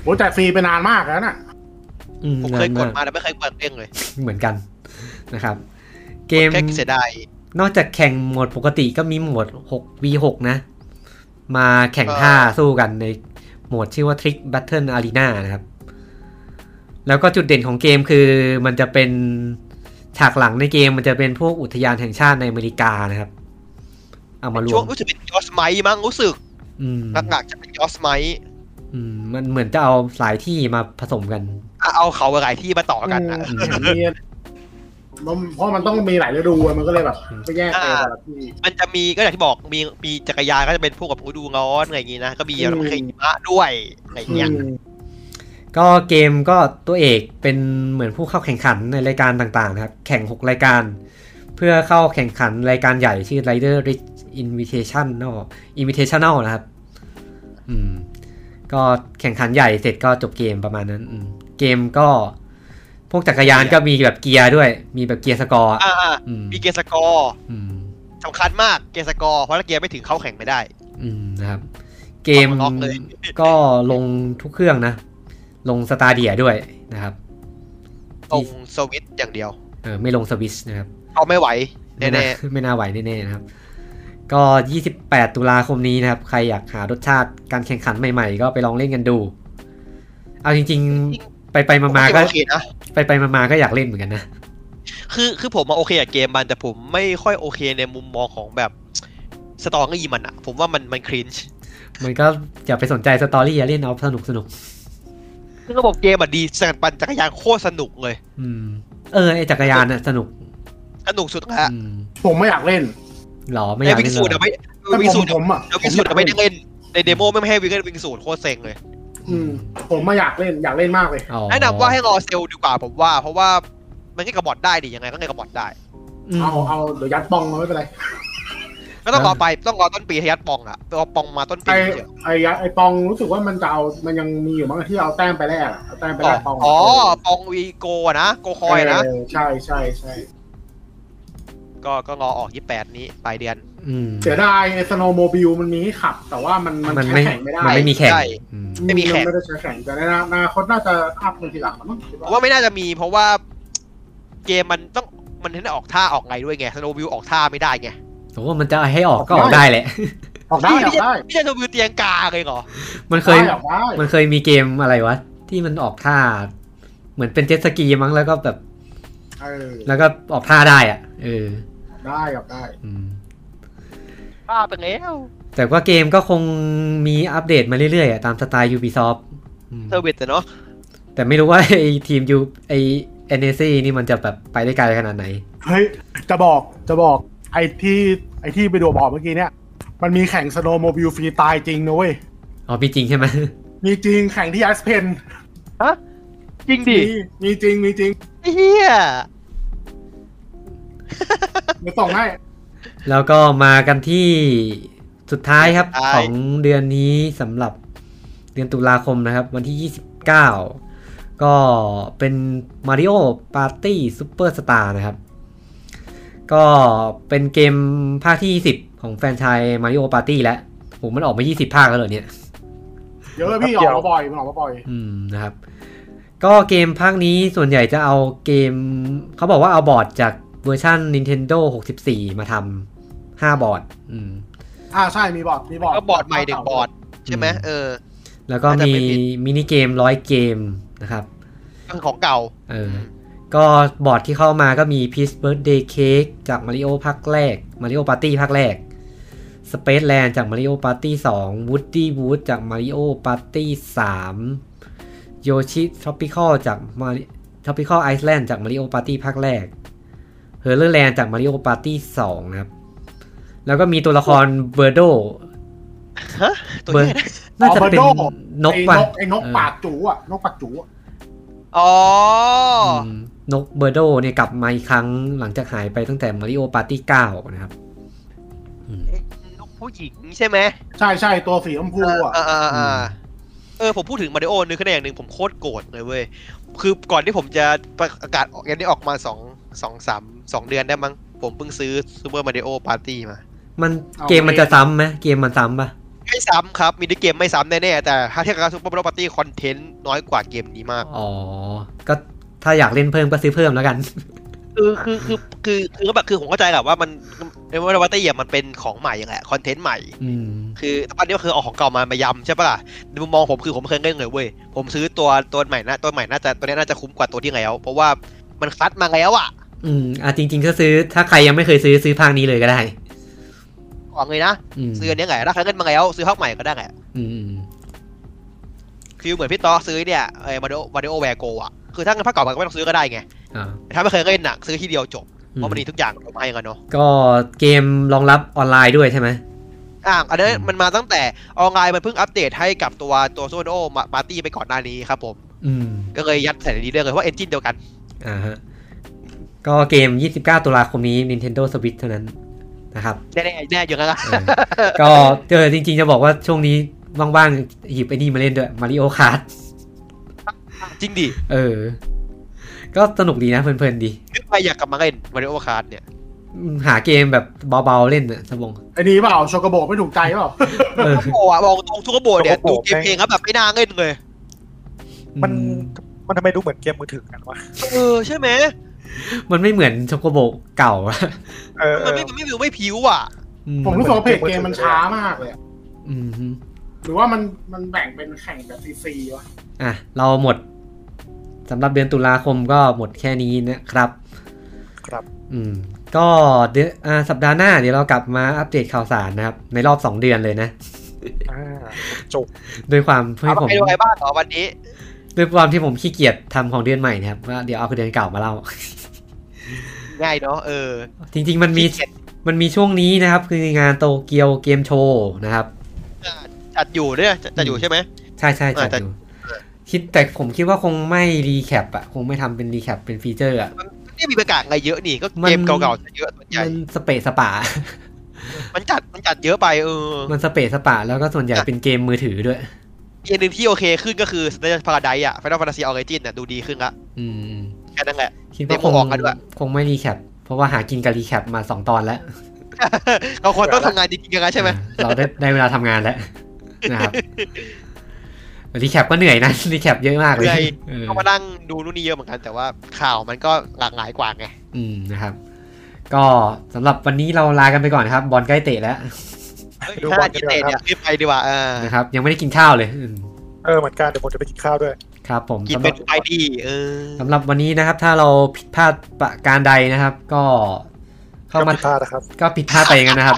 Speaker 5: โหจ่ายฟรีไปนานมากแล้วน่ะ
Speaker 1: อืม
Speaker 2: ผมเคยกด
Speaker 1: น
Speaker 2: มาแต่ไม่เคยเปิดเองเลย
Speaker 1: เหมือนกันนะครับ เกม
Speaker 2: แค่เสียดาย
Speaker 1: นอกจากแข่งโหมดปกติก็มีโหมด 6 v 6นะ มาแข่ง
Speaker 2: เออ
Speaker 1: ท่าสู้กันในโหมดชื่อว่า Trick Battle Arena นะครับ แล้วก็จุดเด่นของเกมคือมันจะเป็นฉากหลังในเกมมันจะเป็นพวกอุทยานแห่งชาติในอเมริกานะครับ เอามารว
Speaker 2: ช่ว
Speaker 1: ม
Speaker 2: งรู้สึกเป็นยอสไมค์มั้งรู้สึก
Speaker 1: อืม
Speaker 2: หลักๆจะเป็นยอสไมค์
Speaker 1: อืมมันเหมือนจะเอาหลายที่มาผสมกัน
Speaker 2: อ่ะเอาเขาหลายที่มาต่อกันอ่ะ
Speaker 5: อืมมีมันเพราะมันต้องมีหลายฤดูอะมันก็เลยแบบไปแยกไป
Speaker 2: อ่า
Speaker 5: แต่ละที่
Speaker 2: มันจะมีก็อย่างที่บอกมีมีจักรยานก็จะเป็นพวกกับฤดูร้อนอะไรอย่างงี้นะก็มี
Speaker 5: อืม
Speaker 2: แล้วก็เคยหิมะด้วยอะไรอย่างเงี้ย
Speaker 5: อืม
Speaker 1: ก็เกมก็ตัวเอกเป็นเหมือนผู้เข้าแข่งขันในรายการต่างๆนะครับ แข่ง 6 รายการ เพื่อเข้าแข่งขันรายการใหญ่ชื่อ Rider Rich Invitational Invitational นะครับ อืม ก็แข่งขันใหญ่เสร็จก็จบเกมประมาณนั้น อืม เกมก็พวกจักรยานก็มีแบบเกียร์ด้วย มีแบบเกียร์สกอร์อะ
Speaker 2: อ่า
Speaker 1: อืม
Speaker 2: ๆมีเกมสกอร์
Speaker 1: อืม
Speaker 2: สำคัญมากเกมสกอร์เพราะถ้าเกมไม่ถึงเข้าแข่งไม่ได้
Speaker 1: อืมนะครับ เกม
Speaker 2: ล็อกเลย
Speaker 1: ก็ลงทุกเครื่องนะ ลงสตาเดียด้วยนะครับ
Speaker 2: ตรงสวิตช์อย่างเดียว
Speaker 1: เออไม่ลงสวิชนะครับ
Speaker 2: เขาไม่ไหว
Speaker 1: ไม่น่า
Speaker 2: แน่ๆ
Speaker 1: ไม่น่าไหวแน่ๆนะครับ ก็ 28 ตุลาคมนี้นะครับ ใครอยากหารสชาติการแข่งขันใหม่ๆ ก็ไปลองเล่นกันดู เอาจริงๆ ไปไปๆมาๆก็
Speaker 2: โอเคนะ
Speaker 1: ไปไปๆมาๆก็อยากเล่นเหมือนกันนะ
Speaker 2: คือคือผมมาโอเคกับเกมมันแต่ผมไม่ค่อยโอเคในมุมมองของแบบสตอรี่มันอะผมว่ามันมันครินช์
Speaker 1: มันก็อย่าไปสนใจสตอรี่อย่าเล่นเอาสนุกสนุก
Speaker 2: คือระบบเกมอะดีจักรปั่นจักรยานโคตรสนุกเลย
Speaker 1: ๆอืม เออไอจักรยานน่ะสนุก
Speaker 2: สนุกสุดละ
Speaker 1: อืม
Speaker 5: ผมไม่อยากเล่น
Speaker 1: หรอไม่อ
Speaker 2: ใน
Speaker 1: ยาก
Speaker 2: วิง
Speaker 1: เล่น
Speaker 2: สูตร
Speaker 1: เล
Speaker 2: อะ
Speaker 1: ย
Speaker 2: ไม่
Speaker 5: แต่
Speaker 2: วิง
Speaker 5: ผ
Speaker 2: สู
Speaker 5: ม
Speaker 2: ตรอะ
Speaker 5: ผมอ่ะ
Speaker 2: เดี๋ยววิงสูตรอะไม่ได้เล่นในเดโมไม่ให้วิ่งเล่นวิงสูตรโคตรเซ็งเลย
Speaker 5: อืม ผมมาอยากเล่นอยากเล่นมากเลย
Speaker 1: อ๋อ
Speaker 2: แนะนำว่าให้รอเซลล์ดีกว่าผมว่า เพราะว่ามันก็กระบอดได้ดิยังไงก็ไงกระบอดได้
Speaker 1: อืม
Speaker 5: เอาเอาเดี๋ยวยัดปองมาไม่เป็นไร
Speaker 2: ก็ต้อง
Speaker 1: ค
Speaker 2: ร
Speaker 1: รั
Speaker 2: อบ ไปต้องรอต้นปีทยัดปองอ่ะรอปองมาต้นปี
Speaker 5: ไอ
Speaker 2: เดี๋ยว
Speaker 5: ไอยัดไอปองรู้สึกว่ามันจะเอามันยังมีอยู่มั้งที่เอาแต้มไปแลกอะเอาแต้มไปแลกปอง
Speaker 2: อ๋อปองวีโกอะนะโกคอยนะ
Speaker 5: เใช่ใช่ใช่
Speaker 2: ก็ก็รอออก 28 นี้ปลายเดือน
Speaker 1: อืม
Speaker 5: เสียดายไอสโนว์โมบิลมันมีให้ขับ แต่ว่ามันมัน
Speaker 1: มัน
Speaker 5: ใช้
Speaker 1: ไม่
Speaker 5: แข่งไม่ได้
Speaker 1: มันไม่มีแข่ง
Speaker 2: ใช่
Speaker 1: อืม
Speaker 2: ไม่มีแข่ง
Speaker 5: นไม่ได้ใช้แข่งแต่ในอนาคตน่าจะอัพมือทีหลังมั้งคิด
Speaker 2: ผมว่าไม่น่าจะมีเพราะว่าเกมมันต้องมันเน้นออกท่าออกไงด้วยไงสโนวิวออกท่าไม่ได้ไง
Speaker 1: โอ้มันจะให้ออกก็ออกได้แหละ
Speaker 5: ออกได้ออกได้
Speaker 2: ไม่ใช่สโนวิวเตียงกาเลยเหรอ
Speaker 1: มันเคย
Speaker 5: ออกได้
Speaker 1: มันเคยมีเกมอะไรวะ ที่มันออกท่า เหมือนเป็นเจ็ตสกีมั้งแล้วก็แบบ
Speaker 5: เออ
Speaker 1: แล้วก็ออกท่าได้อ่ะ เออ
Speaker 5: ได้ออกได้
Speaker 1: อืม
Speaker 2: ท่าไปแล้ว
Speaker 1: แต่ว่าเกมก็คงมีอัปเดตมาเรื่อยๆอะตามสไตล์ Ubisoft อืม
Speaker 2: เซอร์วิสอะเนาะ
Speaker 1: แต่ไม่รู้ว่า ไอทีมยูไอเอเนซีนี่มันจะแบบไปได้ไกลขนาดไหน
Speaker 5: เฮ้ย จะบอก จะบอก ไอ้ที่ ไอ้ที่ไปดูบอกเมื่อกี้เนี่ย มันมีแข่งสโนว์โมบิลฟรีตายจริงนะเว้ย
Speaker 1: อ๋อมีจริงใช่ไหม
Speaker 5: มีจริงแข่งที่แอสเพน
Speaker 2: จริงดิ
Speaker 5: มี มีจริง มีจริง
Speaker 2: เฮีย
Speaker 5: เดี๋ยวส่งให้
Speaker 1: แล้วก็มากันที่สุดท้ายครับ ของเดือนนี้สำหรับเดือนตุลาคมนะครับ วันที่ 29 ก็เป็น Mario Party Super Star นะครับ ก็เป็นเกมภาคที่ 20 ของแฟรนไชาย Mario Party แล้วโหมันออกมา 20 ภาคแล้วเหรอเนี่ย
Speaker 5: เยอะพี่ออกมาบ่อย มันออกมาบ่อย
Speaker 1: อืมนะครับ ก็เกมภาคนี้ส่วนใหญ่จะเอาเกม เขาบอกว่าเอาบอร์ดจากเวอร์ชัน Nintendo 64 มาทำห้าบอร์ด อืม
Speaker 5: อ่า ใช่ มีบอร์ด มีบอร์ด
Speaker 2: ก็บอร์ดใหม่หนึ่งบอร์ดใช่ไหม
Speaker 1: อืม
Speaker 2: เออ
Speaker 1: แล้วก็
Speaker 2: น่าจะ
Speaker 1: มี
Speaker 2: ไม่ผิด
Speaker 1: มินิเกมร้อยเกมนะครับ
Speaker 2: ก็คือของเก่า
Speaker 1: เอออ
Speaker 2: ม
Speaker 1: ก็บอร์ดที่เข้ามาก็มี Peace Birthday Cake จาก Mario ภาคแรก Mario Party ภาคแรก Space Land จาก Mario Party 2 Woody Wood จาก Mario Party 3 Yoshi Tropical จาก Mario Tropical Island จาก Mario Party ภาคแรก h e r l e r Land จาก Mario Party 2 นะครับ แล้วก็มีตัวละคร Birdo
Speaker 2: ฮะตัวเนี้ยนะ
Speaker 1: น่าจะเป็น
Speaker 5: อ๋อ Birdo
Speaker 1: นก
Speaker 5: ไอ้
Speaker 1: ป่ะ
Speaker 5: นกไอ้นกปากจู๋อ่ะ นกปากจู๋อะ
Speaker 2: อ๋อ
Speaker 1: มนกเบอร์โดเนี่ยกลับมาอีกครั้งหลังจากหายไปตั้งแต่มาริโอปาร์ตี้เก้านะครับอืม
Speaker 2: ลูกผู้หญิงใช่ไหม
Speaker 5: ใช่ใช่ ตัวสีชมพูอ่ะ
Speaker 2: อ่าอ่า
Speaker 1: อื
Speaker 2: อ่าม เออ ผมพูดถึงมาริโอนึกขึ้นได้อย่างหนึ่งผมโคตรโกรธเลยเว้ย คือก่อนที่ผมจะประกาศออกเกมนี้ออกมาสองสองสามสองเดือนได้มั้ง ผมเพิ่งซื้อซูเปอร์มาริโอปาร์ตี้มา
Speaker 1: มัน
Speaker 5: เอา
Speaker 1: เกมมัน
Speaker 5: เกม
Speaker 1: จะซ้ำไหมเกมมันซ้ำปะ
Speaker 2: ไม่ซ้ำครับ มีในเกมไม่ซ้ำแน่ๆ แต่ถ้าเทียบกับซูเปอร์มาริโอปาร์ตี้คอนเทนต์น้อยกว่าเกมนี้มาก
Speaker 1: อ๋อ ก็ถ้าอยากเล่นเพิ่มก็ซื้อเพิ่มแล้วกัน
Speaker 2: คือคือคือคือคือแบบคือผมเข้าใจแหละว่ามันมาริโอปาร์ตี้มันเป็นของใหม่อย่างแหละคอนเทนต์ใหม่
Speaker 1: อืม
Speaker 2: คือตอนนี้ก็คือเอาของเก่ามามายำใช่ปะล่ะในมุมมองผมคือผมเคยเล่นเลยเว้ย ผมซื้อตัวตัวใหม่นะตัวใหม่น่าจะตัวนี้น่าจะคุ้มกว่าตัวที่แล้ว เพราะว่ามันคัดมาแล้วอ่ะ
Speaker 1: อืมอ่ะจริงๆก็ซื้อถ้าใครยังไม่เคยซื้อซื้อภาคนี้เลยก็ได้
Speaker 2: ออกเลยนะ
Speaker 1: ม
Speaker 2: ซื้ออนนี้ไงถ้าใครเล่นมาแล้วซื้อภาคใหม่ก็ได้ไง
Speaker 1: อืม
Speaker 2: ฟิลเหมือนพี่ต่อซื้อเนี่ยไอ้มาริโอมาริโอแวร์โกอ่ะคือถ้าเงินภาคเก่ามันก็ไม่ต้องซื้อก็ได้ไง
Speaker 1: อ่า
Speaker 2: แต่ถ้าไม่เคยเล่นหนักซื้อทีเดียวจบ
Speaker 1: อื
Speaker 2: เพราะมันมีทุกอย่างเอามาให้กันเนาะ
Speaker 1: ก็เกมรองรับออนไลน์ด้วยใช่ไหม
Speaker 2: อ่ะอันนี้
Speaker 1: อืม
Speaker 2: มันมาตั้งแต่ออนไลน์มันเพิ่งอัปเดตให้กับตัวตัวโซโดมาปาร์ตี้ไปก่อนหน้านี้ครับผม
Speaker 1: อืม
Speaker 2: ก็เลยยัดใส่ในนี้เลยเพราะว่า engine เดียวกัน
Speaker 1: อ่าฮะ ก็เกม 29 ตุลาคมนี้ Nintendo Switch เท่านั้นนะครับ
Speaker 2: แน่ๆแน่อยู่แล้วล่ะ
Speaker 1: ก็เจอจริงๆจะบอกว่าช่วงนี้ว่างๆ หยิบไอ้นี่มาเล่นด้วยมาริโอคาร์ด
Speaker 2: จริงดิ
Speaker 1: เออ ก็สนุกดีนะเพลินๆดี
Speaker 2: นึกไปอยากกลับมาเล่นมาริโอคาร์ดเนี่ย
Speaker 1: หาเกมแบบเบาๆเล่นน่ะสบง
Speaker 5: ไอ้นี่เปล่าโชโกโบไม่ถูกใจเปล่า
Speaker 1: เออ
Speaker 2: โอ้โหอ่ะบอกตรงทุกโบเนี่ย
Speaker 3: โอ้
Speaker 2: ดู
Speaker 3: โห
Speaker 2: เกมเพลงแล้วแบบไม่น่าเล่นเลย
Speaker 3: มัน
Speaker 1: อื
Speaker 3: มันทำไมดูเหมือนเกมมือถือกันวะ
Speaker 2: เออใช่ไหม
Speaker 1: มันไม่เหมือนชโกโบเก่าอะ
Speaker 3: เออเอ
Speaker 2: มัน
Speaker 3: อ
Speaker 2: ไม่มันไม่วิวไม่ผิวอ่ะ
Speaker 1: อื
Speaker 5: ผมรู้สึกว่าเพจเกมมันช้ามากเลยอะ
Speaker 1: อืม
Speaker 5: หรือว่ามัน มันแบ่งเป็นแข่งแบบซีซีวะ
Speaker 1: อ่ะ เราหมดสำหรับเดือนตุลาคมก็หมดแค่นี้นะครับ
Speaker 3: ครับ
Speaker 1: อืม ก็เดือนอ่าสัปดาห์หน้าเดี๋ยวเรากลับมาอัปเดตข่าวสารนะครับ ในรอบสองเดือนเลยนะ
Speaker 3: อ่า
Speaker 1: ด้วยความเพื่
Speaker 2: เอา
Speaker 1: อผม
Speaker 2: ไปดูอะไรบ้างเหรอวันนี้
Speaker 1: ด้วยความที่ผมขี้เกียจทำของเดือนใหม่นะครับว่าเดี๋ยวเอาเดือนเก่ามาเล่า
Speaker 2: ง่ายเนาะเออ
Speaker 1: จริง ๆ มันมีมันมีช่วงนี้นะครับ คืองานโตเกียวเกมโชว์นะครับ
Speaker 2: จัดอยู่เนี่ยจัดจัดอยู่ใช่ไหม
Speaker 1: ใช่ใช่จัด
Speaker 2: แต่
Speaker 1: อยู่คิดแต่ผมคิดว่าคงไม่รีแคปอะคงไม่ทำเป็นรีแคปเป็นฟีเจอร์อะ
Speaker 2: นี่มีประกาศอะไรเยอะนี่ก็
Speaker 1: มัน
Speaker 2: เกมเก่าๆจะเยอะส่วนใหญ่
Speaker 1: มันสเปะส ปะ
Speaker 2: มันจัดมันจัดเยอะไปเออ
Speaker 1: มันสเปะสปะแล้วก็ส่วนใหญ่เป็นเกมมือถือด้วย
Speaker 2: เกมหนึ่งที่โอเคขึ้นก็คือสเตจพาราไดอะไฟนอลแฟนตาซีออริจินน่ะดูดีขึ้นละ
Speaker 1: อืม
Speaker 2: แค่นั้นแหละ
Speaker 1: คิดว่า
Speaker 2: เดี๋
Speaker 1: ค
Speaker 2: ยว
Speaker 1: ง
Speaker 2: ผมออกมาด้วย
Speaker 1: คงไม่รีแคปเพราะว่าหากินกับรีแคปมาสองตอนแล้ว
Speaker 2: เราคนต้องทำงานจริงๆกันนะใช่ไหม
Speaker 1: เราได้ได้เวลาทำงานแล้ว นะครับรีแคปก็เหนื่อยนะรีแคปเยอะมากเลยเออ
Speaker 2: เขามานั่งดูนู่นนี่เยอะเหมือนกันแต่ว่าข่าวมันก็หลากหลายกว่าไง
Speaker 1: อืมนะครับ ก็สำหรับวันนี้เราลากันไปก่อนนะครับ บอลใกล้เตะแล้ว
Speaker 3: ดู
Speaker 2: ถ้า
Speaker 3: บอลกั
Speaker 2: อิ
Speaker 3: น
Speaker 2: น
Speaker 3: ดีก
Speaker 2: เตอ
Speaker 3: ว่า
Speaker 2: ร์
Speaker 3: ค
Speaker 2: เนี่ย
Speaker 3: รับ
Speaker 2: รีบไปดีกว่าเออ
Speaker 1: นะครับ ยังไม่ได้กินข้าวเลยอืม
Speaker 3: เออเหมือนกันเดี๋ยวผมจะไปกินข้าวด้วย
Speaker 1: ครับผม
Speaker 2: กิน
Speaker 1: สำห
Speaker 2: เป็
Speaker 1: รั
Speaker 2: น
Speaker 1: บ
Speaker 2: ไปดีเออ
Speaker 1: สำหรับวันนี้นะครับ ถ้าเราผิดพลาดประการใดนะครับ ก็เข้ามา
Speaker 3: ก็ผิดพลาดนะครับ
Speaker 1: ก็ผิดพลาดไปอย่างนั้น นะครับ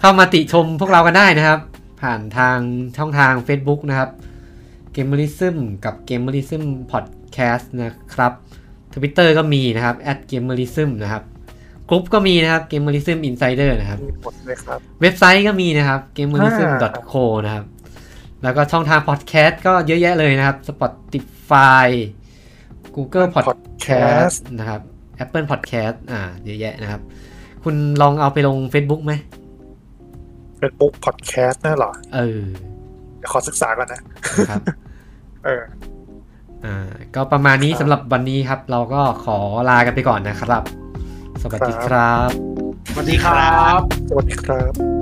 Speaker 1: เข้ามาติชมพวกเรากันได้นะครับ ผ่านทางช่องทาง Facebook นะครับ g a m e r i s m กับ g a m e r i s m Podcast นะครับ Twitter ก็มีนะครับ g a m e r i s m นะครับกลุ่มก็มีนะครับ g a m e r i s m Insider นะครับ
Speaker 3: มีหมดเลยครับ
Speaker 1: เว็บไซต์ก็มีนะครับ gamerism.co นะครับ แล้วก็ช่องทางพอดแคสต์ก็เยอะแยะเลยนะครับ Spotify Google Podcast
Speaker 3: Podcast
Speaker 1: นะครับ Apple Podcast อ่า เยอะแยะนะครับ คุณลองเอาไปลง Facebook ไหม
Speaker 3: เป็นบุ๊กพอดแคสต์น่นเหรอ
Speaker 1: เออ
Speaker 3: เดี๋ยวขอศึกษาก่อนนะ
Speaker 1: นะครับ
Speaker 3: เออ
Speaker 1: อ่า ก็ประมาณนี้สำหรับวันนี้ครับ เราก็ขอลากันไปก่อนนะครับ สวัสดีครับ
Speaker 5: สวัสดีครับ
Speaker 3: สวัสดีครับ